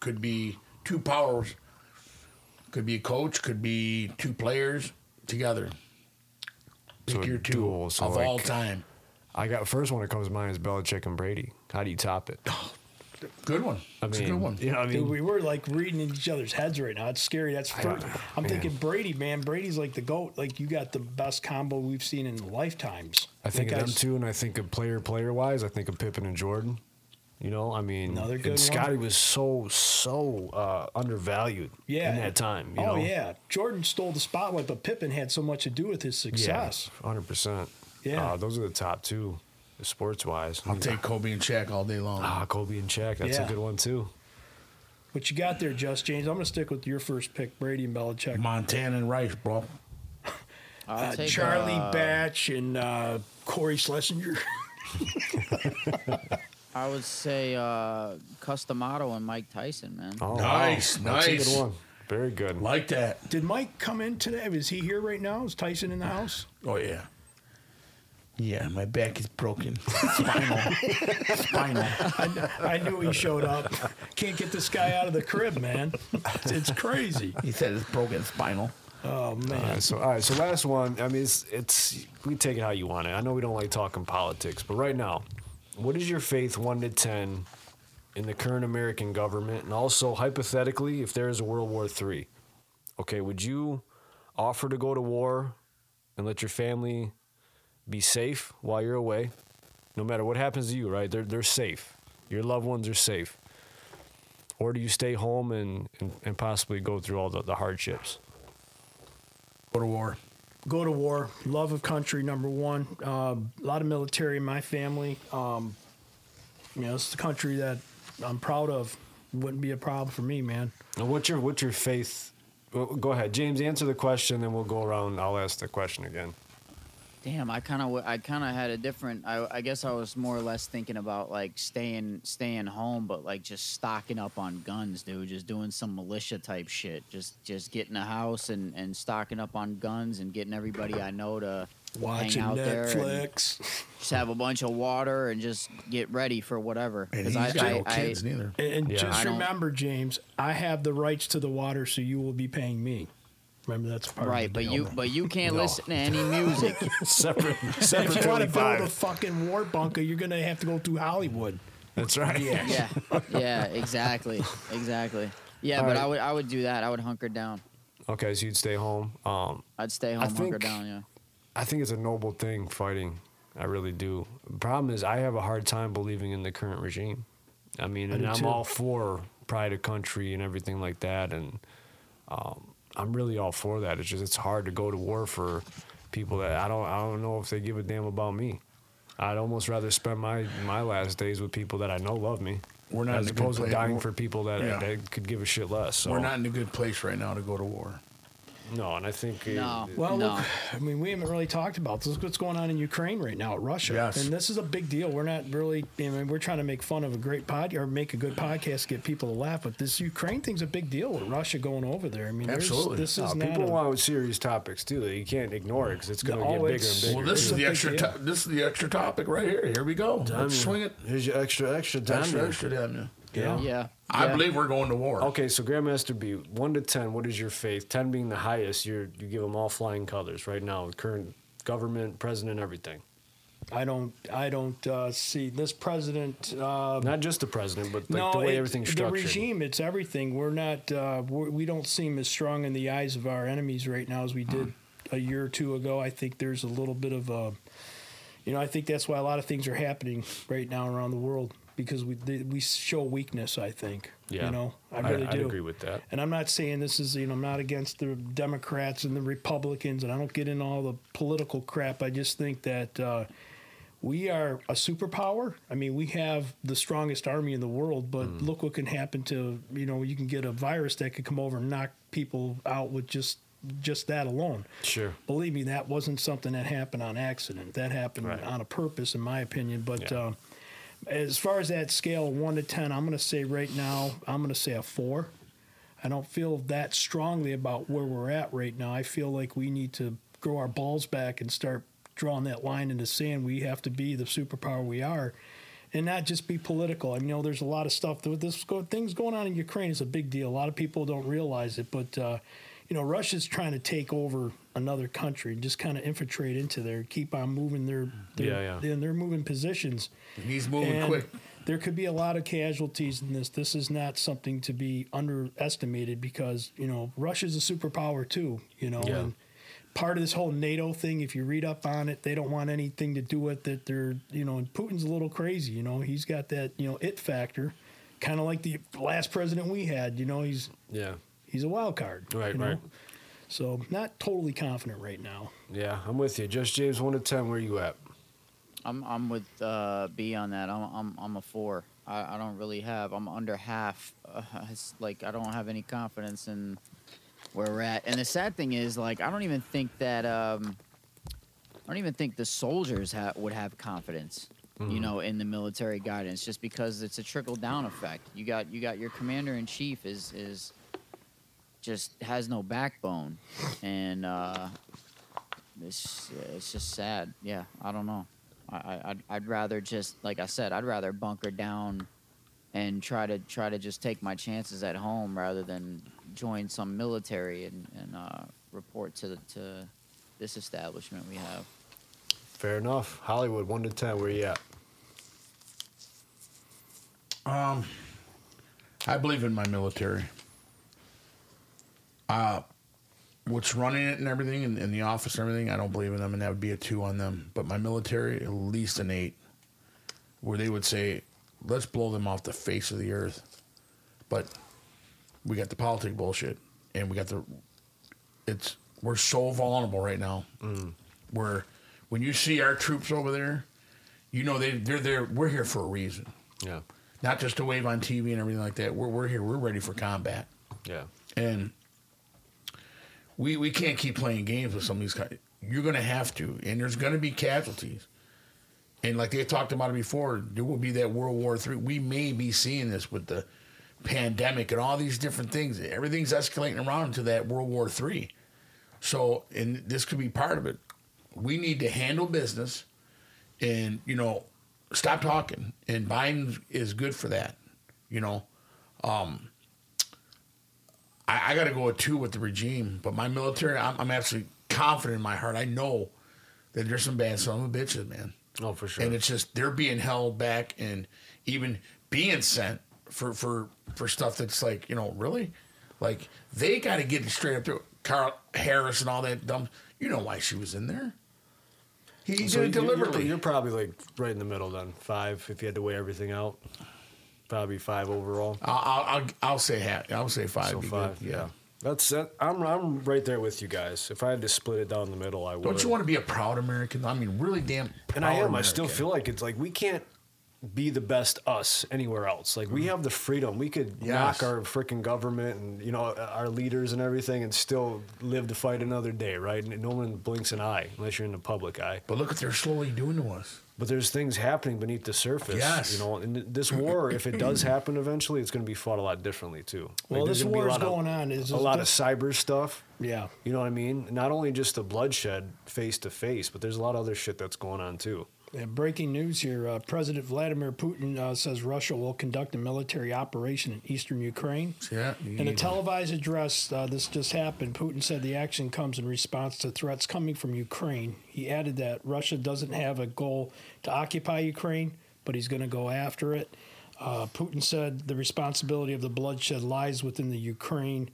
[SPEAKER 5] could be two powers. Could be a coach. Could be two players together. Pick
[SPEAKER 2] So
[SPEAKER 5] your two
[SPEAKER 2] duel, so
[SPEAKER 5] of
[SPEAKER 2] like-
[SPEAKER 5] all time.
[SPEAKER 2] I got first one that comes to mind is Belichick and Brady. How do you top it?
[SPEAKER 5] Good one.
[SPEAKER 2] I
[SPEAKER 5] It's a
[SPEAKER 2] mean,
[SPEAKER 5] good one.
[SPEAKER 2] You know, I mean,
[SPEAKER 4] Dude, we were like reading in each other's heads right now. It's scary. That's first. I'm
[SPEAKER 2] man.
[SPEAKER 4] thinking Brady, man. Brady's like the goat. Like you got the best combo we've seen in lifetimes.
[SPEAKER 2] I think of them
[SPEAKER 4] guys-
[SPEAKER 2] two, and I think of player player wise. I think of Pippen and Jordan. You know, I mean,
[SPEAKER 4] Another good one.
[SPEAKER 2] and Scotty was so so uh, undervalued
[SPEAKER 4] Yeah.
[SPEAKER 2] in that time. You
[SPEAKER 4] oh
[SPEAKER 2] know?
[SPEAKER 4] yeah, Jordan stole the spotlight, but Pippen had so much to do with his success.
[SPEAKER 2] hundred percent.
[SPEAKER 4] Yeah.
[SPEAKER 2] uh, those are the top two, sports wise.
[SPEAKER 5] I'll take Kobe and Shaq all day long.
[SPEAKER 2] Ah, Kobe and Shaq. That's
[SPEAKER 4] Yeah.
[SPEAKER 2] a good one too.
[SPEAKER 4] What you got there, Just James? I'm going to stick with your first pick, Brady and Belichick.
[SPEAKER 5] Montana and Rice, bro.
[SPEAKER 4] Uh,
[SPEAKER 3] take,
[SPEAKER 4] Charlie
[SPEAKER 3] uh,
[SPEAKER 4] Batch and uh, Corey Schlesinger.
[SPEAKER 3] I would say uh, Customato and Mike Tyson, man.
[SPEAKER 2] Oh, Nice, wow. That's a good nice. one. Very good.
[SPEAKER 5] Like that.
[SPEAKER 4] Did Mike come in today? Is he here right now? Is Tyson in the house?
[SPEAKER 5] Oh yeah. Yeah, my back is broken. Spinal. Spinal.
[SPEAKER 4] I, I knew he showed up. Can't get this guy out of the crib, man. It's crazy.
[SPEAKER 5] He said it's broken spinal.
[SPEAKER 4] Oh man.
[SPEAKER 2] All right, Uh, so all right, so last one. I mean, it's it's we can take it how you want it. I know we don't like talking politics, but right now, what is your faith one to ten in the current American government, and also hypothetically, if there is a World War Three, okay, would you offer to go to war and let your family be safe while you're away, no matter what happens to you? Right, they're they're safe. Your loved ones are safe. Or do you stay home and, and, and possibly go through all the, the hardships?
[SPEAKER 5] Go to war.
[SPEAKER 4] Go to war. Love of country, number one. Um, a lot of military in my family. Um, you know, it's the country that I'm proud of. Wouldn't be a problem for me, man.
[SPEAKER 2] Now, what's your what's your faith? Well, go ahead, James. Answer the question, then we'll go around. I'll ask the question again.
[SPEAKER 3] Damn, I kind of I kind of had a different. I, I guess I was more or less thinking about like staying staying home, but like just stocking up on guns, dude. Just doing some militia type shit. Just just getting a house and and stocking up on guns and getting everybody I know to
[SPEAKER 4] Watching
[SPEAKER 3] hang out there. and
[SPEAKER 4] Netflix.
[SPEAKER 3] Just have a bunch of water and just get ready for whatever. 'Cause I, I, I-
[SPEAKER 4] And, and just
[SPEAKER 3] I don't-
[SPEAKER 4] remember, James, I have the rights to the water, so you will be paying me. Remember that's part
[SPEAKER 3] Right,
[SPEAKER 4] of
[SPEAKER 3] but
[SPEAKER 4] the deal.
[SPEAKER 3] you but you can't listen to any music.
[SPEAKER 2] separate
[SPEAKER 4] if you want to build a fucking war bunker, you're gonna have to go through Hollywood.
[SPEAKER 2] That's right.
[SPEAKER 3] Yeah, yeah, exactly, exactly. Yeah,
[SPEAKER 2] All
[SPEAKER 3] but
[SPEAKER 2] right.
[SPEAKER 3] I would I would do that. I would hunker down.
[SPEAKER 2] Okay, so you'd stay home. Um,
[SPEAKER 3] I'd stay
[SPEAKER 2] I
[SPEAKER 3] home, hunker
[SPEAKER 2] think-
[SPEAKER 3] down. Yeah.
[SPEAKER 2] I think it's a noble thing fighting. I really do. Problem is, I have a hard time believing in the current regime. I mean,
[SPEAKER 11] I
[SPEAKER 2] and
[SPEAKER 11] do
[SPEAKER 2] I'm
[SPEAKER 11] too.
[SPEAKER 2] all for pride of country and everything like that, and um, I'm really all for that. It's just it's hard to go to war for people that I don't I don't know if they give a damn about me. I'd almost rather spend my my last days with people that I know love me.
[SPEAKER 5] We're not
[SPEAKER 2] as
[SPEAKER 5] in a good
[SPEAKER 2] opposed to
[SPEAKER 5] place.
[SPEAKER 2] dying
[SPEAKER 5] We're-
[SPEAKER 2] for people that,
[SPEAKER 5] Yeah.
[SPEAKER 2] that could give a shit less. So.
[SPEAKER 5] We're not in a good place right now to go to war.
[SPEAKER 2] No, and I think
[SPEAKER 4] Well, look, I mean, we haven't really talked about this. Look what's going on in Ukraine right now, Russia,
[SPEAKER 5] Yes.
[SPEAKER 4] and this is a big deal. We're not really, I mean, we're trying to make fun of a great pod or make a good podcast, get people to laugh. But this Ukraine thing's a big deal with Russia going over there. I mean, there's- this is
[SPEAKER 2] No,
[SPEAKER 4] not.
[SPEAKER 2] Uh, people
[SPEAKER 4] a-
[SPEAKER 2] want serious topics too. that You can't ignore it because it's going to
[SPEAKER 4] Oh,
[SPEAKER 2] get bigger
[SPEAKER 4] it's-
[SPEAKER 2] and bigger.
[SPEAKER 5] Well, this is
[SPEAKER 2] too.
[SPEAKER 5] the extra. To- this is the extra topic right here. Here we go.
[SPEAKER 2] Damn
[SPEAKER 5] Let's
[SPEAKER 2] you.
[SPEAKER 5] swing it.
[SPEAKER 2] Here's your extra extra damn
[SPEAKER 5] Extra,
[SPEAKER 2] you.
[SPEAKER 5] extra damn you.
[SPEAKER 2] Yeah.
[SPEAKER 5] I believe we're going to war.
[SPEAKER 2] Okay, so Grandmaster B, one to ten, what is your faith? Ten being the highest, you you give them all flying colors right now. Current government, president, everything.
[SPEAKER 4] I don't. I don't uh, see this president. Uh,
[SPEAKER 2] Not just the president, but like
[SPEAKER 4] no,
[SPEAKER 2] the way
[SPEAKER 4] it-
[SPEAKER 2] everything's
[SPEAKER 4] the
[SPEAKER 2] structured.
[SPEAKER 4] regime. It's everything. We're not. Uh, we're, we don't seem as strong in the eyes of
[SPEAKER 11] Hmm.
[SPEAKER 4] our enemies right now as we did a year or two ago. I think there's a little bit of a you know, I think that's why a lot of things are happening right now around the world because we they, we show weakness. I think.
[SPEAKER 11] Yeah.
[SPEAKER 4] You know, I
[SPEAKER 11] I-
[SPEAKER 4] really
[SPEAKER 11] I'd
[SPEAKER 4] do.
[SPEAKER 11] agree with that.
[SPEAKER 4] And I'm not saying this is you know I'm not against the Democrats and the Republicans, and I don't get in all the political crap. I just think that. Uh, we are a superpower. I mean, we have the strongest army in the world, but
[SPEAKER 11] Mm.
[SPEAKER 4] look what can happen to you know you can get a virus that could come over and knock people out with just just that alone.
[SPEAKER 11] Sure.
[SPEAKER 4] Believe me, that wasn't something that happened on accident. That happened
[SPEAKER 11] Right.
[SPEAKER 4] on a purpose, in my opinion. But
[SPEAKER 11] Yeah.
[SPEAKER 4] um, as far as that scale, one to ten, I'm going to say right now, I'm going to say a four. I don't feel that strongly about where we're at right now. I feel like we need to grow our balls back and start drawing that line in the sand. We have to be the superpower we are, and not just be political. I know there's a lot of stuff. This go- things going on in Ukraine is a big deal. A lot of people don't realize it, but uh, you know, Russia's trying to take over another country and just kind of infiltrate into there, keep on moving their, their
[SPEAKER 5] Yeah, yeah.
[SPEAKER 4] and they're moving positions.
[SPEAKER 5] He's moving quick.
[SPEAKER 4] There could be a lot of casualties in this. This is not something to be underestimated because you know Russia's a superpower too. You know,
[SPEAKER 11] Yeah.
[SPEAKER 4] and part of this whole NATO thing, if you read up on it, they don't want anything to do with it. They're you know, and Putin's a little crazy. You know, he's got that you know it factor, kind of like the last president we had. You know, he's
[SPEAKER 11] Yeah.
[SPEAKER 4] he's a wild card.
[SPEAKER 11] Right,
[SPEAKER 4] you know?
[SPEAKER 11] right.
[SPEAKER 4] So not totally confident right now.
[SPEAKER 11] Yeah, I'm with you. Just James, one to ten. Where you at?
[SPEAKER 3] I'm I'm with uh, B on that. I'm I'm I'm a four. I, I don't really have. I'm under half. Uh, it's like I don't have any confidence in where we're at. And the sad thing is, like, I don't even think that. Um, I don't even think the soldiers ha- would have confidence, you
[SPEAKER 10] Mhm.
[SPEAKER 3] know, in the military guidance, just because it's a trickle down effect. You got you got your commander in chief is is just has no backbone, and uh, it's it's just sad. Yeah, I don't know. I, I I'd, I'd rather just like I said, I'd rather bunker down and try to try to just take my chances at home rather than join some military and and uh, report to the, to this establishment we have.
[SPEAKER 11] Fair enough. Hollywood, one to ten. Where you at?
[SPEAKER 5] Um, I believe in my military. Uh, what's running it and everything, and, and the office and everything, I don't believe in them, and that would be a two on them. But my military, at least an eight, where they would say, let's blow them off the face of the earth. But we got the politic bullshit, and we got the. It's we're so vulnerable right now. Where when you see our troops over there, you know they they're there. We're here for a reason.
[SPEAKER 11] Yeah.
[SPEAKER 5] Not just to wave on TV and everything like that. We're we're here. We're ready for combat,
[SPEAKER 11] Yeah.
[SPEAKER 5] and we we can't keep playing games with some of these guys. You're gonna have to, and there's gonna be casualties. And like they talked about it before, there will be that World War Three. We may be seeing this with the pandemic and all these different things. Everything's escalating around to that World War Three. So, and this could be part of it. We need to handle business, and you know, stop talking. And Biden is good for that. You know, um, I, I got to go with two with the regime, but my military, I'm, I'm absolutely confident in my heart. I know that there's some bad son of a bitches, man.
[SPEAKER 11] Oh, for sure.
[SPEAKER 5] And it's just they're being held back and even being sent for for for stuff that's like you know really, like they got to get it straight up to Carl Harris and all that dumb. You know why she was in there? He
[SPEAKER 11] So
[SPEAKER 5] did it
[SPEAKER 11] you- you're-
[SPEAKER 5] deliberately.
[SPEAKER 11] You're, probably like right in the middle then. Five, if you had to weigh everything out, probably five overall.
[SPEAKER 5] I'll I'll, I'll, I'll say hat. I'll say five.
[SPEAKER 11] So
[SPEAKER 5] be good.
[SPEAKER 11] five, yeah. That's that, I'm I'm right there with you guys. If I had to split it down the middle, I would.
[SPEAKER 5] Don't you want to be a proud American? I mean, really damn. Proud
[SPEAKER 11] And I am. I still
[SPEAKER 5] American.
[SPEAKER 11] feel like it's like we can't be the best us anywhere else. Like we have the freedom. We could knock
[SPEAKER 5] Mm-hmm. Yes.
[SPEAKER 11] our freaking government and you know our leaders and everything, and still live to fight another day, right? And no one blinks an eye unless you're in the public eye.
[SPEAKER 5] But look what they're slowly doing to us.
[SPEAKER 11] But there's things happening beneath the surface.
[SPEAKER 5] Yes.
[SPEAKER 11] You know, and th- this war, if it does happen eventually, it's going to be fought a lot differently too. Like,
[SPEAKER 4] Well,
[SPEAKER 11] there's
[SPEAKER 4] this
[SPEAKER 11] gonna be a
[SPEAKER 4] war is
[SPEAKER 11] lot of-
[SPEAKER 4] going on. Is
[SPEAKER 11] a
[SPEAKER 4] is
[SPEAKER 11] lot of
[SPEAKER 4] this-
[SPEAKER 11] cyber stuff.
[SPEAKER 4] Yeah.
[SPEAKER 11] You know what I mean? Not only just the bloodshed face to face, but there's a lot of other shit that's going on too.
[SPEAKER 4] Yeah, breaking news here. Uh, President Vladimir Putin uh, says Russia will conduct a military operation in eastern Ukraine.
[SPEAKER 5] Yeah.
[SPEAKER 4] In a televised address, uh, this just happened. Putin said the action comes in response to threats coming from Ukraine. He added that Russia doesn't have a goal to occupy Ukraine, but he's going to go after it. Uh, Putin said the responsibility of the bloodshed lies within the Ukraine.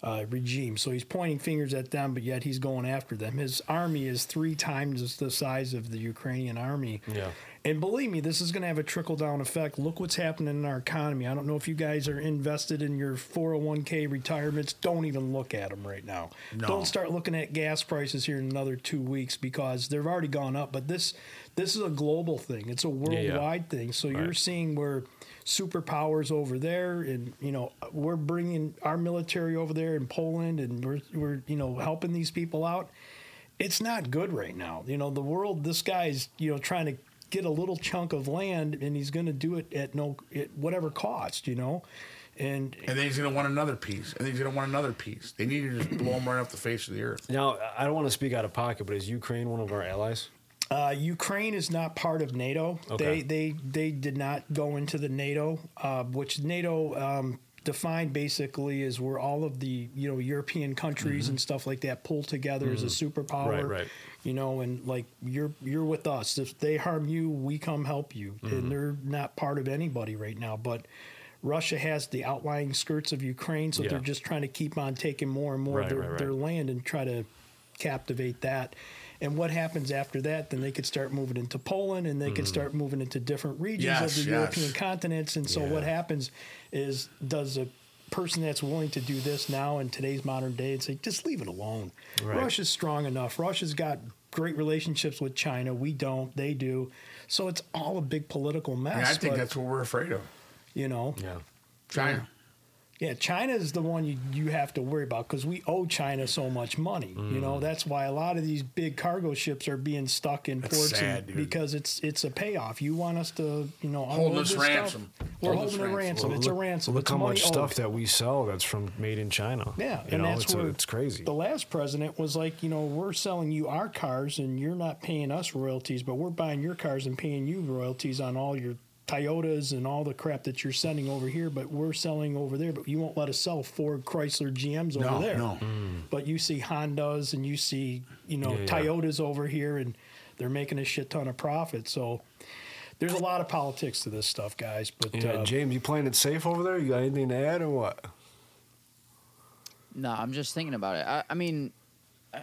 [SPEAKER 4] uh, regime. So he's pointing fingers at them, but yet he's going after them. His army is three times the size of the Ukrainian army.
[SPEAKER 11] Yeah.
[SPEAKER 4] And believe me, this is going to have a trickle down effect. Look what's happening in our economy. I don't know if you guys are invested in your 401k retirements. Don't even look at them right now.
[SPEAKER 5] No.
[SPEAKER 4] Don't start looking at gas prices here in another two weeks because they've already gone up. But this this is a global thing. It's a
[SPEAKER 11] Yeah,
[SPEAKER 4] worldwide
[SPEAKER 11] yeah.
[SPEAKER 4] thing. So you're
[SPEAKER 11] Right.
[SPEAKER 4] seeing where superpowers over there, and you know we're bringing our military over there in Poland, and we're we're you know helping these people out. It's not good right now. You know the world. This guy's you know trying to get a little chunk of land, and he's going to do it at no at whatever cost. You know, and
[SPEAKER 5] And then he's going to want another piece. And then he's going to want another piece. They need to just blow him right off the face of the earth.
[SPEAKER 11] Now, I- I don't want to speak out of pocket, but is Ukraine one of our allies?
[SPEAKER 4] Uh, Ukraine is not part of NATO.
[SPEAKER 11] Okay.
[SPEAKER 4] They they they did not go into the NATO, uh, which NATO um, defined basically is where all of the you know European countries and stuff like that pull together as a
[SPEAKER 11] Mhm.
[SPEAKER 4] superpower.
[SPEAKER 11] Mm-hmm. Right, right.
[SPEAKER 4] You know, and like you're you're with us. If they harm you, we come help you.
[SPEAKER 11] Mhm.
[SPEAKER 4] And they're not part of anybody right now, but. Russia has the outlying skirts of Ukraine, so
[SPEAKER 11] Yeah.
[SPEAKER 4] they're just trying to keep on taking more and more more of
[SPEAKER 11] Right,
[SPEAKER 4] their,
[SPEAKER 11] right, right.
[SPEAKER 4] their land and try to captivate that. And what happens after that? Then they could start moving into Poland and they could
[SPEAKER 11] Mhm.
[SPEAKER 4] start moving into different regions
[SPEAKER 11] Yes,
[SPEAKER 4] of the
[SPEAKER 11] yes.
[SPEAKER 4] European continents. And so what
[SPEAKER 11] Yeah.
[SPEAKER 4] happens is does a person that's willing to do this now in today's modern day and say, just leave it alone.
[SPEAKER 11] Right.
[SPEAKER 4] Russia's strong enough. Russia's got great relationships with China. We don't, they do. So it's all a big political mess.
[SPEAKER 5] And I think
[SPEAKER 4] but,
[SPEAKER 5] that's what we're afraid of.
[SPEAKER 4] you know.
[SPEAKER 11] Yeah.
[SPEAKER 5] China.
[SPEAKER 4] Yeah, China is the one you, you have to worry about because we owe China so much money. You know
[SPEAKER 11] Mm.
[SPEAKER 4] that's why a lot of these big cargo ships are being stuck in
[SPEAKER 11] That's
[SPEAKER 4] ports and-
[SPEAKER 11] sad, dude.
[SPEAKER 4] because it's it's a payoff. You want us to you know
[SPEAKER 5] Hold
[SPEAKER 4] unload
[SPEAKER 5] us
[SPEAKER 4] this stuff?
[SPEAKER 5] ransom.
[SPEAKER 4] We're
[SPEAKER 5] Hold us
[SPEAKER 4] holding
[SPEAKER 5] ransom.
[SPEAKER 4] a ransom.
[SPEAKER 11] Well,
[SPEAKER 4] It's a
[SPEAKER 11] look-
[SPEAKER 4] ransom.
[SPEAKER 11] Look
[SPEAKER 4] it's
[SPEAKER 11] how
[SPEAKER 4] money
[SPEAKER 11] much
[SPEAKER 4] owed.
[SPEAKER 11] stuff that we sell that's from made in China.
[SPEAKER 4] Yeah,
[SPEAKER 11] You
[SPEAKER 4] and
[SPEAKER 11] know,
[SPEAKER 4] that's
[SPEAKER 11] it's, a-
[SPEAKER 4] where
[SPEAKER 11] it's crazy.
[SPEAKER 4] The last president was like, you know, we're selling you our cars and you're not paying us royalties, but we're buying your cars and paying you royalties on all your Toyotas and all the crap that you're sending over here, but we're selling over there, but you won't let us sell Ford, Chrysler, GMs over
[SPEAKER 5] No,
[SPEAKER 4] there. Mm.
[SPEAKER 5] no.
[SPEAKER 4] But you see Hondas and you see, you know,
[SPEAKER 5] Hmm. Yeah, yeah.
[SPEAKER 4] Toyotas over here and they're making a shit ton of profit. So there's a lot of politics to this stuff, guys. But
[SPEAKER 11] Yeah,
[SPEAKER 4] uh,
[SPEAKER 11] James, you playing it safe over there? You got anything to add or what?
[SPEAKER 3] No, I'm just thinking about it. I, I mean, I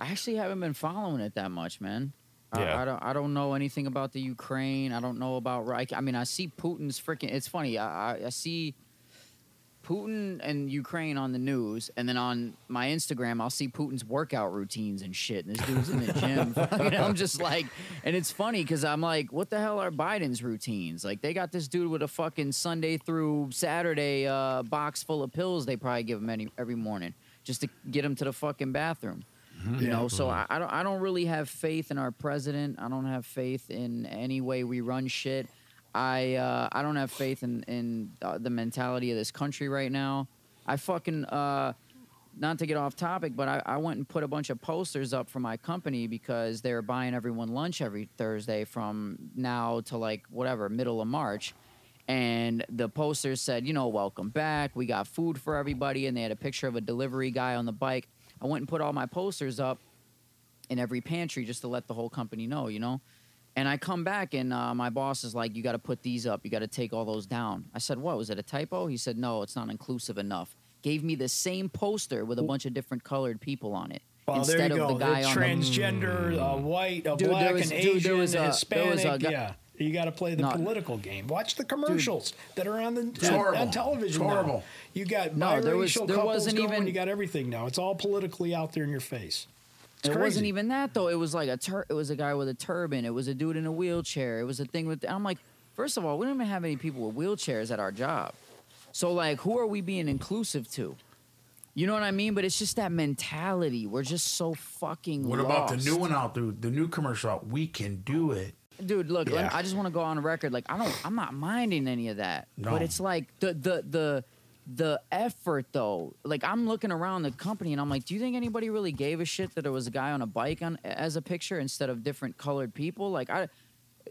[SPEAKER 3] actually haven't been following it that much, man.
[SPEAKER 11] Yeah.
[SPEAKER 3] I, I don't. I don't know anything about the Ukraine. I don't know about. Ru- I, c- I mean, I see Putin's freaking. It's funny. I, I, I see Putin and Ukraine on the news, and then on my Instagram, I'll see Putin's workout routines and shit. And this dude's in the gym. And I'm just like, and it's funny because I'm like, what the hell are Biden's routines? Like, they got this dude with a fucking Sunday through Saturday uh, box full of pills. They probably give him any, every morning just to get him to the fucking bathroom. You know, so I, I don't. I don't really have faith in our president. I don't have faith in any way we run shit. I uh, I don't have faith in in uh, the mentality of this country right now. I fucking uh, not to get off topic, but I, I went and put a bunch of posters up for my company because they're buying everyone lunch every Thursday from now to like whatever middle of March. And the posters said, you know, welcome back. We got food for everybody. And they had a picture of a delivery guy on the bike. I went and put all my posters up in every pantry just to let the whole company know, you know? And I come back and uh, my boss is like, You got to put these up. You got to take all those down. I said, What? Was it a typo? He said, No, it's not inclusive enough. Gave me the same poster with a bunch of different colored people on it.
[SPEAKER 4] Well, there
[SPEAKER 3] instead
[SPEAKER 4] you
[SPEAKER 3] of
[SPEAKER 4] go.
[SPEAKER 3] the guy
[SPEAKER 4] a
[SPEAKER 3] on
[SPEAKER 4] transgender, a white, a
[SPEAKER 3] Dude, there
[SPEAKER 4] black,
[SPEAKER 3] was-
[SPEAKER 4] an
[SPEAKER 3] dude, there
[SPEAKER 4] Asian,
[SPEAKER 3] was a-
[SPEAKER 4] a
[SPEAKER 3] there was
[SPEAKER 4] Hispanic.
[SPEAKER 3] a guy-
[SPEAKER 4] yeah, you got to play the
[SPEAKER 3] No.
[SPEAKER 4] political game. Watch the commercials that are on the
[SPEAKER 3] It's
[SPEAKER 4] on-
[SPEAKER 3] horrible.
[SPEAKER 4] on television.
[SPEAKER 3] It's
[SPEAKER 4] now.
[SPEAKER 3] horrible.
[SPEAKER 4] You got
[SPEAKER 3] No,
[SPEAKER 4] biracial
[SPEAKER 3] there was- there
[SPEAKER 4] couples
[SPEAKER 3] wasn't
[SPEAKER 4] going.
[SPEAKER 3] even-
[SPEAKER 4] you got everything now. It's all politically out there in your face. It's
[SPEAKER 3] it
[SPEAKER 4] crazy.
[SPEAKER 3] wasn't even that though. It was like a tur- it was a guy with a turban. It was a dude in a wheelchair. It was a thing with. I'm like, first of all, we don't even have any people with wheelchairs at our job. So like, who are we being inclusive to? You know what I mean? But it's just that mentality. We're just so fucking.
[SPEAKER 5] What about the
[SPEAKER 3] lost.
[SPEAKER 5] new one out, dude? The new commercial out. We can do it.
[SPEAKER 3] dude look let-
[SPEAKER 5] Yeah.
[SPEAKER 3] i just want to go on record like i don't i'm not minding any of that
[SPEAKER 5] No.
[SPEAKER 3] but it's like the the the the effort though like i'm looking around the company and i'm like do you think anybody really gave a shit that there was a guy on a bike on as a picture instead of different colored people like i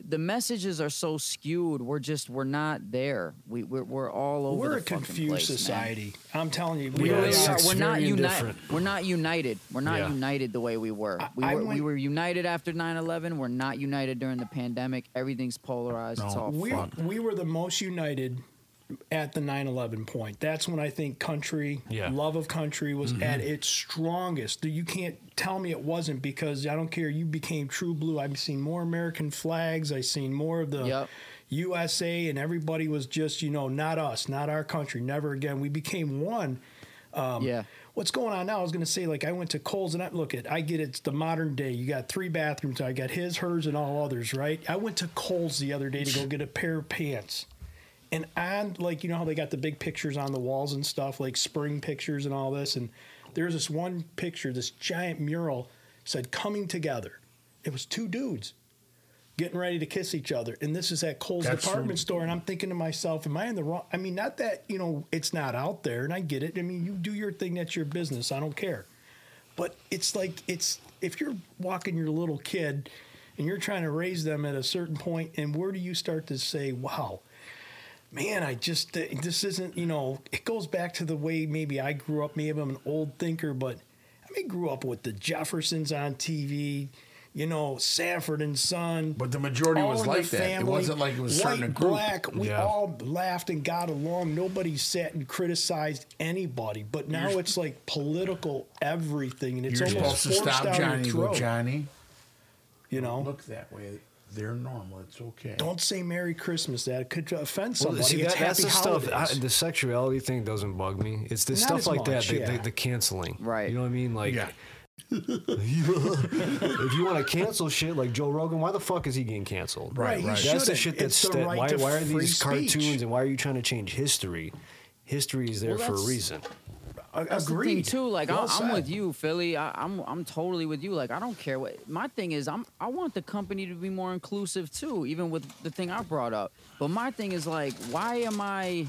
[SPEAKER 3] the messages are so skewed we're just we're not there we we're, we're all over
[SPEAKER 4] We're
[SPEAKER 3] the
[SPEAKER 4] a
[SPEAKER 3] fucking
[SPEAKER 4] confused
[SPEAKER 3] place, man.
[SPEAKER 4] society. I'm telling you,
[SPEAKER 3] We really
[SPEAKER 4] it's-
[SPEAKER 3] are.
[SPEAKER 4] it's
[SPEAKER 3] We're not
[SPEAKER 4] very
[SPEAKER 3] united.
[SPEAKER 4] indifferent.
[SPEAKER 3] We're not united. We're not
[SPEAKER 4] Yeah.
[SPEAKER 3] united the way we were. We
[SPEAKER 4] I
[SPEAKER 3] were, we
[SPEAKER 4] went-
[SPEAKER 3] were united after 9/11. We're not united during the pandemic. Everything's polarized. It's all
[SPEAKER 4] we,
[SPEAKER 3] fucked.
[SPEAKER 4] we were the most united at the 9-11 point that's when i think country
[SPEAKER 11] Yeah.
[SPEAKER 4] love of country was
[SPEAKER 11] Mhm.
[SPEAKER 4] at its strongest you can't tell me it wasn't because i don't care you became true blue i've seen more american flags i've seen more of the usa and everybody was just you know not us not our country never again we became one um,
[SPEAKER 3] Yeah.
[SPEAKER 4] What's going on now? I was going to say, like, I went to Kohl's and I look at, I get it's the modern day. You got three bathrooms. I got his, hers, and all others, right? I went to Kohl's the other day to go get a pair of pants. And on, like, you know how they got the big pictures on the walls and stuff, like spring pictures and all this. And there's this one picture, this giant mural said coming together. It was two dudes getting ready to kiss each other. And this is at Kohl's
[SPEAKER 5] That's
[SPEAKER 4] department
[SPEAKER 5] from-
[SPEAKER 4] store. And I'm thinking to myself, am I in the wrong? I mean, not that, you know, it's not out there and I get it. I mean, you do your thing, that's your business. I don't care. But it's like, it's if you're walking your little kid and you're trying to raise them at a certain point, and where do you start to say, wow, man, I just, this isn't, you know, it goes back to the way maybe I grew up. Maybe I'm an old thinker, but I mean, grew up with the Jeffersons on TV, you know, Sanford and Son. But
[SPEAKER 5] the majority was like that. It wasn't like it was
[SPEAKER 4] white,
[SPEAKER 5] starting a group.
[SPEAKER 4] black. We
[SPEAKER 5] Yeah.
[SPEAKER 4] all laughed and got along. Nobody sat and criticized anybody. But now
[SPEAKER 5] You're-
[SPEAKER 4] it's like political everything, and it's
[SPEAKER 5] You're supposed
[SPEAKER 4] almost
[SPEAKER 5] to
[SPEAKER 4] forced
[SPEAKER 5] stop
[SPEAKER 4] down your
[SPEAKER 5] Johnny. and Go,
[SPEAKER 4] throat.
[SPEAKER 5] Johnny.
[SPEAKER 4] You know,
[SPEAKER 5] look that way. They're normal. It's okay.
[SPEAKER 4] Don't say Merry Christmas. That could offend
[SPEAKER 5] Well,
[SPEAKER 4] somebody.
[SPEAKER 5] see,
[SPEAKER 4] it's
[SPEAKER 5] that-
[SPEAKER 4] happy
[SPEAKER 5] that's
[SPEAKER 2] the
[SPEAKER 4] holidays.
[SPEAKER 2] stuff. I, the sexuality thing doesn't bug me. It's the
[SPEAKER 4] Not
[SPEAKER 2] stuff
[SPEAKER 4] as
[SPEAKER 2] like that.
[SPEAKER 4] much,
[SPEAKER 2] The,
[SPEAKER 4] yeah.
[SPEAKER 2] the, the canceling. Right. You know what I mean? Like.
[SPEAKER 5] Yeah.
[SPEAKER 2] if you want to cancel shit like Joe Rogan, why the fuck is he getting canceled?
[SPEAKER 11] Right, Right, he
[SPEAKER 2] That's the
[SPEAKER 11] shouldn't.
[SPEAKER 2] shit that's
[SPEAKER 11] It's the
[SPEAKER 2] that-
[SPEAKER 11] right
[SPEAKER 2] why,
[SPEAKER 11] to
[SPEAKER 2] why are
[SPEAKER 11] free
[SPEAKER 2] these
[SPEAKER 11] speech.
[SPEAKER 2] cartoons and why are you trying to change history? History is there
[SPEAKER 3] Well,
[SPEAKER 2] for a
[SPEAKER 3] that's-
[SPEAKER 2] reason.
[SPEAKER 3] That's the thing, too. Like
[SPEAKER 2] Well
[SPEAKER 3] I, I'm
[SPEAKER 2] said.
[SPEAKER 3] with you, Philly. I, I'm I'm totally with you. Like I don't care what my thing is. I'm I want the company to be more inclusive too. Even with the thing I brought up. But my thing is like, why am I?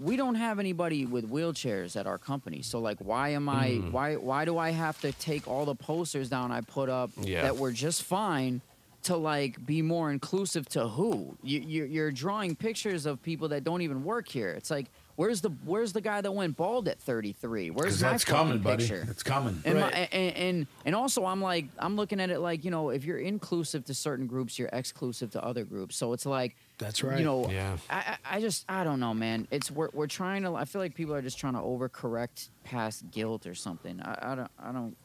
[SPEAKER 3] We don't have anybody with wheelchairs at our company. So like, why am I?
[SPEAKER 10] Mm.
[SPEAKER 3] Why why do I have to take all the posters down I put up
[SPEAKER 10] Yeah.
[SPEAKER 3] that were just fine? To like be more inclusive to who you, you you're drawing pictures of people that don't even work here. It's like where's the where's the guy that went bald at 33? Where's
[SPEAKER 5] 'Cause
[SPEAKER 3] my
[SPEAKER 5] that's coming,
[SPEAKER 3] fucking
[SPEAKER 5] buddy.
[SPEAKER 3] picture?
[SPEAKER 5] It's coming.
[SPEAKER 3] And, my,
[SPEAKER 5] Right.
[SPEAKER 3] and and and also, I'm like, I'm looking at it like, you know, if you're inclusive to certain groups, you're exclusive to other groups. So it's like,
[SPEAKER 4] that's
[SPEAKER 3] You know,
[SPEAKER 2] yeah.
[SPEAKER 3] I, I I just I don't know, man. It's we're we're trying to. I feel like people are just trying to overcorrect past guilt or something. I, I don't I don't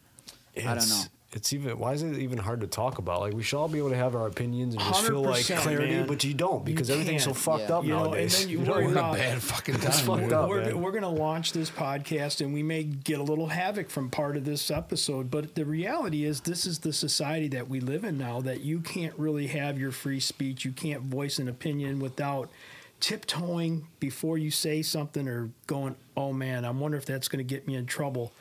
[SPEAKER 3] I don't know.
[SPEAKER 2] It's- It's even why is it even hard to talk about? Like we should all be able to have our opinions and just feel like
[SPEAKER 4] 100%,
[SPEAKER 2] clarity,
[SPEAKER 4] man.
[SPEAKER 2] but you don't because everything's so
[SPEAKER 4] can't.
[SPEAKER 2] fucked up
[SPEAKER 4] You know,
[SPEAKER 2] nowadays.
[SPEAKER 4] And then you,
[SPEAKER 2] You know,
[SPEAKER 4] worry
[SPEAKER 2] we're
[SPEAKER 4] about,
[SPEAKER 2] in a bad fucking time,
[SPEAKER 4] It's fucked
[SPEAKER 2] dude.
[SPEAKER 4] up,
[SPEAKER 2] We're-
[SPEAKER 4] we're we're going to launch this podcast and we may get a little havoc from part of this episode, but the reality is this is the society that we live in now that you can't really have your free speech. You can't voice an opinion without tiptoeing before you say something or going, "Oh man, I wonder if that's going to get me in trouble."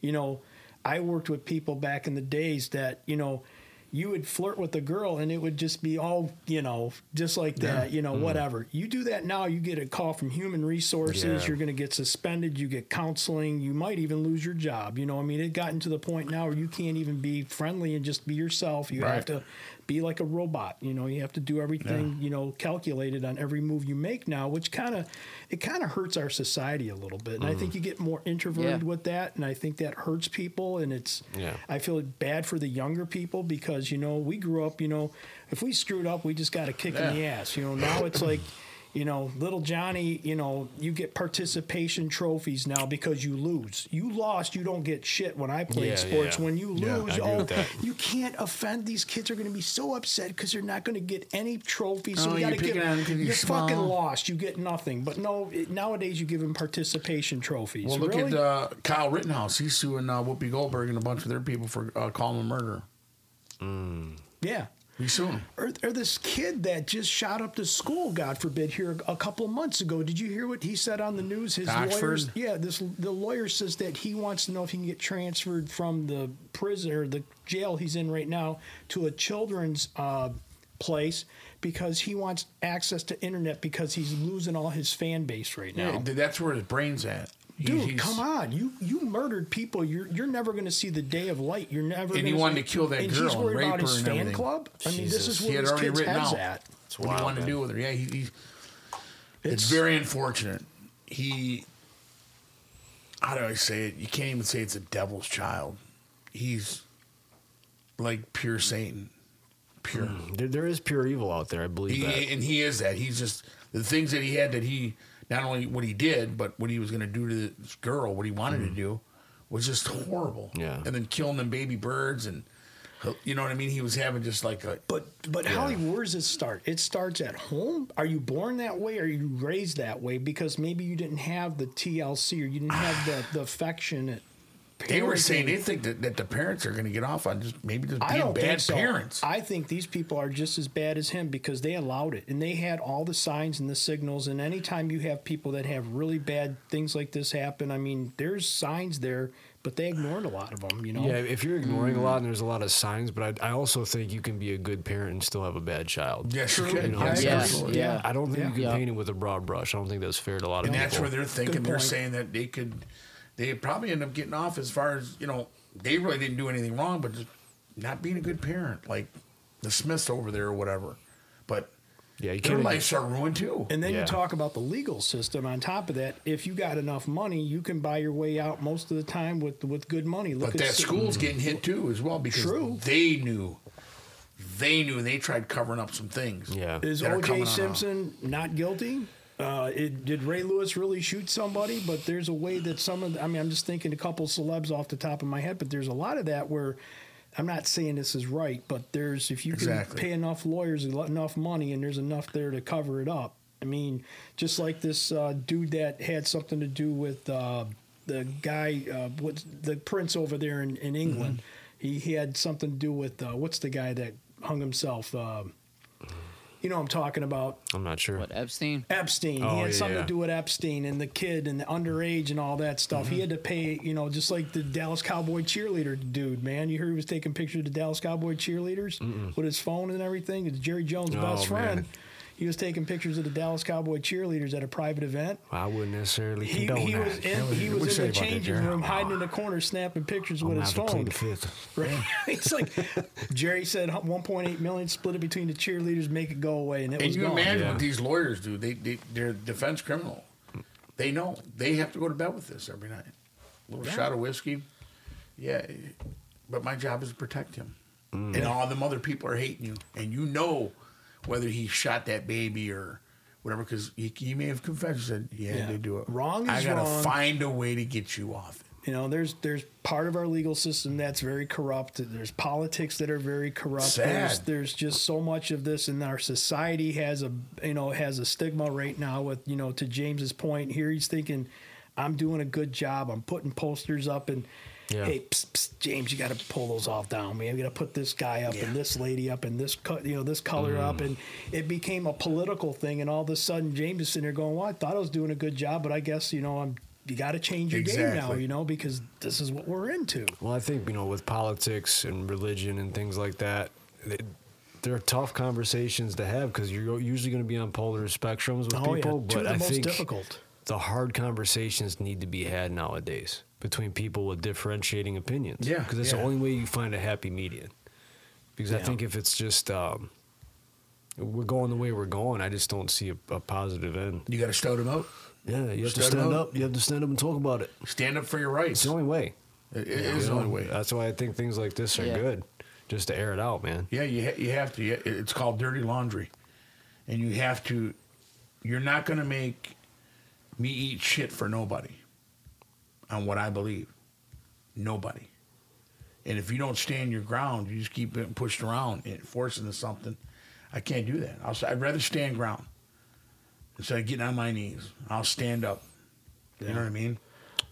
[SPEAKER 4] You know, I worked with people back in the days that, you know, you would flirt with a girl and it would just be all, you know, just like that,
[SPEAKER 11] Yeah.
[SPEAKER 4] you know,
[SPEAKER 11] Mm.
[SPEAKER 4] whatever. You do that now, you get a call from human resources,
[SPEAKER 11] Yeah.
[SPEAKER 4] you're going to get suspended, you get counseling, you might even lose your job. You know, I mean, it gotten to the point now where you can't even be friendly and just be yourself. You have
[SPEAKER 11] Right.
[SPEAKER 4] to be like a robot, you know, you have to do everything, you know, calculated on every move you make now, which kind of it kind of hurts our society a little bit. And I
[SPEAKER 11] Mm.
[SPEAKER 4] think you get more introverted
[SPEAKER 11] Yeah.
[SPEAKER 4] with that and I think that hurts people and it's
[SPEAKER 11] Yeah.
[SPEAKER 4] I feel bad for the younger people because you know we grew up. You know, if we screwed up, we just got a kick in the
[SPEAKER 11] Yeah.
[SPEAKER 4] ass. You know, now it's like, you know, little Johnny. You know, you get participation trophies now because you lose. You lost, you don't get shit. When I played
[SPEAKER 11] Yeah,
[SPEAKER 4] sports,
[SPEAKER 11] yeah.
[SPEAKER 4] when you
[SPEAKER 11] Yeah, I
[SPEAKER 4] lose,
[SPEAKER 11] agree
[SPEAKER 4] oh,
[SPEAKER 11] with that.
[SPEAKER 4] you can't offend. These kids are going to be so upset because they're not going to get any trophies.
[SPEAKER 5] Oh,
[SPEAKER 4] so we
[SPEAKER 5] you're
[SPEAKER 4] got to give.
[SPEAKER 5] picking on 'em 'cause you're
[SPEAKER 4] You're fucking
[SPEAKER 5] small.
[SPEAKER 4] lost. You get nothing. But no, it, nowadays you give them participation trophies.
[SPEAKER 5] Well, look
[SPEAKER 4] really?
[SPEAKER 5] at uh, Kyle Rittenhouse. He's suing uh, Whoopi Goldberg and a bunch of their people for uh, calling him murder.
[SPEAKER 4] Yeah.
[SPEAKER 5] We sue him.
[SPEAKER 4] Or, or this kid that just shot up the school, God forbid, here a couple of months ago. Did you hear what he said on the news? His
[SPEAKER 5] Oxford?
[SPEAKER 4] lawyers, yeah, this the lawyer says that he wants to know if he can get transferred from the prison or the jail he's in right now to a children's uh, place because he wants access to internet because he's losing all his fan base right now.
[SPEAKER 5] Yeah, th- that's where his brain's at. He-
[SPEAKER 4] Dude,
[SPEAKER 5] he's-
[SPEAKER 4] come on! You you murdered people. You're you're never going to see the day of light. You're never.
[SPEAKER 5] And he
[SPEAKER 4] gonna-
[SPEAKER 5] wanted to kill that
[SPEAKER 4] and
[SPEAKER 5] girl
[SPEAKER 4] He's
[SPEAKER 5] and
[SPEAKER 4] worried
[SPEAKER 5] rape
[SPEAKER 4] about
[SPEAKER 5] her
[SPEAKER 4] his
[SPEAKER 5] and
[SPEAKER 4] fan
[SPEAKER 5] everything.
[SPEAKER 4] club. I mean, this is
[SPEAKER 5] Jesus.
[SPEAKER 4] where
[SPEAKER 5] he had
[SPEAKER 4] his
[SPEAKER 5] already
[SPEAKER 4] kid's
[SPEAKER 5] written
[SPEAKER 4] head's
[SPEAKER 5] out
[SPEAKER 4] at.
[SPEAKER 5] what he wanted to do with her. Yeah, he, he, it's,
[SPEAKER 4] It's-
[SPEAKER 5] very unfortunate. He, how do I say it? You can't even say it's a devil's child. He's like pure Satan, pure.
[SPEAKER 4] Hmm.
[SPEAKER 2] There, there is pure evil out there, I believe
[SPEAKER 5] He,
[SPEAKER 2] that.
[SPEAKER 5] and he is that. He's just the things that he had that he not only what he did, but what he was going to do to this girl, what he wanted
[SPEAKER 4] Mm-hmm.
[SPEAKER 5] to do, was just horrible.
[SPEAKER 2] Yeah.
[SPEAKER 5] and then killing them baby birds and. You know what I mean? He was having just like a
[SPEAKER 4] but But
[SPEAKER 5] Yeah.
[SPEAKER 4] Holly, where does it start? It starts at home. Are you born that way? Are you raised that way? Because maybe you didn't have the TLC or you didn't have the, the affectionate.
[SPEAKER 5] They were saying they
[SPEAKER 4] parenting.
[SPEAKER 5] think that, that the parents are going to get off on just maybe just
[SPEAKER 4] I
[SPEAKER 5] being
[SPEAKER 4] don't
[SPEAKER 5] bad
[SPEAKER 4] think so.
[SPEAKER 5] parents.
[SPEAKER 4] I think these people are just as bad as him because they allowed it and they had all the signs and the signals. And anytime you have people that have really bad things like this happen, I mean, there's signs there, but they ignored a lot of them. You know?
[SPEAKER 2] Yeah, if you're ignoring
[SPEAKER 4] Mm.
[SPEAKER 2] a lot and there's a lot of signs, but I, I also think you can be a good parent and still have a bad child.
[SPEAKER 5] Yes, you
[SPEAKER 2] True.
[SPEAKER 5] can.
[SPEAKER 2] know,
[SPEAKER 5] Yeah,
[SPEAKER 2] it's-
[SPEAKER 5] yes,
[SPEAKER 2] it's-
[SPEAKER 5] yeah.
[SPEAKER 2] I don't think
[SPEAKER 5] Yeah.
[SPEAKER 2] you can
[SPEAKER 5] Yeah.
[SPEAKER 2] paint it with a broad brush. I don't think that's fair to a lot of
[SPEAKER 5] and
[SPEAKER 2] people.
[SPEAKER 5] that's where they're thinking. They're saying that they could, they probably end up getting off as far as you know. They really didn't do anything wrong, but just not being a good parent, like the Smiths over there or whatever. But
[SPEAKER 2] yeah,
[SPEAKER 5] their lives are ruined too.
[SPEAKER 4] And then you talk about the legal system on top of that. If you got enough money, you can buy your way out most of the time with with good money.
[SPEAKER 5] But that
[SPEAKER 4] Sid-
[SPEAKER 5] school's getting hit too, as well, because they knew, they knew, and they tried covering up some things. Yeah,
[SPEAKER 4] Is O.J. Simpson not guilty? Uh, it, did Ray Lewis really shoot somebody? But there's a way that some of, the, I mean, I'm just thinking a couple celebs off the top of my head, but there's a lot of that where I'm not saying this is right, but there's, if you
[SPEAKER 5] Exactly.
[SPEAKER 4] can pay enough lawyers and enough money and there's enough there to cover it up. I mean, just like this uh, dude that had something to do with uh, the guy, uh, what's the prince over there in, in England. He, he had something to do with, uh, what's the guy that hung himself? Uh, you know what I'm talking about.
[SPEAKER 2] I'm not sure.
[SPEAKER 3] What Epstein?
[SPEAKER 4] Epstein.
[SPEAKER 2] Oh,
[SPEAKER 4] he had
[SPEAKER 2] yeah,
[SPEAKER 4] something
[SPEAKER 2] yeah.
[SPEAKER 4] to do with Epstein and the kid and the underage and all that stuff.
[SPEAKER 2] Mm-hmm.
[SPEAKER 4] He had to pay, you know, just like the Dallas Cowboy cheerleader dude, man. You heard he was taking pictures of the Dallas Cowboy cheerleaders
[SPEAKER 2] Mm-mm.
[SPEAKER 4] with his phone and everything. It's Jerry Jones'
[SPEAKER 2] Oh,
[SPEAKER 4] best friend.
[SPEAKER 2] man.
[SPEAKER 4] He was taking pictures of the Dallas Cowboy cheerleaders at a private event.
[SPEAKER 2] I wouldn't necessarily
[SPEAKER 4] He,
[SPEAKER 2] condone
[SPEAKER 4] he
[SPEAKER 2] that.
[SPEAKER 4] was in,
[SPEAKER 2] That would-
[SPEAKER 4] he
[SPEAKER 2] what'd
[SPEAKER 4] was
[SPEAKER 2] you
[SPEAKER 4] in the
[SPEAKER 2] say about that,
[SPEAKER 4] changing
[SPEAKER 2] Jerry?
[SPEAKER 4] room, hiding in the corner, snapping pictures
[SPEAKER 2] I'm
[SPEAKER 4] with
[SPEAKER 2] gonna
[SPEAKER 4] his
[SPEAKER 2] have to plead
[SPEAKER 4] phone.
[SPEAKER 2] the fifth.
[SPEAKER 4] Right. it's like Jerry said 1.8 million split it between the cheerleaders, make it go away, and it
[SPEAKER 5] And
[SPEAKER 4] was
[SPEAKER 5] you
[SPEAKER 4] gone.
[SPEAKER 5] imagine what these lawyers do? They, they they're defense criminal. They know they have to go to bed with this every night. A little
[SPEAKER 4] Yeah.
[SPEAKER 5] shot of whiskey. Yeah, but my job is to protect him.
[SPEAKER 2] Mm.
[SPEAKER 5] And all them other people are hating you, and you know whether he shot that baby or whatever because he, he may have confessed. He Said, yeah,
[SPEAKER 4] Yeah.
[SPEAKER 5] they do it.
[SPEAKER 4] Wrong
[SPEAKER 5] I
[SPEAKER 4] is
[SPEAKER 5] gotta
[SPEAKER 4] wrong.
[SPEAKER 5] find a way to get you off.
[SPEAKER 4] You know, there's there's part of our legal system that's very corrupt. There's politics that are very corrupt.
[SPEAKER 5] Sad.
[SPEAKER 4] There's there's just so much of this, and our society has a you know has a stigma right now. With you know, to James's point here, he's thinking, I'm doing a good job. I'm putting posters up and.
[SPEAKER 2] Yeah.
[SPEAKER 4] Hey, psst, psst, James, you got to pull those off down, man. You got to put this guy up and this lady up and this, co- you know, this color up, and it became a political thing. And all of a sudden, James is sitting there going, "Well, I thought I was doing a good job, but I guess you know, I'm you got to change your game now,
[SPEAKER 2] Exactly.
[SPEAKER 4] you know, because this is what we're into."
[SPEAKER 2] Well, I think you know with politics and religion and things like that, they, they're tough conversations to have because you're usually going to be on polar spectrums with
[SPEAKER 4] Oh, yeah.
[SPEAKER 2] people.
[SPEAKER 4] Two
[SPEAKER 2] But
[SPEAKER 4] of the
[SPEAKER 2] I
[SPEAKER 4] most
[SPEAKER 2] think
[SPEAKER 4] difficult.
[SPEAKER 2] the hard conversations need to be had nowadays between people with differentiating opinions.
[SPEAKER 5] Yeah,
[SPEAKER 2] because that's
[SPEAKER 5] yeah.
[SPEAKER 2] the only way you find a happy median. Because I
[SPEAKER 5] Yeah.
[SPEAKER 2] think if it's just um, we're going the way we're going, I just don't see a, a positive end.
[SPEAKER 5] You got to stone them out.
[SPEAKER 2] Yeah, you have to
[SPEAKER 5] Stone 'em
[SPEAKER 2] stand
[SPEAKER 5] out.
[SPEAKER 2] up. You have to stand up and talk about it.
[SPEAKER 5] Stand up for your rights. It's the
[SPEAKER 2] only way.
[SPEAKER 5] It,
[SPEAKER 2] Yeah,
[SPEAKER 5] it
[SPEAKER 2] you
[SPEAKER 5] is the
[SPEAKER 2] know,
[SPEAKER 5] only way.
[SPEAKER 2] That's why I think things like this are
[SPEAKER 5] Yeah.
[SPEAKER 2] good, just to air it out, man.
[SPEAKER 5] Yeah, you ha- you have to. Yeah, it- It's called dirty laundry, and you have to. You're not gonna make me eat shit for nobody on what I believe. Nobody. And if you don't stand your ground, you just keep getting pushed around and forced into something. I can't do that. I'll, s- I'd rather stand ground instead of getting on my knees. I'll stand up. You know what I mean?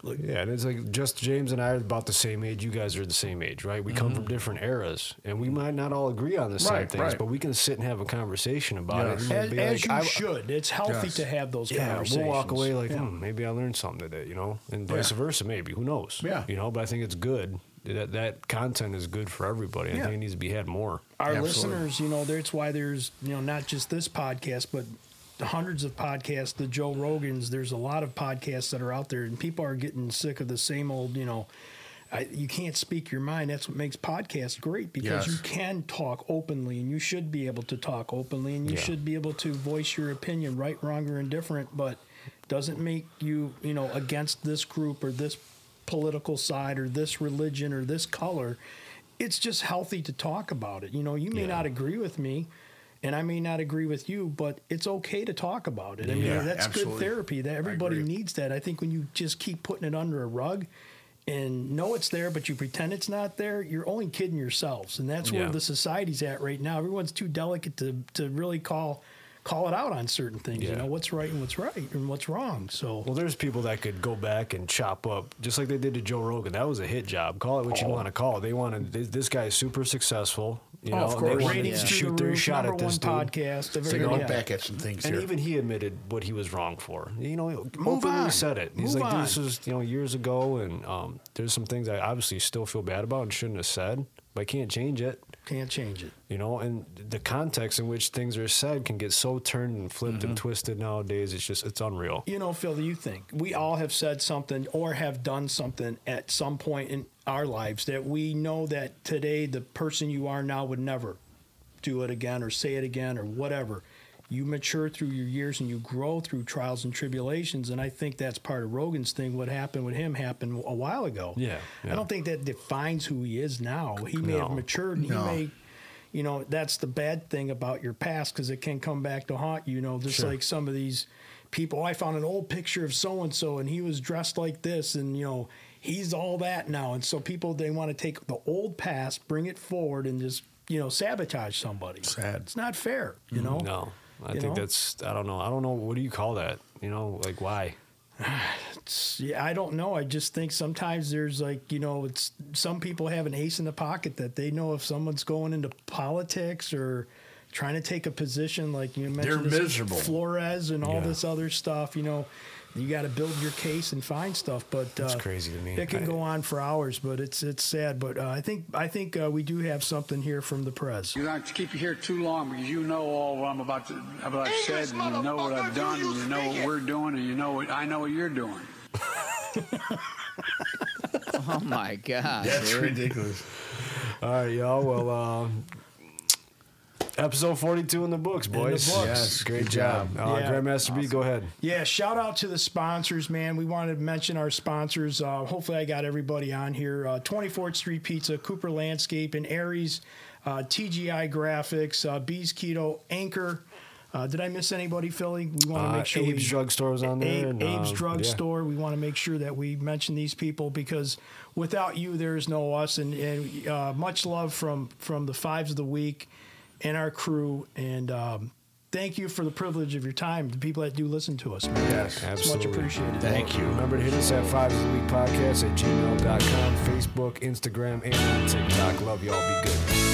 [SPEAKER 2] yeah, and it's like just James and I are about the same age. You guys are the same age, right? We come from different eras, and we might not all agree on the same
[SPEAKER 4] Mm-hmm. Right,
[SPEAKER 2] things,
[SPEAKER 4] right.
[SPEAKER 2] but we can sit and have a conversation about
[SPEAKER 4] Yes.
[SPEAKER 2] it. and
[SPEAKER 4] As-
[SPEAKER 2] be
[SPEAKER 4] as you should. It's healthy to have those
[SPEAKER 2] yeah, We'll walk
[SPEAKER 4] conversations.
[SPEAKER 2] away like,
[SPEAKER 4] Yeah.
[SPEAKER 2] hmm, maybe I learned something today, you know, and vice
[SPEAKER 4] Yeah.
[SPEAKER 2] versa, maybe. Who knows?
[SPEAKER 4] Yeah.
[SPEAKER 2] you know. But I think it's good that that content is good for everybody. I
[SPEAKER 4] Yeah.
[SPEAKER 2] think it needs to be had more.
[SPEAKER 4] Our listeners, you know, that's why there's you know not just this podcast, but the hundreds of podcasts, the Joe Rogans. There's a lot of podcasts that are out there, and people are getting sick of the same old, you know. I, you can't speak your mind. That's what makes podcasts great
[SPEAKER 5] Yes.
[SPEAKER 4] because you can talk openly and you should be able to talk openly and you
[SPEAKER 5] Yeah.
[SPEAKER 4] should be able to voice your opinion, right, wrong, or indifferent, but doesn't make you, you know, against this group or this political side or this religion or this color. It's just healthy to talk about it. You know, you may not agree with me And I may not agree with you, but it's okay to talk about it. I mean,
[SPEAKER 5] Yeah,
[SPEAKER 4] that's
[SPEAKER 5] absolutely.
[SPEAKER 4] good therapy. That everybody needs that. I think when you just keep putting it under a rug and know it's there, but you pretend it's not there, you're only kidding yourselves. And that's
[SPEAKER 2] Yeah.
[SPEAKER 4] where the society's at right now. Everyone's too delicate to to really call call it out on certain things. You
[SPEAKER 2] Yeah.
[SPEAKER 4] know what's right and what's right and what's wrong. So
[SPEAKER 2] Well, there's people that could go back and chop up, just like they did to Joe Rogan. That was a hit job. Call it what you
[SPEAKER 5] Oh.
[SPEAKER 2] want to call it. They wanted this, this guy is super successful. You
[SPEAKER 4] Oh,
[SPEAKER 2] know,
[SPEAKER 4] of
[SPEAKER 2] they
[SPEAKER 4] course.
[SPEAKER 2] wanted
[SPEAKER 4] Ratings
[SPEAKER 2] to
[SPEAKER 4] through
[SPEAKER 2] shoot
[SPEAKER 4] the
[SPEAKER 2] their
[SPEAKER 4] roof,
[SPEAKER 2] shot at
[SPEAKER 4] number
[SPEAKER 2] this
[SPEAKER 4] one
[SPEAKER 2] dude.
[SPEAKER 4] podcast of So they everything. look Yeah. back
[SPEAKER 5] at some things
[SPEAKER 2] and
[SPEAKER 5] here.
[SPEAKER 2] even he admitted what he was wrong for. You know,
[SPEAKER 5] Move
[SPEAKER 2] openly
[SPEAKER 5] on.
[SPEAKER 2] said it. He's
[SPEAKER 5] Move
[SPEAKER 2] like,
[SPEAKER 5] on.
[SPEAKER 2] this was you know years ago, and um, there's some things I obviously still feel bad about and shouldn't have said, but I can't change it.
[SPEAKER 4] Can't change it.
[SPEAKER 2] You know, and the context in which things are said can get so turned and flipped
[SPEAKER 5] Mm-hmm.
[SPEAKER 2] and twisted nowadays. It's just it's unreal.
[SPEAKER 4] You know, Phil, do you think we all have said something or have done something at some point in our lives that we know that today the person you are now would never do it again or say it again or whatever? You mature through your years and you grow through trials and tribulations. And I think that's part of Rogan's thing. What happened with him happened a while ago.
[SPEAKER 2] Yeah,
[SPEAKER 4] I
[SPEAKER 2] yeah.
[SPEAKER 4] don't think that defines who he is now. He may have
[SPEAKER 2] No.
[SPEAKER 4] matured and
[SPEAKER 2] No.
[SPEAKER 4] he may you know that's the bad thing about your past because it can come back to haunt you you know just
[SPEAKER 2] Sure.
[SPEAKER 4] like some of these people i found an old picture of so and so and he was dressed like this and you know he's all that now and so people they want to take the old past bring it forward and just you know sabotage somebody sad it's not fair you know
[SPEAKER 2] Mm-hmm. No, I
[SPEAKER 4] You
[SPEAKER 2] think
[SPEAKER 4] know?
[SPEAKER 2] that's. I don't know. I don't know. What do you call that? You know, like why?
[SPEAKER 4] It's- yeah, I don't know. I just think sometimes there's like, you know, it's some people have an ace in the pocket that they know if someone's going into politics or trying to take a position, like you mentioned,
[SPEAKER 5] They're
[SPEAKER 4] this
[SPEAKER 5] miserable.
[SPEAKER 4] Flores and all
[SPEAKER 5] Yeah.
[SPEAKER 4] this other stuff. You know, you got to build your case and find stuff. But
[SPEAKER 2] That's
[SPEAKER 4] uh,
[SPEAKER 2] crazy to me.
[SPEAKER 4] It can
[SPEAKER 2] I-
[SPEAKER 4] go on for hours, but it's it's sad. But uh, I think I think uh, we do have something here from the press.
[SPEAKER 9] You don't keep you here too long because you know all what I'm about to, what I've said, and you know what I've done, and you know what we're doing, and you know what I know what you're doing.
[SPEAKER 3] Oh my god.
[SPEAKER 2] That's
[SPEAKER 3] dude.
[SPEAKER 2] ridiculous. All right, y'all. Well, um, episode 42 in the books,
[SPEAKER 4] the
[SPEAKER 2] boys.
[SPEAKER 4] books. Yes,
[SPEAKER 2] great
[SPEAKER 4] good
[SPEAKER 2] job.
[SPEAKER 4] job.
[SPEAKER 2] Uh,
[SPEAKER 4] Yeah.
[SPEAKER 2] Grandmaster B, go ahead.
[SPEAKER 4] Yeah, shout out to the sponsors, man. We wanted to mention our sponsors. Uh, hopefully, I got everybody on here. Uh, 24th Street Pizza, Cooper Landscape, and Aries, uh, TGI Graphics, uh, Bees Keto, Anchor. Uh, did I miss anybody, Philly? We want to
[SPEAKER 2] Uh,
[SPEAKER 4] make sure
[SPEAKER 2] Abe's
[SPEAKER 4] we,
[SPEAKER 2] Drugstore is on there, and,
[SPEAKER 4] Abe's
[SPEAKER 2] um,
[SPEAKER 4] Drugstore. We want to make sure that we mention these people because without you, there is no us. And, and uh, much love from from the fives of the week and our crew. And um, thank you for the privilege of your time. The people that do listen to us. man. It's Much appreciated.
[SPEAKER 2] you. Remember to hit us at five of the week podcast at gmail.com, Facebook, Instagram, and on TikTok. Love y'all. Be good.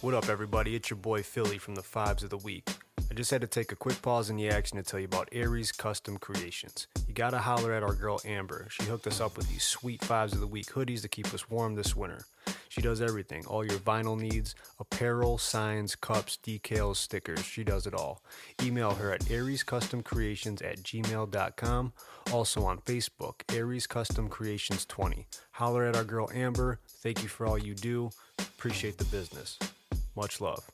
[SPEAKER 26] What up, everybody? It's your boy Philly from the Fives of the Week. I just had to take a quick pause in the action to tell you about Aries Custom Creations. You gotta holler at our girl Amber. She hooked us up with these sweet Fives of the Week hoodies to keep us warm this winter. She does everything all your vinyl needs, apparel, signs, cups, decals, stickers. She does it all. Email her at ariescustomcreations at gmail.com. Also on Facebook, Aries Custom Creations 20. Holler at our girl Amber. Thank you for all you do. Appreciate the business. Much love.